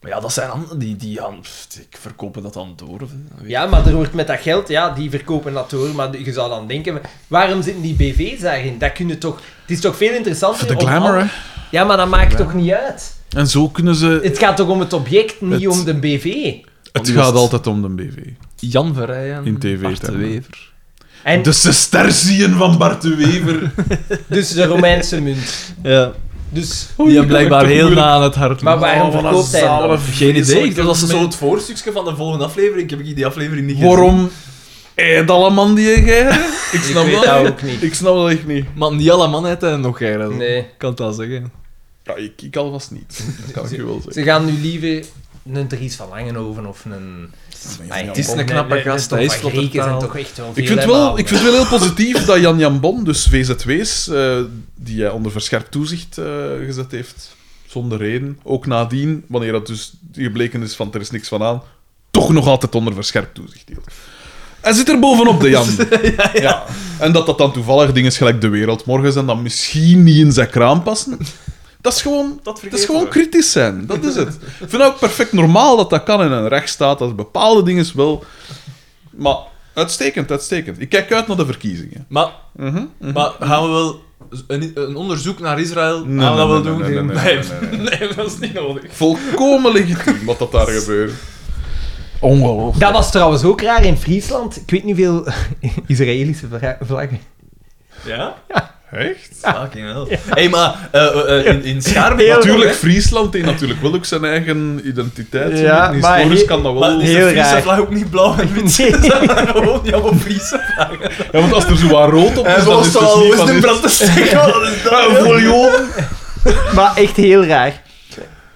Maar ja, dat zijn handen die, die aan, pff, ik verkopen dat dan door. of- dat weet ik.
Ja, maar er wordt met dat geld, ja, die verkopen dat door. Maar je zou dan denken, waarom zitten die BV's daarin? Dat kunnen toch... Het is toch veel interessanter...
De
om
glamour,
al-
hè.
Ja, maar dat maakt toch niet uit?
En zo kunnen ze...
Het gaat toch om het object, niet
Het-
om de BV?
Het gaat altijd om de BV.
Jan Verrijen,
In TV
Bart de
termen.
Wever.
En
De sesterciën van Bart de Wever.
dus de Romeinse munt.
Ja.
Dus...
Die hem blijkbaar heel na aan het hart
Maar waarom
van een
verkoopt hij hem dan?
zalige
Geen idee.
vreselijke
Ik dacht dat ze zo
mens.
het voorstukje van de volgende aflevering. Ik heb ik die aflevering niet gezien.
Waarom eet alle man die jij hebt? Ik snap
weet
dat
dat
niet.
ook niet.
Ik snap dat echt niet.
Maar niet alle mannen hebben nog geiren.
Nee.
Ik kan het wel zeggen.
Ja, ik, ik alvast niet. Dat kan ik je wel
Ze
zeggen.
gaan nu liever een Dries van Langenhoven of een... Ah,
Het is een knappe gast, hij is vlotter
Grieken zijn
taal.
toch echt wel
Ik
veel
vind, wel,
helemaal-
ik vind wel heel positief dat Jan Jan Bon, dus VZW's, eh, die hij onder verscherpt toezicht eh, gezet heeft, zonder reden, ook nadien, wanneer dat dus gebleken is van er is niks van aan, toch nog altijd onder verscherpt toezicht hield. Hij zit er bovenop, de Jan. [laughs] ja, En dat dat dan toevallig dingen gelijk De Wereld Morgen zijn, dan misschien niet in zijn kraan passen. Dat is gewoon, dat is gewoon kritisch zijn. Dat is het. Ik vind het ook perfect normaal dat dat kan in een rechtsstaat, dat bepaalde dingen wel... Maar uitstekend, uitstekend. Ik kijk uit naar de verkiezingen.
Maar,
Mhm,
maar gaan we wel een, een onderzoek naar Israël gaan we Ah, dat wel doen?
Nee, nee, nee, nee, nee, nee.
dat is niet nodig.
Volkomen legitiem wat dat daar gebeurt. Ongelooflijk.
Dat was trouwens ook raar in Friesland. Ik weet niet veel [laughs] Israëlische vra- vlaggen.
Ja?
Echt?
[laughs] Fucking hell. Hé, maar eh, eh, eh, in, in Schaarbeek...
Natuurlijk, Friesland heeft natuurlijk wel ook zijn eigen identiteit.
Ja,
Ja,
maar
Historisch
he-
kan dat
Maar
wel.
is
Heel
de Friese
raar.
vlag ook niet blauw en wit? [laughs] Ze zijn maar gewoon niet allemaal Friese vlaggen.
Ja, want als er zo wat rood op is, dan Dus is het dus niet van... dit-
brand te steken.
Ja, een miljoen.
Maar echt heel raar.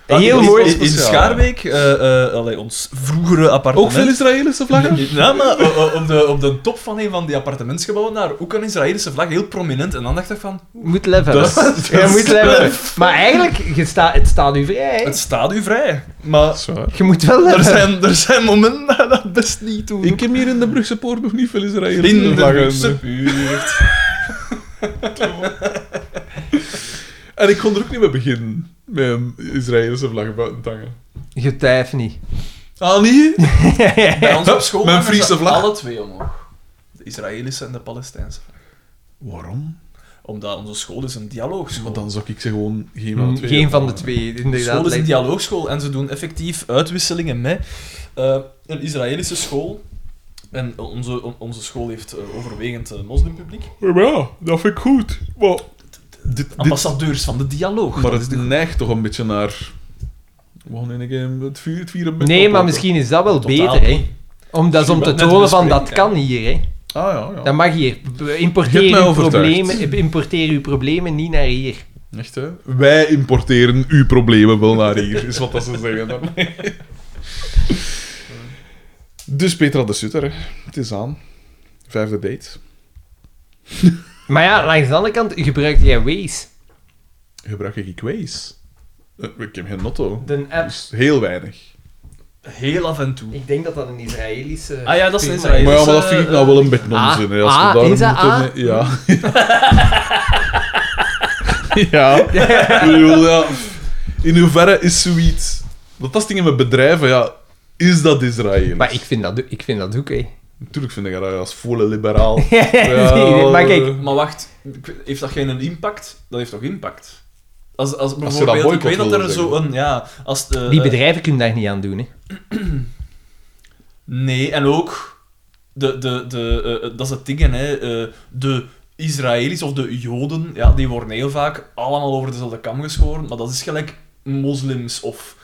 Heel
in-
mooi.
In, in
speciaal.
Schaarbeek, eh, eh, allee, ons vroegere appartement.
Ook veel Israëlische vlaggen?
Ja, maar o- o- op de, op de top van een van die appartementsgebouwen daar, ook een Israëlische vlag, heel prominent. En dan dacht ik van,
Moet levelen. [laughs] je moet levelen. Maar eigenlijk, je sta, het staat u vrij. hè.
het staat u vrij. Maar
Dat is waar.
Je moet wel
er
levelen.
zijn, er zijn momenten [laughs] dat dat best niet toe.
Ik heb hier in de Brugse Poort nog niet veel Israëlische
in de
vlaggen.
Brugse buurt.
En ik kon er ook niet mee beginnen, met een Israëlische vlag buiten te hangen.
Je twijf
[laughs]
niet. Mm,
Ah, niet?
Bij ons op school
mijn
hangen ze
Friese vlag.
alle twee omhoog. De Israëlische en de Palestijnse.
Waarom?
Omdat onze school is een dialoogschool.
Want dan zou ik ze gewoon geen
Mm,
van de twee...
Geen van de twee,
De school
inderdaad.
is een
lijkt-
dialoogschool en ze doen effectief uitwisselingen met eh, een Israëlische school. En onze, on- onze school heeft eh, overwegend eh, moslimpubliek.
Ja, dat vind ik goed. Maar, dit, dit,
Ambassadeurs van de dialoog.
maar het neigt toch een beetje naar... We gaan in een keer het vuur, het vieren met
Nee, maar
oplopen.
misschien is dat wel
Totaal
beter,
niet.
hè. Omdat om
Misschien
te
wel net
tonen van, dat
bespreken,
kan hier, hè.
Ah, ja, ja.
Dat mag hier. B-
Je hebt
Importeer
mij
uw,
overtuigd.
problemen, importeer uw problemen niet naar hier.
Echt, hè? Wij importeren uw problemen wel naar hier, is wat dat ze
[laughs]
zeggen. daarmee. dus Petra de Sutter, hè. het is aan. Vijfde date.
Maar ja, langs de andere kant gebruikt jij Waze.
Gebruik ik Waze? Eh, Ik heb geen notto.
De app.
Dus heel weinig.
Heel af en toe.
Ik denk dat dat een Israëlische...
Ah ja, dat is een
firma
Maar ja, maar
Israëlische,
dat vind ik nou wel een beetje onzin. hè, als
ah,
we daar
is dat
moeten
ah?
mee- Ja. ja. Ik bedoel, ja. In hoeverre is zoiets... Want dat is dingen met bedrijven, ja. Is dat Israël?
Maar ik vind dat, ik vind dat ook,
[laughs]
hè.
Natuurlijk vind ik dat als volle liberaal.
[laughs] Nee, maar kijk,
eh,
Maar wacht, ik weet- heeft dat geen impact? Dat heeft toch impact? Als, als
dat
bijvoorbeeld, ik
boycott
weet dat
wilden
er zo een, ja, als de,
Die
eh,
bedrijven kunnen daar niet aan doen, hè.
Nee, en ook de, de, de, eh, eh, dat is het ding, hè, eh, de Israëli's of de Joden, ja, die worden heel vaak allemaal over dezelfde kam geschoren, maar dat is gelijk moslims of...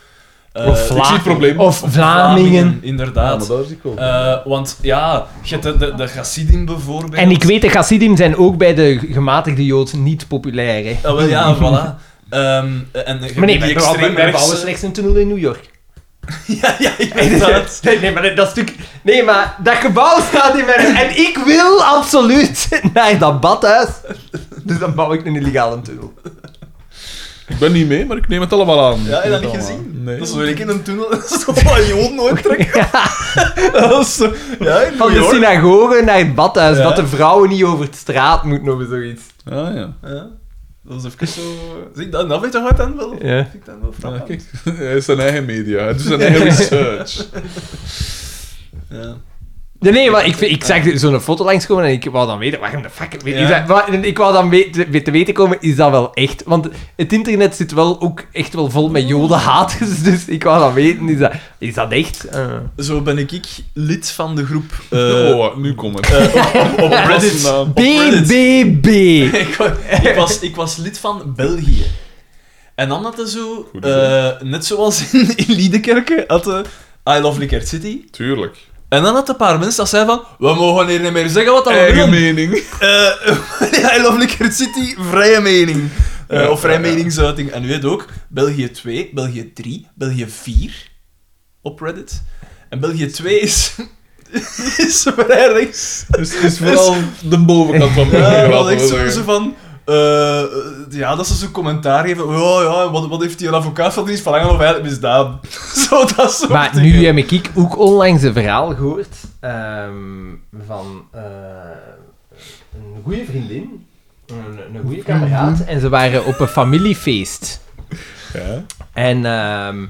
eh,
Of
Ik zie het probleem.
Of Vlamingen.
Ja,
Inderdaad.
maar daar zie ik wel.
Eh, want ja, je hebt de, de, de Hasidim bijvoorbeeld.
En ik weet, de Chassidim zijn ook bij de gematigde Jood niet populair, hè.
Ah, wel,
[laughs]
ja, voilà. Ehm, en je hebt
Maar nee,
die
we hebben, al- we
extreemrechtse-
hebben alles slechts een tunnel in New York.
Ja, [laughs] ja, inderdaad.
[laughs] Nee, nee, maar dat, dat stuk... Nee, maar dat gebouw staat in mijn... En ik wil absoluut [laughs] naar dat badhuis. Dus dan bouw ik een illegale tunnel.
Ik ben niet mee, maar ik neem het allemaal aan.
Ja, heb je dat
Ik neem
niet
het allemaal
gezien?
aan. Nee.
[laughs]
Dat is wel ik in een tunnel, [laughs] dat is toch van Joden nooit trekken? dat is zo- Ja, in
Van
New
de
York.
synagoge naar het badhuis.
Ja.
Dat de vrouwen niet over de straat moeten of zoiets.
Ah, ja.
Ja, dat is even zo... Zie ik dat? Dat weet je wat dan wel?
Ja.
Vind ik dan wel
Ah,
frappant.
kijk, [laughs] hij is zijn eigen media. Het is zijn eigen research.
Ja.
Nee, nee, maar ik, vind- ik zag zo'n foto langskomen en ik wou dan weten, waarom de fuck... Is
Ja.
dat- wa- en ik wou dan weet- te- te weten komen, is dat wel echt? Want het internet zit wel ook echt wel vol met jodenhaters, [laughs] dus ik wou dan weten, is dat, is dat echt? Eh.
Zo ben ik, ik lid van de groep... eh,
oh, nu komt het.
eh, op, op Reddit. Op Reddit.
[laughs] BBB!
ik, was, ik, was, ik was lid van België. En dan hadden ze zo,
Goed idee.
eh, net zoals [laughs] in, in Liedekerke, hadden I Love Likert City.
Tuurlijk.
En dan had een paar mensen dat zeiden van, we mogen hier niet meer zeggen wat dat we
Eigen
willen.
mening.
Eh, [laughs] I Love Liquor City, vrije mening. Eh,
Ja,
of vrije
ja, ja.
meningsuiting. En u weet ook, België 2, België 3, België 4 op Reddit. En België 2 is, [laughs] is vrij rechts.
Dus [laughs] het is vooral de bovenkant van mijn
[laughs] Ja,
ja,
dat echt zo, zo van... eh, eh, ja, dat ze zo'n commentaar geven. Oh ja, wat, wat heeft die een advocaat van dienst van Engel of eigenlijk misdaan? [laughs] zo, dat soort
Maar
dingen.
nu heb ik ook onlangs een verhaal gehoord ehm, van eh, een goede vriendin, een, een goede kameraad, en ze waren op een familiefeest.
Ja.
En ehm,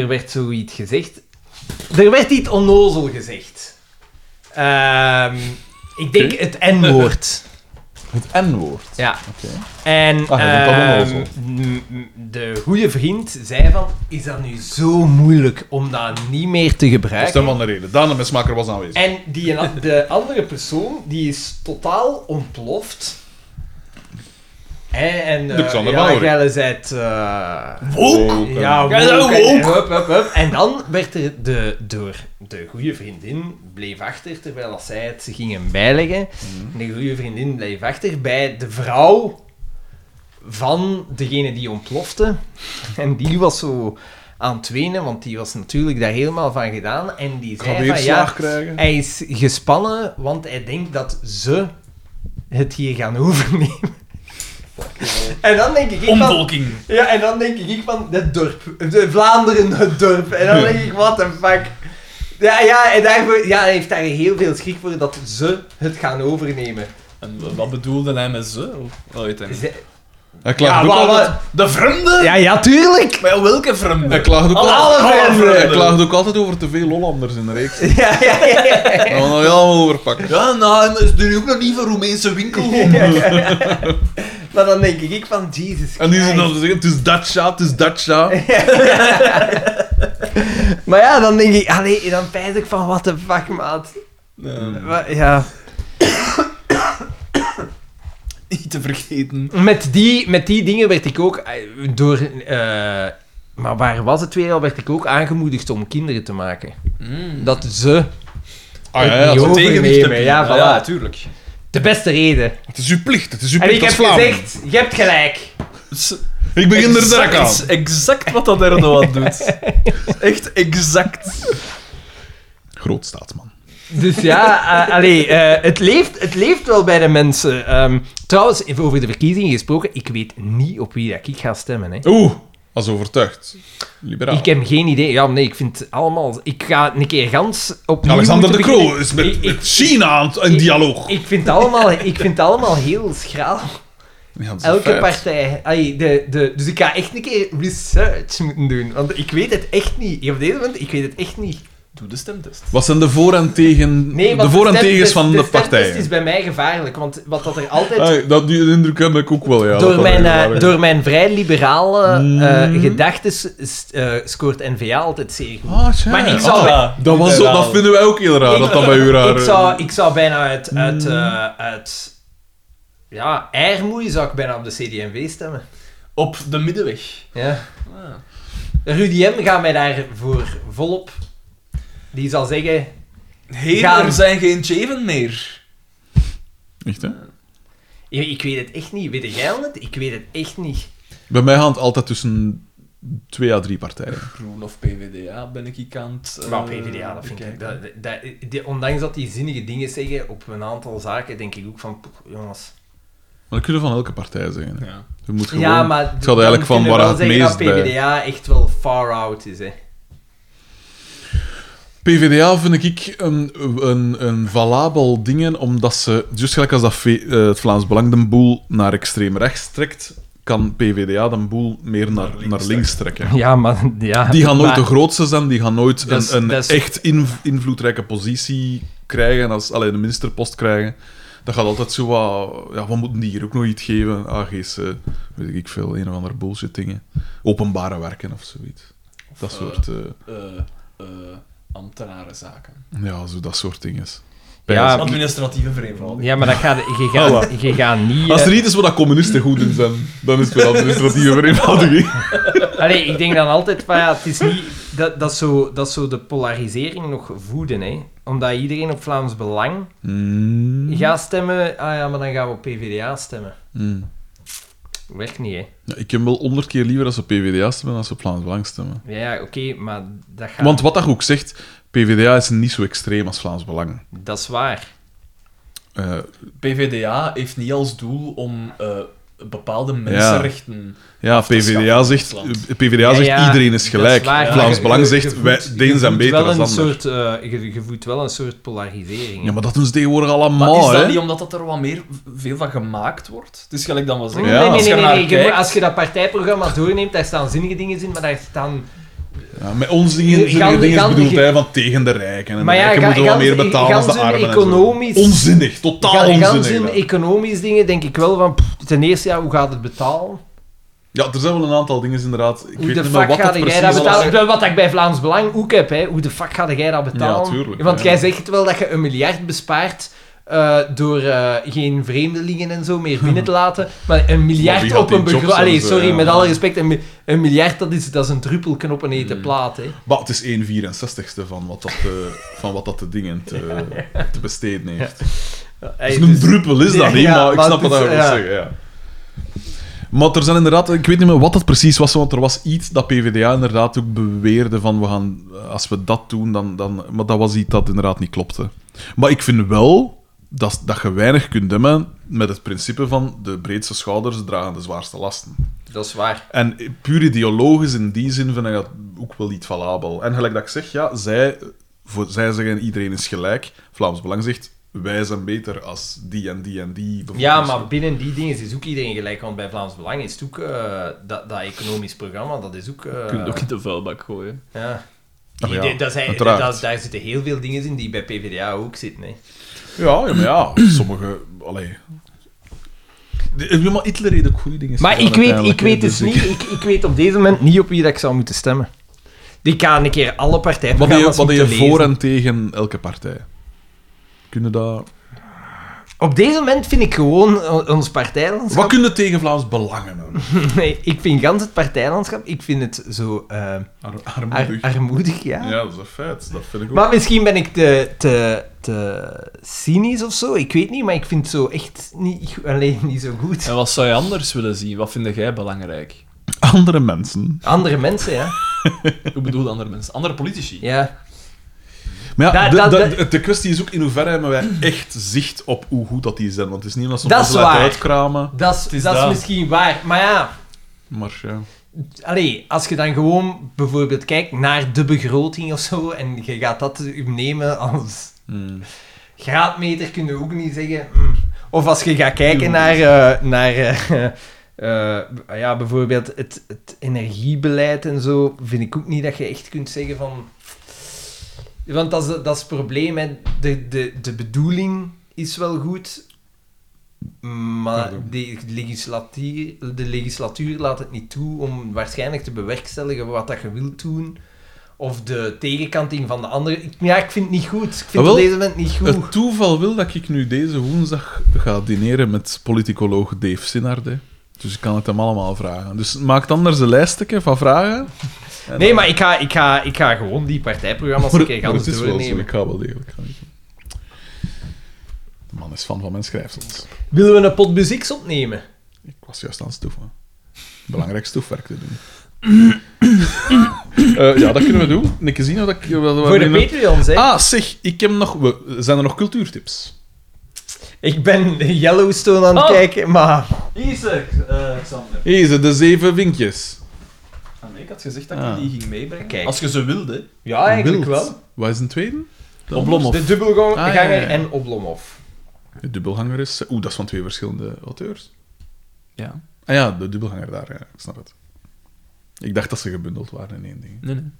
er werd zoiets gezegd. Er werd iets onnozel gezegd. Ehm, ik denk het N-woord.
Het N-woord.
Ja.
Oké.
En
Ah, hij vond dat
ehm, m- m- de goede vriend zei van, is dat nu zo moeilijk om dat niet meer te
Dat is
gebruiken?
dan van de reden. Daan de mesmaker was aanwezig.
En die, en- de andere persoon, die is totaal ontploft. En, en eh,
Alexander
ja,
Bauer.
jij zijt... eh,
Ook.
ja,
Jij bent
woke,
ook
en-
woke.
hup, hup, hup. En dan werd er de, door de goede vriendin bleef achter, terwijl als zij het
Mhm.
gingen bijleggen. De goede vriendin bleef achter bij de vrouw van degene die ontplofte. En die was zo aan het wenen, want die was natuurlijk daar helemaal van gedaan. En die
Ik ga
zei
weer
van, ja,
slaag krijgen.
hij is gespannen, want hij denkt dat ze het hier gaan overnemen. [laughs] En dan denk ik ik van,
Omvolking.
ja, en dan denk ik van, het dorp. De Vlaanderen, het dorp. En dan denk ik, what the fuck. Ja, ja, en daarvoor, ja, hij heeft daar heel veel schrik voor dat ze het gaan overnemen.
En w- wat bedoelde hij met ze? Of, oh, weet hij niet.
Ze-
Hij klaagt
Ja,
ook
wa-
al-
wa-
De vreemde?
ja, ja, tuurlijk!
Maar ja, welke vreemde?
hij klaagt ook al-
Alle vijf!
hij klaagt ook altijd over te veel Hollanders in de reeks. Daar
[laughs] Ja, ja, ja, ja.
gaan we nog helemaal overpakken.
Ja, nou, en is er ook nog niet van Roemeense winkel.
Maar dan denk ik van, Jesus
En die zijn dan
Christ.
te zeggen, het is Dacia, het is Dacia.
Maar ja, dan denk ik, allee, dan pijs ik van, what the fuck, maat. Wa- Ja.
[laughs] niet te vergeten.
Met die, met die dingen werd ik ook eh, door... eh, maar waar was het weer al? Werd ik ook aangemoedigd om kinderen te maken.
Mm.
Dat ze
Ah,
het
ja, ja,
niet
het-
tegenwicht
overnemen.
te
Ah, Ja,
bieden.
voilà.
Ja, tuurlijk.
De beste reden.
het is uw plicht, het is uw
En ik
plicht
heb
als Vlaming.
gezegd, je hebt gelijk.
Ik begin er
Exact-
direct aan.
Exact wat
[laughs]
dat Erdogan doet. Echt exact.
Groot staatsman.
Dus ja, eh, [laughs] allee, eh, het, leeft, het leeft wel bij de mensen. Ehm, trouwens, even over de verkiezingen gesproken, ik weet niet op wie dat ik ga stemmen. Hè.
Oeh, als overtuigd. Liberaal.
Ik heb geen idee. Ja, nee, ik vind het allemaal... Ik ga een keer gans opnieuw
Alexander de
moeten
Croo
beginnen.
is met,
Ik- ik-
met China aan het- in
ik-
dialoog.
Ik vind, het allemaal, ik vind het allemaal heel schraal.
Ja, dat is een
Elke
feit.
partij. Ai, de, de, dus ik ga echt een keer research moeten doen. Want ik weet het echt niet. Op deze moment, ik weet het echt niet.
Doe de stemtest.
Wat zijn de voor- en, tegen,
Nee,
de
want
voor- en
stem-
tegens van de,
stemtest
partijen?
is bij mij gevaarlijk. Want wat dat er altijd...
Ah, dat, die indruk heb ik ook wel, ja. dat
door,
dat
mijn, eh,
wel waar is.
door mijn vrij liberale
Mm.
eh gedachten s- eh, scoort NVA altijd zeer goed.
Ah, tja.
Maar ik zou-
Ah, dat, was zo, dat vinden wij ook heel raar, dat dat bij u raar eh. Mm.
ik, zou, ik zou bijna uit... uit, eh, uit ja, eermoei zou ik bijna op de CD&V stemmen.
Op de middenweg.
Ja. Ah. Rudy M. gaat mij daarvoor volop. Die zal zeggen...
Heren
Gaan.
zijn geen cheven meer.
Echt, hè?
"Ja, Ik weet het echt niet. Weet jij al het? Ik weet het echt niet.
Bij mij gaat het altijd tussen twee à drie partijen.
Groen of PVDA ben ik ik aan het... eh,
Maar PvdA, dat vind ik...
bekijken.
Dat, dat, die- ondanks dat die zinnige dingen zeggen op een aantal zaken, denk ik ook van... "Poeh, Jongens...
Maar dat kun je van elke partij zeggen. hè.
Ja.
Je moet gewoon...
Ja, maar...
het gaat eigenlijk van waar het meest eh,
dat
bij...
PvdA echt wel far out is, hè.
PvdA vind ik een, een, een valabel dingen, omdat ze, juist gelijk als dat V- eh, het Vlaams Belang de boel naar extreem rechts trekt, kan PvdA de boel meer naar, naar, links, trekken.
Ja, maar... Ja,
Die gaan nooit de grootste zijn, die gaan nooit
Dat is-
een, een
dat is-
echt inv- invloedrijke positie krijgen, als alleen de ministerpost krijgen. Dat gaat altijd zo wat... Ja, we moeten die hier ook nog iets geven. AG's, eh, weet ik veel, een of andere bullshit dingen. Openbare werken of zoiets. Dat
eh,
soort... eh,
Eh, eh, ambtenarenzaken.
ja, zo dat soort dingen.
Ja,
Administratieve vereenvoudiging.
ja, maar dat gaat, je, gaat, je gaat niet... eh,
Als er iets is wat dat communisten goed in zijn, dan is het wel administratieve vereenvoudiging.
Allee, ik denk dan altijd van ja, het is niet... Dat, dat, zo, dat zo de polarisering nog voeden, hè. Omdat iedereen op Vlaams Belang gaat stemmen. Ah ja, maar dan gaan we op PvdA stemmen.
Mm.
Werkt niet, hè.
Ja, ik heb wel honderd keer liever als ze PvdA stemmen dan ze op Vlaams Belang stemmen.
Ja, ja, oké, maar dat gaat...
Want wat dat ook zegt, PvdA is niet zo extreem als Vlaams Belang.
Dat is waar.
Eh,
PVDA heeft niet als doel om eh, bepaalde mensenrechten...
ja, PvdA
schaffen
zegt,
van het land.
eh, PvDA
Ja,
zegt
ja,
iedereen is gelijk.
dat is waar.
Vlaams
Ja,
Belang
je-
zegt,
je voedt-
wij,
je
deze zijn
voedt
beter
wel
dan
een
anderen.
soort, eh, je, je voedt wel een soort polarisering. hè.
Ja, maar dat doen ze tegenwoordig
Maar
allemaal,
is dat
hè.
niet omdat dat er wat meer veel van gemaakt wordt? Het is gelijk dan wel zeggen.
Ja.
nee, nee,
als je
nee, nee,
ernaar
nee, je moet-
kijkt-
Als je dat partijprogramma doorneemt, daar staan zinnige dingen in, maar daar staan...
Ja, met ons dingen, zulke
Gaan-
dingen is
gaan-
bedoeld,
ge-
hè, van tegen de rijken. En
Maar
de
ja,
rijken
ga-
moeten wat
gaan
meer
ze-
betalen als
gaan
de
ze
armen. en zo.
economisch-
Onzinnig, totaal onzinnig.
Gans in
dat.
economisch dingen denk ik wel van... pff, ten eerste, ja, hoe gaat het betalen?
Ja, er zijn wel een aantal dingen inderdaad. Ik
Hoe
weet
de
niet meer
fuck
wat
ga
dat
jij
precies
dat
was.
betalen? Dat Wat ik bij Vlaams Belang ook heb, hè. hoe de fuck ga jij dat betalen?
Ja, tuurlijk,
Want
ja.
jij zegt wel dat je een miljard bespaart eh, door eh, geen vreemdelingen en zo meer
[laughs]
binnen te laten. Maar een miljard
wie gaat
op
die
een
jobs
begroting... Allee,
en zo,
sorry,
ja.
met alle respect, een, mi- een miljard dat is, dat is een druppelken op een
Hmm.
eten plaat. Hè.
Maar het is 1,64ste van wat dat, eh, van wat dat de dingen
[laughs]
te, te besteden heeft.
Hey,
Dus een
dus-
druppel is dat
Ja,
niet,
ja,
maar ik
maar
snap
het
wat hij
is-
wil
ja.
zeggen. Ja. Maar er zijn inderdaad, ik weet niet meer wat dat precies was, want er was iets dat PvdA inderdaad ook beweerde van we gaan, als we dat doen, dan, dan... Maar dat was iets dat inderdaad niet klopte. Maar ik vind wel dat, dat je weinig kunt demmen met het principe van de breedste schouders dragen de zwaarste lasten.
Dat is waar.
En puur ideologisch in die zin vind ik dat ook wel iets valabel. En gelijk dat ik zeg, ja, zij, voor, zij zeggen iedereen is gelijk. Vlaams Belang zegt, wij zijn beter als die en die en die.
Ja,
bevolkingsgroep.
maar binnen die dingen is ook iedereen gelijk. Want bij Vlaams Belang is het ook eh, dat, dat economisch programma, dat is ook... eh,
Je kunt het ook in de vuilbak gooien.
ja.
Ah, maar ja,
Die- dat zijn-
uiteraard.
dat- daar zitten heel veel dingen in die bij PvdA ook zitten. Hè.
Ja, ja, maar ja, sommige... Allee... De- ja, maar Hitler deed ook goede dingen.
Maar
gedaan,
ik weet, ik
uiteindelijk, hè,
weet dus
ik-
niet, ik, ik weet op deze moment niet op wie dat ik zou moeten stemmen. Ik ga een keer alle partijen
Wat deed je, wat deed je voor en tegen elke partij? Kunnen dat...
Op deze moment vind ik gewoon o- ons partijlandschap...
Wat kunnen tegen Vlaams belangen? doen?
Nee, ik vind gans het partijlandschap, ik vind het zo eh,
Ar
ar-
armoedig.
armoedig, ja.
Ja, dat is een feit. Dat vind ik ook.
Maar misschien ben ik te, te, te cynisch of zo, ik weet niet, maar ik vind het zo echt niet, alleen niet zo goed.
En wat zou je anders willen zien? Wat vind jij belangrijk?
Andere mensen.
Andere mensen, ja.
Ik bedoel andere mensen, andere politici.
Ja,
Maar
Da-
ja, de,
da-
de,
da-
de kwestie is ook in hoeverre hebben wij echt zicht op hoe goed dat die zijn. Want het is niet alsof
Dat
we
is
ze laten
waar.
uitkramen.
dat is-
is
dat is
dat.
misschien waar, maar ja...
Maar ja.
Allee, als je dan gewoon bijvoorbeeld kijkt naar de begroting of zo en je gaat dat nemen als
hmm.
graadmeter, kun je ook niet zeggen. mm. Of als je gaat kijken naar, eh, naar eh, [laughs] eh, ja, bijvoorbeeld het, het energiebeleid en zo, vind ik ook niet dat je echt kunt zeggen van. Want dat is, dat is het probleem. Hè. De, de, de bedoeling is wel goed, maar de legislatuur, de legislatuur laat het niet toe om waarschijnlijk te bewerkstelligen wat dat je wilt doen. Of de tegenkanting van de andere. Ik- Ja, ik vind het niet goed. Ik vind
Ah, wel,
op deze moment niet goed.
Het toeval wil dat ik nu deze woensdag ga dineren met politicoloog Dave Sinnard. hè. Dus ik kan het hem allemaal vragen. Dus maak anders een lijstje van vragen. En
nee,
dan-
maar ik ga, ik, ga, ik ga gewoon die partijprogramma's een keer
maar
gaan
[laughs] het is wel zo.
doornemen.
Ik ga wel degelijk gaan. doen. De man is fan van mijn schrijfsels.
Willen we een pot muziek opnemen?
Ik was juist aan het stoeven. Belangrijk stoefwerk te doen. [coughs] Eh, ja, dat kunnen we doen. Een keer zien of dat ik... wel- wel-
Voor de Patreons, hè.
Ah, zeg, ik heb nog... we- Zijn er nog cultuurtips?
Ik ben Yellowstone aan het
Oh.
kijken, maar...
Isaac, eh Xander.
Deze, de zeven vinkjes.
Ah, nee, ik had gezegd dat ik
Ah.
die ging meebrengen.
Kijk.
Als je ze wilde.
Ja, eigenlijk
Wild.
wel. Dus
Wat is een tweede?
Oblomov.
De dubbelganger
Ah, ja, ja, ja.
en Oblomov.
De dubbelhanger is... Oeh, dat is van twee verschillende auteurs.
Ja.
Ah ja, de dubbelhanger daar, ja. Ik snap het. Ik dacht dat ze gebundeld waren in één ding.
Nee, nee.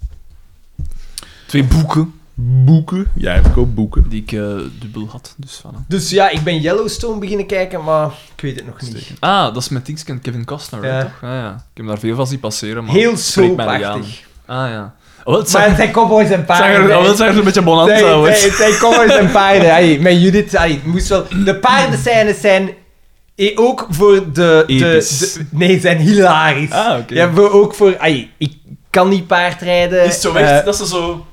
Twee boeken
Boeken. Jij verkoopt boeken.
die ik eh, dubbel had. Dus van,
Dus ja, ik ben Yellowstone beginnen kijken, maar ik weet het nog niet.
Ah, dat is met Things en Kevin Costner,
Ja.
toch? Ah, ja. Ik heb daar veel van zien passeren, maar...
Heel
spreekt mij niet
soapachtig.
aan. Ah, ja. Oh, wel, het
Maar
zag,
het zijn cowboys en
het zag
paarden.
er,
hè.
oh, wel, het zag er een beetje bonanza
Nee,
uit.
nee, het zijn cowboys en paarden. Allee, met Judith, allee, het moest wel... De paardenscènes zijn... eh, Ook voor de... de,
Episch.
de- nee, zijn hilarisch.
Ah, oké.
Ja, voor, ook voor... allee, ik kan niet paardrijden.
Is het zo echt
eh,
dat ze zo...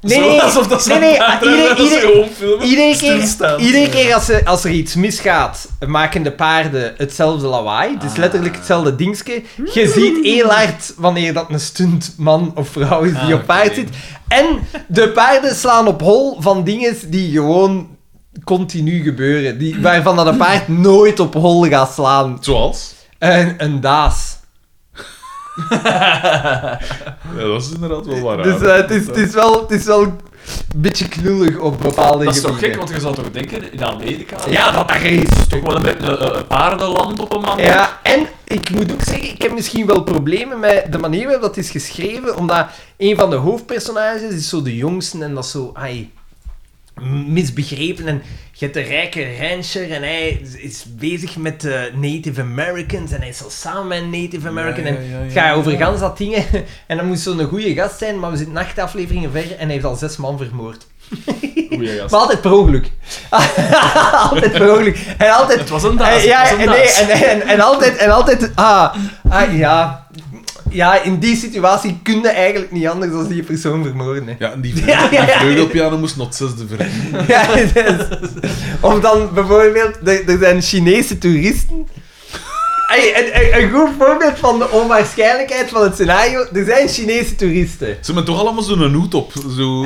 nee,
zo
nee,
alsof dat ze
nee, nee,
aan het
iedereen-
praten zijn, dat ze
iedereen-
gewoon filmen.
Iedere keer,
Stilstaan.
iedere keer als, er, als er iets misgaat, maken de paarden hetzelfde lawaai. Het is letterlijk hetzelfde dingetje. Je ziet heel hard wanneer dat een stuntman of vrouw is die
Ah,
op paard
oké.
zit. En de paarden slaan op hol van dingen die gewoon continu gebeuren. Die, waarvan dat een paard nooit op hol gaat slaan.
Zoals?
Een, een daas.
Ja, dat is inderdaad wel waar.
Dus eh, het, is, het, is wel, het is wel een beetje knullig op bepaalde
Dat is toch
gebieden.
gek, want je zou toch denken, in Amerika...
Ja, dat daar is.
Toch wel een beetje
eh,
een, een paardenland op een man.
Ja, en ik moet ook zeggen, ik heb misschien wel problemen met de manier waarop dat is geschreven, omdat een van de hoofdpersonages is zo de jongste en dat is zo, ai, misbegrepen. En je hebt de rijke rancher en hij is- is bezig met de Native Americans en hij is al samen met een Native American
ja,
en
ja,
het
ja,
gaat over gans dat dingen. [laughs] En dat moet zo'n goede gast zijn, maar we zitten acht afleveringen ver en hij heeft al zes man vermoord. Maar altijd per ongeluk. [laughs] altijd per ongeluk. En altijd...
Het was
Eh,
een daas.
ja,
het was
en,
een
nee,
daas.
en, en, en altijd, en altijd, ah, ah, ja, ja, in die situatie kun je eigenlijk niet anders dan die persoon vermoorden. Hè.
Ja, en die
[laughs] Ja, ja, ja.
vleugelpiano moest nog zesde verdienen.
Ja, [laughs] dus. Of dan bijvoorbeeld, er, er zijn Chinese toeristen. Ah, Allee, een, een, een goed voorbeeld van de onwaarschijnlijkheid van het scenario. Er zijn Chinese toeristen.
Ze hebben toch allemaal zo'n hoed op.
[laughs]
Zo.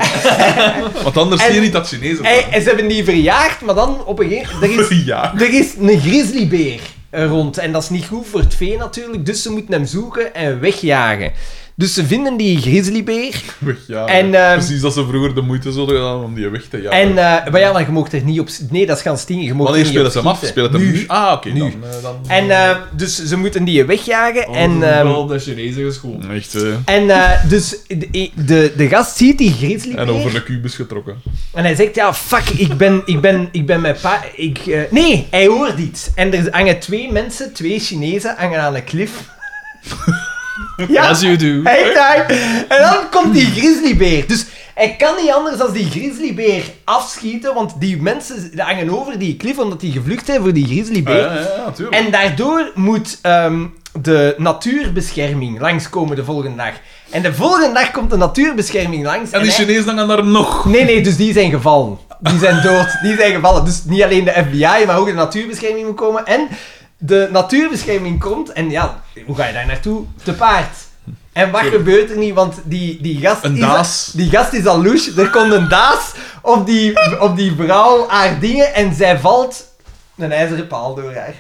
Want anders zie je
En-
niet dat Chinezen
Hey,
zijn.
en ze hebben die verjaagd, maar dan op een gegeven
[laughs]
moment... Er is,
[laughs] Ja.
er is een grizzlybeer eh, rond. En dat is niet goed voor het vee natuurlijk. Dus ze moeten hem zoeken en wegjagen. Dus ze vinden die grizzlybeer.
Ja,
En, ehm,
Precies dat ze vroeger de moeite zouden gedaan om die weg te jagen.
En, eh, maar ja, maar je mocht er niet op... Nee, dat is gaan stinken. Je mocht er
Wanneer
niet
spelen
op
ze hem af?
schieten.
Spelen ze hem nu? Ah, oké.
Nu.
dan, eh, dan.
En eh, dus ze moeten die wegjagen. en... ehm,
wel op de Chinezen geschoten.
Echt, eh,
En eh, dus de, de, de gast ziet die grizzly
en over de kubus getrokken.
en hij zegt, ja, fuck, ik ben, ik ben, ik ben mijn pa... Ik, eh, nee, hij hoort iets. En er hangen twee mensen, twee Chinezen, hangen aan een klif.
[laughs]
ja,
As you do.
hij daar. En dan komt die grizzlybeer. Dus hij kan niet anders dan die grizzlybeer afschieten, want die mensen hangen over die klif omdat die gevlucht zijn voor die
Ah,
grizzlybeer.
ja, ja, natuurlijk.
En daardoor moet ehm, de natuurbescherming langskomen de volgende dag. En de volgende dag komt de natuurbescherming langs.
En die
hij-
Chinezen hangen daar nog.
Nee, nee, dus die zijn gevallen. Die zijn dood. Die zijn gevallen. Dus niet alleen de FBI, maar ook de natuurbescherming moet komen. En de natuurbescherming komt. En ja, hoe ga je daar naartoe? Te paard. En wat gebeurt er niet? Want die, die gast...
Een
is
daas.
Al, die gast is al louche. Er komt een daas op die, op die vrouw haar dingen. En zij valt een ijzeren paal door haar.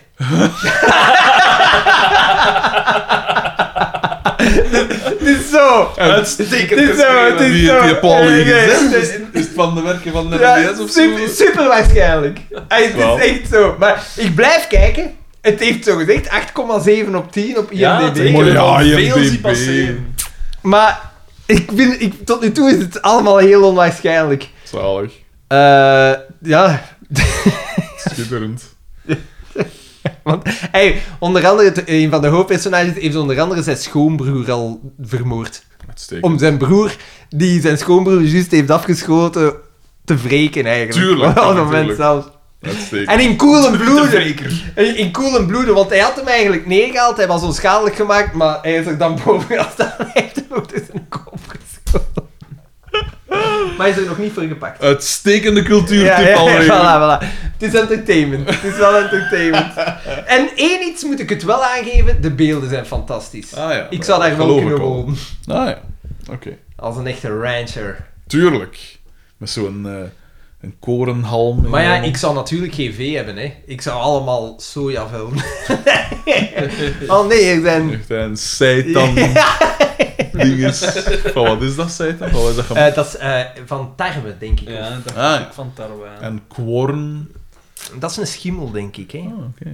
Dit is zo.
Uitstekend.
Dit is zo,
geschreven.
dit is
Wie
zo.
heeft dus- die Paul hier
Eh,
gezet?
eh,
Is het- Is het van de werken van de
Ja,
RBS of zo?
super, super waarschijnlijk. Hey, het
Wel.
is echt zo. Maar ik blijf kijken. Het heeft zo gezegd 8,7 op 10 op IMDb.
is
ik
mooi,
heb
ja,
al veel
IMDb.
zien passeren.
maar ik vind, ik, tot nu toe is het allemaal heel onwaarschijnlijk.
Zalig.
Eh, ja, [laughs]
Schitterend.
want hey, onder andere, het- een van de hoofdpersonages heeft onder andere zijn schoonbroer al vermoord.
Uitstekend.
Om zijn broer, die zijn schoonbroer juist heeft afgeschoten, te wreken eigenlijk. [laughs]
Tuurlijk,
Op dat moment
natuurlijk.
zelfs.
Uitstekend.
En in koelen bloeden. In in koelen bloeden, want hij had hem eigenlijk neergehaald. Hij was onschadelijk gemaakt, maar hij is er dan bovenaan staan. [laughs] Hij heeft hem ook tussen de kop geschoten. Maar hij is er nog niet voor gepakt.
Uitstekende cultuurtip
Ja, ja,
alweer.
voilà, voilà. Het is entertainment. Het is wel entertainment. [laughs] En één iets moet ik het wel aangeven. De beelden zijn fantastisch.
Ah, ja.
ik zou daar wel
Geloof
kunnen
ik al.
wonen.
Ah ja, oké.
Als een echte rancher.
Tuurlijk. Met zo'n eh, een korenhalm. in
Maar ja,
de mond.
ik zou natuurlijk geen vee hebben, hè. Ik zou allemaal soja vullen. [laughs] oh nee, ik ben...
Echt een
[laughs]
seitan dinges. Van wat is dat seitan? Van wat is dat gemaakt?
Eh, dat is eh, van tarwe, denk ik.
Ja, dat
Ah, ja.
van tarwe. aan.
En kworn.
Dat is een schimmel, denk ik. Hè?
Ah, oké.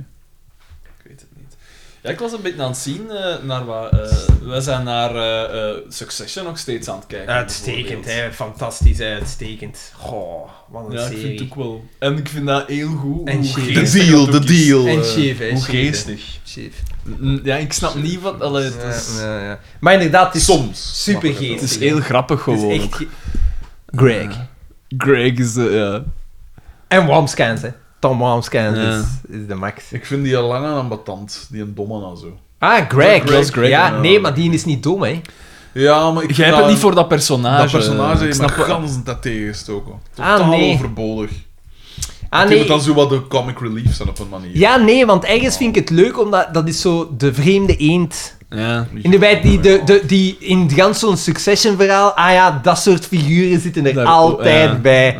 Ik weet het niet. Ja, ik was een beetje aan het zien eh, naar wat... eh, wij zijn naar eh, eh, Succession nog steeds aan het kijken.
Uitstekend,
bijvoorbeeld.
hè? fantastisch, hè? uitstekend. Goh, wat een
Ja, ik
serie.
vind het ook wel. En ik vind dat heel goed.
En
hoe
chic.
De
geestig
deal,
dat ook
de
is.
deal.
En
eh.
chief, hè?
Hoe
chief, hè.
geestig.
Chief.
Mm, Ja, ik snap niet wat... Allee, het
Ja,
is...
ja, ja. Maar inderdaad, het is
Soms.
super
Het is
geestig.
heel grappig gewoon.
echt
ook.
ge- Greg. eh,
Greg is de... ja.
En Wamscans, hè? Tom Wamscans
Ja.
is, is de max.
Ik vind die al lang aan betant. Die een domme en zo.
Ah, Greg.
Dat is Greg,
ja,
ja.
nee, maar die is niet dom, hè? Ah,
Ja, maar ik
Jij hebt het niet voor dat personage.
Nou, dat personage.
Ik
heeft me
snap wel.
gans dat tegengestoken.
Ah,
Totaal
nee.
overbodig.
Ah,
Ik
nee.
vind het dan zo wat de comic relief zijn op een manier.
Ja, nee, want ergens vind ik het leuk, omdat dat is zo de vreemde eend.
Ja.
In de wijk die, de, de, die in het gans zo'n succession-verhaal, ah ja, dat soort figuren zitten er
Daar-
altijd
ja.
bij.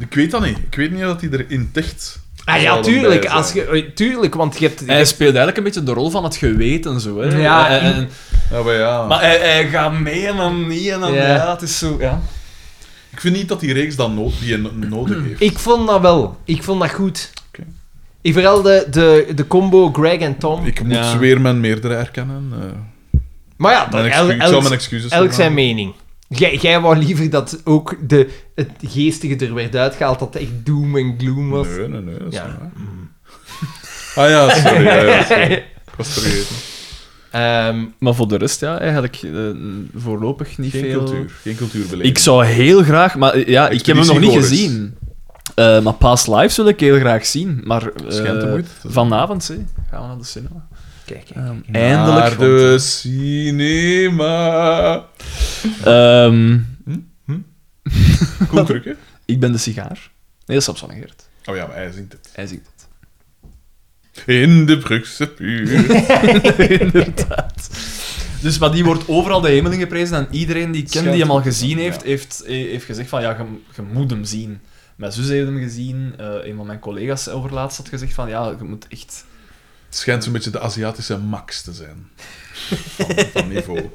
Ik weet dat niet. Ik weet niet of hij erin ticht.
Ah ja,
Zouden
tuurlijk,
bij
als
zijn.
je, eh, tuurlijk, want je hebt...
Hij speelt eigenlijk een beetje de rol van het geweten, zo. Hè. Eh,
Ja,
En- en- en-
Ja, maar ja.
Maar hij, hij gaat mee en dan niet en dan...
Ja.
Ja, het is zo... Ja.
Ik vind niet dat die reeks dan nood, die hij nodig heeft.
Ik vond dat wel. Ik vond dat goed.
Oké.
Ik vooral de, de, de combo Greg en Tom.
Ik moet
Ja.
weer mijn meerdere erkennen. eh.
maar ja, dat,
mijn
el,
excuus, ik zou
elk,
mijn excuses
elk zijn
maken.
mening. Jij, jij wou liever dat ook de, het geestige er werd uitgehaald, dat het echt doom en gloom was. [laughs]
Nee, nee, nee. Dat is
Ja.
niet waar. Ah ja, sorry. ja, ja,
[laughs]
sorry. Ik was het vergeten.
Ehm,
Maar voor de rest, ja, eigenlijk eh, voorlopig niet
Geen
veel.
cultuur. Geen cultuurbeleving.
Ik zou heel graag, maar eh, ja, ik heb hem nog niet
Expeditie Goris.
gezien. Eh, maar Past Lives wil ik heel graag zien. Maar eh,
Schijnt de moeite te zijn.
vanavond hè, gaan we naar de cinema.
kijk, kijk.
Ehm, eindelijk.
Naar de cinema.
want, ehm,
Goed druk, hè?
ik ben de sigaar. Nee, dat is Samson en Geert.
Oh ja, maar hij zingt het.
Hij zingt het.
in de Brugse buurt.
[laughs] Inderdaad. Dus maar die wordt overal de hemel geprezen en iedereen die ik ken die hem al gezien heeft, heeft, he- heeft gezegd van ja, je, je moet hem zien. Mijn zus heeft hem gezien, eh, een van mijn collega's overlaatst had gezegd van ja, je moet echt...
Het schijnt zo'n beetje de Aziatische Max te zijn. Van, van niveau.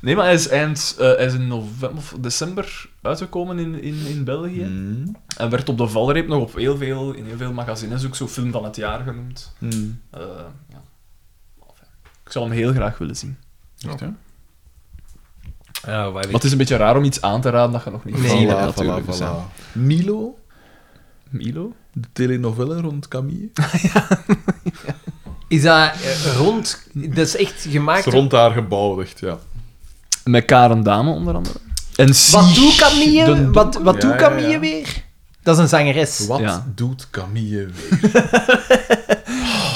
Nee, maar hij is, eind, eh, hij is in november of december uitgekomen in, in, in België
Hmm.
en werd op de valreep nog op heel veel, in heel veel magazines ook zo film van het jaar genoemd.
Mm.
Hmm.
Eh, ja. Enfin, Ik zou hem heel graag willen zien.
Echt, hè?
Ah, wat heb
Maar het is een beetje raar om iets aan te raden dat je nog niet
Voilà,
gezien hebt,
voilà,
natuurlijk.
voilà.
Dus ja.
Milo,
Milo?
de telenovelle rond Camille.
ik- Is dat eh, rond... Dat is echt gemaakt...
Is rond haar gebouw, echt, ja.
Met Karen Dame, onder andere. En
Wat
Sieg.
doet Camille?
de-
[laughs] Wat, wat
Ja,
doet
ja, ja.
Camille weer? Dat is een zangeres.
Wat
Ja.
doet Camille weer?
[laughs]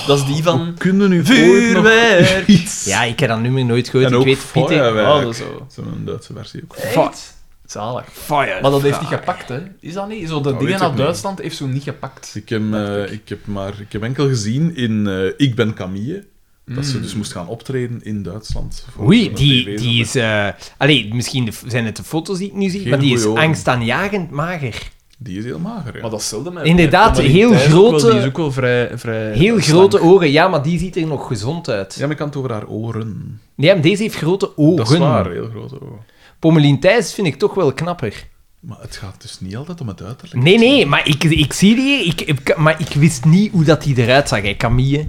Dat is die van...
Kunnen nu
[laughs] Vuurwerk!
Ja, ik heb dat nummer nooit gehoord.
En
Ik
ook
weet Pieter.
Feuerwerk.
Oh, dat is zo.
Zo'n Duitse versie ook.
Echt? Zalig. Maar dat heeft hij gepakt, hè? Is dat niet? Zo de
Dat
dingen
weet ik
uit
niet.
Duitsland heeft zo niet gepakt.
Ik heb, eh, ik heb, maar, ik heb enkel gezien in eh, Ik ben Camille. Dat ze dus moest gaan optreden in Duitsland. voor
Oei,
een
die,
tv
die is... eh allee, misschien de, zijn het de foto's die ik nu zie,
Geen
maar die is
goeie ogen.
angstaanjagend mager.
Die is heel mager, ja.
Maar dat is zelden met...
Inderdaad,
met- met
heel
die tijd ook wel,
grote-
Die is ook wel vrij... vrij
Heel
slank.
grote oren. Ja, maar die ziet er nog gezond uit.
Ja, maar ik kan het over haar oren.
Nee, maar deze heeft grote ogen.
Dat is waar, heel grote ogen.
Pommelien Thijs vind ik toch wel knapper.
Maar het gaat dus niet altijd om het uiterlijk.
Nee, nee, maar ik, ik zie die hier, ik, ik- maar ik wist niet hoe dat die eruit zag, hè, Camille.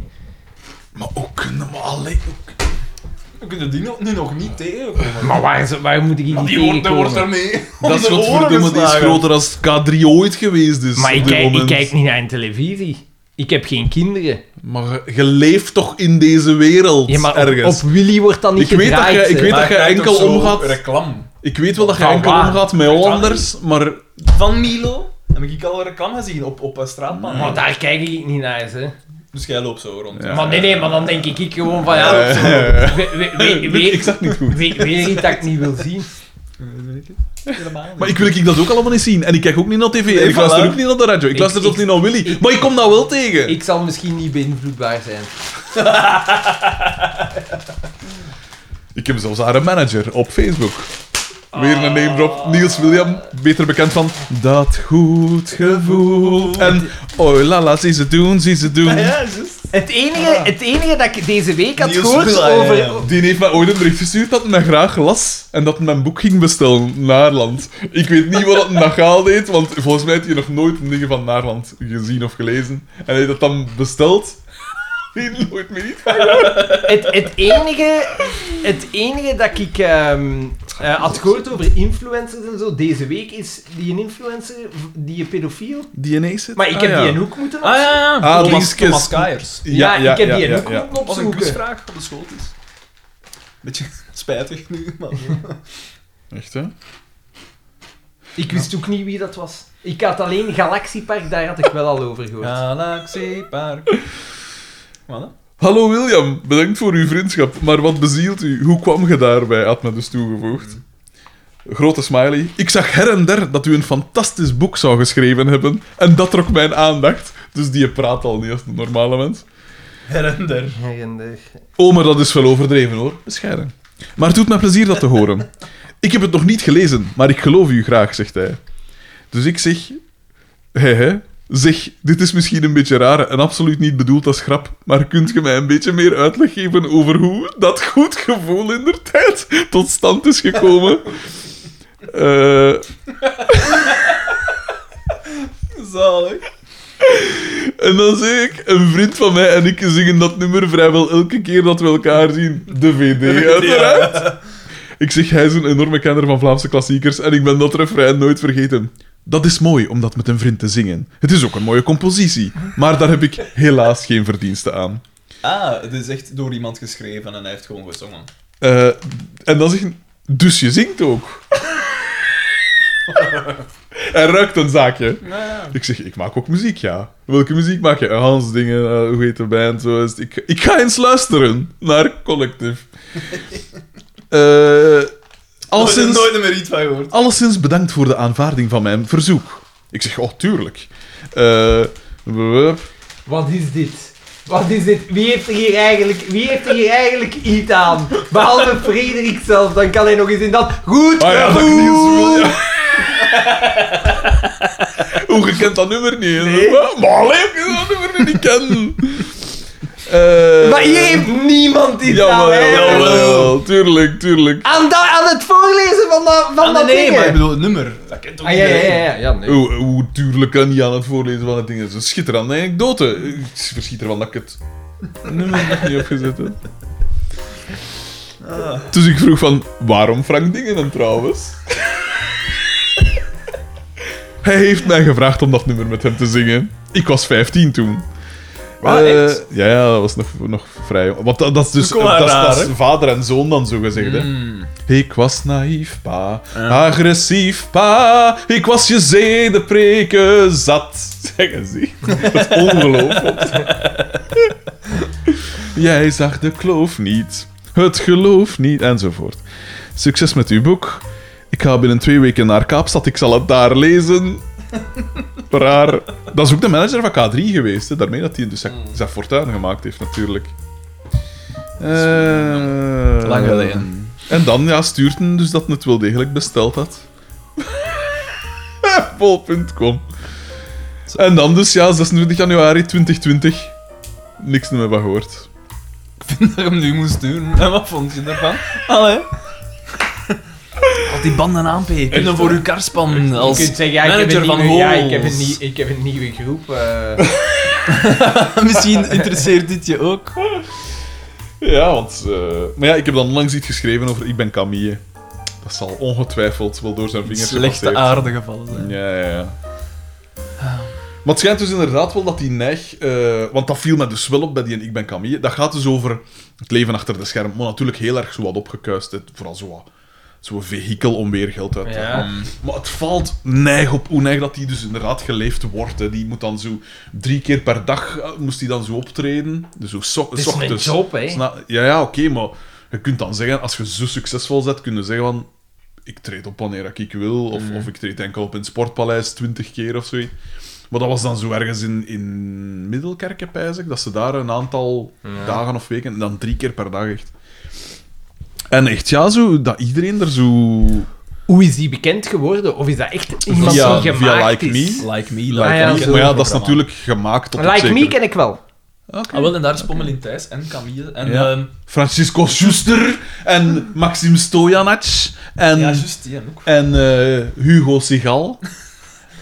Maar ook kunnen we alleen... ook-
We kunnen die nog- nu nog niet tegenkomen.
Maar waar, is- waar moet ik hier
Die
niet
wordt, die
tegenkomen?
wordt ermee.
Dat is wat voor die is groter als K3 ooit geweest is.
Maar
op
ik
dit
kijk, ik
moment.
kijk niet naar een televisie. Ik heb geen kinderen.
Maar je leeft toch in deze wereld
Ja, maar op,
ergens?
op Willy wordt dat niet
Ik weet dat
gedraaid.
jij- ik
hè.
weet dat jij enkel omgaat-
reclame.
Ik weet wel dat je
Nou,
enkel
waar?
omgaat met Hollanders, maar
Van Milo heb ik al een reclame gezien op, op een straatplan.
Maar daar kijk ik niet naar, hè.
Dus jij loopt zo rond.
Ja.
Maar nee, nee, maar dan denk ik, ik gewoon van ja...
[laughs]
we- we- we- we-
ik zag niet goed.
we- Weer iets dat ik niet wil zien.
Maar ik wil ik dat ook allemaal niet zien. En ik kijk ook niet naar tv. en ik
voilà.
luister ook niet naar de radio. Ik,
Ik-
luister zelfs
ik-
niet naar Willy. maar ik kom dat wel tegen.
Ik zal misschien niet beïnvloedbaar zijn.
Ik heb zelfs haar manager op Facebook.
Ah.
Weer een name drop. Niels William, beter bekend van Dat Goed Gevoel. En oh la la, zie ze doen, zie ze
Ah,
doen.
Het
Ah.
enige, het enige dat ik deze week had
Niels
gehoord
Villa, ja,
over...
ja.
Die heeft mij ooit een bericht gestuurd dat hij mij graag las en dat hij mijn boek ging bestellen, Naarland. Ik weet niet wat dat Nagaal deed, want volgens mij had hij nog nooit een ding van Naarland gezien of gelezen. En hij heeft dat dan besteld. [laughs] Die nooit meer niet.
Het, het, enige, het enige dat ik ehm, eh, had gehoord over influencers en zo deze week is die een influencer, die een pedofiel.
DNA zit?
Maar ik heb die een hoek moeten
Ah
opzoeken.
ja, ja.
Ah,
Thomas-
Lieske-
Thomas Kaiers.
ja, ik heb die een hoek
ja.
moeten
Als een
opzoeken.
quizvraag op de school is. Beetje [laughs] spijtig nu, maar...
Echt, hè?
Ik wist ook niet wie dat was. Ik had alleen Galaxiepark, daar had ik wel al over gehoord.
Galaxiepark.
Hallo William, bedankt voor uw vriendschap, maar wat bezielt u? Hoe kwam je daarbij? had me dus toegevoegd. Grote smiley. Ik zag her en der dat u een fantastisch boek zou geschreven hebben en dat trok mijn aandacht. Dus die praat al niet als een normale mens.
Herender.
Her en der.
Oh, maar dat is wel overdreven hoor. Bescheiden. Maar het doet me plezier dat te horen. Ik heb het nog niet gelezen, maar ik geloof u graag, zegt hij. Dus ik zeg... Hé, hé. Zeg, dit is misschien een beetje raar en absoluut niet bedoeld als grap, maar kunt je mij een beetje meer uitleg geven over hoe dat goed gevoel in de tijd tot stand is gekomen? Eh...
Zalig.
En dan zeg ik, een vriend van mij en ik zingen dat nummer vrijwel elke keer dat we elkaar zien. De VD, uiteraard. Ik zeg, hij is een enorme kenner van Vlaamse klassiekers en ik ben dat refrein nooit vergeten. Dat is mooi om dat met een vriend te zingen. Het is ook een mooie compositie, maar daar heb ik helaas geen verdiensten aan.
Ah, het is echt door iemand geschreven en hij heeft gewoon gezongen.
Eh, en dan zeg ik, dus je zingt ook. [laughs] en ruikt een zaakje. Ik zeg, ik maak ook muziek, ja. Welke muziek maak je? Hans dingen, eh, hoe heet de band? Zo is het. Ik, ik ga eens luisteren naar
[laughs]
Collective. Eh al,
Nooit,
sinds,
nooit meer iets van gehoord.
alleszins bedankt voor de aanvaarding van mijn verzoek. Ik zeg, oh, tuurlijk. Eh, wup.
Wat is dit? Wat is dit? Wie heeft er hier eigenlijk, wie heeft er hier eigenlijk iets aan? Behalve Frederik zelf, dan kan hij nog eens in dat... Goed
Ah ja, dat
gevoel.
kniezool, [laughs] ja. Hoe, je kent dat nummer niet? hè? Maar allee, je kunt dat nummer nu niet kennen. Eh,
Maar hier heeft niemand iets aan.
Jawel,
hè?
jawel, tuurlijk, tuurlijk.
Aan, dat- aan het voorlezen van dat, van dat
Ah, nee,
ding,
maar
hè?
ik bedoel, het nummer. Dat kent toch
Ah, ja, ja, ja, ja. ja nee.
Hoe, hoe tuurlijk kan niet aan het voorlezen van het ding. Dat is een schitterende anekdote. Ik verschiet ervan dat ik het nummer nog niet opgezet heb. Dus ik vroeg van, waarom Frank Dingen dan trouwens? Hij heeft mij gevraagd om dat nummer met hem te zingen. Ik was 15 toen.
Waar,
Eh,
echt?
Ja, ja, dat was nog, nog vrij jong. Want dat, dat is dus
Dat kon wel
dat is-
raar,
dat is vader en zoon dan zo gezegd. Hè? Ik was naïef, pa. Agressief, pa. Ik was je zedenpreken zat. [laughs] Zeggen ze. Dat is ongelooflijk. Jij zag de kloof niet. Het geloof niet. Enzovoort. Succes met uw boek. Ik ga binnen twee weken naar Kaapstad. Ik zal het daar lezen. [laughs] Raar. Dat is ook de manager van K3 geweest. Hè? Daarmee dat hij dus zijn,
Mm.
zijn fortuin gemaakt heeft, natuurlijk. Eh,
Lang geleden.
en dan ja, stuurt hem dus dat hij het wel degelijk besteld had. [laughs] Pol.com. En dan dus, ja, 26 januari 2020. Niks meer van gehoord.
[laughs] dat je hem nu moest doen. En wat vond je daarvan? Allee. Wat die banden aanpeken. En dan voor uw karspan als
Je kunt zeggen, ja, ik heb
manager
een
van
nieuwe, ja, ik heb
Hols.
een, nie- ik heb een nieuwe groep. eh.
[laughs] Misschien interesseert dit je ook.
Ja, want... eh, maar ja, ik heb dan langs iets geschreven over Ik ben Camille. Dat zal ongetwijfeld wel door zijn vingers
Slechte
gepasseerd
aarde gevallen zijn.
Ja, ja, ja. Maar het schijnt dus inderdaad wel dat die neig... eh, want dat viel me dus wel op bij die en Ik ben Camille. Dat gaat dus over het leven achter de scherm. Maar natuurlijk heel erg zo wat opgekuist. hè. Vooral zo wat... Zo'n vehikel om weer geld uit te
Ja.
halen. Maar het valt neig op hoe neig dat die dus inderdaad geleefd wordt. Hè. Die moet dan zo drie keer per dag eh, moest die dan zo optreden. Dus zo so
is
ochtends.
mijn job, hè.
Sna- Ja, ja, oké, maar je kunt dan zeggen, als je zo succesvol bent, kun je zeggen van ik treed op wanneer ik wil, of,
Mm.
of ik treed enkel op in het Sportpaleis twintig keer of zoiets. Maar dat was dan zo ergens in, in Middelkerken, pijs ik, dat ze daar een aantal dagen of weken, en dan drie keer per dag echt. En echt, ja, zo, dat iedereen er zo...
Ah,
Hoe is die bekend geworden? Of is dat echt iemand
Via,
die
via
gemaakt
Like
is?
Me.
Like me,
Like
like
Ah ja,
Me.
zo'n
Maar ja, dat is
programma.
natuurlijk gemaakt tot op
like me
zekere-
ken ik wel.
Oké.
Ah, wel, en daar is Pommelin Thijs en Camille en...
Ja.
ehm,
Francisco Schuster en Maxim Stojanac en...
ja, juist die en ook.
En eh,
[laughs]
Hugo Sigal.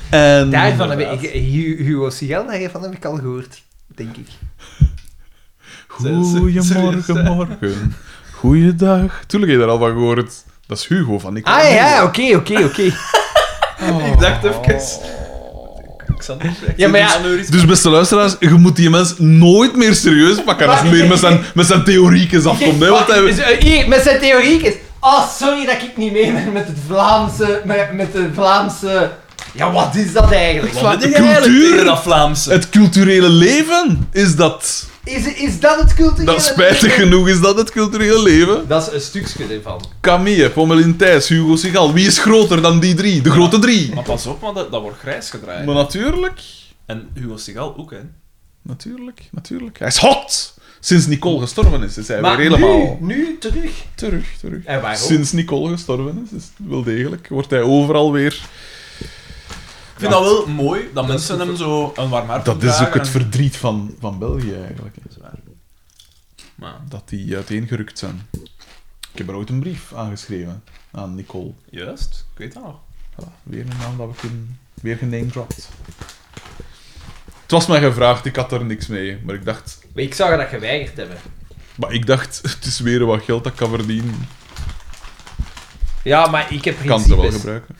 en...
Daarvan heb ik, Hu- Hugo Sigel, daarvan heb ik al gehoord, denk ik.
Goedemorgen, morgen. Goeiedag. Tuurlijk heb je daar al van gehoord. Dat is Hugo van ik.
Ah ja, oké, oké, oké.
Ik dacht even...
Oh.
Ik zat niet echt.
Ja, maar ja,
Dus beste luisteraars, je moet die mens nooit meer serieus pakken als hij meer met zijn, met zijn theoriekes afkomt. Hè, want hij...
Dus, eh, hier, met zijn theoriekjes. Oh, sorry dat ik niet mee ben met het Vlaamse... Met, met de Vlaamse... Ja, wat is dat eigenlijk?
Wat ben
de
jij eigenlijk
cultuur-
tegen dat Vlaamse?
Het culturele leven is dat.
Is, is dat het culturele...
Dat spijtig genoeg is dat het culturele leven.
Dat is een stukje ervan.
Camille, Pommelin Thijs, Hugo Sigal. Wie is groter dan die drie? De grote drie.
Maar pas op, want dat, dat wordt grijs gedraaid.
Maar natuurlijk,
En Hugo Segal ook, hè.
natuurlijk, natuurlijk. Hij is hot! Sinds Nicole gestorven is, is hij
Maar
weer helemaal...
nu, nu terug.
Terug, terug.
En waarom?
Sinds Nicole gestorven is, is het wel degelijk. Wordt hij overal weer.
Ik vind dat wel mooi, dat mensen hem zo een warm hart
Dat is ook
toedragen
het verdriet van, van België eigenlijk. hè.
Maar-
Dat die uiteengerukt zijn. Ik heb er ooit een brief aangeschreven aan Nicole.
en- Juist, ik weet dat nog.
Voilà, weer een naam dat we kunnen. Weer genamedropt. Het was mij gevraagd, ik had er niks mee. Maar ik dacht,
Maar ik zou dat geweigerd hebben.
maar ik dacht [laughs] het is weer wat geld dat ik kan verdienen.
Ja, maar ik heb
Ik kan ze wel
principes.
gebruiken.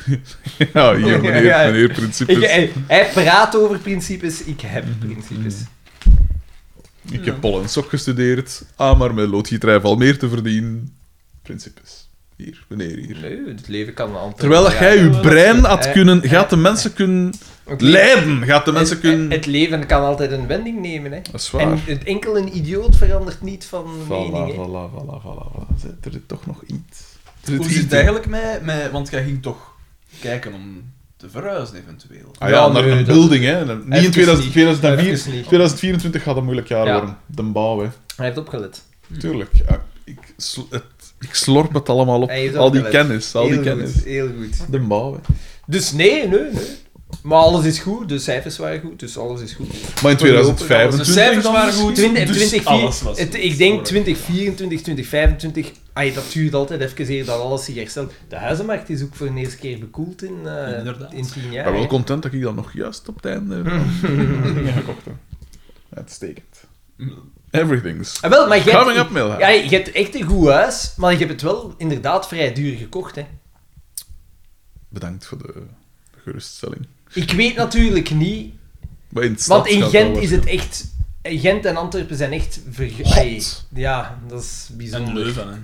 [laughs] ja, hier, meneer,
Ja, ja.
meneer principes.
Ik, eh, hij, hij praat over principes, ik heb principes.
Ik heb Pol en Sok gestudeerd. Ah, maar met loodgieterij valt meer te verdienen. Principes. Hier, meneer, hier.
Nee, het leven kan wel antwoorden.
Terwijl jij je brein had
Eh,
kunnen... Gaat de mensen kunnen lijden. Gaat de mensen kunnen...
Het leven kan altijd een wending nemen, hè.
Dat is
eh, En
waar.
het, enkel een idioot verandert niet van mening,
Voilà,
hè.
voilà, voilà, voilà, voilà. Zit Er is toch nog iets. Er
Hoe zit
iets in.
Eh, het eigenlijk met, met... Want jij ging toch kijken om te verhuizen eventueel.
Ah ja,
Ja,
naar
nee,
een
dat-
building, hè. Niet in
Even
2000,
niet.
2004,
Even niet.
2024 gaat een moeilijk jaar
Ja.
worden. De bouw, hè.
Hij heeft opgelet.
Tuurlijk. Ja, ik, sl- het, ik slorp het allemaal op.
Hij is
Al die
opgelet.
kennis, al die
Heel
kennis.
goed, heel goed.
De bouw, hè.
Dus nee, nee, nee. Maar alles is goed, de cijfers waren goed, dus alles is goed.
Maar in 2025...
De cijfers waren goed.
20,
dus
20,
alles was
het,
goed.
ik denk 2024, 2025, ai, dat duurt altijd even eer dat alles zich herstelt. De huizenmarkt is ook voor de eerste keer bekoeld in, eh,
Inderdaad.
in 10
Ik
jaar.
ben Ah, wel
hè.
content dat ik dat nog juist op het einde [laughs] van dingen gekocht heb. Uitstekend. Everything's
Ah, wel, maar jij,
coming up, Milha.
Ja, je hebt echt een goed huis, maar je hebt het wel inderdaad vrij duur gekocht. Hè.
Bedankt voor de geruststelling.
Ik weet natuurlijk niet,
Maar in de stad
want in
gaat
Gent
wel
is het echt... Gent en Antwerpen zijn echt... Ver... ai, Ja, dat is
En
bijzonder.
Leuven, hè.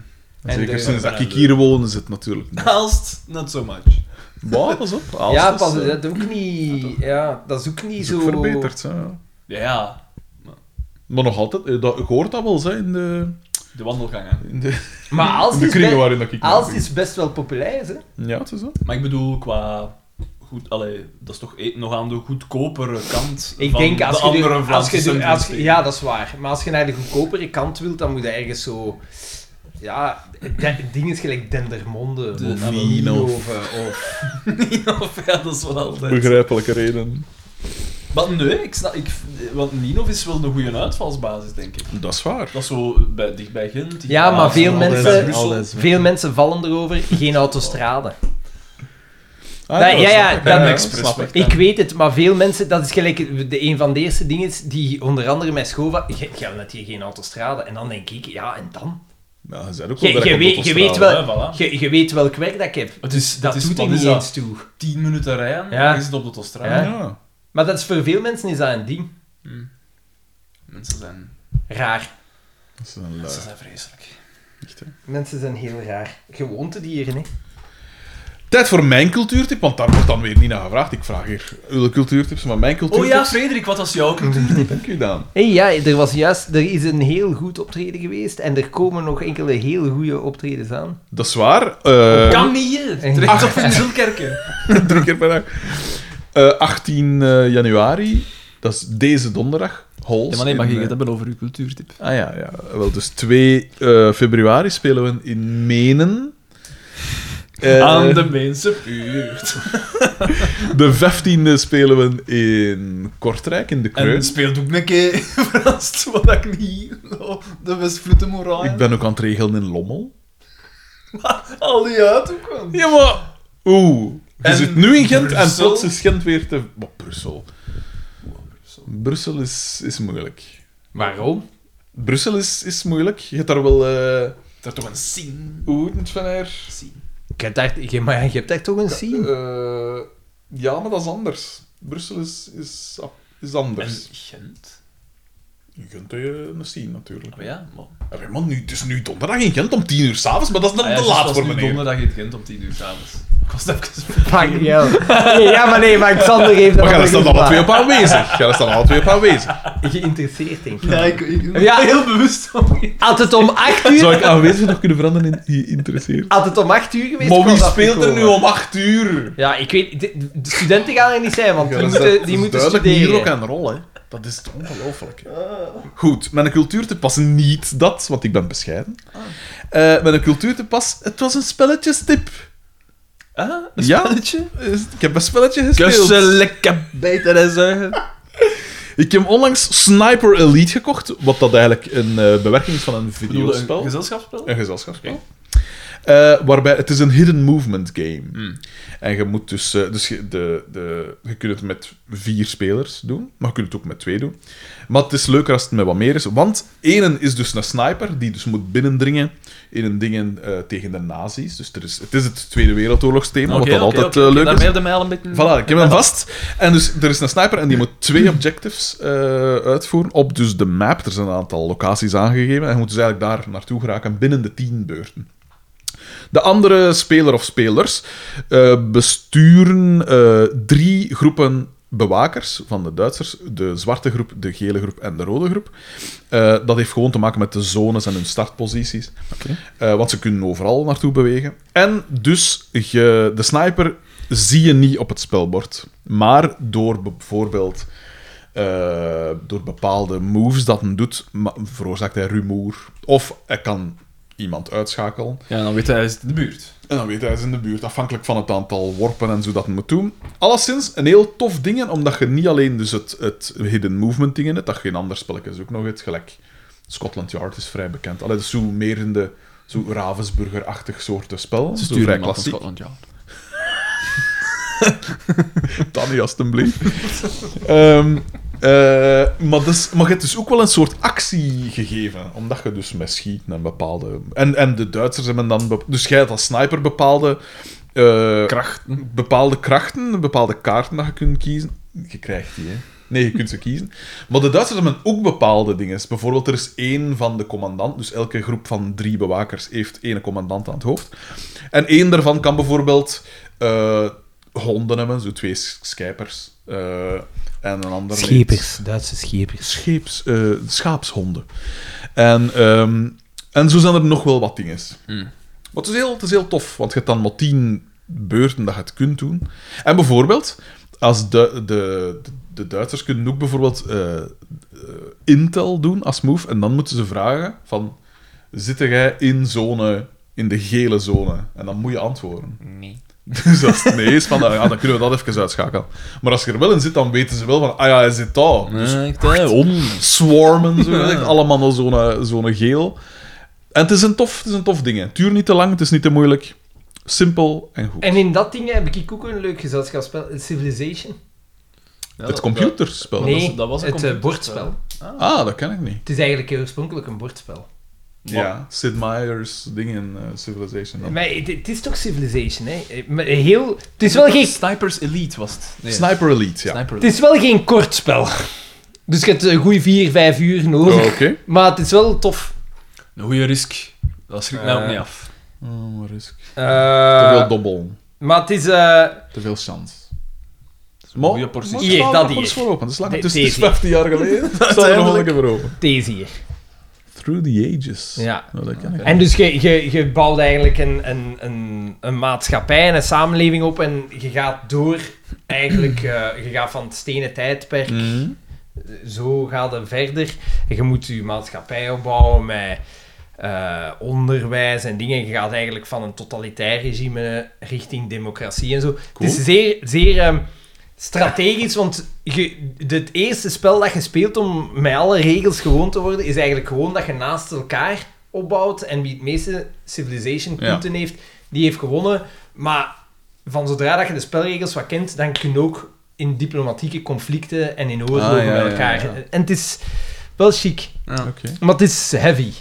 wat- Zeker
en eh, de-
sinds dat ik hier woon is het natuurlijk...
[laughs]
Aalst, not so much.
Bah, pas op. alles
Ja,
is,
pas,
eh,
dat ook niet... Ja, dat is ook niet
is
zo...
ook verbeterd. Hè. ja.
Ja, ja.
Maar nog altijd, eh, dat, ik hoor dat wel hè, in de,
De wandelgangen.
in de,
Maar als
in de
is,
kringen
be-
waarin dat ik
Aalst
ben.
is best wel populair, hè.
Ja, het is zo.
Maar ik bedoel, qua... Goed, allee, dat is toch e- nog aan de goedkopere kant
Ik
van
denk als
de
je,
andere
de- als
Vlaamse
je de- als je-
centrumsteden.
Ja, dat is waar. Maar als je naar de goedkopere kant wilt, dan moet je ergens zo... Ja, de- dingen gelijk Dendermonde.
De
of
Nino.
Nienhoven, Of...
Of ja, [laughs] dat is wel altijd.
Begrijpelijke reden.
Maar nee, ik snap, ik, want Ninov is wel een goede uitvalsbasis, denk ik.
Dat is waar.
Dat is zo bij, dicht bij Gent. dicht
Ja,
bij
maar
Aalst,
veel
bij
mensen-
Brussel.
Veel mensen vallen erover. Geen autostrade.
Ah,
Nee, ja, ja,
snap ik.
dat-
ja,
Express
snap ik.
weg.
Ik weet het, maar veel mensen... Dat is gelijk de, een van de eerste dingen die onder andere mijn schoolva... Je je hebt net hier geen autostrade. En dan denk ik, ja, en dan?
Nou, ze zijn ook
Je,
wel
je
werk op
weet, je,
autostrade.
weet wel,
hè, voilà.
je, je weet welk werk dat ik heb.
Het is,
Dat
het is,
doet
wat
er
is
niet
dat?
eens toe.
10 minuten rijden,
Ja.
dan is het op de autostrade.
Ja.
Ja.
Maar dat is voor veel mensen is dat een ding.
Mensen, zijn,
Raar.
Dat is een eh, lui.
mensen zijn vreselijk.
Oh
Echt, hè.
Mensen zijn heel raar. Gewoontedieren, hè.
Tijd voor mijn cultuurtip, want daar wordt dan weer niet naar gevraagd. Ik vraag hier uw cultuurtips, maar mijn
Oh
cultuurtips... Oh,
ja, Frederik, wat was jouw cultuur?
Dank u, Daan.
Hé, ja, er was juist... Er is een heel goed optreden geweest en er komen nog enkele heel goede optredens aan.
Dat is waar. eh,
Ah,
Kan niet, hè. terecht op in Zulkerken.
[laughs] drie keer per dag. Eh, 18 eh, januari, dat is deze donderdag. Hols.
Ja, maar nee, maar
in,
je
eh,
het hebben over uw cultuurtip.
Ah ja, ja. Wel, dus 2 eh, februari spelen we in Menen. Eh,
Aan de mensenbuurt.
[laughs] de 15e spelen we in Kortrijk, in de
En
Kreun.
speelt ook een keer [laughs] verrast wat ik niet op de Westvloetemoraal.
Ik ben ook aan het regelen in Lommel.
Al die uit ook wel.
Ja, maar... Oeh. Je
En
zit nu in Gent en
Brussel?
plots is Gent weer te... Maar Brussel. Brussel is, is moeilijk.
Waarom?
Brussel is, is moeilijk. Je hebt daar wel... eh
Dat is toch een zin.
hoe heet het van haar?
Je hebt daar, je, maar je hebt daar toch een zien?
Eh, ja, maar dat is anders. Brussel is, is, ap- is
En
anders.
Gent?
Je kunt je nog zien, natuurlijk.
Oh ja, maar...
Allee, Ah, man, nu, het is nu donderdag in Gent om tien uur s'avonds, maar dat is dan
Ah ja,
te
dus het
laat
was
voor
nu
meneer.
donderdag in Gent om 10 uur s'avonds. Ik was het
[laughs]
even...
Fuck jou. Nee, ja, maar nee, maar Xander heeft
Maar gaan er
nog
staan
een
alle twee
geplaatst.
op aanwezig. Gaan er staan alle twee op aanwezig.
Geïnteresseerd, denk ik.
Ja, ik, ik-
Ja.
heel bewust om je.
Had het om 8 uur,
[laughs] Zou ik aanwezig nog kunnen veranderen in geïnteresseerd?
had het om 8 uur geweest,
Maar
was
wie
dat
speelt er
gekomen.
nu om acht uur?
Ja, ik weet... De, de studenten gaan er niet zijn, want
Ja,
die
dat is-
moeten,
dat
die
is
moeten
duidelijk niet rock
studeren.
en roll, hè. Dat is ongelooflijk. hè. Goed, mijn cultuur te pas niet dat, want ik ben bescheiden.
Ah.
Eh, mijn cultuur te pas, het was een spelletjestip.
Ah,
Een spelletje? ik heb een spelletje gespeeld.
lekker beter en zeggen.
Ik heb onlangs Sniper Elite gekocht, wat dat eigenlijk een eh, bewerking is van een videospel.
een gezelschapsspel?
Een gezelschapsspel. Eh, waarbij het is een hidden movement game. En je moet dus, eh, dus je- de, de, je kunt het met vier spelers doen, maar je kunt het ook met twee doen. Maar het is leuker als het met wat meer is, want één is dus een sniper die dus moet binnendringen in een dingen eh, tegen de nazi's. Dus er is, het is het Tweede Wereldoorlogsthema, wat dan altijd eh, leuk is.
Daarmee heb je mij al een beetje...
Voilà, ik heb hem vast. En dus er is een sniper en die moet twee objectives eh, uitvoeren op dus de map. Er zijn een aantal locaties aangegeven en je moet dus eigenlijk daar naartoe geraken binnen de tien beurten. De andere speler of spelers eh, besturen eh, drie groepen bewakers van de Duitsers, de zwarte groep, de gele groep en de rode groep. Eh, dat heeft gewoon te maken met de zones en hun startposities. Eh, want ze kunnen overal naartoe bewegen. En dus, je, de sniper zie je niet op het spelbord. Maar door bijvoorbeeld eh, door bepaalde moves dat hij doet, ma- veroorzaakt hij rumoer. Of hij kan iemand uitschakelen.
Ja, dan weet hij, hij is in de buurt.
En dan weet hij, hij is in de buurt, afhankelijk van het aantal worpen en zo dat hij moet doen. Alleszins, een heel tof ding, omdat je niet alleen dus het, het hidden movement dingen hebt, dat geen ander spelletje is ook nog het gelijk. Scotland Yard is vrij bekend. Allee, dat is zo meer in de zo Ravensburger-achtig soorten spel. Zo vrij
iemand van
klassiek.
Scotland Yard.
[laughs] Danny, alstublieft. Ehm eh, maar, dus, maar je hebt dus ook wel een soort actie gegeven. Omdat je dus met schieten en bepaalde... En, en de Duitsers hebben dan... bep- Dus jij hebt als sniper bepaalde... eh,
Krachten.
Bepaalde krachten, bepaalde kaarten dat je kunt kiezen. Je krijgt die, hè. Nee, je kunt ze kiezen. Maar de Duitsers hebben ook bepaalde dingen. Bijvoorbeeld, er is één van de commandant. Dus elke groep van drie bewakers heeft één commandant aan het hoofd. En één daarvan kan bijvoorbeeld eh, honden hebben, zo twee skijpers. eh, en een ander heet-
Schepers, Duitse schepers.
scheeps, eh, schaapshonden. En, ehm, en zo zijn er nog wel wat dingen. Maar het is, heel, het is heel tof, want je hebt dan maar tien beurten dat je het kunt doen. En bijvoorbeeld, als de, de, de, de Duitsers kunnen ook bijvoorbeeld eh, eh, intel doen als move, en dan moeten ze vragen van, zitten jij in zone, in de gele zone? En dan moet je antwoorden.
Nee.
[laughs] Dus als het nee is, van, ah, ja, dan kunnen we dat even uitschakelen. Maar als je er wel in zit, dan weten ze wel van, ah ja, hij zit daar. Dus swarmen, zo gezegd. Allemaal al zo'n zo'n geel. En het is een tof, het is een tof ding. hè. Het duurt niet te lang, het is niet te moeilijk. Simpel en goed.
En in dat ding heb ik ook een leuk gezelschapsspel, het
Oh,
Civilization.
het computerspel.
nee,
dat was een
het eh,
computerspel.
bordspel.
Ah, dat ken ik niet.
Het is eigenlijk oorspronkelijk een bordspel.
Ja, Sid Meier's dingen in eh, Civilization. dan.
Maar het, het is toch Civilization, hè? Eh, maar Heel, het, is wel geen,
Snipers Elite was het. Nee,
Sniper Elite, ja.
Sniper
het is wel geen kort spel. Dus je hebt een goede 4, 5 uur nodig.
Oh, Oké.
Maar het is wel tof.
Een goede risk. Dat schrik mij ook niet af.
Oh, maar risk.
Eh,
Te veel dobbel.
maar het is... eh,
Te veel chance.
een goede portie.
maar-
Hier,
maar-
dat
maar
hier.
is voor open. Dat is lang.
De-
Het is- het is
deze.
15 jaar
[laughs]
geleden. Dat staat er nog
Uiteindelijk.
lekker voor open.
deze hier.
Through the Ages.
Ja.
Oh, dat ken ik.
En dus je, je, je bouwt eigenlijk een, een, een, een maatschappij en een samenleving op en je gaat door eigenlijk, eh, je gaat van het stenen tijdperk,
Mhm.
zo gaat het verder. En je moet je maatschappij opbouwen met eh, onderwijs en dingen. Je gaat eigenlijk van een totalitair regime eh, richting democratie en zo. Het is zeer, zeer ehm, strategisch, want je, het eerste spel dat je speelt om met alle regels gewoon te worden, is eigenlijk gewoon dat je naast elkaar opbouwt. En wie het meeste civilization
Ja.
punten heeft, die heeft gewonnen. Maar van zodra dat je de spelregels wat kent, dan kun je ook in diplomatieke conflicten en in oorlogen
Ah, ja, ja,
met elkaar.
ja.
En het is wel chic,
Oké.
maar het is heavy.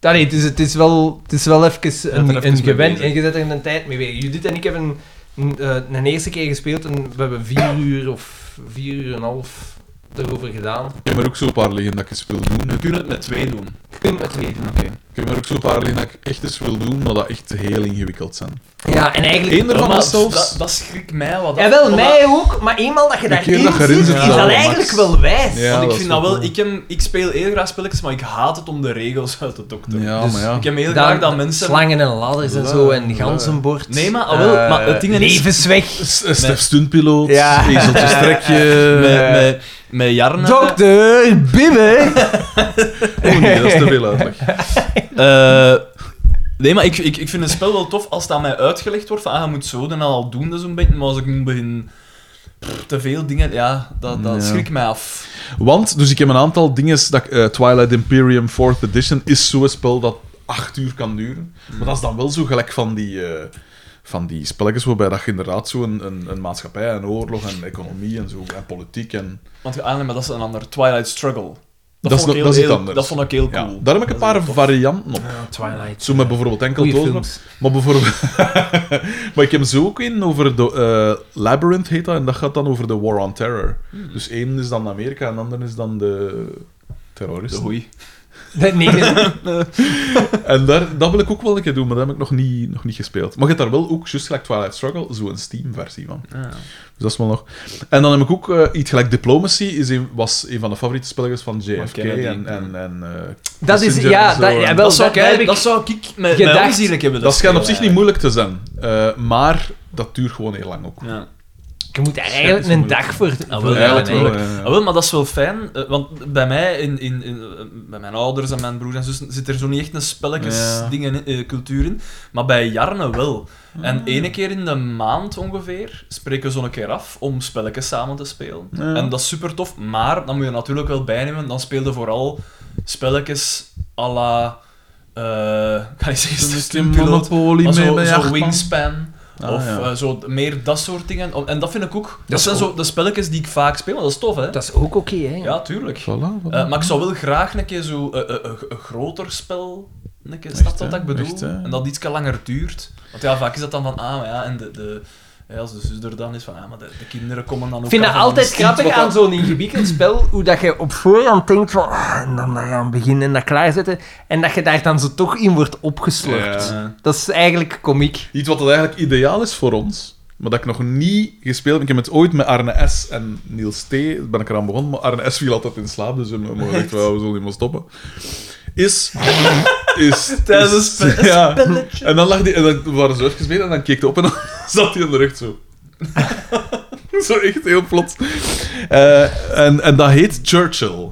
Allee, het, is, het, is wel, het is wel even een,
er even
een
mee
gewend
bezig.
en je zet er een tijd mee weer. Judith en ik hebben een, eh, een, een eerste keer gespeeld en we hebben vier uur of vier uur en een half erover gedaan.
Ik heb er ook zo'n paar liggen dat ik eens wil doen.
We kunnen het met twee doen.
Je kunt het weer doen.
Ik heb er ook zo'n paar liggen dat ik echt eens wil doen, maar dat echt heel ingewikkeld zijn.
Ja, en eigenlijk...
Eén ervan
Maar
is zelfs...
dat, dat schrikt mij wat af.
Ja, wel,
Omdat-
mij ook, maar eenmaal dat je
keer
daarin
dat je
zit,
erin
is
zit, is
dat
dat
eigenlijk
max.
wel wijs.
Ja,
Want ik
dat
vind
is
dat wel...
cool.
Ik, heb, ik speel heel graag spelletjes, maar ik haat het om de regels uit te dokteren.
Ja, maar ja.
Ik heb heel graag dat mensen...
Slangen en ladders en zo, en ganzenbord.
Nee, maar, ah, wel, maar het ding is...
Levens weg.
S- eh, Stef Stuntpiloot,
Ja. [laughs]
Ezeltje Strekje... Eh,
Met, met, met Jarne...
Dokter Bibbe.
Oh nee, dat is te veel uitleg.
Eh, nee, maar ik, ik, ik vind het spel wel tof als dat mij uitgelegd wordt van ah, je moet zo doen en al doen, dat zo'n beetje. Maar als ik moet beginnen... pff, te veel dingen, ja, dat, dat
Ja.
schrikt mij af.
Want, dus ik heb een aantal dingen... Dat, ik, eh, Twilight Imperium 4th Edition is zo'n spel dat acht uur kan duren. Maar dat is dan wel zo gelijk van die... eh, van die spelletjes waarbij dat je inderdaad zo een, een, een maatschappij en oorlog en economie en zo en politiek en...
Want ah, nee, maar dat is een ander. Twilight Struggle. Dat,
is
vond ik
nog-
heel,
dat is iets
heel-
anders.
dat vond ik heel
Ja,
cool.
daar heb ik een
Dat is
paar
wel tof.
varianten op.
Twilight.
Zo met bijvoorbeeld enkel
Goeie
dozen.
films.
Maar bijvoorbeeld... [laughs] maar ik heb zo ook in over de... eh, Labyrinth heet dat, en dat gaat dan over de War on
Hmm.
Terror. Dus één is dan Amerika en de ander is dan de... Terroristen.
Oei.
Nee, nee, nee.
En daar, dat wil ik ook wel een keer doen, maar dat heb ik nog niet, nog niet gespeeld. Maar je hebt daar wel ook, juist gelijk Twilight Struggle, zo'n Steam-versie van. Dus dat is wel nog... En dan heb ik ook eh, iets gelijk Diplomacy, is een, was een van de favoriete spelletjes van JFK
Kennedy,
en... en, en eh,
Dat is...
Kissinger
Ja,
en zo.
dat, ja,
En
wel,
dat, zou
dat, dat heb
ik,
ik...
dat zou ik met
gedacht.
mijn zielig hebben.
dat schijnt op
speel,
zich niet moeilijk te zijn, Eh, maar dat duurt gewoon heel lang ook.
eigenlijk. Ja.
Je moet daar eigenlijk een dag voor...
Ah,
voor
wel,
Eigenlijk
hebben,
wel,
hè.
ja, ja.
Ah, wel, maar dat is wel fijn, eh, want bij mij, in, in, in, eh, bij mijn ouders en mijn broers en zussen, zit er zo niet echt een
Ja.
spelletjesdingen in, eh, cultuur in, maar bij Jarne wel. En
Ah.
ene keer in de maand ongeveer spreken we zo'n keer af om spelletjes samen te spelen.
Ja.
En dat is super tof, maar dan moet je natuurlijk wel bijnemen, dan speelde vooral spelletjes à la. eh [laughs] kan je zeggen, stuntpilot,
Monopoly
maar
mee
zo,
met
zo
jachtman.
Wingspan.
Ah,
of
ja.
eh, zo meer dat soort dingen. En dat vind ik ook... Dat,
is
zijn
ook-
zo de spelletjes die ik vaak speel, maar dat is tof, hè?
Dat is ook oké, hè.
Ja, tuurlijk.
Voilà, voilà.
Eh, maar ik zou wel graag een keer zo eh, eh, een- een groter spel. Een keer, snap
Echt,
je wat
hè?
ik bedoel?
Echt, hè?
en dat iets langer duurt. Want ja, vaak is dat dan van, ah, maar ja, en de, de, ja, als de zus er dan is van, ah, maar de, de kinderen komen dan ook.
Ik vind
af
dat
en dan
altijd
is het iets
grappig
wat
aan zo'n ingewikkeld spel, hoe dat je op voorhand denkt van, ah, en dan gaan beginnen en dat klaarzetten, en dat je daar dan zo toch in wordt opgeslurpt.
Ja.
Dat is eigenlijk komiek.
Iets wat eigenlijk ideaal is voor ons, maar dat ik nog niet gespeeld heb. Ik heb het ooit met Arne S. en Niels T. ben ik eraan begonnen, maar Arne S. viel altijd in slaap, dus we mogen echt wel, we zullen niet meer stoppen. Is... [laughs] is
Tijdens
is-
een spe-
ja. En dan lag die... En dan we waren zo even bezig en dan keek hij op en dan [laughs] zat hij in de rug zo. [laughs] zo echt heel plots. Eh, en, en dat heet Churchill.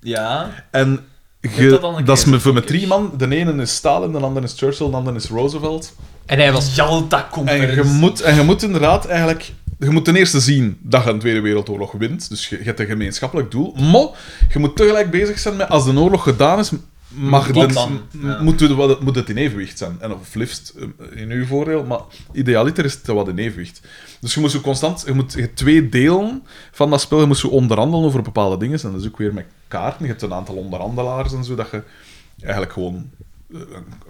Ja,
En ge,
Heb dat al
dat,
een
is
keer?
me- voor mijn drie man. De ene is Stalin, de andere is Churchill, de andere is Roosevelt.
En hij was...
Jalta
En je,
conferentie
moet, en je moet inderdaad eigenlijk... Je moet ten eerste zien dat je een Tweede Wereldoorlog wint. Dus je, je hebt een gemeenschappelijk doel. Maar je moet tegelijk bezig zijn met... Als de oorlog gedaan is, mag
Wat
de-
dan? Ja.
m- moet, we- wat- moet het in evenwicht zijn. En of liefst eh, in uw voordeel. Maar idealiter is het wat in evenwicht. Dus je moet zo constant... Je moet je twee delen van dat spel... Je moet zo onderhandelen over bepaalde dingen. En dat is ook weer met kaarten. Je hebt een aantal onderhandelaars en zo. Dat je eigenlijk gewoon eh,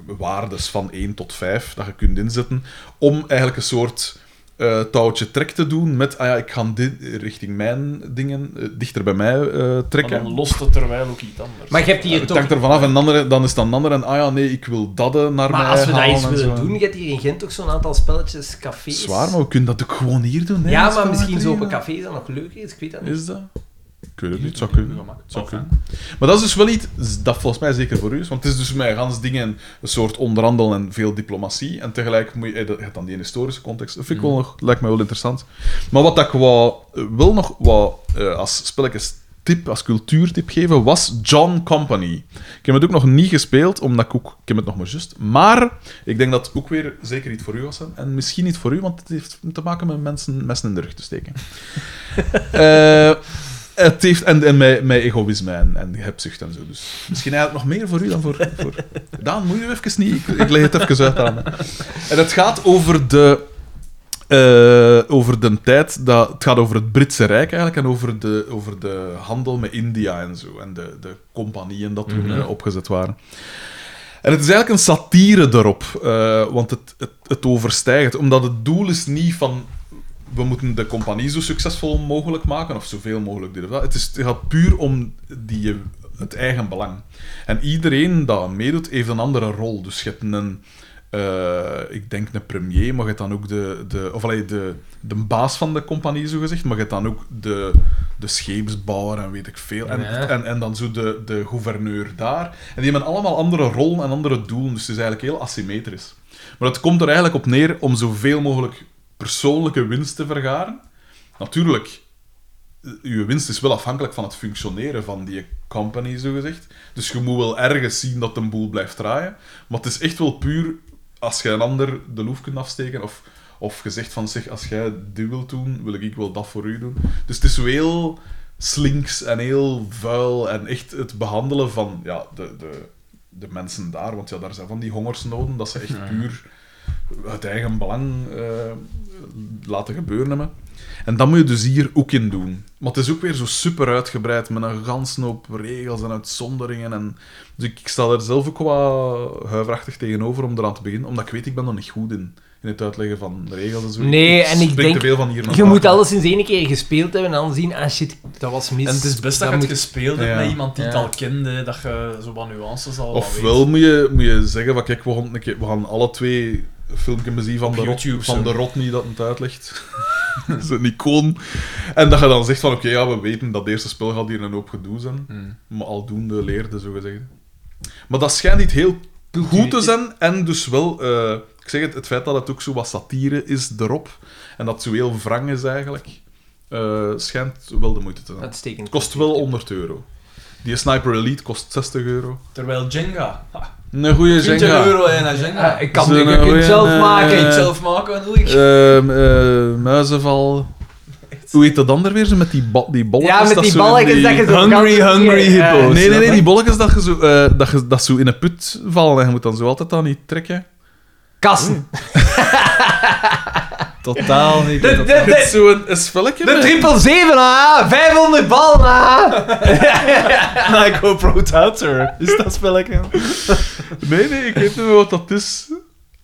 waardes van 1 tot 5 dat je kunt inzetten, om eigenlijk een soort eh, touwtje trek te doen met, ah ja, ik ga dit richting mijn dingen, eh, dichter bij mij eh,
Maar dan
trekken.
lost het terwijl ook iets anders.
Maar je hebt hier
Ik
toch...
denk er vanaf en een andere, dan is dan een andere en, ah ja, nee, ik wil dat eh, naar
Maar
mij
als we dat
halen
eens
en
willen
zo.
doen, je hebt hier in Gent toch zo'n aantal spelletjes, cafés.
Zwaar, maar we kunnen dat ook gewoon hier doen. Hè?
Ja,
Dat is
maar
gewoon
misschien
met
zo op een
drieën.
café is dat nog leuker is, ik weet dat niet.
Is dat? Ik weet het niet, het zou
Hier,
kunnen.
hier,
Het zou
hier.
kunnen. Maar dat is dus wel iets dat volgens mij zeker voor u is, want het is dus met gans dingen een soort onderhandel en veel diplomatie. En tegelijk moet je, eh, dat- je hebt dan die historische context. Dat
Mm.
vind ik wel nog, lijkt mij wel interessant. Maar wat dat ik wou, eh, wel nog wat als spelletjes tip, als cultuurtip geven, was John Company. Ik heb het ook nog niet gespeeld, omdat ik ook... Ik heb het nog maar just. Maar ik denk dat het ook weer zeker iets voor u was. En misschien niet voor u, want het heeft te maken met mensen messen in de rug te steken. [laughs] Eh, het heeft, en en met, met egoïsme en, en hebzucht en zo. Dus misschien eigenlijk nog meer voor u dan voor... voor... Daan, moet je even niet... Ik, ik leg het even uit aan. En het gaat over de... eh, over de tijd, dat, het gaat over het Britse Rijk eigenlijk en over de, over de handel met India en zo. En de, de compagnieën dat toen eh, opgezet waren. En het is eigenlijk een satire daarop, eh, want het, het, het overstijgt. Omdat het doel is niet van we moeten de compagnie zo succesvol mogelijk maken, of zoveel mogelijk dit of dat. Het, is, het gaat puur om die, het eigen belang. En iedereen dat meedoet, heeft een andere rol. Dus je hebt een, eh, ik denk een premier, maar je hebt dan ook de, de, of allee, de, de baas van de compagnie, zogezegd, maar je hebt dan ook de, de scheepsbouwer en weet ik veel. En,
Ja.
en, en dan zo de, de gouverneur daar. En die hebben allemaal andere rollen en andere doelen, dus het is eigenlijk heel asymmetrisch. Maar het komt er eigenlijk op neer om zoveel mogelijk persoonlijke winst te vergaren. Natuurlijk, eh, uw winst is wel afhankelijk van het functioneren van die company, zogezegd. Dus je moet wel ergens zien dat een boel blijft draaien. Maar het is echt wel puur als je een ander de loef kunt afsteken. Of, of je zegt van zeg, als jij dit wilt doen, wil ik wel dat voor u doen. Dus het is zo heel slinks en heel vuil. En echt het behandelen van ja, de, de, de mensen daar. Want ja, daar zijn van die hongersnoden. Dat ze echt puur het eigen belang eh, laten gebeuren hebben. En dat moet je dus hier ook in doen. Maar het is ook weer zo super uitgebreid met een gans hoop regels en uitzonderingen. En... Dus ik, ik sta er zelf ook wat huiverachtig tegenover om eraan te beginnen, omdat ik weet, ik ben er niet goed in. in het uitleggen van de regels en zo.
Nee, en ik
spring
denk-
te veel van hier naar
Je
daar.
moet alles eens één keer gespeeld hebben en dan zien, ah shit, dat was mis.
En het is best dat, je het gespeeld hebt
Ja.
met iemand die het
Ja.
al kende, dat je zo wat nuances al wat weet.
Ofwel moet je, moet je zeggen, van, kijk, we gaan, een keer- we gaan alle twee een filmpje zien van,
Op
de, rot,
YouTube,
van
zo.
de Rodney dat het uitlegt. [laughs] Dat is een icoon. En dat je dan zegt van, oké, ja, we weten dat het eerste spel gaat hier een hoop gedoe zijn.
Hmm.
Maar aldoende leerde, zogezegd. Maar dat schijnt niet heel goed te zijn. En dus wel, eh, ik zeg het, het feit dat het ook zo wat satire is erop. En dat het zo heel wrang is eigenlijk. eh, schijnt wel de moeite te zijn.
Uitstekend.
Het kost wel 100 euro. Die Sniper Elite kost 60 euro.
Terwijl Jenga, ha,
Een goede
20
Jenga.
euro en een Jenga.
Ah, ik kan
Zo,
nu, je
nou,
kunt het zelf
eh,
maken.
Kan je het
eh,
zelf maken, hoe ik?
Ehm, eh, muizenval. Hoe heet dat ander weer? Zo Met die, ba- die bolletjes.
ja, met
dat
die
zo in
balletjes
die-
dat je zo
Hungry,
kan-
hungry
Ja.
hippos.
Nee, nee, nee, die bolletjes dat je zo, eh, dat je, dat zo in een put vallen en je moet dan zo altijd aan die trekken.
Kassen.
Totaal
[laughs]
niet.
De, de,
Het is
de,
zo een, een spelletje.
de
hè?
triple 7, ah, 500 ballen, ah. [laughs]
Nyko Pro Touter. Is dat spelletje?
Nee, nee, ik weet niet meer wat dat is.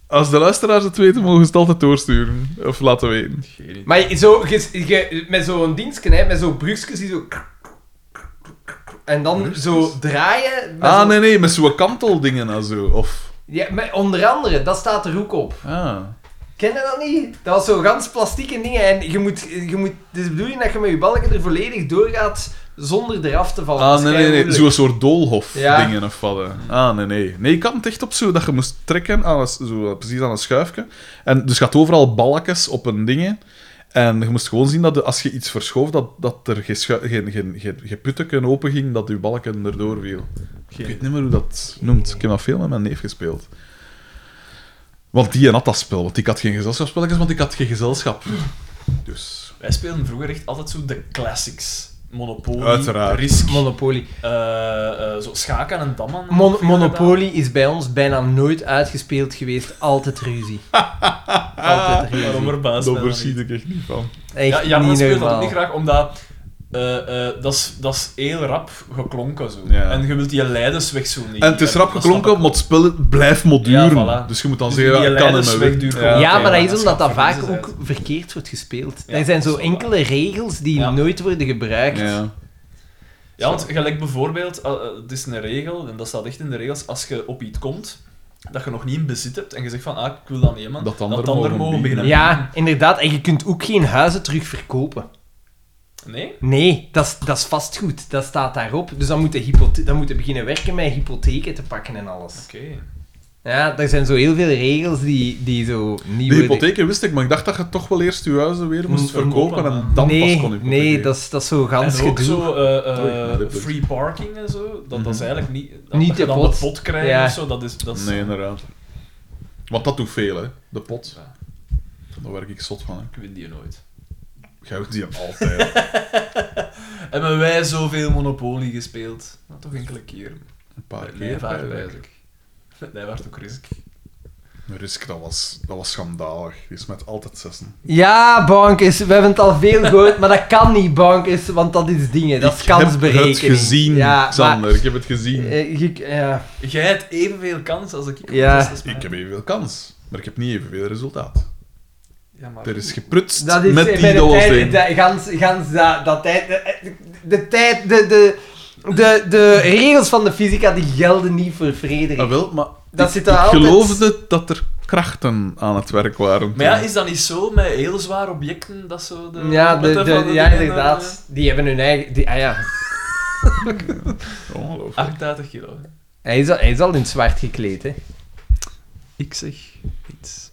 Als de luisteraars het weten, mogen ze het altijd doorsturen. Of laten weten.
Maar je- zo, je- je- met zo'n dienstje, hè, met zo'n brugjes die zo... En dan zo draaien. met
Ah,
zo'n-
nee, nee, met zo'n kanteldingen en zo. Of...
Ja, met, onder andere, dat staat er ook op.
Ah.
Ken je dat niet? Dat was zo gans plastieke dingen. En je moet, je moet... Het is de bedoeling dat je met je balken er volledig doorgaat zonder eraf te vallen.
Ah,
Dat is
nee, nee, nee.
keimoeilijk.
Zo'n soort doolhof-dingen
Ja.
of wat. hè. Ah, nee, nee. Nee, ik had het echt op zo dat je moest trekken, aan een, zo, precies aan een schuifje. En dus je had overal balkjes op een ding. En je moest gewoon zien dat de- als je iets verschoof, dat, dat er geen, schu- geen, geen, geen, geen putteken open ging, dat je balken erdoor viel. Ik weet niet meer hoe dat noemt. Ik heb dat veel met mijn neef gespeeld. Want die en had dat spel, want ik had geen gezelschapsspelletjes, want ik had geen gezelschap. Dus,
Wij speelden vroeger echt altijd zo de classics. Monopoly,
Uiteraard.
Risk,
Monopoly.
eh, eh, zo schaken en dammen.
Mon- Monopoly is bij ons bijna nooit uitgespeeld geweest. Altijd ruzie. Altijd
Ah,
ruzie.
Waarom verbaasd
daar
mij dat
verschiet ik echt niet van.
Echt
Ja, Jan
niet
speelt dat ook
normaal.
niet graag, omdat eh, eh, dat is- dat is heel rap geklonken zo.
Ja.
En je wilt die leidersweg zo niet.
En het is
hebben.
rap
Dat
geklonken,
snap ik
maar het spel blijft maar duren.
Ja, voilà.
Dus je moet dan
Dus
zeggen,
die
ja, ik kan
leiders
hem weg.
wegduwen.
Ja.
Ja.
Ja,
Oké,
maar dat
maar
is
dat
omdat dat
schaap
vaak
verliezen
ook verkeerd wordt gespeeld.
Ja,
er zijn
dat
zo
is wel
enkele regels die
Ja.
nooit worden gebruikt.
Ja.
Ja, want gelijk bijvoorbeeld, eh, eh, het is een regel, en dat staat echt in de regels, als je op iets komt dat je nog niet in bezit hebt en je zegt van, ah, ik wil dat nemen,
Dat de
ander
anderen mogen
beginnen.
Ja, inderdaad. En je kunt ook geen huizen terugverkopen.
Nee?
Nee, dat is- dat is vastgoed. Dat staat daarop. Dus dan moeten hypothe- dan moeten beginnen werken met hypotheken te pakken en alles.
Oké.
Ja, er zijn zo heel veel regels die, die zo nieuw
De
worden-
hypotheken wist ik, maar ik dacht dat je toch wel eerst je huizen weer moest
Moet
verkopen
verkopen,
en
hè.
dan
nee,
pas kon hypotheken.
nee, dat is, dat is zo gans
En ook
gedoe.
zo eh, eh,
Oei, maar dit lukt.
free parking en zo, dat,
Mhm.
dat is eigenlijk niet... Dat
Niet
dat je
de
dan
pot.
de pot krijgen
Ja.
of zo, dat is... Dat is
Nee, inderdaad. Want dat doet veel, hè. De pot. Daar werk ik zot van, hè.
Ik win die nooit.
Jij houdt die altijd.
Hebben wij zoveel Monopoly gespeeld? Nou, toch enkele keer.
Een paar keer.
[laughs] Nee, vaak
eigenlijk.
wijzig. [laughs] Nee, werd ook risk.
Risk, dat was, dat was schandalig. Die is met altijd zessen.
Ja, bankers, we hebben het al
[laughs]
veel gehoord, maar dat kan niet, bankers, want dat is dingen, dat is
Ik heb
kansberekening.
het gezien,
ja,
Xander.
maar,
Ik heb het gezien.
eh, je- ja.
Jij hebt evenveel kans als ik... op
Ja.
zes is, maar-
Ik heb evenveel kans, maar ik heb niet evenveel resultaat.
Ja, maar...
Er is geprutst
dat is
met
eh,
die
bij de
dobbelsteen.
tijd, de, gans, gans dat, dat tijd, de, de tijd, de, de, de, de regels van de fysica die gelden niet voor Frederik.
Ah, wel, maar
Dat
ik,
zit er
ik
altijd-
geloofde dat er krachten aan het werk waren.
Maar ja,
toen.
is dat niet zo met heel zwaar objecten dat zo de.
ja, de,
robotten
de,
van
ja,
dingen,
inderdaad, die hebben hun eigen, die, ah ja,
eh,
Ongelooflijk.
88 kilo.
hij is, al, hij is al in het zwart gekleed, hè.
Ik zeg iets.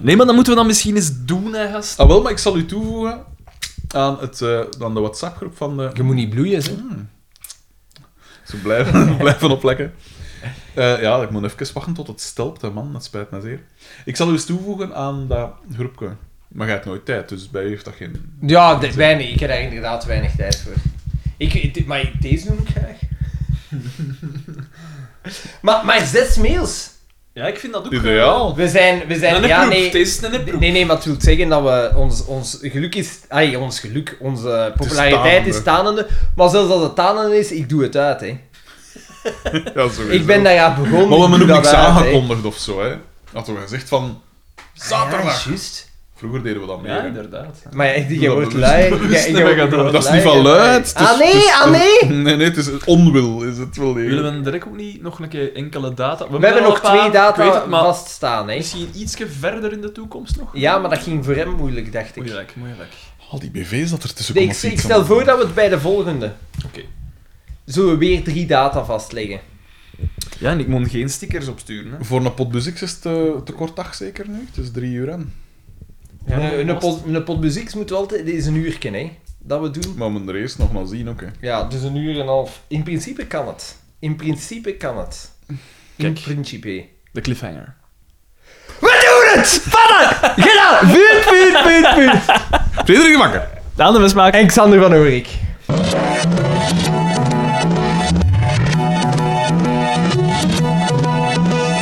Nee, maar dan moeten we dan misschien eens doen, hè, gast.
Ah, wel, maar ik zal u toevoegen aan, het, eh, aan de WhatsApp-groep van de...
Je moet niet bloeien, hè.
Ze blijven, [laughs] blijven oplekken. Eh, ja, ik moet even wachten tot het stelpt, hè, man. Dat spijt me zeer. Ik zal u eens toevoegen aan dat groepje. Maar jij hebt nooit tijd, dus bij u heeft dat geen...
Ja, de- weinig. Ik heb daar inderdaad weinig tijd voor. Ik, ik- maar ik- deze noem ik graag. [laughs] maar, maar zes mails.
Ja, ik vind dat ook. eh,
Ideaal.
We zijn... We zijn
Een
ja,
ja,
nee,
Deze is een neproep.
nee, nee, maar het wil zeggen dat we... Ons, ons geluk is... Ai, ons geluk. Onze populariteit is tanende. Maar zelfs als het tanende is, ik doe het uit, hè.
Ja, sowieso.
Ik ben daar aan begonnen.
Maar we
ik
hebben
doe
ook niks
dat uit, hè.
aangekondigd of zo, hè. Hadden we gezegd van... Zaterdag.
Ja, juist.
Vroeger deden we dat mee.
Ja,
hè.
inderdaad.
Maar ja, je wordt
dat
lui.
[laughs] bewust.
Ja, je wordt- je wordt
dat is niet
lui,
van
ja.
luid. het is-
Ah, nee,
het is-
ah, nee.
Nee, nee, het is een onwil, is het wel degelijk.
Willen we direct ook niet nog een keer enkele
We
data...
hebben
al
nog
een paar,
twee
ik weet het,
data
maar
vaststaan, hè.
Misschien ietsje verder in de toekomst nog?
Ja, maar dat ging voor hem moeilijk, dacht ik.
Moeilijk, moeilijk.
Al die BV's dat er tussen
Nee, ik,
komen
ik
fietsen.
stel voor dat we het bij de volgende...
Oké.
Zullen we weer drie data vastleggen?
Ja, en ik moet geen stickers opsturen, hè.
Voor een pot muziek is het te, te kort dag zeker nu. Het is drie uur aan.
Een-
maar
een,
vast.
pot, een pot muziek moeten we altijd... Dit is een uurtje, hè. Dat we doen.
Maar we moeten er eerst nog maar zien ook. Hè.
Ja, dus een uur en een half. In principe kan het. In principe kan het. In
Kijk.
principe.
De cliffhanger.
We doen het! Padden! Gedaan! Vuur, vuur, vuur, vuur!
Frederik de Bakker.
De andere smaak.
En Xander van Oorik.
Data.